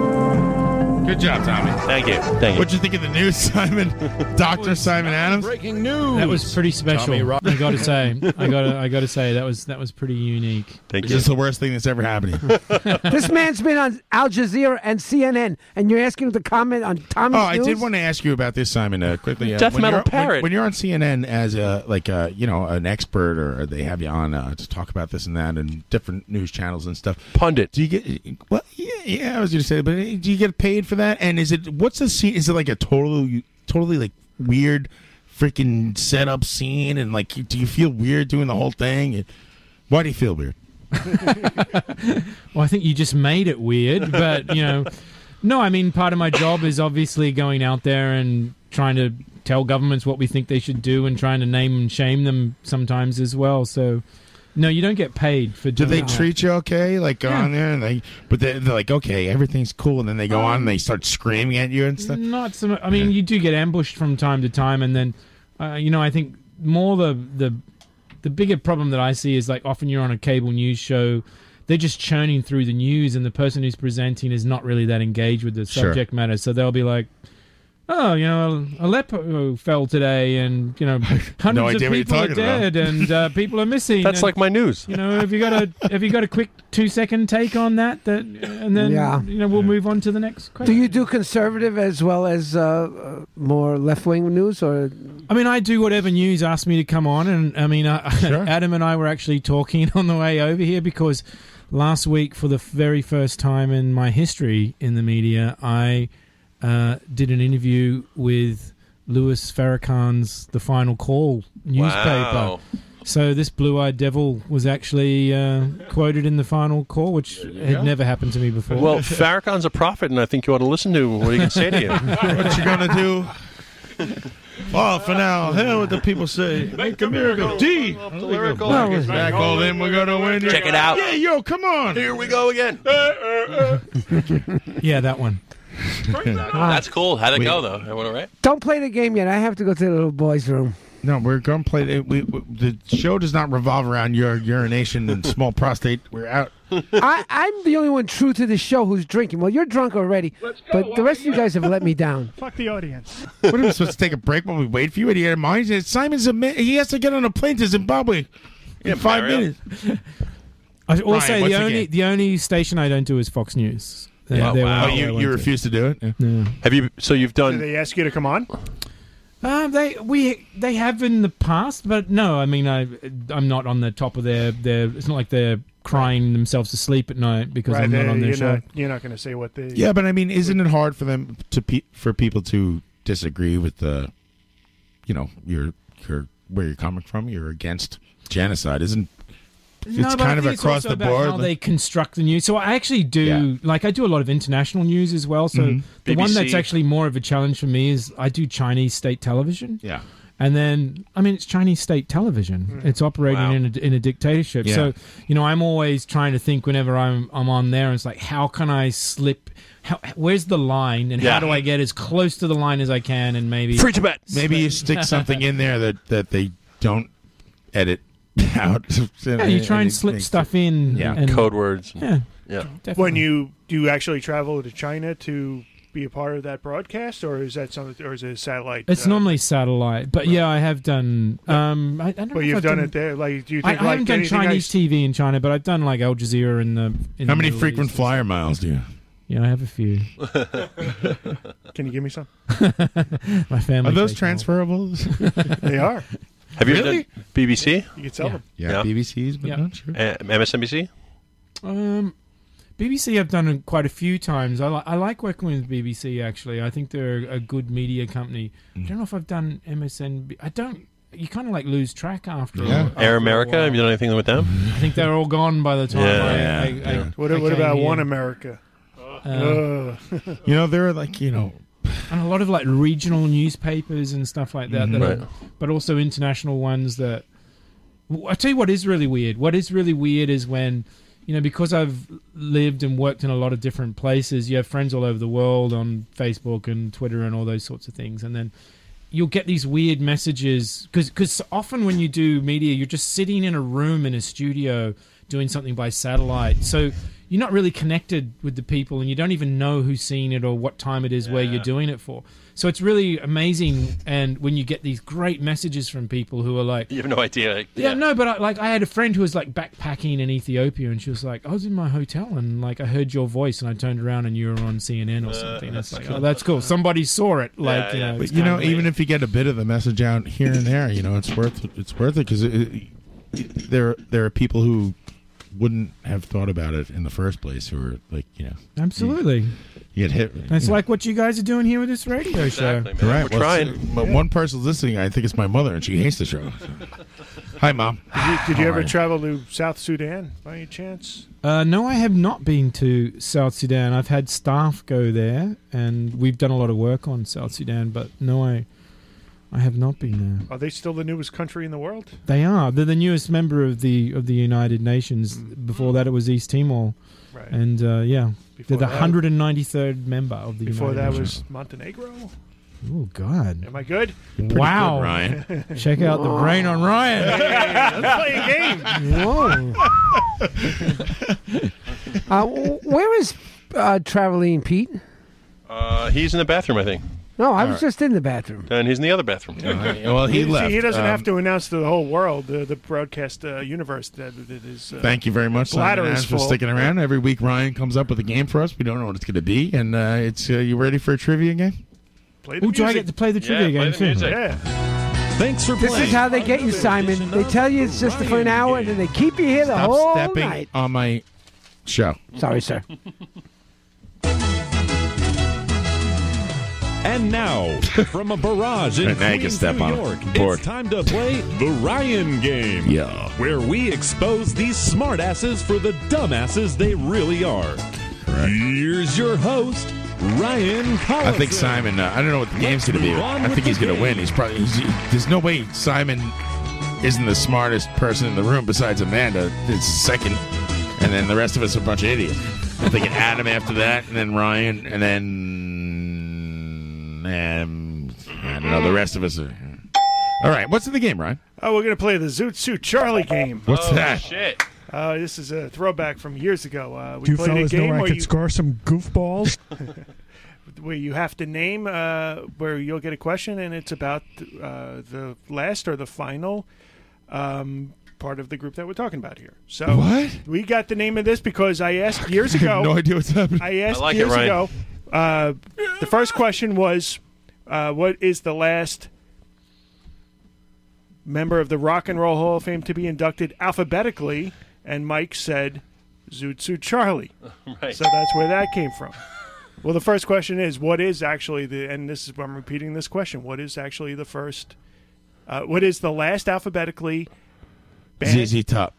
[SPEAKER 10] Good job, Tommy.
[SPEAKER 5] Thank you. Thank you.
[SPEAKER 10] What'd you think of the news, [laughs] Simon? Doctor Simon Adams.
[SPEAKER 26] Breaking news.
[SPEAKER 2] That was pretty special.
[SPEAKER 26] Tommy Ro-
[SPEAKER 2] I got to say, I got to, I got to say that was that was pretty unique.
[SPEAKER 5] Thank
[SPEAKER 10] Is this the worst thing that's ever happened? to you?
[SPEAKER 9] this man's been on Al Jazeera and CNN, and you're asking him to comment on Tommy.
[SPEAKER 10] oh, I did want to ask you about this, Simon. Uh, quickly, uh,
[SPEAKER 9] Death
[SPEAKER 10] when
[SPEAKER 9] metal
[SPEAKER 10] you're- when-
[SPEAKER 9] parrot.
[SPEAKER 10] When, you're on CNN as a like uh, you know an expert, or they have you on uh, to talk about this and that, and different news channels and stuff.
[SPEAKER 5] Pundit.
[SPEAKER 10] Do you get? Well, yeah, yeah I was going to say, but uh, do you get paid for that? And is it what's the scene? Is it like a totally totally like weird freaking setup scene? And like, do you feel weird doing the whole thing? Why do you feel weird?
[SPEAKER 2] Well, I think you just made it weird, but you know, no, I mean, part of my job is obviously going out there and trying to tell governments what we think they should do and trying to name and shame them sometimes as well. So, no, you don't get paid for
[SPEAKER 10] Do
[SPEAKER 2] doing
[SPEAKER 10] they
[SPEAKER 2] that.
[SPEAKER 10] treat you okay? Like go
[SPEAKER 2] Yeah.
[SPEAKER 10] on there and they, but they're, they're like, okay, everything's cool, and then they go on and they start screaming at you and stuff.
[SPEAKER 2] Not so. mu- I mean, you do get ambushed from time to time, and then, uh, you know, I think more the the the bigger problem that I see is like often you're on a cable news show, they're just churning through the news, and the person who's presenting is not really that engaged with the
[SPEAKER 10] Sure.
[SPEAKER 2] subject matter, so they'll be like. Oh, you know, Aleppo fell today, and
[SPEAKER 10] [laughs]
[SPEAKER 2] you know, hundreds
[SPEAKER 10] idea
[SPEAKER 2] of
[SPEAKER 10] what you're
[SPEAKER 2] people are
[SPEAKER 10] talking about.
[SPEAKER 2] dead, and uh, people are missing.
[SPEAKER 5] That's
[SPEAKER 2] and,
[SPEAKER 5] like my news.
[SPEAKER 2] You know, have you got a have you got a quick two second take on that? That and then
[SPEAKER 9] Yeah.
[SPEAKER 2] you know we'll move on to the next question.
[SPEAKER 9] Do you do conservative as well as uh, uh, more left wing news, or
[SPEAKER 2] I mean, I do whatever news [laughs] asks me to come on, and I mean, I, Adam and I were actually talking on the way over here because last week, for the very first time in my history in the media, I uh, did an interview with Louis Farrakhan's The Final Call newspaper.
[SPEAKER 5] Wow.
[SPEAKER 2] So this blue-eyed devil was actually uh, quoted in the final call, which had
[SPEAKER 5] go.
[SPEAKER 2] never happened to me before.
[SPEAKER 5] Well, Farrakhan's a prophet, and I think you ought to listen to what he can say to you.
[SPEAKER 10] [laughs] what you gonna [laughs] do? Oh, for now, hell with the people say. Make a miracle. D. Back back all in, we're gonna win.
[SPEAKER 5] Check it out.
[SPEAKER 10] Yeah, yo, come on.
[SPEAKER 5] Here we go again.
[SPEAKER 2] yeah, that one.
[SPEAKER 5] That's cool. How'd it go, though? Everyone all right?
[SPEAKER 9] Don't play the game yet. I have to go to the little boys'
[SPEAKER 10] [laughs]
[SPEAKER 9] room.
[SPEAKER 10] No, we're gonna play. The, we, we, the show does not revolve around your urination and small prostate. We're out.
[SPEAKER 9] I, I'm the only one true to the show who's drinking. Well, you're drunk already, but the rest of you guys have let me
[SPEAKER 10] [laughs]
[SPEAKER 9] down.
[SPEAKER 6] Fuck the audience.
[SPEAKER 10] What are we supposed to take a break while we wait for you? And he had in mind, he said, Simon's a man. He has to get on a plane to Zimbabwe in five
[SPEAKER 2] Mario.
[SPEAKER 10] minutes.
[SPEAKER 2] I will
[SPEAKER 10] Ryan,
[SPEAKER 2] say
[SPEAKER 10] what's
[SPEAKER 2] the
[SPEAKER 10] the
[SPEAKER 2] only
[SPEAKER 10] game?
[SPEAKER 2] the only station I don't do is Fox News. They're-
[SPEAKER 5] Yeah.
[SPEAKER 2] they're one
[SPEAKER 5] Wow.
[SPEAKER 10] Oh,
[SPEAKER 2] that I
[SPEAKER 5] You-
[SPEAKER 2] won't
[SPEAKER 5] you
[SPEAKER 2] do.
[SPEAKER 10] refuse to do it?
[SPEAKER 2] Yeah.
[SPEAKER 5] Have you? So you've
[SPEAKER 6] Did
[SPEAKER 5] done.
[SPEAKER 6] they ask you to come on?
[SPEAKER 2] Um, they we they have in the past, but no, I mean I I'm not on the top of their their. It's not like they're crying themselves to sleep at night because I'm not
[SPEAKER 6] uh,
[SPEAKER 2] on their
[SPEAKER 6] you're
[SPEAKER 2] show.
[SPEAKER 6] Not, you're not going to say what they.
[SPEAKER 10] Yeah, but I mean, isn't it hard for them to pe- for people to disagree with the, you know, your your where you're coming from? You're against genocide, isn't? It's
[SPEAKER 2] No, but I
[SPEAKER 10] kind of
[SPEAKER 2] think it's
[SPEAKER 10] across
[SPEAKER 2] also
[SPEAKER 10] the
[SPEAKER 2] about
[SPEAKER 10] board.
[SPEAKER 2] how they construct the news. So I actually do like I do a lot of international news as well. So
[SPEAKER 10] Mhm.
[SPEAKER 2] the one that's
[SPEAKER 10] BBC.
[SPEAKER 2] actually more of a challenge for me is I do Chinese state television.
[SPEAKER 10] Yeah.
[SPEAKER 2] And then, I mean, it's Chinese state television. It's operating in, a, in a dictatorship.
[SPEAKER 10] Yeah.
[SPEAKER 2] So, you know, I'm always trying to think whenever I'm I'm on there. It's like, how can I slip? How, where's the line, and
[SPEAKER 10] Yeah.
[SPEAKER 2] how do I get as close to the line as I can? And maybe
[SPEAKER 10] Maybe
[SPEAKER 2] [laughs]
[SPEAKER 10] you stick something in there that that they don't edit [laughs] out.
[SPEAKER 2] yeah, you try and slip stuff in.
[SPEAKER 10] Yeah.
[SPEAKER 2] and-
[SPEAKER 5] Code words.
[SPEAKER 2] Yeah.
[SPEAKER 5] Yeah.
[SPEAKER 6] When you do you actually travel to China to be a part of that broadcast, or is that something, or is it a satellite? uh,
[SPEAKER 2] It's normally satellite, but yeah, I have done. Um, I, I don't know
[SPEAKER 6] But
[SPEAKER 2] if
[SPEAKER 6] you've
[SPEAKER 2] I've
[SPEAKER 6] done it there. Like, do you
[SPEAKER 2] I,
[SPEAKER 6] think
[SPEAKER 2] I
[SPEAKER 6] like
[SPEAKER 2] haven't done
[SPEAKER 6] anything I
[SPEAKER 2] Chinese TV in China, but I've done like Al Jazeera in the. In
[SPEAKER 10] How
[SPEAKER 2] the
[SPEAKER 10] many
[SPEAKER 2] Middle
[SPEAKER 10] frequent
[SPEAKER 2] East.
[SPEAKER 10] flyer miles do you?
[SPEAKER 2] Yeah, I have a few.
[SPEAKER 6] Can you give me some?
[SPEAKER 2] My family.
[SPEAKER 10] Are those
[SPEAKER 2] take them all.
[SPEAKER 10] transferables? [laughs]
[SPEAKER 6] they are.
[SPEAKER 5] Have you
[SPEAKER 10] Really?
[SPEAKER 5] ever done BBC?
[SPEAKER 6] You can sell them.
[SPEAKER 10] Yeah, BBC's, but
[SPEAKER 2] Yeah.
[SPEAKER 10] not sure.
[SPEAKER 5] Uh, MSNBC?
[SPEAKER 2] Um, BBC, I've done it quite a few times. I, li- I like working with BBC. Actually, I think they're a good media company.
[SPEAKER 5] Mm.
[SPEAKER 2] I don't know if I've done MSN. I don't. You kind of like lose track after.
[SPEAKER 5] Yeah.
[SPEAKER 10] Oh,
[SPEAKER 2] after
[SPEAKER 5] Air
[SPEAKER 2] a
[SPEAKER 5] America?
[SPEAKER 2] while.
[SPEAKER 5] Have you done anything with them?
[SPEAKER 2] I think they're all gone by the time.
[SPEAKER 5] Yeah.
[SPEAKER 2] I, I, I,
[SPEAKER 5] Yeah.
[SPEAKER 6] What,
[SPEAKER 2] I
[SPEAKER 6] what
[SPEAKER 2] came
[SPEAKER 6] about
[SPEAKER 2] here.
[SPEAKER 6] One America?
[SPEAKER 2] Uh,
[SPEAKER 6] Ugh.
[SPEAKER 10] You know, there are like you know,
[SPEAKER 2] and a lot of like regional newspapers and stuff like that,
[SPEAKER 10] Mhm.
[SPEAKER 2] that are,
[SPEAKER 10] Right.
[SPEAKER 2] but also international ones that Well, I tell you what is really weird. What is really weird is when you know because I've lived and worked in a lot of different places, you have friends all over the world on Facebook and Twitter and all those sorts of things, and then you'll get these weird messages because often when you do media, you're just sitting in a room in a studio doing something by satellite, so. You're not really connected with the people, and you don't even know who's seeing it or what time it is where you're doing it for. So it's really amazing, and when you get these great messages from people who are like,
[SPEAKER 5] [laughs] You have no idea. like,
[SPEAKER 2] yeah, no, but I, like I had a friend who was like backpacking in Ethiopia, and she was like, "I was in my hotel, and like I heard your voice, and I turned around, and you were on CNN or something." that's like,
[SPEAKER 5] cool.
[SPEAKER 2] oh, that's cool. Somebody saw it. Like, you know,
[SPEAKER 10] But
[SPEAKER 2] it's
[SPEAKER 10] you know,
[SPEAKER 2] kinda
[SPEAKER 10] even if you get a bit of the message out here and there, you know, it's worth it's worth it because it, it- there there are people who wouldn't have thought about it in the first place who are like you know
[SPEAKER 2] weird. absolutely.
[SPEAKER 10] you get hit.
[SPEAKER 2] And it's like what you guys are doing here with this radio
[SPEAKER 10] Exactly,
[SPEAKER 2] show.
[SPEAKER 10] right. well, it's- but One person's listening. I think it's my mother, and she hates the show.
[SPEAKER 6] [laughs]
[SPEAKER 10] Hi, mom.
[SPEAKER 6] Did you, did you
[SPEAKER 10] How
[SPEAKER 6] ever
[SPEAKER 10] are you?
[SPEAKER 6] travel to South Sudan by any chance?
[SPEAKER 2] Uh, no, I have not been to South Sudan. I've had staff go there, and we've done a lot of work on South Sudan, but no, I, I have not been there.
[SPEAKER 6] Are they still the newest country in the world?
[SPEAKER 2] They are. They're the newest member of the of the United Nations. Before that, it was East Timor,
[SPEAKER 6] Right.
[SPEAKER 2] and uh, yeah,
[SPEAKER 6] Before
[SPEAKER 2] they're the
[SPEAKER 6] that-
[SPEAKER 2] hundred and ninety third member of the
[SPEAKER 6] Before
[SPEAKER 2] United
[SPEAKER 6] that was
[SPEAKER 2] Nations.
[SPEAKER 6] Montenegro.
[SPEAKER 2] Oh God!
[SPEAKER 6] Am I [laughs] good?
[SPEAKER 2] wow,
[SPEAKER 10] [laughs]
[SPEAKER 6] Ryan.
[SPEAKER 2] Check out the brain on Ryan.
[SPEAKER 6] Let's [laughs] play a game.
[SPEAKER 9] Whoa. uh, w- where is uh, Traveling Pete?
[SPEAKER 5] Uh, he's in the bathroom, I think.
[SPEAKER 9] No, I
[SPEAKER 5] All
[SPEAKER 9] was
[SPEAKER 5] right.
[SPEAKER 9] just in the bathroom.
[SPEAKER 5] And he's in the other bathroom.
[SPEAKER 10] well,
[SPEAKER 6] You see, he um, doesn't have to announce to the whole world, uh, the broadcast uh, universe that it is. Uh,
[SPEAKER 10] Um, Thank you very much,
[SPEAKER 6] Bladder
[SPEAKER 10] Simon
[SPEAKER 6] is
[SPEAKER 10] Adams, for
[SPEAKER 6] full.
[SPEAKER 10] sticking around. Every week, Ryan comes up with a game for us. We don't know what it's going to be, and uh, it's uh, you ready for a trivia game?
[SPEAKER 6] Play
[SPEAKER 2] the Ooh, do I music. get to play the Yeah, trivia play game the too? music.
[SPEAKER 10] Thanks for
[SPEAKER 9] This is how they get you, Simon. They tell you it's just for an hour, and then they keep you here the
[SPEAKER 10] Stop
[SPEAKER 9] whole
[SPEAKER 10] stepping
[SPEAKER 9] night.
[SPEAKER 10] on my Show.
[SPEAKER 9] Sorry,
[SPEAKER 10] [laughs]
[SPEAKER 9] sir.
[SPEAKER 26] [laughs] And now, from a barrage in
[SPEAKER 10] And now you can
[SPEAKER 26] Queens,
[SPEAKER 10] step
[SPEAKER 26] New
[SPEAKER 10] on it.
[SPEAKER 26] York,
[SPEAKER 10] Board.
[SPEAKER 26] it's time to play the Ryan Game.
[SPEAKER 10] Yeah.
[SPEAKER 26] Where we expose these smartasses for the dumbasses they really are. Here's your host, Ryan Collins.
[SPEAKER 10] I think Simon. Uh, I don't know what the game's going to be.
[SPEAKER 26] move on
[SPEAKER 10] I
[SPEAKER 26] with
[SPEAKER 10] think he's
[SPEAKER 26] the
[SPEAKER 10] going to win. He's probably. he's- there's no way Simon isn't the smartest person in the room besides Amanda. It's second, and then the rest of us are a bunch of idiots. I'm thinking Adam after that, and then Ryan, and then um, I don't know. The rest of us are. All right, what's in the game, Ryan?
[SPEAKER 6] Oh, we're gonna play the Zoot Suit Charlie game.
[SPEAKER 10] What's Oh, that?
[SPEAKER 6] Shit. Uh, this is a throwback from years ago. Uh, we
[SPEAKER 30] Do you
[SPEAKER 6] played a
[SPEAKER 30] fellas know
[SPEAKER 6] game
[SPEAKER 30] where I
[SPEAKER 6] where
[SPEAKER 30] could
[SPEAKER 6] you,
[SPEAKER 30] score some goofballs?
[SPEAKER 6] where you have to name uh, where you'll get a question, and it's about uh, the last or the final um, part of the group that we're talking about here. So
[SPEAKER 10] What?
[SPEAKER 6] we got the name of this because I asked years
[SPEAKER 10] [laughs] I have
[SPEAKER 6] ago.
[SPEAKER 10] no idea what's happening.
[SPEAKER 6] I asked
[SPEAKER 10] I like it,
[SPEAKER 6] years
[SPEAKER 10] Ryan.
[SPEAKER 6] ago. Uh, the first question was, uh, "What is the last member of the Rock and Roll Hall of Fame to be inducted alphabetically?" And Mike said, "Zoot Suit
[SPEAKER 10] [laughs]
[SPEAKER 6] Charlie."
[SPEAKER 5] Right.
[SPEAKER 6] So that's where that came from. Well, the first question is, "What is actually the?" And this is I'm repeating this question. What is actually the first? Uh, what is the last alphabetically? Band?
[SPEAKER 10] ZZ Top.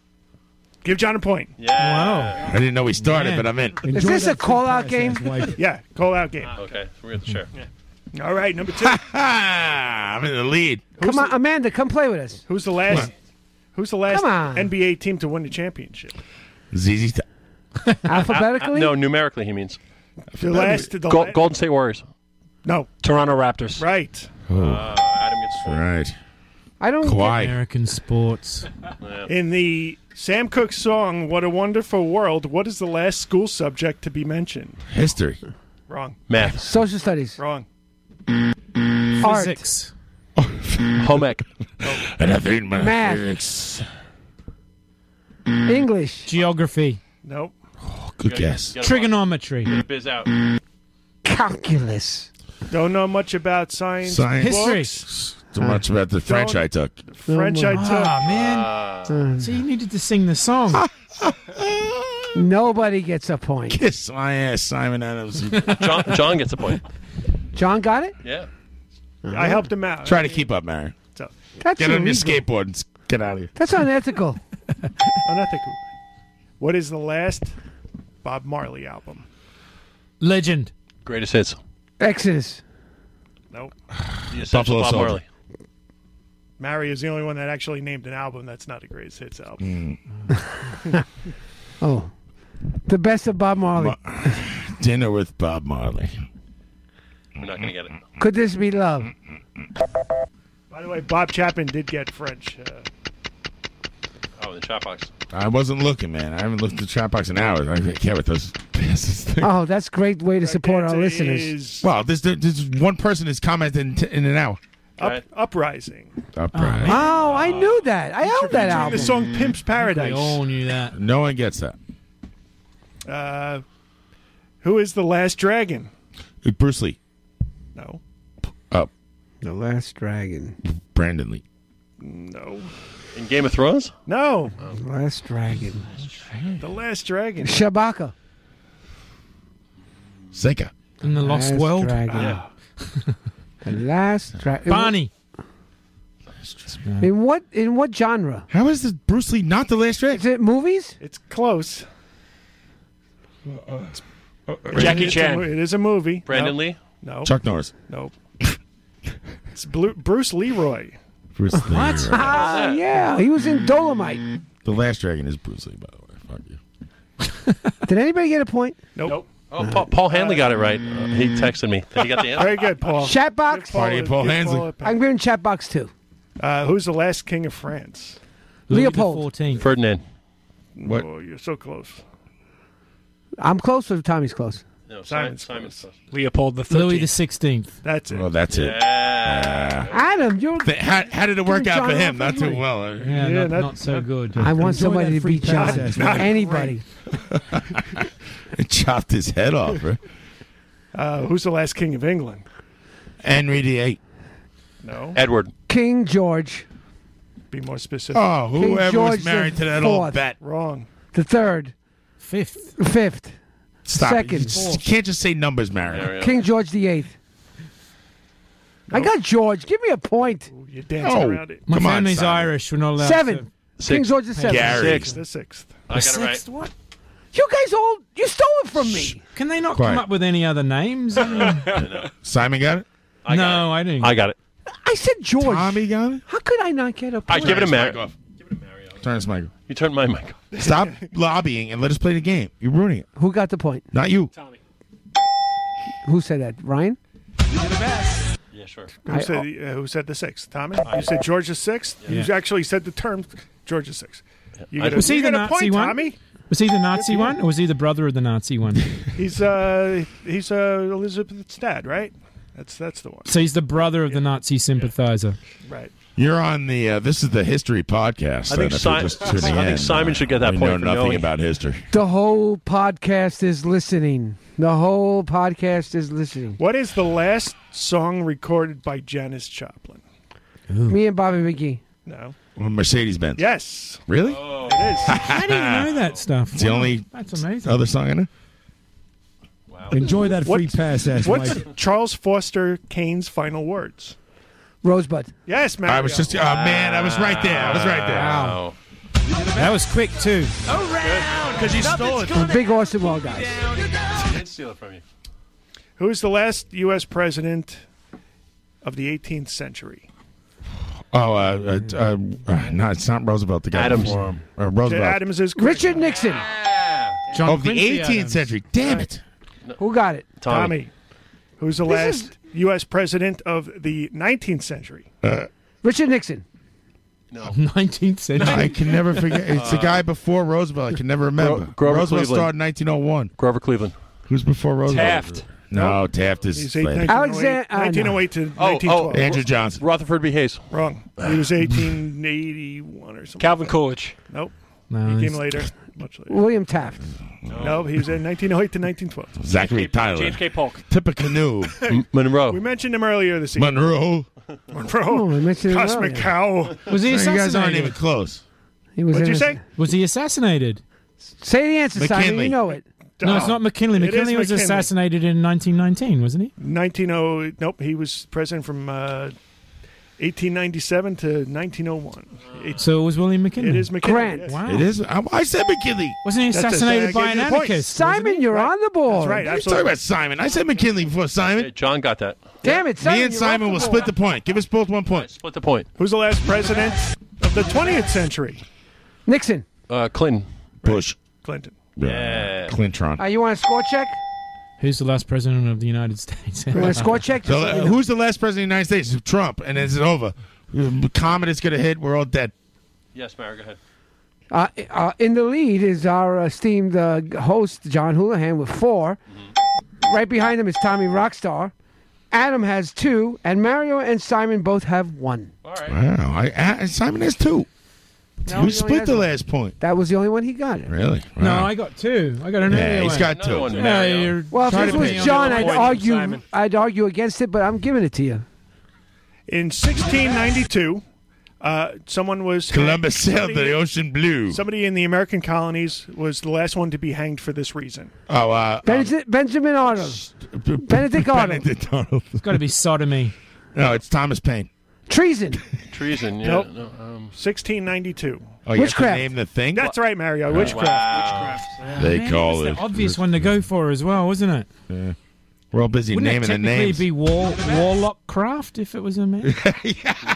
[SPEAKER 6] Give John a point.
[SPEAKER 10] Wow. I didn't know we started, but I'm in.
[SPEAKER 6] Is this a call out game? [laughs] yeah, call out
[SPEAKER 10] Uh,
[SPEAKER 6] game.
[SPEAKER 5] Okay, so we're at the share.
[SPEAKER 6] All right, number two.
[SPEAKER 10] I'm in the lead.
[SPEAKER 6] come on, Amanda, come play with
[SPEAKER 10] [laughs]
[SPEAKER 6] us. Who's the last? Who's the last
[SPEAKER 9] Come on.
[SPEAKER 6] NBA team to win the championship?
[SPEAKER 10] ZZ Top.
[SPEAKER 5] Uh, uh, no, numerically he means.
[SPEAKER 6] The last- the
[SPEAKER 5] Gol-
[SPEAKER 6] la-
[SPEAKER 5] Golden State Warriors.
[SPEAKER 6] No.
[SPEAKER 5] Toronto Raptors.
[SPEAKER 6] Right.
[SPEAKER 5] Uh, Adam gets four.
[SPEAKER 10] Right.
[SPEAKER 9] I don't.
[SPEAKER 2] American sports.
[SPEAKER 6] In the Sam Cooke song "What a Wonderful World," what is the last school subject to be mentioned?
[SPEAKER 10] History.
[SPEAKER 6] Wrong.
[SPEAKER 5] Math.
[SPEAKER 9] Social studies.
[SPEAKER 6] Wrong.
[SPEAKER 9] Art.
[SPEAKER 2] Physics.
[SPEAKER 5] Home ec.
[SPEAKER 10] And I think my
[SPEAKER 9] Math.
[SPEAKER 10] physics.
[SPEAKER 9] English.
[SPEAKER 2] Geography.
[SPEAKER 6] Nope.
[SPEAKER 10] Good guess.
[SPEAKER 2] Trigonometry.
[SPEAKER 5] Biz out.
[SPEAKER 9] Calculus.
[SPEAKER 6] Don't know much about science.
[SPEAKER 10] Science.
[SPEAKER 6] books.
[SPEAKER 10] Too much about the French I took.
[SPEAKER 6] French I took.
[SPEAKER 2] Ah, man. so you needed to sing the song.
[SPEAKER 9] Nobody gets a point.
[SPEAKER 10] Kiss my ass, Simon Adams.
[SPEAKER 5] John, John gets a point.
[SPEAKER 9] John got it.
[SPEAKER 5] Yeah.
[SPEAKER 6] I helped him out.
[SPEAKER 10] Try to keep up, Mary.
[SPEAKER 9] That's
[SPEAKER 10] get on your
[SPEAKER 9] illegal.
[SPEAKER 10] skateboard and s- get out of here.
[SPEAKER 9] That's
[SPEAKER 10] [laughs]
[SPEAKER 9] unethical.
[SPEAKER 6] Unethical. Oh, What is the last Bob Marley album?
[SPEAKER 2] Legend.
[SPEAKER 5] Greatest hits.
[SPEAKER 9] Exodus.
[SPEAKER 6] Nope.
[SPEAKER 5] The Essential Bob
[SPEAKER 10] Soldier.
[SPEAKER 5] Marley.
[SPEAKER 6] Mary is the only one that actually named an album that's not a greatest hits album.
[SPEAKER 9] oh, the best of Bob Marley.
[SPEAKER 10] Dinner with Bob Marley.
[SPEAKER 5] We're not gonna get it.
[SPEAKER 9] Could this be love?
[SPEAKER 6] By the way, Bob Chapman did get French. Uh,
[SPEAKER 5] Oh, the chat box.
[SPEAKER 10] I wasn't looking, man. I haven't looked at the chat box in hours. I can't care what those bastards think.
[SPEAKER 9] Oh, that's a great way to support our listeners.
[SPEAKER 10] Wow, this, this, one person has commented in, t- in an hour.
[SPEAKER 6] Up, uprising.
[SPEAKER 10] Upright.
[SPEAKER 9] Oh, I knew that. I owned that
[SPEAKER 6] Featuring
[SPEAKER 9] album.
[SPEAKER 6] the
[SPEAKER 10] Mm-hmm.
[SPEAKER 6] song "Pimp's Paradise."
[SPEAKER 2] knew that.
[SPEAKER 10] No one gets that.
[SPEAKER 6] Uh, who is the last dragon?
[SPEAKER 10] Bruce Lee.
[SPEAKER 6] No.
[SPEAKER 10] Up.
[SPEAKER 9] The Last Dragon.
[SPEAKER 10] Brandon Lee.
[SPEAKER 6] No.
[SPEAKER 5] In Game of Thrones?
[SPEAKER 6] No.
[SPEAKER 9] Last Dragon.
[SPEAKER 6] The last dragon.
[SPEAKER 9] Shabaka.
[SPEAKER 10] Seika.
[SPEAKER 2] In the Lost
[SPEAKER 9] Last
[SPEAKER 2] World. Ah.
[SPEAKER 9] Dragon. [laughs] the Last Dragon.
[SPEAKER 2] Barney.
[SPEAKER 9] In what in what genre?
[SPEAKER 10] How is this Bruce Lee not the last dragon?
[SPEAKER 9] Is it movies?
[SPEAKER 6] It's close.
[SPEAKER 5] Jackie
[SPEAKER 6] It's a
[SPEAKER 5] Chan.
[SPEAKER 6] mo- it is a movie.
[SPEAKER 5] Brandon
[SPEAKER 6] Nope.
[SPEAKER 5] Lee?
[SPEAKER 6] No.
[SPEAKER 10] Chuck Norris.
[SPEAKER 6] Nope. it's Blu- Bruce Leroy.
[SPEAKER 10] Bruce Lee.
[SPEAKER 9] What? Ah, yeah, he was in Dolomite.
[SPEAKER 10] The last dragon is Bruce Lee, by the way. Fuck you.
[SPEAKER 9] Did anybody get a point?
[SPEAKER 6] Nope.
[SPEAKER 5] Oh, Paul, Paul Hanley got it right. Uh, he texted me. He got the [laughs] answer.
[SPEAKER 6] Very good, Paul.
[SPEAKER 9] Chat box.
[SPEAKER 6] Give Paul a- Paul give Hansen. Paul a-
[SPEAKER 9] I'm giving chat box two.
[SPEAKER 6] Uh, who's the last king of France?
[SPEAKER 9] Leopold.
[SPEAKER 5] Ferdinand.
[SPEAKER 10] What?
[SPEAKER 6] Oh, you're so close.
[SPEAKER 9] I'm close, or Tommy's close.
[SPEAKER 5] No,
[SPEAKER 6] Simon's
[SPEAKER 5] Simon's.
[SPEAKER 2] Leopold the Louis the Sixteenth.
[SPEAKER 6] That's it.
[SPEAKER 10] Well, Oh, that's it. Uh,
[SPEAKER 9] Adam, you're.
[SPEAKER 10] th- how, how did it work out for him? Not too well. uh, [laughs]
[SPEAKER 2] Yeah,
[SPEAKER 6] Yeah,
[SPEAKER 2] not,
[SPEAKER 6] that-
[SPEAKER 2] not so good.
[SPEAKER 9] I want
[SPEAKER 2] Enjoy
[SPEAKER 9] somebody
[SPEAKER 2] that
[SPEAKER 9] to
[SPEAKER 2] free
[SPEAKER 9] beat John.
[SPEAKER 2] process,
[SPEAKER 10] Not
[SPEAKER 2] man.
[SPEAKER 9] Anybody.
[SPEAKER 10] It chopped his head off. Right?
[SPEAKER 6] Uh, who's the last king of England?
[SPEAKER 10] Henry VIII.
[SPEAKER 6] No.
[SPEAKER 5] Edward.
[SPEAKER 9] King George
[SPEAKER 6] Be more specific.
[SPEAKER 10] Oh,
[SPEAKER 9] King
[SPEAKER 10] whoever
[SPEAKER 9] George
[SPEAKER 10] was married
[SPEAKER 9] the
[SPEAKER 10] to that old
[SPEAKER 9] Fourth.
[SPEAKER 10] bat.
[SPEAKER 6] Wrong.
[SPEAKER 9] the third.
[SPEAKER 2] Fifth.
[SPEAKER 9] Fifth.
[SPEAKER 10] Stop. it. You
[SPEAKER 9] Second.
[SPEAKER 10] just- You can't just say numbers, Mario.
[SPEAKER 9] King George the Eighth. I got George. Give me a point.
[SPEAKER 6] You're
[SPEAKER 9] dancing
[SPEAKER 10] Oh.
[SPEAKER 2] No.
[SPEAKER 9] around it.
[SPEAKER 2] My
[SPEAKER 9] Come on,
[SPEAKER 2] family's
[SPEAKER 9] Simon.
[SPEAKER 2] Irish. We're not allowed.
[SPEAKER 9] Seven.
[SPEAKER 2] To...
[SPEAKER 9] King George the Seventh.
[SPEAKER 6] The sixth.
[SPEAKER 2] The sixth? What?
[SPEAKER 9] You guys all you stole it from me.
[SPEAKER 2] Can they not
[SPEAKER 10] Quiet.
[SPEAKER 2] come up with any other names? no,
[SPEAKER 10] Simon got it.
[SPEAKER 2] I didn't.
[SPEAKER 5] I got it.
[SPEAKER 9] I said George.
[SPEAKER 10] Tommy got it.
[SPEAKER 9] How could I not get a
[SPEAKER 5] I
[SPEAKER 9] point?
[SPEAKER 5] give it a
[SPEAKER 10] Mario.
[SPEAKER 5] Mario.
[SPEAKER 10] Turn his mic.
[SPEAKER 5] You turned my mic. off.
[SPEAKER 9] [laughs]
[SPEAKER 10] Stop lobbying and let us play the game. You're ruining it.
[SPEAKER 9] Who got the point?
[SPEAKER 10] Not you.
[SPEAKER 9] Who said that? Ryan?
[SPEAKER 5] Yeah, sure.
[SPEAKER 6] Who
[SPEAKER 9] I-
[SPEAKER 6] said, uh, who said the sixth? Tommy? You said George the sixth? You
[SPEAKER 2] Yeah.
[SPEAKER 6] actually said the term George the sixth. You
[SPEAKER 2] I-
[SPEAKER 6] get a,
[SPEAKER 2] was he
[SPEAKER 6] you
[SPEAKER 2] the
[SPEAKER 6] get a
[SPEAKER 2] Nazi
[SPEAKER 6] point,
[SPEAKER 2] one?
[SPEAKER 6] Tommy.
[SPEAKER 2] Was he the Nazi one, or was he the brother of the Nazi [laughs] one?
[SPEAKER 6] He's uh he's uh Elizabeth's dad, right? That's that's the one.
[SPEAKER 2] so he's the brother of the Nazi sympathizer.
[SPEAKER 6] Right.
[SPEAKER 10] You're on the. Uh, this is the history podcast.
[SPEAKER 5] I think
[SPEAKER 10] then, if
[SPEAKER 5] Si-
[SPEAKER 10] you're just tuning
[SPEAKER 5] I think
[SPEAKER 10] in.
[SPEAKER 5] Simon should get that
[SPEAKER 10] we
[SPEAKER 5] point
[SPEAKER 10] Know
[SPEAKER 5] for
[SPEAKER 10] nothing
[SPEAKER 5] knowing.
[SPEAKER 10] about history.
[SPEAKER 9] The whole podcast is listening. The whole podcast is listening.
[SPEAKER 6] What is the last song recorded by Janis Joplin?
[SPEAKER 9] Me and Bobby McGee.
[SPEAKER 6] No.
[SPEAKER 10] Mercedes Benz.
[SPEAKER 6] Yes.
[SPEAKER 10] Really?
[SPEAKER 5] Oh.
[SPEAKER 6] It is.
[SPEAKER 10] I didn't know
[SPEAKER 2] that stuff.
[SPEAKER 10] It's the only
[SPEAKER 2] That's amazing.
[SPEAKER 10] other song I know.
[SPEAKER 7] Enjoy that free pass, ass
[SPEAKER 6] What's
[SPEAKER 7] Mike.
[SPEAKER 6] Charles Foster Kane's final words?
[SPEAKER 9] Rosebud.
[SPEAKER 6] Yes, man.
[SPEAKER 10] I was just. Oh man, I was right there. I was right there.
[SPEAKER 5] Oh.
[SPEAKER 2] Wow. That was quick [laughs] too.
[SPEAKER 6] around because you stole it.
[SPEAKER 9] We're big awesome all guys.
[SPEAKER 5] I did steal it from you.
[SPEAKER 6] Who is the last U.S. president of the 18th century?
[SPEAKER 10] Oh, uh, uh, uh, uh, no, it's not Roosevelt. The guy
[SPEAKER 5] Adams.
[SPEAKER 10] before him. Uh, Roosevelt.
[SPEAKER 6] Adams is
[SPEAKER 9] Richard Nixon.
[SPEAKER 10] John Of the Quincy 18th Adams. century. Damn
[SPEAKER 6] it.
[SPEAKER 9] Who got it?
[SPEAKER 6] Tommy. Who's the
[SPEAKER 9] This
[SPEAKER 6] last U.S. president of the 19th century?
[SPEAKER 9] Richard Nixon.
[SPEAKER 2] Nineteenth century.
[SPEAKER 10] I can never forget. It's the guy before Roosevelt. I can never remember.
[SPEAKER 5] Uh, Gro- Grover
[SPEAKER 10] Roosevelt
[SPEAKER 5] Cleveland.
[SPEAKER 10] started in 1901.
[SPEAKER 5] Grover Cleveland.
[SPEAKER 10] Who's before Roosevelt?
[SPEAKER 5] Taft.
[SPEAKER 10] No, Taft is.
[SPEAKER 6] He's eight-
[SPEAKER 10] later.
[SPEAKER 6] 1908
[SPEAKER 9] Alexan- uh, no.
[SPEAKER 6] 1908 to
[SPEAKER 5] Oh, oh,
[SPEAKER 6] 1912.
[SPEAKER 10] Andrew Johnson.
[SPEAKER 5] Rutherford B. Hayes.
[SPEAKER 6] Wrong. He
[SPEAKER 10] [sighs]
[SPEAKER 6] was 1881 or something.
[SPEAKER 25] Calvin Coolidge.
[SPEAKER 6] Nope.
[SPEAKER 2] No,
[SPEAKER 6] he came
[SPEAKER 2] he's-
[SPEAKER 6] later. Much later.
[SPEAKER 9] William Taft.
[SPEAKER 6] No. he was in 1908 to 1912.
[SPEAKER 10] Zachary Tyler.
[SPEAKER 25] James K. Polk.
[SPEAKER 5] [laughs]
[SPEAKER 10] Tippecanoe. M-
[SPEAKER 6] We
[SPEAKER 5] Monroe.
[SPEAKER 6] mentioned him earlier this evening.
[SPEAKER 10] Monroe.
[SPEAKER 2] Oh,
[SPEAKER 6] [laughs] Monroe.
[SPEAKER 9] Oh, I mentioned him
[SPEAKER 6] Cosmic
[SPEAKER 9] earlier.
[SPEAKER 6] Cow.
[SPEAKER 2] Was he
[SPEAKER 10] You guys aren't even
[SPEAKER 2] assassinated?
[SPEAKER 10] close.
[SPEAKER 9] He was
[SPEAKER 6] What'd you
[SPEAKER 9] innocent.
[SPEAKER 6] say?
[SPEAKER 2] Was he assassinated?
[SPEAKER 9] Say the answer, Simon.
[SPEAKER 10] McKinley.
[SPEAKER 9] You know it.
[SPEAKER 2] No, it's not McKinley.
[SPEAKER 6] It is
[SPEAKER 2] McKinley was
[SPEAKER 6] McKinley.
[SPEAKER 2] assassinated in 1919, wasn't he?
[SPEAKER 6] 190. oh, Nope. He was president from uh, 1897 to 1901. It,
[SPEAKER 2] So it was William McKinley.
[SPEAKER 6] it is McKinley.
[SPEAKER 9] Grant.
[SPEAKER 6] yes.
[SPEAKER 2] Wow.
[SPEAKER 10] It is. I, I said McKinley.
[SPEAKER 2] Wasn't he
[SPEAKER 6] That's it.
[SPEAKER 2] assassinated
[SPEAKER 6] I
[SPEAKER 2] by
[SPEAKER 6] gave
[SPEAKER 2] an
[SPEAKER 6] you the point.
[SPEAKER 2] anarchist?
[SPEAKER 9] Simon, you're on the board.
[SPEAKER 6] That's right.
[SPEAKER 10] What are you talking
[SPEAKER 6] Absolutely.
[SPEAKER 10] about Simon? I said McKinley before Simon.
[SPEAKER 5] Yeah, John got that.
[SPEAKER 9] Damn it, Simon.
[SPEAKER 10] Me and
[SPEAKER 9] you're on
[SPEAKER 10] Simon
[SPEAKER 9] the
[SPEAKER 10] will
[SPEAKER 9] board.
[SPEAKER 10] split the point. Give us both one point.
[SPEAKER 5] Split the point.
[SPEAKER 6] Who's the last president of the 20th century?
[SPEAKER 9] Nixon.
[SPEAKER 5] Uh, Clinton.
[SPEAKER 10] Bush.
[SPEAKER 6] Clinton.
[SPEAKER 5] Yeah.
[SPEAKER 10] Clintron.
[SPEAKER 9] Uh, you want a score check?
[SPEAKER 2] Who's the last president of the United States?
[SPEAKER 9] You want
[SPEAKER 2] [laughs]
[SPEAKER 9] a score check?
[SPEAKER 10] So, uh, who's the last president of the United States? Trump. And it's over. Comet is going to hit. We're all dead.
[SPEAKER 5] Yes, Mario, go ahead.
[SPEAKER 9] Uh, uh, in the lead is our esteemed uh, host, John Houlihan, with 4 Right behind him is Tommy Rockstar. Adam has two, and Mario and Simon both have one.
[SPEAKER 5] All right.
[SPEAKER 10] Wow. I, I, Simon has two.
[SPEAKER 9] No, he
[SPEAKER 10] you
[SPEAKER 9] only
[SPEAKER 10] split
[SPEAKER 9] has
[SPEAKER 10] the
[SPEAKER 9] one.
[SPEAKER 10] last point.
[SPEAKER 9] That was the only one he got.
[SPEAKER 10] Really?
[SPEAKER 2] No,
[SPEAKER 10] Wow.
[SPEAKER 2] I got two. I got an
[SPEAKER 10] Yeah,
[SPEAKER 2] earlier
[SPEAKER 10] he's
[SPEAKER 2] one.
[SPEAKER 10] got
[SPEAKER 5] Another
[SPEAKER 10] two.
[SPEAKER 5] one,
[SPEAKER 2] Yeah,
[SPEAKER 5] Mario.
[SPEAKER 2] you're
[SPEAKER 9] Well, if
[SPEAKER 2] trying
[SPEAKER 9] this
[SPEAKER 2] to
[SPEAKER 9] was
[SPEAKER 2] pay
[SPEAKER 9] John,
[SPEAKER 2] me
[SPEAKER 9] I'd
[SPEAKER 2] off.
[SPEAKER 9] argue.
[SPEAKER 25] Simon.
[SPEAKER 9] I'd argue against it, but I'm giving it to you.
[SPEAKER 6] In 1692, uh, someone was
[SPEAKER 10] Columbus sailed
[SPEAKER 6] somebody-
[SPEAKER 10] the ocean blue.
[SPEAKER 6] Somebody in the American colonies was the last one to be hanged for this reason.
[SPEAKER 10] Oh, uh, um,
[SPEAKER 9] Benji- Benjamin Arnold, Benedict Arnold,
[SPEAKER 10] Benedict Arnold.
[SPEAKER 2] It's got to be sodomy.
[SPEAKER 10] No, it's Thomas Paine.
[SPEAKER 2] [laughs]
[SPEAKER 9] treason.
[SPEAKER 5] Treason. Yeah.
[SPEAKER 6] Nope.
[SPEAKER 5] No, um,
[SPEAKER 6] 1692.
[SPEAKER 10] Oh, you have to
[SPEAKER 9] Witchcraft.
[SPEAKER 10] name the thing.
[SPEAKER 6] That's right, Mario. Witchcraft.
[SPEAKER 5] wow.
[SPEAKER 10] They
[SPEAKER 2] Oh, Man,
[SPEAKER 10] call
[SPEAKER 2] that's
[SPEAKER 10] it.
[SPEAKER 2] the obvious one to go for as well, wasn't it?
[SPEAKER 10] We're all busy
[SPEAKER 2] Wouldn't it
[SPEAKER 10] naming the
[SPEAKER 2] technically
[SPEAKER 10] names.
[SPEAKER 2] be war, warlock craft if it was a
[SPEAKER 6] [laughs]
[SPEAKER 2] man?
[SPEAKER 9] yeah.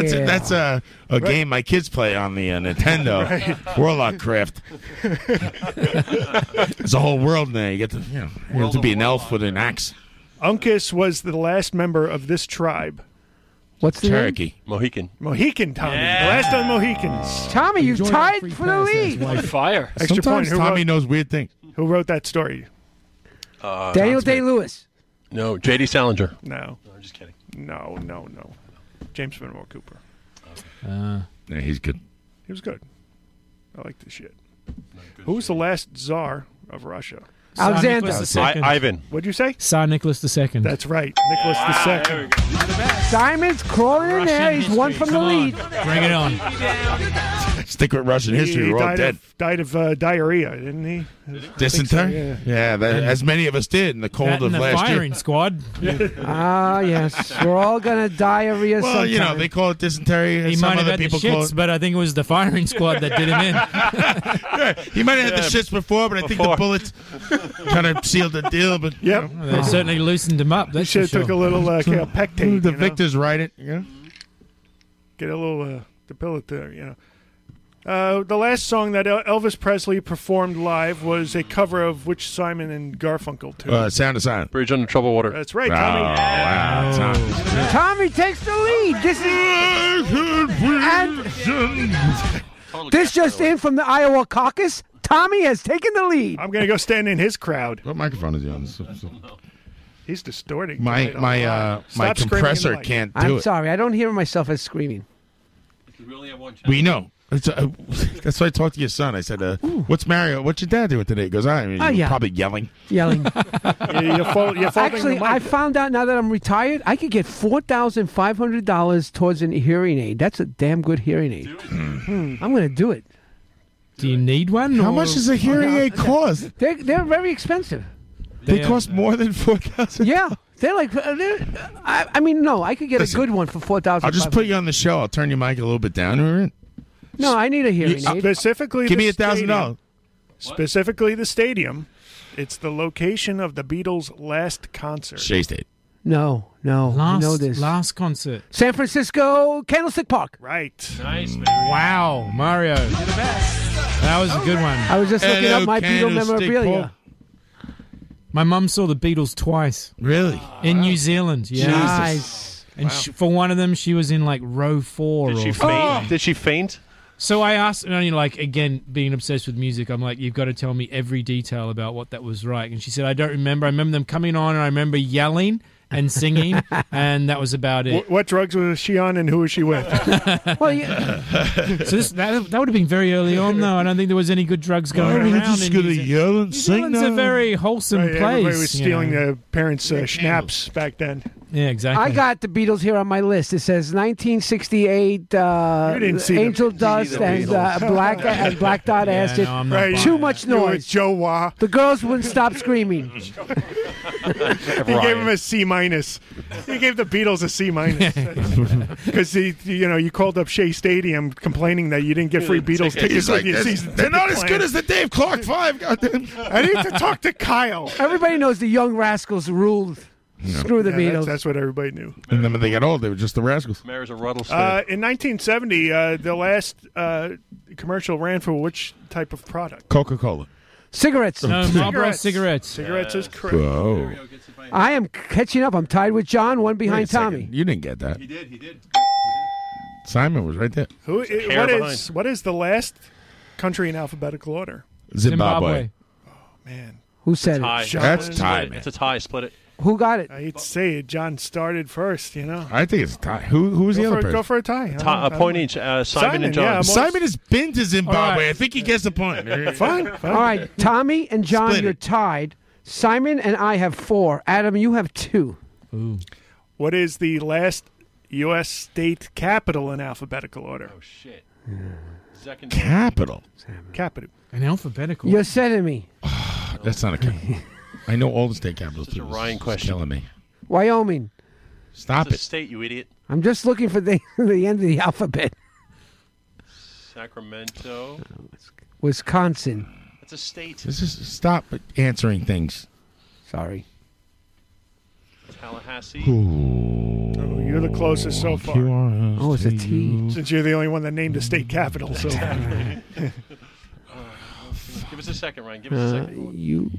[SPEAKER 10] That's a, that's a, a game my kids play on the uh, [laughs] Nintendo. Warlock [laughs] Craft. it's a whole world now. You get to, you know, you have to be an elf with an axe.
[SPEAKER 6] Uncas was the last member of this tribe.
[SPEAKER 9] What's the name?
[SPEAKER 10] Cherokee.
[SPEAKER 5] Mohican.
[SPEAKER 6] Mohican Tommy. The last of the Mohicans.
[SPEAKER 9] Tommy? You've
[SPEAKER 2] Enjoy that
[SPEAKER 9] tied
[SPEAKER 2] free
[SPEAKER 9] for the
[SPEAKER 2] pass,
[SPEAKER 9] lead.
[SPEAKER 2] that's why.
[SPEAKER 25] Fire.
[SPEAKER 6] Extra point.
[SPEAKER 10] Sometimes
[SPEAKER 6] Who
[SPEAKER 10] Tommy
[SPEAKER 6] wrote,
[SPEAKER 10] knows weird things.
[SPEAKER 6] who wrote that story?
[SPEAKER 5] Uh,
[SPEAKER 9] Daniel Day Lewis.
[SPEAKER 5] no, J.D. Salinger.
[SPEAKER 6] No.
[SPEAKER 5] No, I'm just kidding.
[SPEAKER 6] No, no, no. James Fenimore Cooper.
[SPEAKER 2] Uh,
[SPEAKER 10] Yeah, he's good.
[SPEAKER 6] He was good. I like this shit. Who was the last czar of Russia?
[SPEAKER 2] Tsar
[SPEAKER 9] Alexander.
[SPEAKER 2] Nicholas
[SPEAKER 5] I,
[SPEAKER 2] II.
[SPEAKER 5] Ivan.
[SPEAKER 6] What'd you say?
[SPEAKER 2] Tsar Nicholas II.
[SPEAKER 6] That's right. Nicholas II.
[SPEAKER 9] Simon's crawling in there. He's one from the lead.
[SPEAKER 2] Bring it on.
[SPEAKER 10] Stick with Russian history.
[SPEAKER 6] He
[SPEAKER 10] We're all
[SPEAKER 6] died
[SPEAKER 10] dead.
[SPEAKER 6] Of, died of uh, diarrhea, didn't he? I think so,
[SPEAKER 10] Dysentery?
[SPEAKER 6] yeah.
[SPEAKER 10] yeah, that, as many of us did in the cold
[SPEAKER 6] That
[SPEAKER 10] of
[SPEAKER 6] and the
[SPEAKER 10] last
[SPEAKER 6] firing
[SPEAKER 10] year.
[SPEAKER 2] Squad.
[SPEAKER 9] Ah, yes. We're all going to diarrhea
[SPEAKER 10] Well, you know,
[SPEAKER 9] sometime.
[SPEAKER 10] they call it dysentery. and
[SPEAKER 2] He
[SPEAKER 10] some
[SPEAKER 2] might have
[SPEAKER 10] other
[SPEAKER 2] had the
[SPEAKER 10] people call
[SPEAKER 2] shits,
[SPEAKER 10] it-
[SPEAKER 2] but I think it was the firing squad that did him in.
[SPEAKER 10] He might have had the
[SPEAKER 2] Yeah,
[SPEAKER 10] shits before, but I think the
[SPEAKER 2] before.
[SPEAKER 10] [laughs] bullets kind of sealed the deal. But
[SPEAKER 6] yep,
[SPEAKER 2] They certainly loosened him up. That's
[SPEAKER 6] Should
[SPEAKER 2] for
[SPEAKER 6] have took a
[SPEAKER 2] sure.
[SPEAKER 6] little uh, ca- pectate.
[SPEAKER 10] Mm, The
[SPEAKER 6] you know?
[SPEAKER 10] victors write it. Yeah.
[SPEAKER 6] Get a little uh, depilatory, you know. Uh, the last song that El- Elvis Presley performed live was a cover of which Simon and Garfunkel tune?
[SPEAKER 10] Uh, sound of silence.
[SPEAKER 5] Bridge under troubled water.
[SPEAKER 6] That's right, Tommy.
[SPEAKER 10] Oh, wow, Tommy.
[SPEAKER 9] Tommy takes the lead. This is and this just in from the Iowa caucus. Tommy has taken the lead.
[SPEAKER 6] I'm gonna go stand in his crowd.
[SPEAKER 10] What microphone is he on? So- so-
[SPEAKER 6] He's distorting.
[SPEAKER 10] My
[SPEAKER 6] tonight a
[SPEAKER 10] my
[SPEAKER 6] lot.
[SPEAKER 10] uh, my
[SPEAKER 6] Stop screaming in the
[SPEAKER 10] compressor
[SPEAKER 6] mic.
[SPEAKER 10] can't do
[SPEAKER 9] I'm
[SPEAKER 10] it.
[SPEAKER 9] sorry, I don't hear myself as screaming.
[SPEAKER 10] We know. It's, uh, [laughs] that's why I talked to your son. I said, uh, "What's Mario? What's your dad doing today?" He goes, "I mean,
[SPEAKER 9] Oh, yeah.
[SPEAKER 10] probably yelling." [laughs]
[SPEAKER 9] Yelling.
[SPEAKER 6] you're fold-
[SPEAKER 9] [laughs]
[SPEAKER 6] you're folding
[SPEAKER 9] Actually,
[SPEAKER 6] the mic.
[SPEAKER 9] I found out now that I'm retired, I could get four thousand five hundred dollars towards a hearing aid. That's a damn good hearing aid. Hmm. I'm going to do it.
[SPEAKER 2] Do you need one?
[SPEAKER 10] How
[SPEAKER 9] or-
[SPEAKER 10] much does a hearing
[SPEAKER 9] Oh,
[SPEAKER 10] aid
[SPEAKER 9] [laughs]
[SPEAKER 10] cost?
[SPEAKER 9] They're, they're very expensive.
[SPEAKER 10] They cost more than four thousand.
[SPEAKER 9] Yeah, they're like. uh, They're, I, I mean, no, I could get a good one for four thousand.
[SPEAKER 10] I'll just put you on the show. I'll turn your mic a little bit down. All right?
[SPEAKER 9] No, I need a hearing
[SPEAKER 10] You- uh,
[SPEAKER 9] aid.
[SPEAKER 6] Specifically,
[SPEAKER 10] Give
[SPEAKER 6] the
[SPEAKER 10] me $1,000.
[SPEAKER 6] stadium- Specifically, the stadium. It's the location of the Beatles' last concert.
[SPEAKER 10] Shea State.
[SPEAKER 9] No, no,
[SPEAKER 2] Last,
[SPEAKER 9] you know this.
[SPEAKER 2] last concert.
[SPEAKER 9] San Francisco Candlestick Park.
[SPEAKER 6] Right.
[SPEAKER 25] Nice, man.
[SPEAKER 2] Wow, Mario. That was a good one.
[SPEAKER 9] I was just looking Hello, up my Beatle Candlestick memorabilia. Park.
[SPEAKER 2] My mum saw the Beatles twice.
[SPEAKER 10] Really?
[SPEAKER 2] In New Zealand. Yeah.
[SPEAKER 5] Jesus.
[SPEAKER 9] Nice.
[SPEAKER 2] And she, for one of them, she was in like row four.
[SPEAKER 5] Did
[SPEAKER 2] or
[SPEAKER 5] she faint?
[SPEAKER 2] something.
[SPEAKER 5] Did she faint?
[SPEAKER 2] So I asked, and only like again being obsessed with music, I'm like, you've got to tell me every detail about what that was like. And she said, I don't remember. I remember them coming on, and I remember yelling and singing, and that was about it.
[SPEAKER 6] Wh- what drugs was she on, and who was
[SPEAKER 2] [laughs]
[SPEAKER 6] she with?
[SPEAKER 9] [laughs] well, yeah.
[SPEAKER 2] so this, that, that would have been very early on, though. I don't think there was any good drugs going
[SPEAKER 6] Well, we're
[SPEAKER 2] around.
[SPEAKER 6] just
[SPEAKER 2] in
[SPEAKER 6] gonna
[SPEAKER 2] New Zealand.
[SPEAKER 10] yell and
[SPEAKER 2] New
[SPEAKER 10] sing
[SPEAKER 2] Zealand's a
[SPEAKER 10] now.
[SPEAKER 2] very wholesome
[SPEAKER 6] Right,
[SPEAKER 2] place.
[SPEAKER 6] Everybody was
[SPEAKER 2] you
[SPEAKER 6] stealing
[SPEAKER 2] know.
[SPEAKER 6] their parents' uh, schnapps back then.
[SPEAKER 2] Yeah, exactly.
[SPEAKER 9] I got the Beatles here on my list. It says 1968, uh,
[SPEAKER 6] You didn't see them.
[SPEAKER 9] Angel
[SPEAKER 6] You see
[SPEAKER 9] Dust
[SPEAKER 6] the
[SPEAKER 9] and uh,
[SPEAKER 6] Beatles.
[SPEAKER 9] Black and Black
[SPEAKER 6] [laughs]
[SPEAKER 9] Dot
[SPEAKER 6] Yeah,
[SPEAKER 9] Acid.
[SPEAKER 6] no, I'm not Right. buying
[SPEAKER 9] Too
[SPEAKER 6] it.
[SPEAKER 9] much
[SPEAKER 6] You were
[SPEAKER 9] noise.
[SPEAKER 6] Joe Wah.
[SPEAKER 9] The girls wouldn't stop screaming.
[SPEAKER 6] [laughs] he gave him a C minus. He gave the Beatles a C minus
[SPEAKER 2] [laughs]
[SPEAKER 6] because he, you know, you called up Shea Stadium complaining that you didn't get free Beatles
[SPEAKER 10] He's
[SPEAKER 6] tickets.
[SPEAKER 10] like,
[SPEAKER 6] with your
[SPEAKER 10] "They're-
[SPEAKER 6] season
[SPEAKER 10] they're not
[SPEAKER 6] ticket
[SPEAKER 10] as
[SPEAKER 6] plan."
[SPEAKER 10] good as the Dave Clark Five. Goddamn.
[SPEAKER 6] [laughs] I need to talk
[SPEAKER 2] [laughs]
[SPEAKER 6] to Kyle.
[SPEAKER 9] Everybody knows the Young Rascals ruled. Screw the
[SPEAKER 6] Yeah,
[SPEAKER 9] Beatles.
[SPEAKER 6] that's- that's what everybody knew.
[SPEAKER 10] And then when they got old, they were just the rascals.
[SPEAKER 5] Mayor's a ruddle
[SPEAKER 6] Uh, in 1970, uh, the last uh, commercial ran for which type of product?
[SPEAKER 10] Coca Cola.
[SPEAKER 9] Cigarettes.
[SPEAKER 10] [laughs]
[SPEAKER 2] No, Marlboro cigarettes.
[SPEAKER 6] Cigarettes is correct.
[SPEAKER 10] Whoa.
[SPEAKER 9] I am catching up. I'm tied with John, one
[SPEAKER 10] Wait
[SPEAKER 9] behind
[SPEAKER 10] a second.
[SPEAKER 9] Tommy.
[SPEAKER 10] You didn't get that. He did. He did. Simon was right there.
[SPEAKER 6] Who?
[SPEAKER 9] hair
[SPEAKER 6] what
[SPEAKER 9] behind.
[SPEAKER 6] is what is the last country in alphabetical order?
[SPEAKER 10] Zimbabwe.
[SPEAKER 9] Who said
[SPEAKER 10] Tie.
[SPEAKER 9] it?
[SPEAKER 10] That's tie, man.
[SPEAKER 5] It's a tie. Split it.
[SPEAKER 9] Who got it?
[SPEAKER 6] I hate to say it. John started first. You know.
[SPEAKER 10] I think it's tie. Who who was
[SPEAKER 6] Go
[SPEAKER 10] the
[SPEAKER 6] for
[SPEAKER 10] other
[SPEAKER 6] a-
[SPEAKER 10] person?
[SPEAKER 6] go for a tie. I don't-
[SPEAKER 5] Tie-
[SPEAKER 6] I
[SPEAKER 5] a
[SPEAKER 6] don't
[SPEAKER 5] point
[SPEAKER 6] know.
[SPEAKER 5] each. Uh, Simon, and John.
[SPEAKER 6] yeah, I'm always-
[SPEAKER 10] Simon has been to Zimbabwe.
[SPEAKER 6] All right.
[SPEAKER 10] I think he gets the point.
[SPEAKER 6] Fine,
[SPEAKER 9] All right, Tommy and John,
[SPEAKER 10] Split it.
[SPEAKER 9] you're tied. Simon and I have four. Adam, you have two.
[SPEAKER 6] What is the last U.S. state capital in alphabetical order? Oh
[SPEAKER 5] shit.
[SPEAKER 6] Second
[SPEAKER 10] Capital.
[SPEAKER 6] capital.
[SPEAKER 2] An alphabetical.
[SPEAKER 9] You're sending me.
[SPEAKER 10] That's not a capital. I know all the state capitals. Such a Ryan question. Killing me.
[SPEAKER 9] Wyoming.
[SPEAKER 10] Stop
[SPEAKER 5] It's a state, you idiot.
[SPEAKER 9] I'm just looking for the [laughs] the end of the alphabet.
[SPEAKER 5] Sacramento.
[SPEAKER 9] Wisconsin.
[SPEAKER 5] That's a state.
[SPEAKER 10] This is stop answering things.
[SPEAKER 9] Sorry.
[SPEAKER 5] Tallahassee.
[SPEAKER 6] Oh, you're the closest so far.
[SPEAKER 10] Oh,
[SPEAKER 9] it's a T.
[SPEAKER 6] Since you're the only one that named a state capital, so
[SPEAKER 5] Give us a second, Ryan. Give us a
[SPEAKER 2] Uh,
[SPEAKER 5] second.
[SPEAKER 9] you.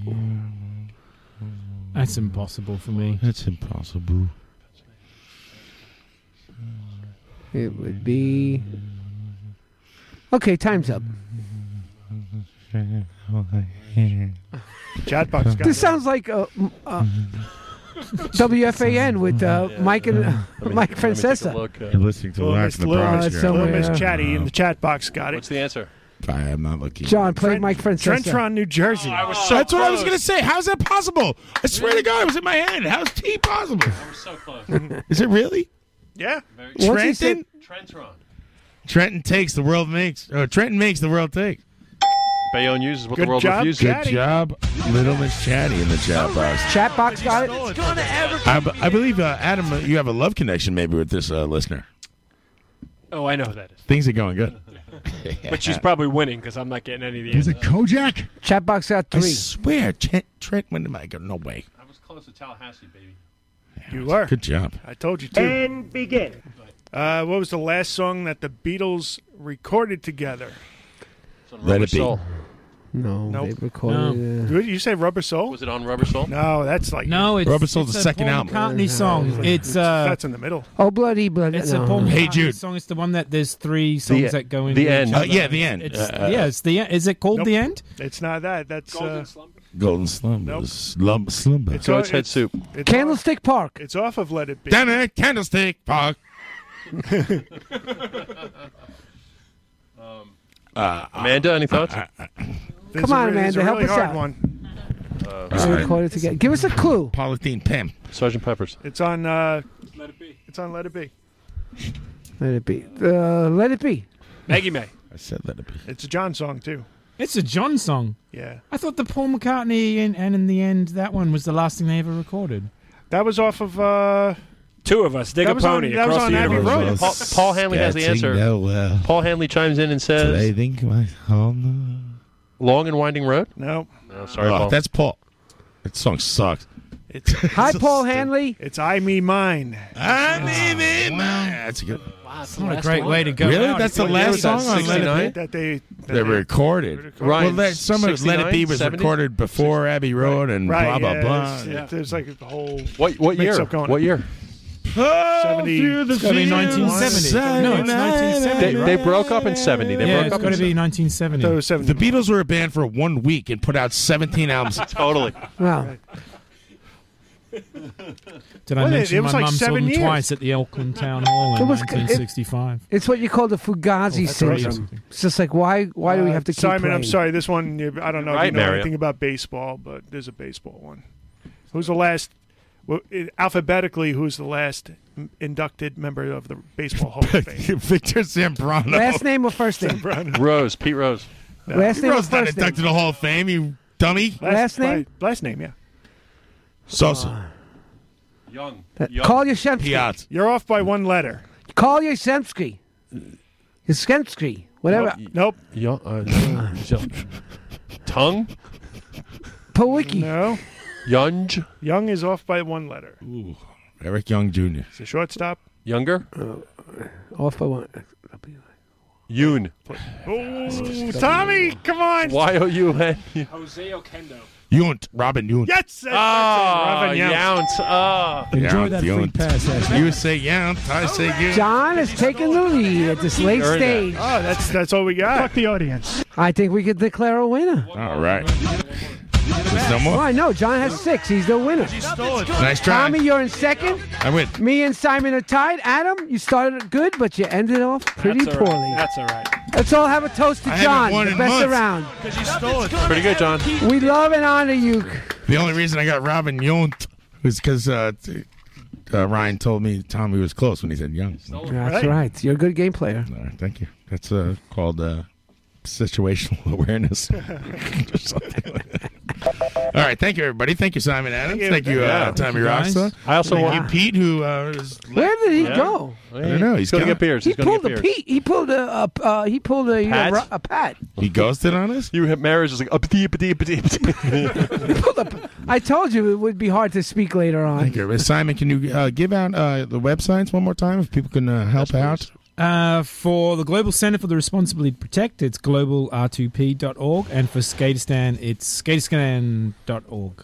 [SPEAKER 2] That's impossible for me.
[SPEAKER 10] That's impossible.
[SPEAKER 9] It would be. Okay, time's up.
[SPEAKER 6] Chatbox got
[SPEAKER 9] This sounds like a, uh WFAN with uh, Mike and [laughs] Mike Francesa.
[SPEAKER 5] uh,
[SPEAKER 10] You're listening to
[SPEAKER 6] Little
[SPEAKER 10] live
[SPEAKER 6] Miss-
[SPEAKER 10] from the
[SPEAKER 6] Little
[SPEAKER 10] Bronx
[SPEAKER 6] Miss-
[SPEAKER 10] here.
[SPEAKER 6] Little Miss Chatty in the chat box got it.
[SPEAKER 5] What's the answer?
[SPEAKER 10] I am not looking.
[SPEAKER 9] John, play Mike Francesa.
[SPEAKER 6] Trentron, New Jersey.
[SPEAKER 10] That's what I was gonna say. How's that possible? I swear to God, it was in my head. How's T possible?
[SPEAKER 5] so close.
[SPEAKER 10] Is it really?
[SPEAKER 6] Yeah.
[SPEAKER 10] Trenton?
[SPEAKER 5] Trentron.
[SPEAKER 10] Trenton takes the world makes. Or Oh, Trenton makes the world take.
[SPEAKER 5] Bayonne uses what
[SPEAKER 10] Good
[SPEAKER 5] the world
[SPEAKER 10] job,
[SPEAKER 5] refuses.
[SPEAKER 10] Good job, Little Miss Chatty in the chat box.
[SPEAKER 9] Chat box got it.
[SPEAKER 10] I, b- I believe uh, Adam, uh, you have a love connection maybe with this uh, listener.
[SPEAKER 25] Oh, I know who that is.
[SPEAKER 10] Things are going good.
[SPEAKER 25] But she's probably winning because I'm not getting any of the
[SPEAKER 10] Is
[SPEAKER 25] answers.
[SPEAKER 10] it Kojak?
[SPEAKER 9] Chat box got
[SPEAKER 10] I swear, Trent, Trent went to my go. No way.
[SPEAKER 25] I was close to Tallahassee, baby.
[SPEAKER 6] You were.
[SPEAKER 10] Good job.
[SPEAKER 6] I told you too.
[SPEAKER 29] And
[SPEAKER 6] begin. Uh, what was the last song that the Beatles recorded together?
[SPEAKER 10] Let it be.
[SPEAKER 9] No,
[SPEAKER 6] Nope.
[SPEAKER 9] they recorded. uh,
[SPEAKER 6] You- You say Rubber Soul? Was
[SPEAKER 5] it on Rubber Soul?
[SPEAKER 6] No, that's like [laughs]
[SPEAKER 2] No, it's- Rubber Soul's it's the a second Paul album. McCartney song. It's, uh,
[SPEAKER 6] that's in the middle.
[SPEAKER 9] Oh, bloody, bloody.
[SPEAKER 2] It's
[SPEAKER 9] no.
[SPEAKER 2] a Paul
[SPEAKER 10] Hey,
[SPEAKER 2] McCartney
[SPEAKER 10] Jude.
[SPEAKER 2] song. It's the one that there's three songs that go in
[SPEAKER 10] the end. Uh, yeah, the end.
[SPEAKER 2] It's,
[SPEAKER 10] Uh,
[SPEAKER 2] yeah, it's the end. Is it called
[SPEAKER 6] Nope.
[SPEAKER 2] the end?
[SPEAKER 6] It's not that. That's uh,
[SPEAKER 10] Golden slumber. Slum, slumber.
[SPEAKER 6] It's Goat's all- Head it's- Soup. it's
[SPEAKER 9] Candlestick Park.
[SPEAKER 6] It's off of Let It Be.
[SPEAKER 10] Damn it, Candlestick Park.
[SPEAKER 5] Um,
[SPEAKER 10] Uh,
[SPEAKER 5] Amanda, any thoughts?
[SPEAKER 6] This
[SPEAKER 9] Come
[SPEAKER 6] is a
[SPEAKER 9] on,
[SPEAKER 6] re- this is
[SPEAKER 9] Amanda,
[SPEAKER 6] a
[SPEAKER 9] help
[SPEAKER 6] really
[SPEAKER 9] us
[SPEAKER 6] hard
[SPEAKER 9] out.
[SPEAKER 6] One.
[SPEAKER 9] They recorded together. Give us a clue.
[SPEAKER 10] Polythene Pimp.
[SPEAKER 5] Sergeant Peppers.
[SPEAKER 6] It's on. Uh, Let It Be. It's on Let It Be.
[SPEAKER 9] Let it be. Uh, let it be.
[SPEAKER 6] Maggie May.
[SPEAKER 10] I said Let It Be.
[SPEAKER 6] It's a John song too.
[SPEAKER 2] It's a John song.
[SPEAKER 6] Yeah.
[SPEAKER 2] I thought the Paul McCartney and, and in the end that one was the last thing they ever recorded.
[SPEAKER 6] That was off of. Uh,
[SPEAKER 25] Two of us. Dig
[SPEAKER 6] That
[SPEAKER 25] a
[SPEAKER 6] was on-
[SPEAKER 25] pony
[SPEAKER 6] that was
[SPEAKER 25] across
[SPEAKER 6] on
[SPEAKER 25] the
[SPEAKER 6] Abbey
[SPEAKER 25] universe.
[SPEAKER 6] Road.
[SPEAKER 5] Paul, Paul Hanley has the
[SPEAKER 10] Getting
[SPEAKER 5] answer.
[SPEAKER 10] nowhere.
[SPEAKER 5] Paul Hanley chimes in and
[SPEAKER 10] Do they
[SPEAKER 5] says,
[SPEAKER 10] think my home?
[SPEAKER 5] "Long and winding road."
[SPEAKER 6] No.
[SPEAKER 5] No, sorry,
[SPEAKER 10] oh,
[SPEAKER 5] Paul.
[SPEAKER 10] That's Paul. That song sucks. [laughs]
[SPEAKER 6] It's,
[SPEAKER 9] Hi, Paul Hanley.
[SPEAKER 6] It's I Me Mine.
[SPEAKER 10] I Me Me Mine. That's a good.
[SPEAKER 6] Wow,
[SPEAKER 2] the Not a last great one. way to go
[SPEAKER 10] Really?
[SPEAKER 2] out.
[SPEAKER 10] That's the
[SPEAKER 2] What
[SPEAKER 10] last
[SPEAKER 2] year was that,
[SPEAKER 10] song on Let It Be?
[SPEAKER 6] 69? That they- that
[SPEAKER 10] they
[SPEAKER 6] they-
[SPEAKER 10] recorded.
[SPEAKER 6] recorded.
[SPEAKER 10] Well,
[SPEAKER 6] Ryan,
[SPEAKER 10] that, some of Let It Be
[SPEAKER 6] 69,
[SPEAKER 10] was
[SPEAKER 6] 70?
[SPEAKER 10] recorded before Abbey Road and
[SPEAKER 6] Right,
[SPEAKER 10] blah,
[SPEAKER 6] yeah,
[SPEAKER 10] blah, blah.
[SPEAKER 6] it's- it- There's like a whole.
[SPEAKER 5] What what year?
[SPEAKER 6] mix-up going
[SPEAKER 5] What
[SPEAKER 6] on.
[SPEAKER 10] [laughs]
[SPEAKER 5] year?
[SPEAKER 6] 70
[SPEAKER 2] It's gotta be 1970. No, it's 1970.
[SPEAKER 5] They, they broke up in seventy. They
[SPEAKER 2] yeah,
[SPEAKER 5] broke
[SPEAKER 2] it's
[SPEAKER 5] up
[SPEAKER 2] got to be
[SPEAKER 5] in
[SPEAKER 2] 1970.
[SPEAKER 10] The Beatles were a band for one week and put out 17 albums.
[SPEAKER 5] totally.
[SPEAKER 9] Wow.
[SPEAKER 2] Did I
[SPEAKER 9] Well, it-
[SPEAKER 2] mention
[SPEAKER 9] it was
[SPEAKER 2] my
[SPEAKER 9] like
[SPEAKER 2] mum saw
[SPEAKER 9] seven
[SPEAKER 2] them
[SPEAKER 9] years.
[SPEAKER 2] twice at the [laughs] Elkland Town Hall
[SPEAKER 9] It
[SPEAKER 2] in
[SPEAKER 9] was- it-
[SPEAKER 2] 1965?
[SPEAKER 9] It's what you call the Fugazi
[SPEAKER 2] Oh, that's right.
[SPEAKER 9] syndrome. It's just like why? Why do we
[SPEAKER 6] Uh,
[SPEAKER 9] have to keep
[SPEAKER 6] Simon, I'm
[SPEAKER 9] playing?
[SPEAKER 6] sorry. This one, you- I don't know
[SPEAKER 5] Right,
[SPEAKER 6] if you know
[SPEAKER 5] Mario.
[SPEAKER 6] anything about baseball, but there's a baseball one. Who's the last? Well, it, alphabetically, who's the last m- inducted member of the Baseball Hall
[SPEAKER 9] [laughs]
[SPEAKER 6] of Fame?
[SPEAKER 10] [laughs] Victor Zambrano.
[SPEAKER 9] Last name or
[SPEAKER 6] [laughs]
[SPEAKER 9] first name?
[SPEAKER 5] Rose, Pete Rose.
[SPEAKER 9] Last name or
[SPEAKER 10] Rose's not
[SPEAKER 9] first name?
[SPEAKER 10] inducted to the Hall of Fame, you dummy.
[SPEAKER 9] Last name?
[SPEAKER 6] la- Last name, yeah.
[SPEAKER 10] Sosa.
[SPEAKER 5] Young.
[SPEAKER 9] That- Call Yashemsky.
[SPEAKER 10] Piazza.
[SPEAKER 6] You're off by one letter.
[SPEAKER 9] Call Yashemsky. Yashemsky. Whatever.
[SPEAKER 6] Nope.
[SPEAKER 5] Young. Uh, young. Tongue.
[SPEAKER 9] Pawicki.
[SPEAKER 6] No.
[SPEAKER 5] Young.
[SPEAKER 6] Young is off by one letter.
[SPEAKER 10] Eric Young Jr.
[SPEAKER 6] It's a shortstop.
[SPEAKER 5] Younger.
[SPEAKER 9] Off by one.
[SPEAKER 5] Yoon.
[SPEAKER 6] Oh, Tommy, come on.
[SPEAKER 5] Y o u n.
[SPEAKER 25] Jose Okendo.
[SPEAKER 10] Yount. Robin Yount.
[SPEAKER 6] Yes. That's,
[SPEAKER 5] Ah,
[SPEAKER 6] that's it. Robin Yount.
[SPEAKER 5] Yount. Ah.
[SPEAKER 10] Yount, Yount. You say Yount, I say Yount.
[SPEAKER 9] John is taking the lead at this late
[SPEAKER 10] Earned
[SPEAKER 9] stage.
[SPEAKER 6] Oh, that's that's all we got. Fuck the audience.
[SPEAKER 9] I think we could declare a winner.
[SPEAKER 10] All right. There's no
[SPEAKER 9] Well,
[SPEAKER 10] more.
[SPEAKER 9] I know John has six. He's the winner.
[SPEAKER 10] Nice try.
[SPEAKER 9] Tommy, you're in second.
[SPEAKER 10] I win.
[SPEAKER 9] Me and Simon are tied. Adam, you started good, but you ended off pretty
[SPEAKER 25] That's all right.
[SPEAKER 9] poorly.
[SPEAKER 25] That's all right.
[SPEAKER 9] Let's all have a toast to
[SPEAKER 10] I haven't
[SPEAKER 9] John,
[SPEAKER 10] won
[SPEAKER 9] the
[SPEAKER 10] in
[SPEAKER 9] best
[SPEAKER 10] months.
[SPEAKER 9] around.
[SPEAKER 5] Pretty good, John.
[SPEAKER 9] We love and honor you.
[SPEAKER 10] The only reason I got Robin Yount was because uh, t- uh, Ryan told me Tommy was close when he said Young.
[SPEAKER 9] That's right. You're a good game player.
[SPEAKER 10] All right, thank you. That's uh, called uh, situational
[SPEAKER 5] [laughs]
[SPEAKER 10] [laughs] awareness. or something like that. All right, thank you everybody. Thank you, Simon Adams.
[SPEAKER 6] you.
[SPEAKER 10] Thank you,
[SPEAKER 5] Yeah.
[SPEAKER 10] uh, Tommy
[SPEAKER 5] Thank you,
[SPEAKER 10] Rossa.
[SPEAKER 5] guys. I also
[SPEAKER 10] thank
[SPEAKER 5] want-
[SPEAKER 10] you, Pete, who uh, is
[SPEAKER 9] Where did he
[SPEAKER 10] Yeah.
[SPEAKER 9] go?
[SPEAKER 10] I don't know. He's
[SPEAKER 5] He's going to
[SPEAKER 10] gone.
[SPEAKER 5] get beers.
[SPEAKER 9] He
[SPEAKER 5] He's going
[SPEAKER 9] pulled
[SPEAKER 5] to get
[SPEAKER 9] a
[SPEAKER 5] beers.
[SPEAKER 9] Pete. He pulled a uh, uh, he pulled a
[SPEAKER 5] Pat?
[SPEAKER 9] a, ru- a pat.
[SPEAKER 10] He ghosted on us.
[SPEAKER 5] You have marriage is like up dee dee dee
[SPEAKER 9] I told you it would be hard to speak later on.
[SPEAKER 10] Thank you, everybody. Simon. Can you uh, give out uh, the websites one more time if people can uh, [laughs] help out?
[SPEAKER 2] Uh, for the Global Center for the Responsibility to Protect, it's globalr2p.org, and for Skaterstan, it's skaterstan.org.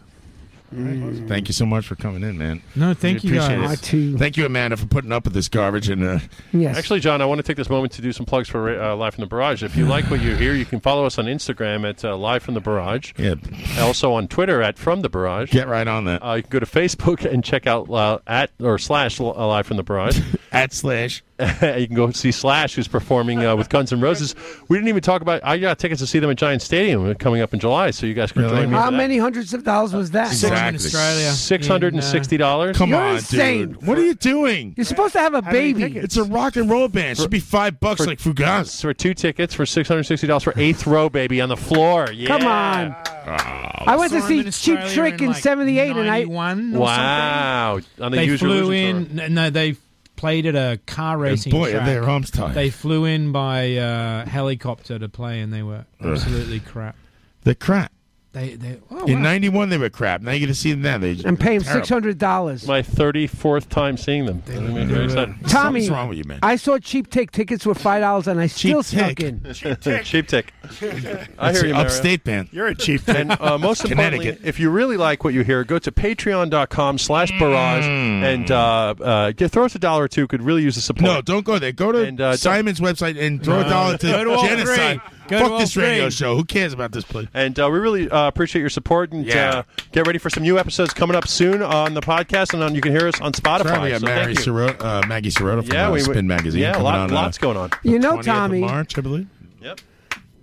[SPEAKER 10] Thank you so much for coming in, man.
[SPEAKER 2] No, thank
[SPEAKER 10] We
[SPEAKER 2] you
[SPEAKER 10] appreciate
[SPEAKER 2] guys.
[SPEAKER 10] it. Thank you, Amanda, for putting up with this garbage and. Uh,
[SPEAKER 9] Yes.
[SPEAKER 5] Actually, John, I want to take this moment to do some plugs for uh, Live from the Barrage. If you like what you hear, you can follow us on Instagram at uh, Live from the Barrage.
[SPEAKER 10] Yeah.
[SPEAKER 5] Also on Twitter at From the Barrage.
[SPEAKER 10] Get right on that.
[SPEAKER 5] Uh, you can go to Facebook and check out uh, at or slash uh, Live from the Barrage. [laughs]
[SPEAKER 10] at slash.
[SPEAKER 5] you can go see Slash, who's performing uh, with Guns N' Roses. We didn't even talk about. I got tickets to see them at Giant Stadium coming up uh, in July, so you guys can join me.
[SPEAKER 9] How
[SPEAKER 5] for that.
[SPEAKER 9] many hundreds of dollars was that?
[SPEAKER 5] Sixty
[SPEAKER 14] in Australia.
[SPEAKER 5] Six hundred and
[SPEAKER 2] uh,
[SPEAKER 5] sixty dollars.
[SPEAKER 10] Come on, dude. What are you doing?
[SPEAKER 9] You're supposed to have a
[SPEAKER 10] baby. It's a rock and roll band. It should be five bucks like Fugazi.
[SPEAKER 5] for two tickets for six hundred sixty dollars for eighth row, baby, on the floor. Yeah.
[SPEAKER 9] Come on. I went to
[SPEAKER 2] saw him
[SPEAKER 9] see
[SPEAKER 2] in
[SPEAKER 9] Cheap
[SPEAKER 2] Australia
[SPEAKER 9] Trick
[SPEAKER 2] in,
[SPEAKER 9] in
[SPEAKER 2] like,
[SPEAKER 9] '78, and I
[SPEAKER 2] won.
[SPEAKER 5] Wow. On the
[SPEAKER 2] they
[SPEAKER 5] usual
[SPEAKER 2] flew
[SPEAKER 5] illusion
[SPEAKER 2] in. n- No, they played at a car racing.
[SPEAKER 10] boy, are
[SPEAKER 2] track.
[SPEAKER 10] their arms tired.
[SPEAKER 2] They flew in by uh, helicopter to play, and they were
[SPEAKER 10] Ugh.
[SPEAKER 2] absolutely crap.
[SPEAKER 10] They're crap.
[SPEAKER 2] They, they, oh,
[SPEAKER 10] In
[SPEAKER 2] wow.
[SPEAKER 10] '91, they were crap. Now you get to see them now. They
[SPEAKER 9] and pay him
[SPEAKER 10] terrible.
[SPEAKER 9] six hundred dollars.
[SPEAKER 5] My thirty fourth time seeing them. Very excited.
[SPEAKER 9] Tommy,
[SPEAKER 10] you, man?
[SPEAKER 9] I saw Cheap Tick tickets for five dollars, and I still snuck in.
[SPEAKER 5] Cheap tick. I
[SPEAKER 10] That's
[SPEAKER 5] hear you,
[SPEAKER 10] an upstate
[SPEAKER 5] Mario.
[SPEAKER 10] band. You're a cheap tick.
[SPEAKER 5] And
[SPEAKER 10] [laughs]
[SPEAKER 5] uh, most importantly,
[SPEAKER 10] Connecticut. Mm.
[SPEAKER 5] if you really like what you hear, go to patreon.com slash barrage and uh, uh, get, throw us a dollar or two. Could really use the support.
[SPEAKER 10] No, don't go there. Go to
[SPEAKER 5] And, uh, don't-
[SPEAKER 10] Simon's website and throw a
[SPEAKER 5] No.
[SPEAKER 10] dollar to
[SPEAKER 5] Go to all
[SPEAKER 10] genocide.
[SPEAKER 5] three. Go to
[SPEAKER 10] Fuck
[SPEAKER 5] all
[SPEAKER 10] this radio
[SPEAKER 5] three.
[SPEAKER 10] show. Who cares about this place?
[SPEAKER 5] And uh, we really uh, appreciate your support. And
[SPEAKER 10] Yeah.
[SPEAKER 5] uh, get ready for some new episodes coming up soon on the podcast, and on, you can hear us on Spotify.
[SPEAKER 10] Sorry, we got
[SPEAKER 5] So thank
[SPEAKER 10] Mary
[SPEAKER 5] you.
[SPEAKER 10] Sirota, uh, Maggie Sirota from
[SPEAKER 5] Yeah,
[SPEAKER 10] uh,
[SPEAKER 5] we-
[SPEAKER 10] Spin Magazine.
[SPEAKER 5] yeah, a
[SPEAKER 10] coming
[SPEAKER 5] lot-
[SPEAKER 10] out, uh,
[SPEAKER 5] lots going on.
[SPEAKER 9] You know,
[SPEAKER 10] 20th of
[SPEAKER 9] Tommy.
[SPEAKER 10] March,
[SPEAKER 9] [laughs]
[SPEAKER 10] I believe.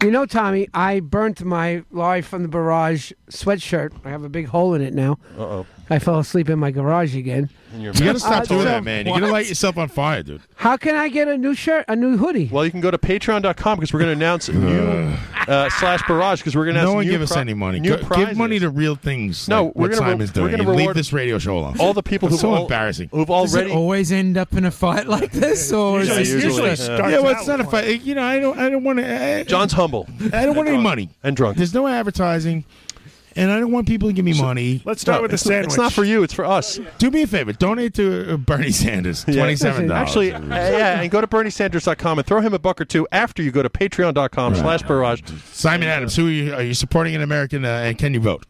[SPEAKER 9] You know, Tommy, I burnt my Live from the Barrage sweatshirt. I have a big hole in it now.
[SPEAKER 5] Uh oh.
[SPEAKER 9] I fell asleep in my garage again.
[SPEAKER 10] You gotta stop
[SPEAKER 9] Uh,
[SPEAKER 10] doing
[SPEAKER 9] so-
[SPEAKER 10] that, man. You're gonna light yourself on fire, dude.
[SPEAKER 9] How can I get a new shirt, a new hoodie?
[SPEAKER 5] Well, you can go to patreon.com because we're going to announce a
[SPEAKER 10] [sighs]
[SPEAKER 5] new uh, slash barrage because we're going to
[SPEAKER 10] No
[SPEAKER 5] announce
[SPEAKER 10] one
[SPEAKER 5] new
[SPEAKER 10] give us
[SPEAKER 5] pri-
[SPEAKER 10] any money.
[SPEAKER 5] New
[SPEAKER 10] Go-
[SPEAKER 5] prizes.
[SPEAKER 10] give money to real things.
[SPEAKER 5] No,
[SPEAKER 10] like
[SPEAKER 5] we're
[SPEAKER 10] what
[SPEAKER 5] gonna re-
[SPEAKER 10] Simon's
[SPEAKER 5] we're
[SPEAKER 10] doing.
[SPEAKER 5] gonna
[SPEAKER 10] And leave
[SPEAKER 5] reward
[SPEAKER 10] this radio show alone.
[SPEAKER 5] all the people
[SPEAKER 10] That's
[SPEAKER 5] who've
[SPEAKER 10] so
[SPEAKER 5] al-
[SPEAKER 10] embarrassing.
[SPEAKER 5] who've
[SPEAKER 2] Does it always end up in a fight like this, or
[SPEAKER 5] Yeah,
[SPEAKER 2] is it
[SPEAKER 5] usually.
[SPEAKER 2] usually
[SPEAKER 5] Yeah.
[SPEAKER 10] yeah, well, it's not a fight. You know, I don't. I don't want to.
[SPEAKER 5] John's humble.
[SPEAKER 10] I don't want any
[SPEAKER 5] drunk.
[SPEAKER 10] money
[SPEAKER 5] and drunk.
[SPEAKER 10] There's no advertising, and I don't want people to give me money.
[SPEAKER 6] let's start with the
[SPEAKER 10] it's not-
[SPEAKER 6] sandwich.
[SPEAKER 10] It's not for
[SPEAKER 5] you. It's for us.
[SPEAKER 10] Do me a favor. Donate to uh, Bernie Sanders.
[SPEAKER 5] [laughs] Yeah.
[SPEAKER 10] Twenty-seven dollars.
[SPEAKER 5] Actually, uh, yeah, and go to berniesanders.com and throw him a buck or two after you go to patreon.com slash barrage.
[SPEAKER 10] Simon Adams, who are you, are you supporting an American, uh, and can you vote?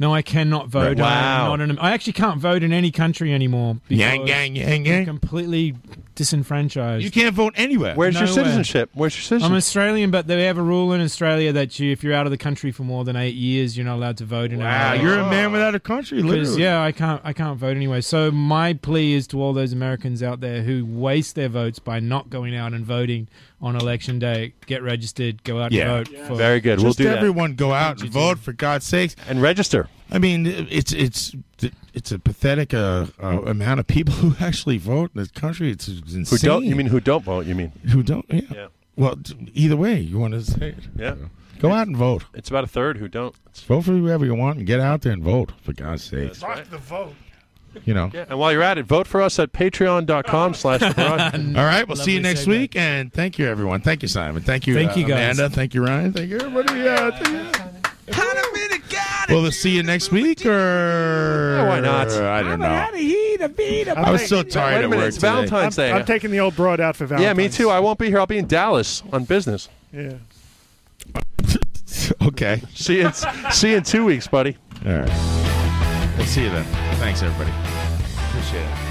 [SPEAKER 2] No, I cannot vote.
[SPEAKER 10] Right.
[SPEAKER 2] I,
[SPEAKER 10] Wow.
[SPEAKER 2] am not an, I actually can't vote in any country anymore. because
[SPEAKER 10] Yang, yang, yang,
[SPEAKER 2] I'm
[SPEAKER 10] yang.
[SPEAKER 2] Completely disenfranchised.
[SPEAKER 10] You can't vote anywhere.
[SPEAKER 5] Where's your citizenship? Where's your
[SPEAKER 2] I'm
[SPEAKER 5] citizenship?
[SPEAKER 2] Australian, but they have a rule in Australia that you, if you're out of the country for more than eight years, you're not allowed to vote. In
[SPEAKER 10] Wow,
[SPEAKER 2] another
[SPEAKER 10] you're a
[SPEAKER 2] election.
[SPEAKER 10] man without a country.
[SPEAKER 2] Because
[SPEAKER 10] Oh, Literally.
[SPEAKER 2] yeah, I can't I can't vote anyway. So my plea is to all those Americans out there who waste their votes by not going out and voting on election day. Get registered, go out
[SPEAKER 10] Yeah.
[SPEAKER 2] and vote. For,
[SPEAKER 5] Very good.
[SPEAKER 10] Just
[SPEAKER 5] we'll do that.
[SPEAKER 10] everyone go out and vote for God's sakes
[SPEAKER 5] and register.
[SPEAKER 10] I mean, it's it's it's a pathetic uh, uh, amount of people who actually vote in this country. It's insane.
[SPEAKER 5] Who don't? You mean who don't vote? You mean?
[SPEAKER 10] who don't? Yeah.
[SPEAKER 5] Yeah.
[SPEAKER 10] Well, d- either way, you want to say it.
[SPEAKER 5] Yeah.
[SPEAKER 10] Go out and vote.
[SPEAKER 5] It's about a third who don't.
[SPEAKER 10] Vote for whoever you want and get out there and vote for God's sake.
[SPEAKER 5] That's right.
[SPEAKER 6] The vote.
[SPEAKER 10] You know.
[SPEAKER 5] Yeah, and while you're at it, vote for us at patreon.com slash barrage.
[SPEAKER 10] All right, we'll see you next week, and thank you, everyone. Thank you, Simon. Thank you,
[SPEAKER 2] Thank
[SPEAKER 10] uh,
[SPEAKER 2] you, guys.
[SPEAKER 10] Amanda. Thank you, Ryan. Thank you, everybody. Uh, thank you. Will they see you next week, or
[SPEAKER 5] Yeah, why not?
[SPEAKER 10] I don't know.
[SPEAKER 6] I'm
[SPEAKER 10] I was
[SPEAKER 6] taking-
[SPEAKER 10] so tired
[SPEAKER 5] Wait a
[SPEAKER 10] at
[SPEAKER 5] minute,
[SPEAKER 10] work
[SPEAKER 5] it's
[SPEAKER 10] today.
[SPEAKER 5] Valentine's Day.
[SPEAKER 6] I'm taking the old broad out for
[SPEAKER 5] yeah,
[SPEAKER 6] Valentine's.
[SPEAKER 5] me too. I won't be here. I'll be in Dallas on business.
[SPEAKER 6] Yeah.
[SPEAKER 10] [laughs] Okay.
[SPEAKER 5] See you in, [laughs] see you in two weeks, buddy.
[SPEAKER 10] All right. We'll see you then. Thanks, everybody. Appreciate it.